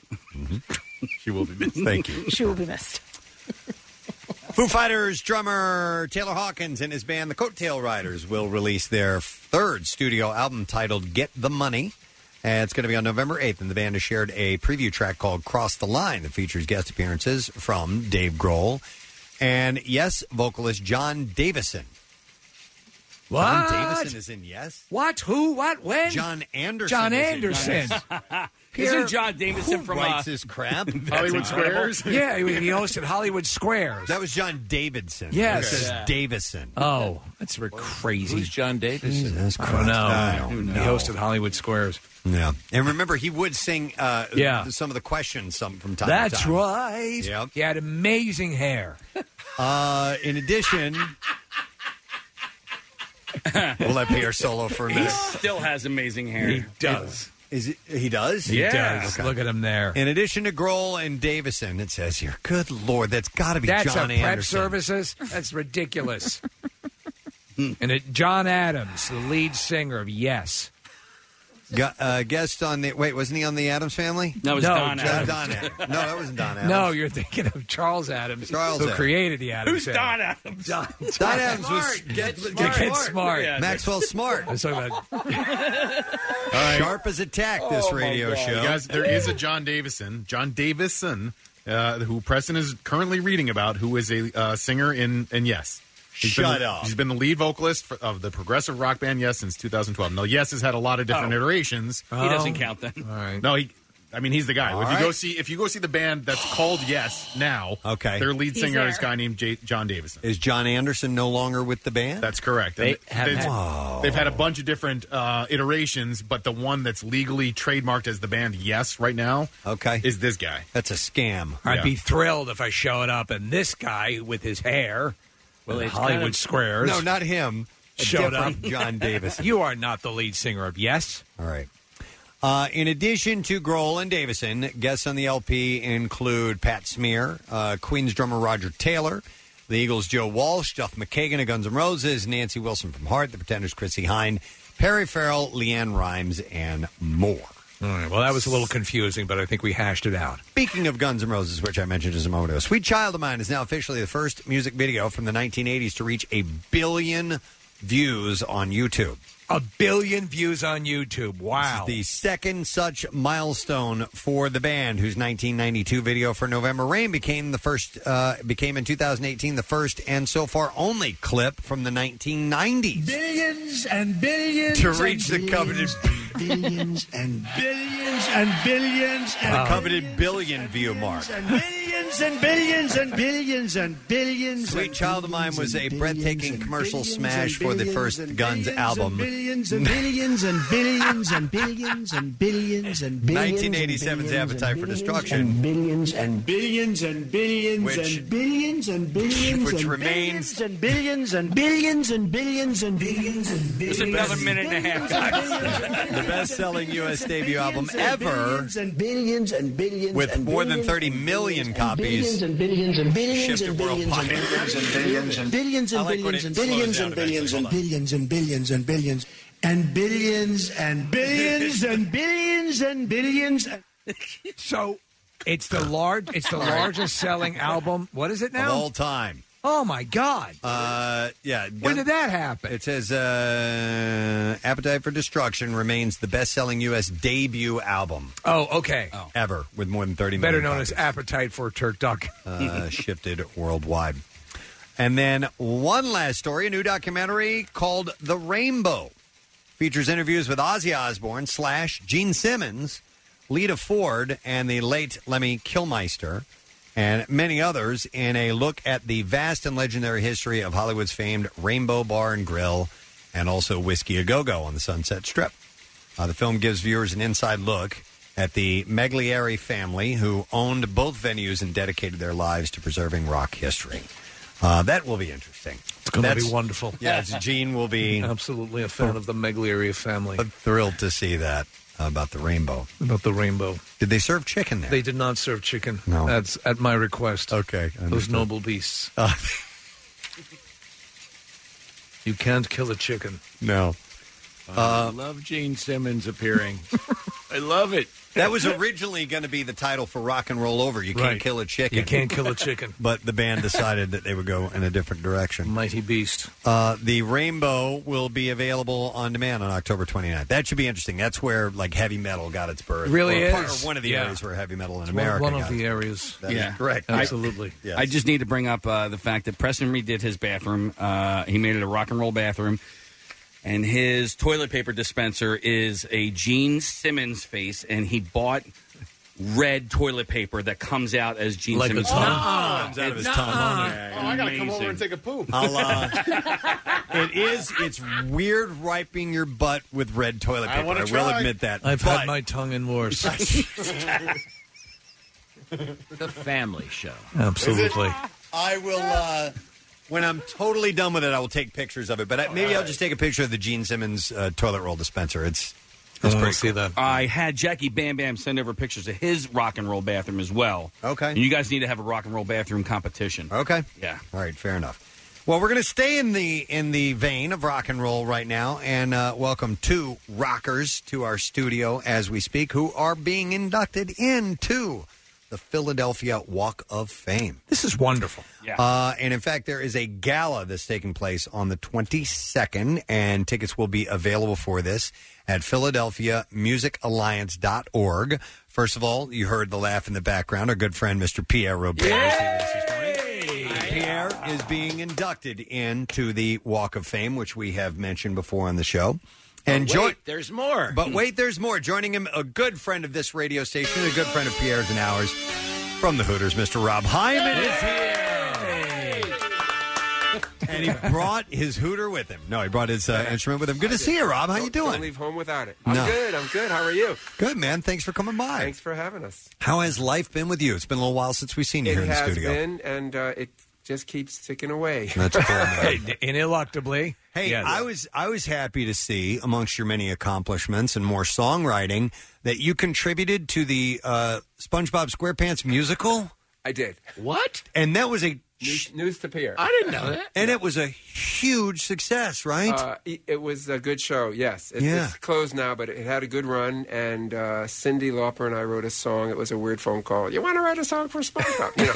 S8: She will be missed.
S2: Thank you.
S3: She will be missed.
S2: Foo Fighters drummer Taylor Hawkins and his band, the Coattail Riders, will release their third studio album titled Get the Money. And it's going to be on November 8th, and the band has shared a preview track called Cross the Line that features guest appearances from Dave Grohl and, yes, vocalist John Davison.
S4: What?
S2: John Davison is in Yes.
S4: What? Who? What? When?
S2: John Anderson.
S4: John
S2: is in
S4: Anderson.
S2: Yes.
S6: Isn't John Davison
S2: who
S6: from
S2: writes
S6: uh,
S2: this crap?
S6: That's incredible.
S4: yeah, he he hosted Hollywood Squares.
S2: That was John Davidson.
S4: Yes.
S2: This is
S4: Yeah.
S2: Davison.
S4: Oh, that's re- crazy. Who's
S6: John Davidson?
S2: Jesus Christ.
S4: I don't know.
S2: I don't
S4: He
S2: know.
S4: hosted Hollywood Squares.
S2: Yeah. And remember, he would sing uh,
S4: Yeah.
S2: some of the questions some from time
S4: That's
S2: to time.
S4: right. He had amazing hair.
S2: Uh, in addition, we'll let Pierre solo for a
S6: He
S2: minute.
S6: still has amazing hair. He
S4: does.
S2: Is it, he does?
S4: He does. Look at him there.
S2: In addition to Grohl and Davison, it says here, good Lord, that's got to be
S4: That's
S2: John
S4: a prep
S2: Anderson.
S4: services. That's ridiculous. and it, John Adams, the lead singer of Yes.
S2: Gu- uh, guest on the, wait, wasn't he on the Adams family?
S4: That was No, Don John- Adams.
S2: Don Adams. No, that wasn't Don Adams.
S4: No, you're thinking of Charles Adams,
S2: Charles
S4: who
S2: Adams.
S4: created the
S2: Who's
S4: Adams. Family.
S2: Don
S6: Adams?
S4: Don,
S2: Don Adams was get,
S4: Get Smart. Smart. Yeah.
S2: Maxwell Smart.
S4: I'm talking about
S2: Sharp as a tack, this radio show.
S8: You Oh, guys, there is a John Davison, John Davison, uh, who Preston is currently reading about, who is a uh, singer in and Yes. He's been
S2: Shut
S8: the-
S2: up.
S8: He's been the lead vocalist for, of the progressive rock band Yes since 2012. Now, Yes has had a lot of different iterations.
S6: Oh. He doesn't count then.
S2: Oh.
S4: All right.
S8: No, he. I mean, he's the guy. if
S6: All
S8: you go
S6: right.
S8: see, if you go see the band that's called Yes now, okay, their lead
S6: He's
S8: singer
S6: there.
S8: is a guy named J- John Davison.
S2: Is John Anderson no longer with the band?
S8: That's correct. And they've, they've had a bunch of different uh, iterations, but the one that's legally trademarked as the band Yes right now,
S2: okay,
S8: is this guy.
S2: That's a scam.
S4: I'd be thrilled if I showed up and this guy with his hair,
S2: Well,
S4: well,
S2: it's
S4: Hollywood
S2: kind of-
S4: Squares.
S2: No, not him. A
S4: Showed up,
S2: different John Davison.
S4: you are not the lead singer of Yes.
S2: All right. Uh, in addition to Grohl and Davison, guests on the LP include Pat Smear, uh, Queen's drummer Roger Taylor, the Eagles' Joe Walsh, Duff McKagan of Guns N' Roses, Nancy Wilson from Heart, the Pretenders' Chrissy Hine, Perry Farrell, Leanne Rhymes, and more.
S4: All right. Well, that was a little confusing, but I think we hashed it out.
S2: Speaking of Guns N' Roses, which I mentioned just a moment ago, Sweet Child of Mine is now officially the first music video from the 1980s to reach a billion views on YouTube.
S4: A billion views on YouTube. Wow.
S2: The second such milestone for the band, whose 1992 video for November Rain became the first, uh, became in 2018 the first and so far only clip from the 1990s.
S13: Billions and billions
S2: To reach the
S13: and
S2: coveted-
S13: billions and billions and billions and
S2: The coveted billion view mark.
S13: billions and billions and billions and billions.
S2: Sweet Child of Mine was a breathtaking commercial smash for the first Guns album.
S13: Billions and billions and billions and billions and billions and billions.
S2: 1987's Appetite for Destruction,
S13: And billions and billions and billions and billions and billions
S2: which
S13: and
S2: remains-
S13: billions and billions and billions and billions and billions and billions.
S6: There's another minute and a half, guys.
S2: the best selling U.S. debut album ever,
S13: Billions and billions and billions
S2: with
S13: and
S2: more than
S13: billions
S2: 30 million copies.
S13: billions and billions and billions
S2: Shipped
S13: and billions and
S2: worldwide.
S13: billions and billions and billions
S2: I
S13: and
S2: like when
S13: billions and
S2: it slows
S13: billions
S2: down
S13: and billions
S2: eventually.
S13: and billions and billions and billions and billions and billions and billions and billions.
S4: So it's the large it's the
S13: All right.
S4: largest selling album. What is it
S2: Of
S4: now?
S2: all time.
S4: Oh my god.
S2: Uh, yeah.
S4: When did that happen?
S2: It says uh, Appetite for Destruction remains the best selling U.S. debut album
S4: Oh, okay.
S2: ever with more than 30
S4: Better
S2: million
S4: known
S2: copies.
S4: as Appetite for Turk Duck.
S2: uh, shifted worldwide. And then one last story a new documentary called The Rainbow features interviews with Ozzy Osbourne slash Gene Simmons, Lita Ford, and the late Lemmy Kilmeister, and many others in a look at the vast and legendary history of Hollywood's famed Rainbow Bar and Grill and also Whiskey A Go Go on the Sunset Strip. Uh, the film gives viewers an inside look at the Meglieri family who owned both venues and dedicated their lives to preserving rock history. Uh, that will be interesting. It's
S4: gonna be wonderful.
S2: Yeah, it's- Gene will be
S4: absolutely a fan of the Meglieri family.
S2: thrilled to see that about the rainbow.
S4: About the rainbow.
S2: Did they serve chicken there?
S4: They did not serve chicken.
S2: No.
S4: That's at my request.
S2: Okay.
S4: Those noble beasts.
S2: Uh,
S4: You can't kill a chicken.
S2: No.
S4: Uh,
S15: I love Gene Simmons appearing. I love it.
S2: That was originally going to be the title for Rock and Roll Over. You can't
S15: Right.
S2: kill a chicken.
S15: You can't kill
S4: a chicken.
S2: but the band decided that they would go in a different direction.
S4: Mighty Beast.
S2: Uh, the Rainbow will be available on demand on October 29th. That should be interesting. That's where like heavy metal got its birth.
S4: Really
S2: or, part-
S4: is.
S2: or one of the
S4: Yeah.
S2: areas where heavy metal in
S4: It's one-
S2: America.
S4: one of
S2: got its-
S4: the areas.
S2: That is correct.
S4: Absolutely.
S2: Yes.
S6: I just need to bring up uh, the fact that Preston redid his bathroom. Uh, he made it a rock and roll bathroom, and his toilet paper dispenser is a Gene Simmons face, and he bought red toilet paper that comes out as Gene
S15: Like a
S6: Simmons.
S15: tongue?
S6: Nuh-uh.
S15: Comes out of his
S6: Nuh-uh.
S15: tongue.
S6: It's
S15: Oh, I gotta come
S6: amazing.
S15: over and take a poop.
S2: I'll, uh, it is. It's weird wiping your butt with red toilet
S15: I
S2: paper. I,
S15: wanna
S2: will
S15: try.
S2: admit that.
S4: I've
S2: but
S4: had my tongue in worse.
S15: the family show.
S4: Absolutely.
S2: I will. Uh, when I'm totally done with it, I will take pictures of it. But I, maybe I'll just take a picture of the Gene Simmons uh, toilet roll dispenser. It's. It's pretty
S4: Oh, see that.
S6: I had Jackie Bam Bam send over pictures of his rock and roll bathroom as well.
S2: Okay.
S6: And you guys need to have a rock and roll bathroom competition.
S2: Okay.
S6: Yeah.
S2: All right. Fair enough. Well, we're going to stay in the in the vein of rock and roll right now, and uh, welcome two rockers to our studio as we speak, who are being inducted into the Philadelphia Walk of Fame.
S4: This is wonderful.
S2: Uh, and in fact, there is a gala that's taking place on the 22nd, and tickets will be available for this at PhiladelphiaMusicAlliance.org. First of all, you heard the laugh in the background. Our good friend, Mr. Pierre Robert. Pierre is being inducted into the Walk of Fame, which we have mentioned before on the show. And
S15: But
S2: join.
S15: wait, there's more.
S2: But wait, there's more. Joining him, a good friend of this radio station, a good friend of Pierre's and ours, from the Hooters, Mr. Rob Hyman is here. And he brought his Hooter with him. No, he brought his uh, instrument with him. Good to see you, Rob. How you
S22: Don't
S2: doing?
S22: leave home without it. I'm
S2: No.
S22: good. I'm good. How are you?
S2: Good, man. Thanks for coming by.
S22: Thanks for having us.
S2: How has life been with you? It's been a little while since we've seen you
S22: It
S2: here in the
S22: has
S2: studio.
S22: been, and uh, it just keeps ticking away.
S2: That's cool, man.
S4: Ineluctably.
S2: Hey, I was I was happy to see amongst your many accomplishments and more songwriting that you contributed to the uh, SpongeBob SquarePants musical.
S22: I did.
S15: What?
S2: And that was a
S22: News, news to peer.
S28: I didn't know that.
S2: And it was a huge success, right?
S22: Uh, it, it was a good show. Yes, it,
S2: Yeah.
S22: it's closed now, but it had a good run. And uh, Cindy Lauper and I wrote a song. It was a weird phone call. You want to write a song for SpongeBob? You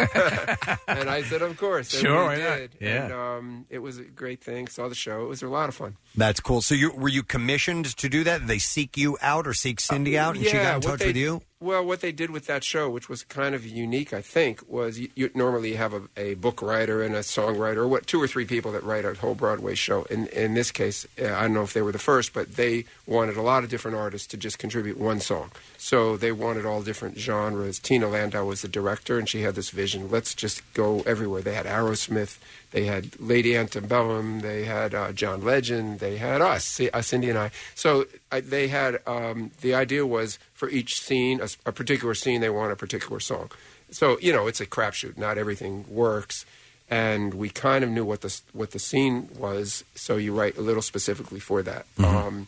S22: know? and I said, of course. And
S2: Sure,
S22: we
S2: why not?
S22: did.
S2: Yeah.
S22: And, um, it was a great thing. Saw the show. It was a lot of fun.
S2: That's cool. So, you were you commissioned to do that? Did they seek you out or seek Cindy out, and she
S22: Uh, Yeah,
S2: got in
S22: what
S2: touch
S22: they-
S2: with you?
S22: Well, what they did with that show, which was kind of unique, I think, was you, you normally have a, a book writer and a songwriter, or what two or three people that write a whole Broadway show. In in this case, uh, I don't know if they were the first, but they wanted a lot of different artists to just contribute one song. So they wanted all different genres. Tina Landau was the director, and she had this vision: let's just go everywhere. They had Aerosmith, they had Lady Antebellum, they had uh, John Legend, they had us, C- uh, Cindy and I. So I, they had um, the idea was for each scene, a, s- a particular scene, they want a particular song. So you know, it's a crapshoot. Not everything works, and we kind of knew what the s- what the scene was. So you write a little specifically for that.
S2: Mm-hmm.
S22: Um,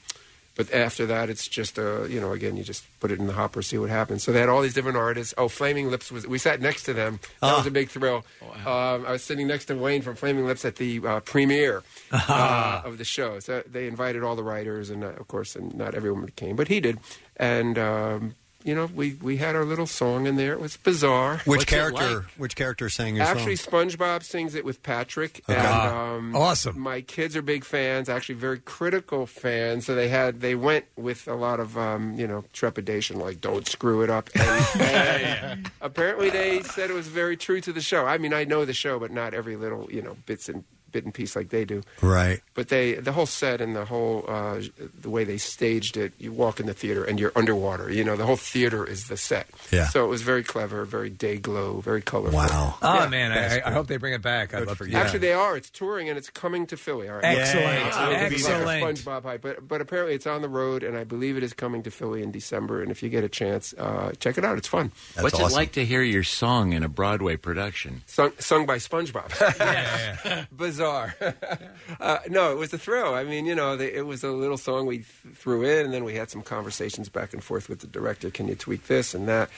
S22: but after that, it's just uh, you know again you just put it in the hopper, see what happens. So they had all these different artists. Oh, Flaming Lips was we sat next to them.
S2: Ah.
S22: That was a big thrill. Um, I was sitting next to Wayne from Flaming Lips at the uh, premiere uh, of the show. So they invited all the writers, and uh, of course, and not everyone came, but he did. And um, you know we we had our little song in there. It was bizarre.
S2: Which character? Which character sang your
S22: Actually,
S2: song?
S22: SpongeBob sings it with Patrick.
S2: Okay.
S22: And,
S2: Ah,
S22: um,
S2: awesome.
S22: My kids are big fans, actually very critical fans. So they had they went with a lot of um, you know trepidation, like don't screw it up. And, and apparently, they said it was very true to the show. I mean, I know the show, but not every little you know bits and bit and piece like they do.
S2: Right.
S22: But they, the whole set and the whole uh, the way they staged it, you walk in the theater and you're underwater. You know, the whole theater is the set.
S2: Yeah.
S22: So it was very clever, very day glow, very colorful.
S2: Wow.
S22: Yeah.
S4: Oh man, I, I- I hope they bring it back. I'd love for you.
S22: Actually, they are. It's touring and it's coming to Philly. All right.
S4: Excellent.
S22: Uh, it would be like a
S4: Excellent.
S22: SpongeBob hype, but but apparently it's on the road, and I believe it is coming to Philly in December. And if you get a chance, uh, check it out. It's fun.
S15: What's it like to hear your song in a Broadway production?
S22: Sung, sung by SpongeBob. Bizarre. uh, no, it was a thrill. I mean, you know, the, it was a little song we th- threw in, and then we had some conversations back and forth with the director. Can you tweak this and that?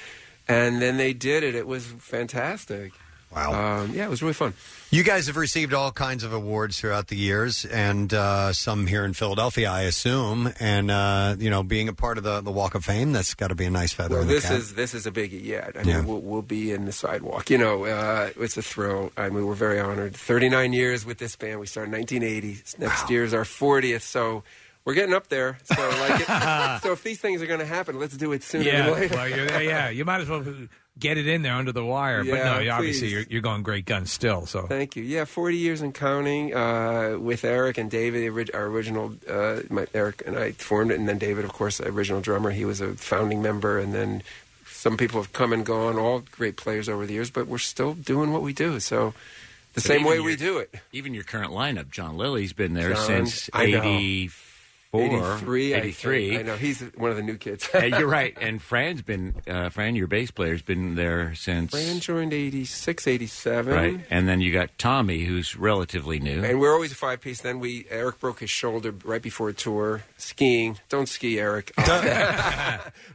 S22: And then they did it. It was fantastic. Wow. Um, yeah, it was really fun.
S2: You guys have received all kinds of awards throughout the years, and uh, some here in Philadelphia, I assume. And uh, you know, being a part of the, the Walk of Fame, that's got to be a nice feather.
S22: Well,
S2: in the
S22: this
S2: cap.
S22: is this is a biggie. Yeah, I mean,
S2: Yeah.
S22: We'll, we'll be in the sidewalk. You know, uh, it's a thrill. I mean, we're very honored. Thirty nine years with this band. We started in nineteen eighty. Next year is our fortieth. So. We're getting up there, so like, it, so if these things are going to happen, let's do it sooner
S4: yeah,
S22: than later.
S4: well, you're there, yeah, you might as well get it in there under the wire.
S22: Yeah,
S4: but no, obviously
S22: please.
S4: you're, you're going great guns still.
S15: Oh.
S4: So
S22: Thank you. Yeah, 40 years and counting uh, with Eric and David, the orig- our original, uh, my, Eric and I formed it, and then David, of course, the original drummer. He was a founding member, and then some people have come and gone, all great players over the years, but we're still doing what we do. So the
S15: But
S22: same
S15: even
S22: way
S15: your-
S22: we do it.
S15: Even your current lineup, John Lilly's been there
S22: John,
S15: since
S22: I know.
S15: 84,
S22: 83. I think.
S15: 83.
S22: I know. He's one of the new kids.
S15: Uh, you're right. And Fran's been, uh, Fran, your bass player's been there since.
S22: Fran joined 86, 87.
S15: Right. And then you got Tommy, who's relatively new.
S22: And we're always a five piece. Then we Eric broke his shoulder right before a tour skiing. Don't ski, Eric.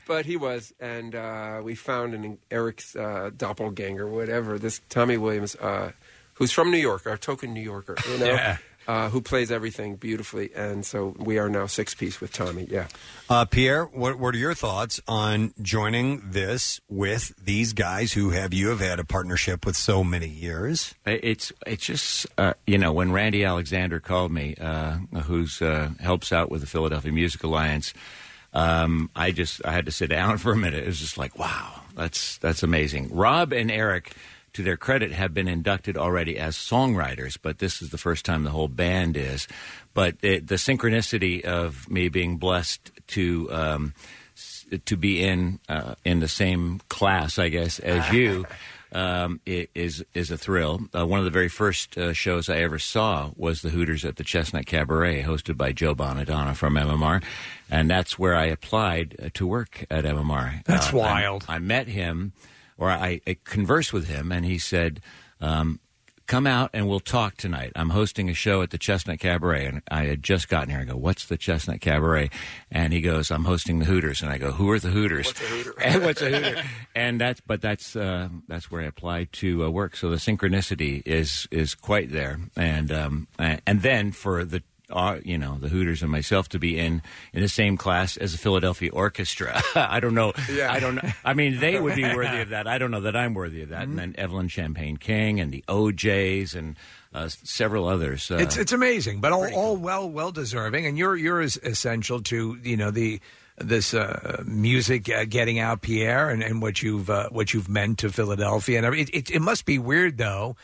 S22: but he was, and uh, we found an Eric's uh, doppelganger, whatever. This Tommy Williams, uh, who's from New York, our token New Yorker, you know.
S2: Yeah.
S22: Uh, who plays everything beautifully, and so we are now six piece with Tommy. Yeah,
S2: Uh, Pierre, what, what are your thoughts on joining this with these guys who have you have had a partnership with so many years?
S15: It's it's just uh, you know when Randy Alexander called me, uh, who's uh, helps out with the Philadelphia Music Alliance. Um, I just I had to sit down for a minute. It was just like wow, that's that's amazing. Rob and Eric, to their credit, have been inducted already as songwriters, but this is the first time the whole band is. But it, the synchronicity of me being blessed to. Um, s- to be in uh, in the same class, I guess, as you um, i- is is a thrill. Uh, one of the very first uh, shows I ever saw was the Hooters at the Chestnut Cabaret, hosted by Joe Bonadonna from MMR, and that's where I applied uh, to work at MMR.
S4: That's
S15: Uh, I-
S4: wild.
S15: I, met him, or I, I conversed with him, and he said. Um, come out and we'll talk tonight. I'm hosting a show at the Chestnut Cabaret, and I had just gotten here. I go, what's the Chestnut Cabaret? And he goes, I'm hosting the Hooters, and I go, who are the Hooters? What's a Hooter? and what's a Hooter? And that's but that's uh, that's where I applied to uh, work. So the synchronicity is is quite there, and um, a- and then for the. Uh, you know the Hooters and myself to be in in the same class as the Philadelphia Orchestra. I don't know.
S11: Yeah.
S15: I don't. know. I mean, they would be worthy of that. I don't know that I'm worthy of that.
S4: Mm-hmm.
S15: And then Evelyn Champagne King and the OJ's and uh, s- several others. Uh,
S4: it's it's amazing, but all, all well well deserving, and you're you're as essential to you know the this uh, music uh, getting out, Pierre, and, and what you've uh, what you've meant to Philadelphia, and every- it, it it must be weird though.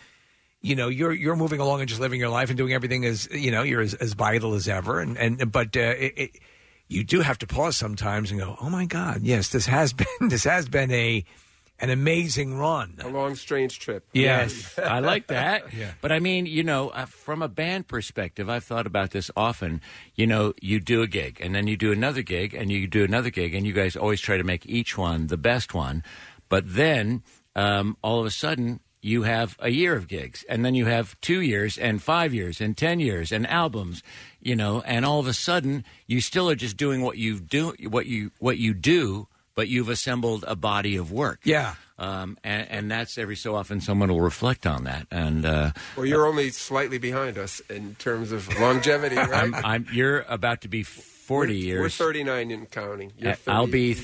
S4: You know, you're you're moving along and just living your life and doing everything as you know you're as, as vital as ever, and and but uh, it, it, you do have to pause sometimes and go, oh my God, yes, this has been this has been a an amazing run, a
S22: long strange trip.
S15: Yes, I like that.
S22: Yeah.
S15: But I mean, you know, uh, from a band perspective, I've thought about this often. You know, you do a gig, and then you do another gig, and you do another gig, and you guys always try to make each one the best one. But then um, all of a sudden, you have a year of gigs, and then you have two years, and five years, and ten years, and albums. You know, and all of a sudden, you still are just doing what you do, what you what you do, but you've assembled a body of work.
S4: Yeah.
S15: Um, and, and that's every so often someone will reflect on that. And uh,
S22: Well, you're only slightly behind us in terms of longevity, right?
S15: I'm, I'm, you're about to be 40
S22: We're-
S15: years.
S22: We're 39 in counting. You're
S15: Uh, I'll
S22: 30.
S15: be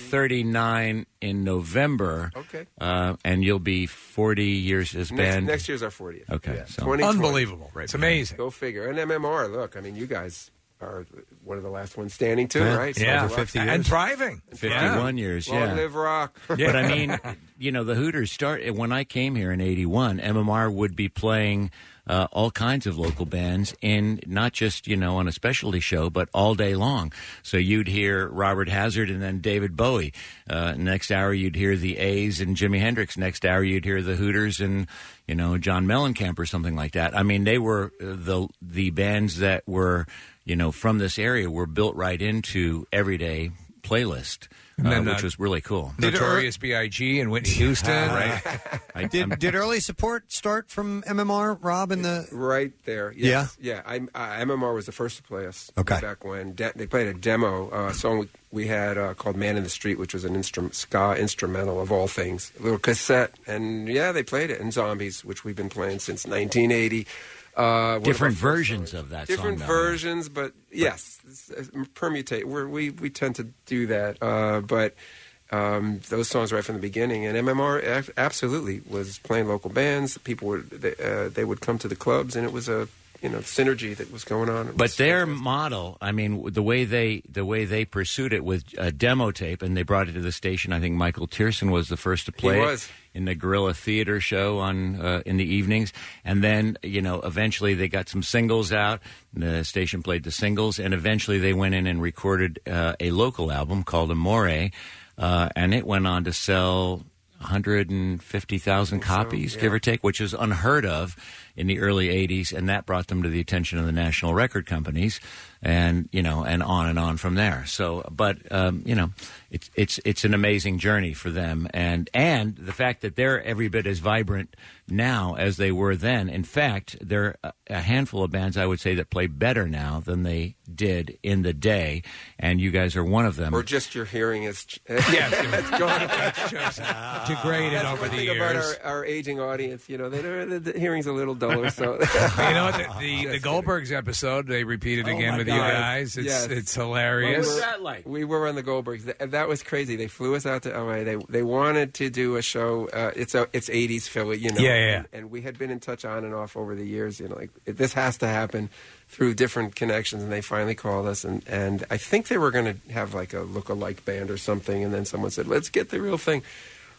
S15: 39 in November.
S22: Okay.
S15: Uh, and you'll be 40 years as
S22: Next-
S15: band.
S22: next year's our 40th.
S15: Okay.
S22: Yeah.
S15: So.
S22: 2020.
S15: Right.
S22: Go figure. And MMR, look, I mean, you guys are one of the last ones standing, too,
S15: Yeah.
S22: right?
S15: Yeah.
S22: Rock-
S15: Over 50 years. And
S4: thriving.
S15: 51 years,
S22: Long
S15: yeah.
S22: live rock.
S15: But I mean, you know, the Hooters started when I came here in '81. MMR would be playing uh, all kinds of local bands in not just you know on a specialty show, but all day long. So you'd hear Robert Hazard and then David Bowie. Uh, next hour you'd hear the A's and Jimi Hendrix. Next hour you'd hear the Hooters and you know John Mellencamp or something like that. I mean, they were uh, the the bands that were you know from this area were built right into everyday playlist,
S4: And
S15: uh,
S4: then, uh,
S15: which was really cool.
S4: Notorious B.I.G. and Whitney Houston,
S15: Right. I-
S2: did did early support start from MMR, Rob, in the
S22: right there? Yes. Yeah. I, I, MMR was the first to play us. way
S2: Okay.
S22: Back when De- they played a demo uh, song we, we had uh, called "Man in the Street," which was an instrum- ska instrumental of all things, a little cassette, and yeah, they played it. And "Zombies," which we've been playing since 1980. Uh, one of
S15: different
S22: our-
S15: versions of that
S22: different
S15: song. though.
S22: versions, but yes, it's- it's permutate. We're, we we tend to do that, uh, but um, those songs right from the beginning. And MMR ac- absolutely was playing local bands. People would they, uh, they would come to the clubs, and it was a you know synergy that was going on.
S15: But their model, I mean, w- the way they the way they pursued it with a demo tape, and they brought it to the station. I think Michael Tierson was the first to play it
S22: was.
S15: in the Guerrilla Theater show on uh, in the evenings, and then you know eventually they got some singles out. And the station played the singles, and eventually they went in and recorded uh, a local album called Amore, uh, and it went on to sell. 150,000 copies, give or take, which is unheard of in the early 80s, and that brought them to the attention of the national record companies, and you know, and on and on from there. So, but um, you know, it's it's it's an amazing journey for them, and and the fact that they're every bit as vibrant now as they were then. In fact, there are a- a handful of bands I would say that play better now than they did in the day, and you guys are one of
S4: um,
S15: them.
S22: or just your hearing is yes, it's gone.
S4: degraded
S22: That's
S4: over
S22: one
S4: the
S22: thing about
S4: years.
S22: our, our aging audience, you know, they don't, the, the hearing's a little duller. So
S4: you know what? The, the, the Goldbergs episode they repeated
S22: Oh,
S4: again
S22: my
S4: with you
S22: God.
S4: guys. It's
S22: Yes.
S4: it's hilarious.
S22: Well, we were- We were on the Goldbergs. Th- That, was crazy. They flew us out to LA. They they wanted to do a show. Uh, it's a, it's eighties Philly, you know.
S4: Yeah, yeah.
S22: And, and we had been in touch on and off over the years. You know, like it- this has to happen through different connections. And they finally called us, and and I think they were going to have like a look alike band or something. And then someone said, "Let's get the real thing."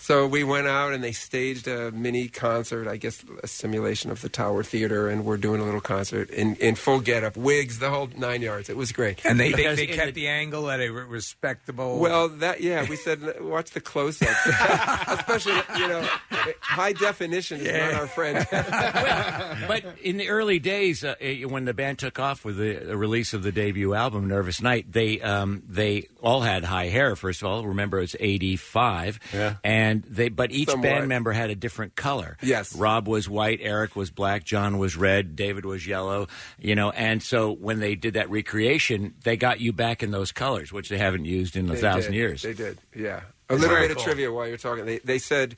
S22: So we went out and they staged a mini concert, I guess a simulation of the Tower Theater, and we're doing a little concert in, in full get up, wigs, the whole nine yards. It was great.
S4: And they, they, they kept the, angle at a re- respectable.
S22: Well, that yeah, we said watch the close ups, especially you know high definition is not our friend.
S15: but in the early days, uh, eh, when the band took off with the the release of the debut album, Nervous Night, they um, they all had high hair. First of all, remember it's eighty five, yeah. and and they but each
S22: Somewhat.
S15: band member had a different color.
S22: Yes.
S15: Rob was white, Eric was black, John was red, David was yellow, you know, and so when they did that recreation, they got you back in those colors, which they haven't used in a
S22: They
S15: thousand
S22: did.
S15: years.
S22: They did, yeah. A
S15: That's
S22: little
S15: very
S22: bit of
S15: cool.
S22: trivia while you're talking. They, they said,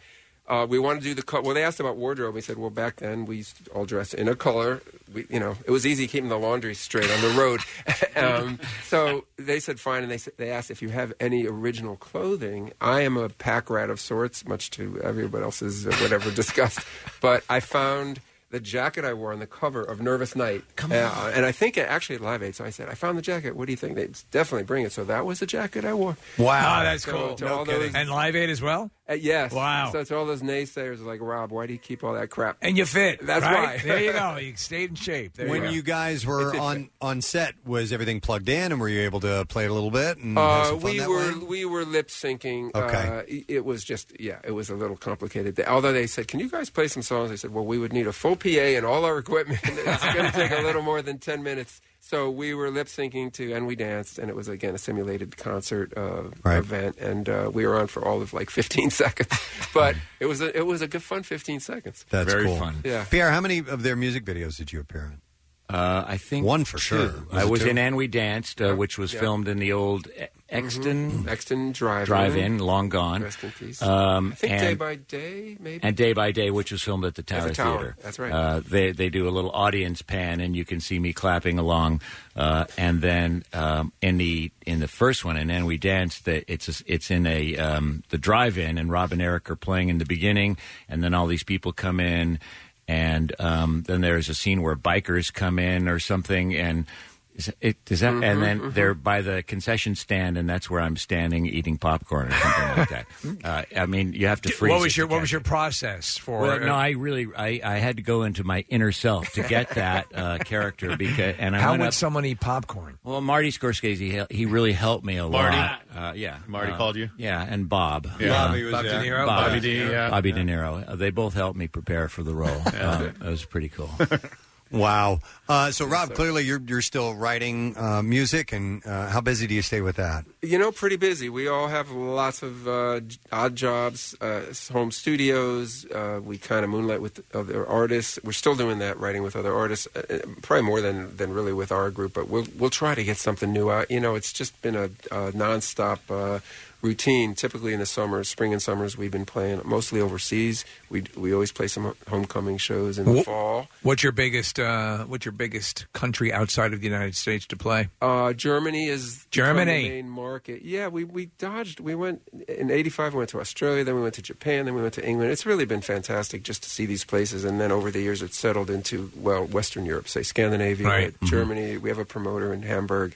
S22: uh, we want to do the color. Well, they asked about wardrobe. We said, well, back then we used to all dressed in a color. We, you know, it was easy keeping the laundry straight on the road. um, so they said, fine. And they, said, they asked if you have any original clothing. I am a pack rat of sorts, much to everybody else's uh, whatever disgust. But I found the jacket I wore on the cover of Nervous Night. Come on. and I think it actually at Live Aid. So I said, I found the jacket. What do you think? They definitely bring it. So that was the jacket I wore.
S14: Oh, that's
S22: So
S14: cool.
S22: to all those-
S14: and Live Aid as well?
S22: Uh, yes.
S14: Wow.
S22: So to all those naysayers, like Rob, why do you keep all that crap?
S14: and you fit.
S22: That's why.
S14: right? There you go. You stayed in shape. There
S2: when
S14: you, go.
S2: you guys were
S22: It's a-
S2: on on set, was everything plugged in, and were you able to play it a little bit? And have
S22: Uh,
S2: some fun
S22: we
S2: that
S22: were
S2: way?
S22: we were lip syncing. Uh,
S2: Okay.
S22: it- it was just yeah, it was a little complicated. They- Although they said, "Can you guys play some songs?" I said, "Well, we would need a full PA and all our equipment. it's going to take a little more than ten minutes." So we were lip syncing to, and we danced, and it was again a simulated concert uh, event, and uh, we were on for all of like fifteen seconds, but it was a, it was a good fun fifteen seconds.
S2: That's cool.
S22: Yeah.
S2: Pierre, how many of their music videos did you appear in?
S15: Uh, I think
S2: One for sure.
S15: two.
S2: Was
S15: I
S2: it
S15: was
S2: two?
S15: in And We Danced, uh, which was
S22: Yeah. Mm-hmm.
S15: filmed in the old E- Exton
S22: Exton Drive
S15: Drive-In, long gone.
S22: Rest in peace.
S15: Um,
S22: I think
S15: and-
S22: Day by Day, maybe.
S15: and Day by Day, which was filmed at the Tower,
S22: the Tower.
S15: Theater.
S22: That's right.
S15: Uh, they they do a little audience pan, and you can see me clapping along. Uh, and then um, in the in the first one, and then we danced. That it's a, it's in a um, the drive-in, and Rob and Eric are playing in the beginning, and then all these people come in, and um, then there's a scene where bikers come in or something, and. Is it, does that,
S14: Mm-hmm,
S22: Mhm,
S15: and then
S22: mhm.
S15: they're by the concession stand, and that's where I'm standing eating popcorn or something like that. Uh, I mean, you have to freeze.
S14: Mm. what
S15: it
S14: was
S15: to
S14: your What
S15: catch
S14: was your process for? uh,
S15: well, no, I really, I, I had to go into my inner self to get that uh, character because, and I
S14: how
S15: went
S14: would
S15: up.
S14: someone eat popcorn?
S15: well, Marty Scorsese, he, he really helped me a
S14: Marty?
S15: lot. Uh, yeah,
S14: Marty
S15: Uh,
S14: called you?
S15: Yeah, and Bob. Uh,
S14: Yeah. Bobby was Bob De there. Niro? Bobby De Niro, yeah.
S15: Bobby De
S14: Yeah.
S15: Niro. Uh, They both helped me prepare for the role. um, it was pretty cool.
S2: Wow. Uh, so, Rob, clearly you're you're still writing uh, music, and uh, how busy do you stay with that?
S22: You know, pretty busy. We all have lots of uh, j- odd jobs, uh, s- home studios. Uh, we kind of moonlight with other artists. We're still doing that, writing with other artists, uh, uh, probably more than, than really with our group. But we'll we'll try to get something new out. You know, it's just been a, a nonstop uh, routine. Typically in the summer, spring and summers, we've been playing mostly overseas. We we always play some homecoming shows in the
S14: Wh-
S22: fall.
S14: What's your biggest uh, What's your biggest country outside of the United States to play?
S22: Uh, Germany is become
S14: Germany.
S22: the main market. Yeah, we, we dodged. We went in '85. We went to Australia, then we went to Japan, then we went to England. It's really been fantastic just to see these places. And then over the years, it's settled into well, Western Europe, say Scandinavia,
S15: Right. Mhm.
S22: Germany. We have a promoter in Hamburg.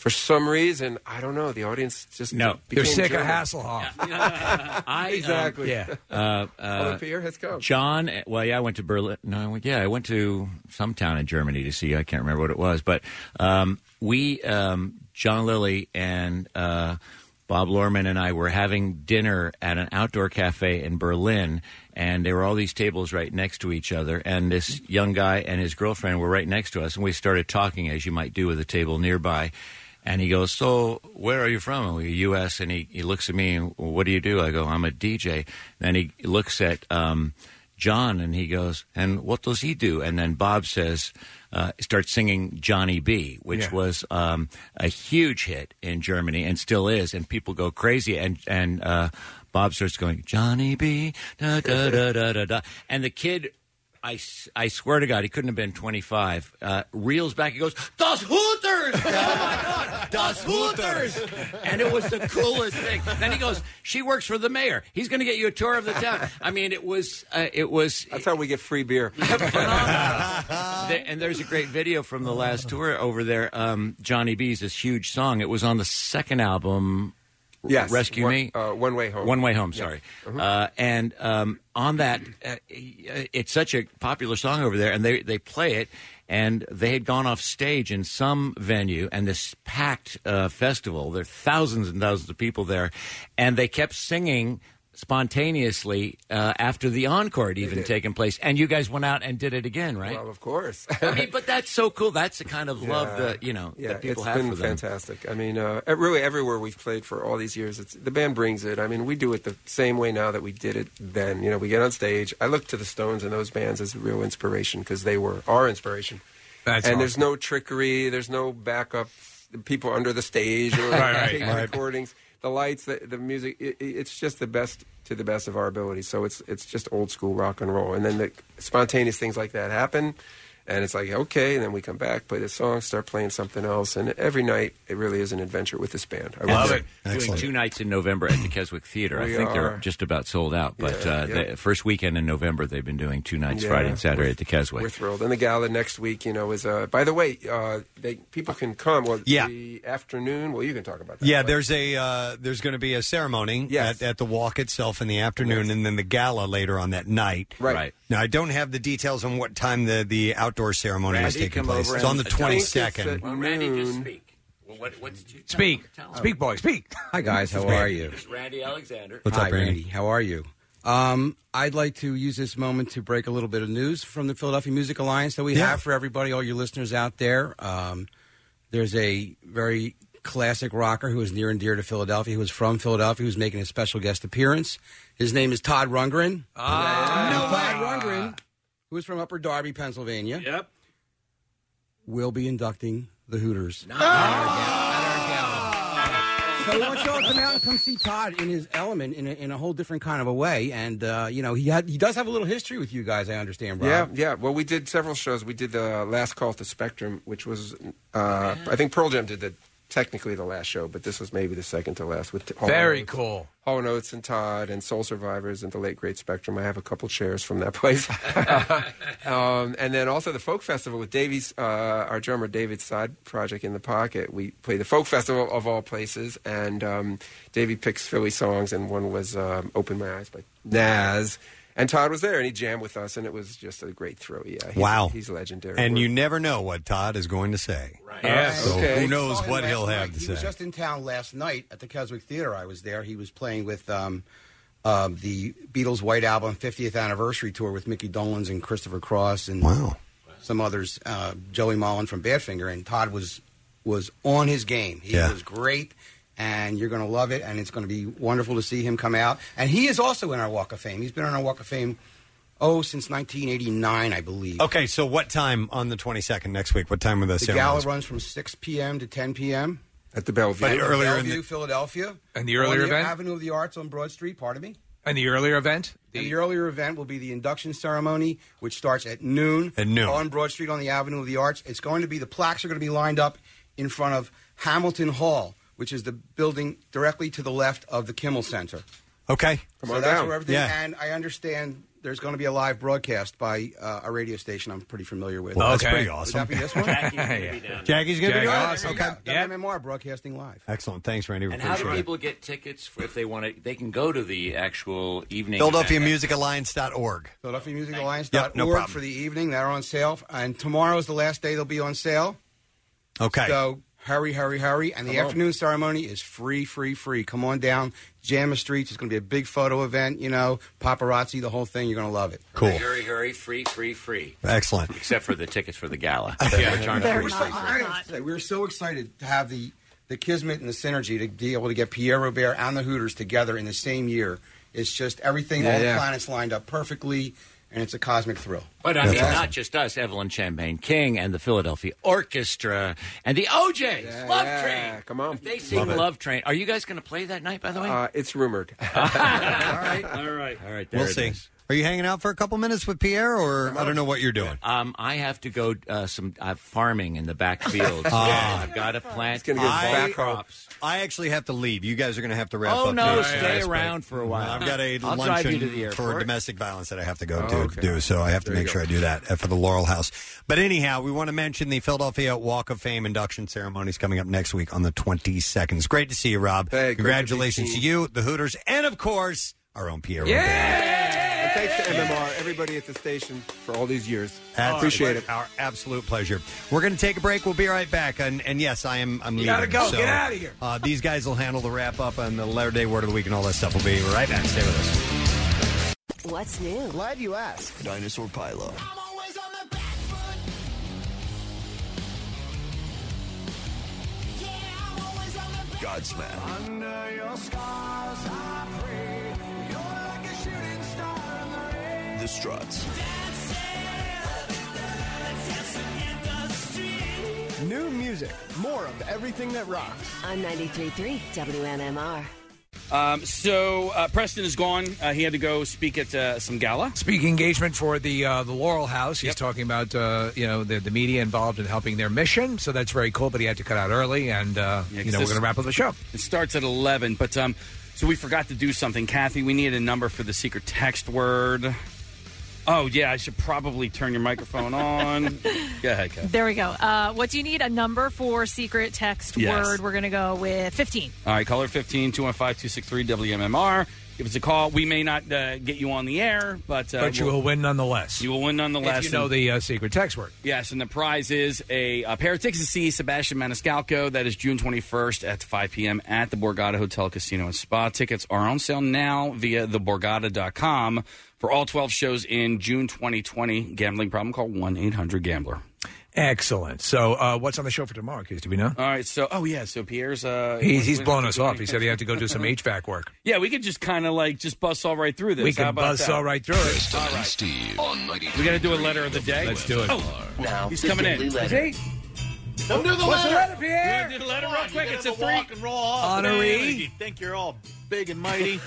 S22: For some reason, I don't know. The audience just
S15: No.
S22: became
S15: They're sick of
S22: German.
S14: Hasselhoff.
S15: I,
S22: exactly.
S15: yeah. Uh, uh,
S22: Other Pierre, let's go.
S15: John, eh, well, yeah, I went to Berlin. No, I went, yeah, I went to some town in Germany to see. I can't remember what it was, but um, we, um, John Lilly and uh, Bob Lorman and I were having dinner at an outdoor cafe in Berlin, and there were all these tables right next to each other, and this young guy and his girlfriend were right next to us, and we started talking as you might do with a table nearby. And he goes, So, where are you from? And we, U.S. And he, he looks at me, and, What do you do? I go, I'm a DJ. Then he looks at um, John and he goes, And what does he do? And then Bob says, uh, starts singing Johnny B, which
S14: Yeah.
S15: was um, a huge hit in Germany and still is. And people go crazy. And, and uh, Bob starts going, Johnny B, da, da, da, da, da, da. And the kid I, s- I swear to God, he couldn't have been 25. Uh, reels back. He goes, Das Hooters! Oh, my God! Das Hooters! And it was the coolest thing. Then he goes, She works for the mayor. He's going to get you a tour of the town. I mean, it was. Uh, it was That's
S22: how we get free beer.
S15: There- and there's a great video from the last tour over there. Um, Johnny B's this huge song. It was on the second album.
S22: Yes,
S15: Rescue
S22: One-
S15: Me.
S22: uh, One Way Home.
S15: One Way Home.
S22: Yeah. Mm-hmm.
S15: Sorry. Uh, and um, on that, uh, it's such a popular song over there, and they they play it. And they had gone off stage in some venue, and this packed uh, festival. There are thousands and thousands of people there, and they kept singing spontaneously uh, after the encore had even
S22: did.
S15: taken place, and you guys went out and did it again, right?
S22: Well, of course.
S15: I mean, but that's so cool. That's the kind of love that you know
S22: yeah,
S15: that people
S22: it's
S15: have
S22: been
S15: for them.
S22: fantastic. I mean, uh, e- really everywhere we've played for all these years, it's, the band brings it. I mean, we do it the same way now that we did it then. You know, we get on stage. I look to the Stones and those bands as real inspiration because they were our inspiration.
S14: That's
S22: and there's
S14: awesome.
S22: no trickery. There's no backup. People under the stage or
S14: Right, right,
S22: taking
S14: right.
S22: recordings. The lights, the, the music. It, it- it's just the best to the best of our ability. So it's it's just old school rock and roll. And then the spontaneous things like that happen. And it's like, okay, and then we come back, play the song, start playing something else. And every night, it really is an adventure with this band. I
S15: Love it. Doing two nights in November at the Keswick Theater.
S22: We
S15: I think
S22: are.
S15: they're just about sold out. But
S22: Yeah,
S15: uh,
S22: yeah.
S15: the first weekend in November, they've been doing two nights,
S22: Yeah.
S15: Friday and Saturday,
S22: We're-
S15: at the Keswick.
S22: We're thrilled. And the gala next week, you know, is, uh, by the way, uh, they, people can come. Well,
S2: Yeah.
S22: The afternoon, well, you can talk about that.
S2: Yeah, there's a uh, there's going to be a ceremony at, at the walk itself in the afternoon, and then the gala later on that night.
S22: Right. Right.
S2: Now I don't have the details on what time the, the outdoor ceremony is
S22: Randy,
S2: taking
S22: come
S2: place.
S22: over
S2: It's on
S22: and-
S2: the
S22: I think
S2: twenty
S22: it's uh, at
S2: second.
S22: Well, Randy, just noon.
S15: speak. Well, what, what did you
S14: Speak. Speak, boy. Speak.
S16: Hi, guys. How
S14: Speak.
S16: are you?
S15: It's Randy Alexander.
S16: Hi, How are you? Um, I'd like to use this moment to break a little bit of news from the Philadelphia Music Alliance that we have for everybody, all your listeners out there. Um, there's a very classic rocker who is near and dear to Philadelphia, who is from Philadelphia, who's making a special guest appearance. His name is Todd Rundgren. Ah. Todd Rundgren, who is from Upper Darby, Pennsylvania. Yep. Will be inducting the Hooters. So why don't y'all come out and come see Todd in his element in a, in a whole different kind of a way? And uh, you know, he had he does have a little history with you guys. I understand, Rob.
S22: Yeah, yeah. Well, we did several shows. We did the last call to Spectrum, which was, uh, I think Pearl Jam did the technically the last show, but this was maybe the second to last with Hall and
S14: Very
S22: Oates-
S14: cool.
S22: Hall and Oates and Todd and Soul Survivors and the late great Spectrum. I have a couple chairs from that place, um, and then also the Folk Festival with Davies, uh, our drummer David's side project in the pocket. We play the Folk Festival of all places, and um, Davey picks Philly songs, and one was um, "Open My Eyes" by Nas. And Todd was there, and he jammed with us, and it was just a great throw. Yeah, he's,
S2: Wow,
S22: he's legendary.
S2: And you never know what Todd is going to say. Right. So
S22: Okay.
S2: who knows
S16: saw him
S2: what he'll
S16: last
S2: have
S16: night.
S2: to
S16: he
S2: say?
S16: was just in town last night at the Keswick Theater. I was there. He was playing with um, uh, the Beatles' White Album 50th anniversary tour with Mickey Dolenz and Christopher Cross and some others. Uh, Joey Mullen from Badfinger and Todd was was on his game. He
S2: Yeah.
S16: was great. And you're going to love it, and it's going to be wonderful to see him come out. And he is also in our Walk of Fame. He's been on our Walk of Fame, oh, since 1989, I believe.
S2: Okay, so what time on the twenty second next week? What time are the,
S16: The gala
S2: ceremonies?
S16: runs from 6 p.m. to 10 p.m.
S22: at the Bellevue.
S2: But earlier in
S16: Bellevue,
S2: the-
S16: Philadelphia,
S14: And the earlier
S16: on
S14: event?
S16: Avenue of the Arts on Broad Street. Pardon me.
S14: And the earlier event?
S16: and the earlier event will be the induction ceremony, which starts at noon.
S2: At noon.
S16: on Broad Street on the Avenue of the Arts. It's going to be the plaques are going to be lined up in front of Hamilton Hall, which is the building directly to the left of the Kimmel Center.
S2: Okay,
S16: so that's where everything.
S2: Yeah.
S16: And I understand there's going to be a live broadcast by uh, a radio station I'm pretty familiar with.
S2: Well, that's Okay. pretty awesome.
S16: Would that be this one?
S2: Jackie's gonna be Yeah. down. Jackie's gonna be Jackie. doing it?
S16: Awesome.
S2: Okay.
S16: Yeah. MMR broadcasting live.
S2: Excellent. Thanks, Randy. We
S16: And
S15: How do
S2: appreciate it.
S15: people get tickets for- if they want to? They can go to the actual evening. event.
S2: PhiladelphiaMusicAlliance.org.
S16: Philadelphia Music
S2: Yep, no problem.
S16: for the evening. They're on sale, and tomorrow's the last day they'll be on sale.
S2: Okay.
S16: So hurry, hurry, hurry! And the
S2: Come on.
S16: afternoon ceremony is free, free, free. Come on down, jam the streets. It's going to be a big photo event. You know, paparazzi, the whole thing. You're going to love it.
S2: Cool.
S15: Hurry, hurry, free, free, free.
S2: Excellent.
S15: Except for the tickets for the gala. Which aren't
S16: They're
S15: free.
S16: not- I gotta say, we were so excited to have the the kismet and the synergy to be able to get Pierre Robert and the Hooters together in the same year. It's just everything,
S15: Yeah,
S16: all
S15: yeah.
S16: the planets lined up perfectly, and it's a cosmic thrill.
S15: But I mean, not just us, Evelyn Champagne King and the Philadelphia Orchestra and the OJs. Love Train.
S22: Come on.
S15: If they sing
S22: Love
S15: Love,
S22: it.
S15: Train. Are you guys going to play that night, by the way?
S22: Uh, it's rumored.
S15: All right. All right. There
S2: We'll
S15: it
S2: see.
S15: is.
S2: Are you hanging out for a couple minutes with Pierre, or I don't know what you're doing?
S15: Um, I have to go uh, some uh, farming in the backfield.
S2: Ah.
S15: Yeah, I've got to plant
S2: gonna go
S15: fall
S2: back
S15: crops.
S2: I actually have to leave. You guys are going to have to wrap
S15: Oh,
S2: up.
S15: no,
S2: here.
S15: stay
S2: Yes, but
S15: around for a while.
S2: I've got a
S15: I'll drive
S2: luncheon
S15: you to the
S2: for
S15: airport.
S2: domestic violence that I have to go
S15: Oh,
S2: to
S15: okay.
S2: do. So I have to
S15: There you
S2: make
S15: go.
S2: sure I do that uh, for the Laurel House. But anyhow, we want to mention the Philadelphia Walk of Fame induction ceremonies coming up next week on the 22nd. It's great to see you, Rob.
S22: Hey, great to be
S2: Congratulations to,
S22: seen.
S2: you, the Hooters, and of course our own Pierre. Robert.
S22: And thanks to MMR, everybody at the station for all these years.
S2: That's
S22: Appreciate it.
S2: Our absolute pleasure. We're going to take a break. We'll be right back. And, and yes, I am. I'm
S22: You
S2: leaving.
S22: gotta go.
S2: So,
S22: Get outta here.
S2: Uh, these guys will handle the wrap up and the latter day word of the week and all that stuff. We'll be right back. Stay with us.
S5: What's new? Glad you asked.
S11: Dinosaur Pilo. Godsmack. The Struts.
S19: New music, more of everything that rocks.
S5: On 93.3 WMMR.
S6: Um, so uh, Preston is gone. Uh, he had to go speak at uh, some gala.
S4: Speaking engagement for the uh, the Laurel House. He's talking about uh, you know the, the media involved in helping their mission, so that's very cool. But he had to cut out early, and uh, you know we're
S6: this-
S4: going to wrap up the show.
S6: It starts at eleven, but um, so we forgot to do something, Kathy. We need a number for the secret text word. Oh yeah, I should probably turn your microphone on. Go ahead, Kathy.
S3: There we go. Uh, what do you need? A number for secret text
S6: Yes.
S3: word. We're going to go with 15.
S6: All right, caller 15 215 263 WMMR. Give us a call. We may not uh, get you on the air, but. Uh,
S4: but you
S6: we'll-
S4: will win nonetheless.
S6: You will win nonetheless.
S4: If you know
S6: And-
S4: the uh, secret text word.
S6: Yes, and the prize is a, a pair of tickets to see Sebastian Maniscalco. That is June 21st at 5 p.m. at the Borgata Hotel, Casino, and Spa. Tickets are on sale now via theborgata.com for all 12 shows in June 2020. Gambling problem, call 1 800 Gambler.
S4: Excellent. So uh, what's on the show for tomorrow, kids? Do we know?
S15: Uh,
S6: All right, so, oh, yeah, so Pierre's. Uh,
S4: He's, he's
S6: we-
S4: blown us off. He said he had to go do some HVAC work.
S6: Yeah, we could just kind of like just bust all right through this.
S4: We
S6: How
S4: can
S6: about
S4: buzz
S6: that?
S4: all right through it.
S1: Preston and Steve on 93.
S6: We got to do a letter of the day.
S1: Let's do it.
S6: Oh,
S1: Now,
S6: he's
S1: the
S6: coming in.
S1: daily
S6: Is
S1: letter.
S6: he?
S20: Don't do the
S6: What's the
S20: letter.
S6: letter, Pierre? You wanna do the letter real quick? It's a three-
S20: Walk and roll off, man.
S6: Honoree.
S20: You think you're all big and mighty?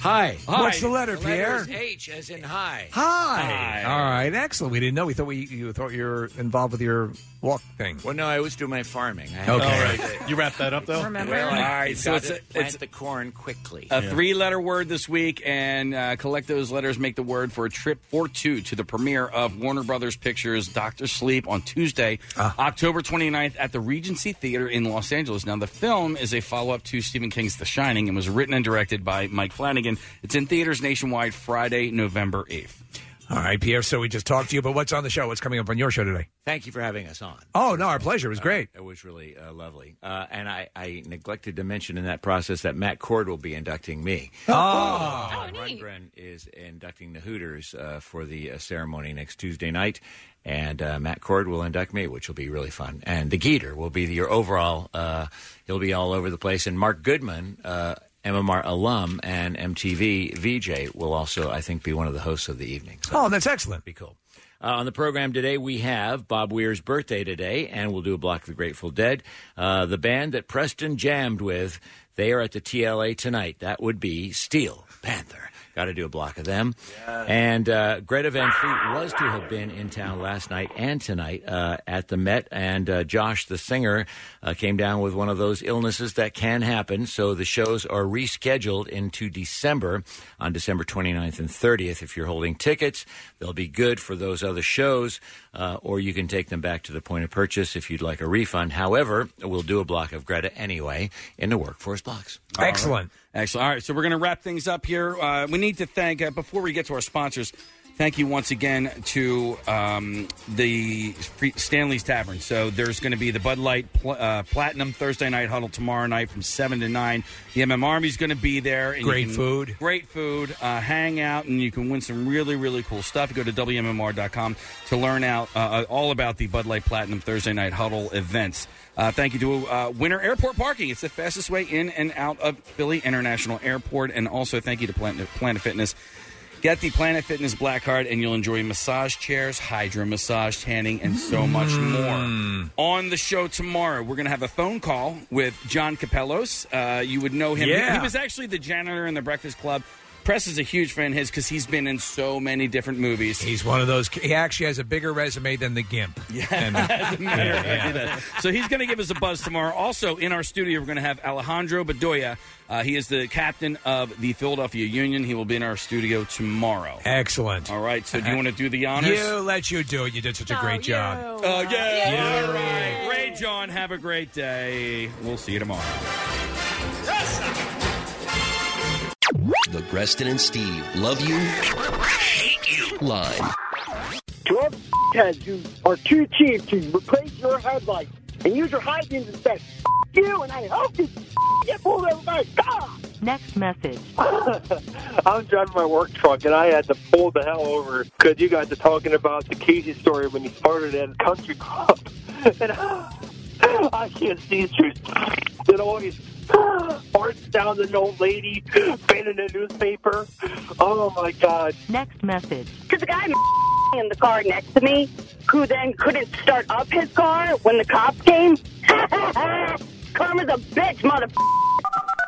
S4: Hi.
S20: Hi.
S4: What's the letter,
S20: The
S4: Pierre?
S20: letter is H, as in hi.
S4: Hi. All right. Excellent. We didn't know. We thought we you thought you were involved with your walk thing.
S15: Well, no, I always do my farming.
S4: Okay.
S15: I All right.
S20: You wrap that up, though?
S15: Remember?
S6: All right, so
S15: so
S6: it's a-
S15: plant
S6: it's-
S15: the corn quickly.
S6: A three letter word this week, and uh, collect those letters, make the word for a trip for two to the premiere of Warner Brothers Pictures Doctor Sleep on Tuesday, October 29th at the Regency Theater in Los Angeles. Now, the film is a follow up to Stephen King's The Shining and was written and directed by Mike Flanagan. It's in theaters nationwide Friday, November 8th.
S4: All right, Pierre. So we just talked to you, but what's on the show? What's coming up on your show today?
S15: Thank you for having us on.
S4: Oh no, our pleasure. It was great.
S15: It was really uh, lovely. Uh, and I, I neglected to mention in that process that Matt Cord will be inducting me.
S4: Oh.
S15: Ron Rundgren is inducting the Hooters uh, for the uh, ceremony next Tuesday night. And uh, Matt Cord will induct me, which will be really fun. And the Geeter will be your overall, uh, he'll be all over the place. And Mark Goodman, uh, MMR alum and MTV VJ, will also, I think, be one of the hosts of the evening.
S4: Oh, that's excellent.
S15: Be cool. Uh, on the program today, we have Bob Weir's birthday today, and we'll do a block of the Grateful Dead. Uh, the band that Preston jammed with, they are at the TLA tonight. That would be Steel Panther. Got to do a block of them. And uh, Greta Van Fleet was to have been in town last night and tonight uh, at the Met, and uh, Josh, the singer, uh, came down with one of those illnesses that can happen. So the shows are rescheduled into December on December 29th and 30th. If you're holding tickets, they'll be good for those other shows, uh, or you can take them back to the point of purchase if you'd like a refund. However, we'll do a block of Greta anyway in the workforce blocks.
S4: Excellent.
S6: Excellent. All right, so we're going to wrap things up here. Uh, we need to thank, uh, before we get to our sponsors, thank you once again to um, the Free- Stanley's Tavern. So there's going to be the Bud Light pl- uh, Platinum Thursday night huddle tomorrow night from 7 to 9. The MM Army's going to be there. and you
S4: Great
S6: can-
S4: food.
S6: Great food. Uh, hang out, and you can win some really, really cool stuff. Go to WMMR.com to learn out uh, all about the Bud Light Platinum Thursday Night Huddle events. Uh, thank you to uh, Winter Airport Parking. It's the fastest way in and out of Philly International Airport. And also thank you to Planet, Planet Fitness. Get the Planet Fitness Black Card, and you'll enjoy massage chairs, hydro massage, tanning, and so much more. On the show tomorrow, we're going to have a phone call with John Capellos. Uh, you would know him. He-
S4: Yeah.
S6: he was actually the janitor in the Breakfast Club. Press is a huge fan of his because he's been in so many different movies.
S4: He's one of those. He actually has a bigger resume than the Gimp. Yeah.
S6: As a matter of fact, that. So he's going to give us a buzz tomorrow. Also, in our studio, we're going to have Alejandro Bedoya. Uh, he is the captain of the Philadelphia Union. He will be in our studio tomorrow.
S4: Excellent. Uh,
S6: All right. So do you want to do the honors?
S4: You let you do it. You did such a great job.
S6: Oh, yeah. All right. Ray John, have a great day. We'll see you tomorrow. The Preston and Steve love you, hate you line.
S9: To all the heads who are too cheap to replace your headlights and use your high beams instead, you and I hope you get pulled over by a car.
S14: Next message.
S9: I was driving my work truck and I had to pull the hell over because you guys are talking about the Casey story when you started at a country club. And I can't see through it always farts down an old lady, been in a newspaper. Oh my god.
S14: Next message.
S11: Because the guy in the car next to me, who then couldn't start up his car when the cops came. Karma's a bitch, mother.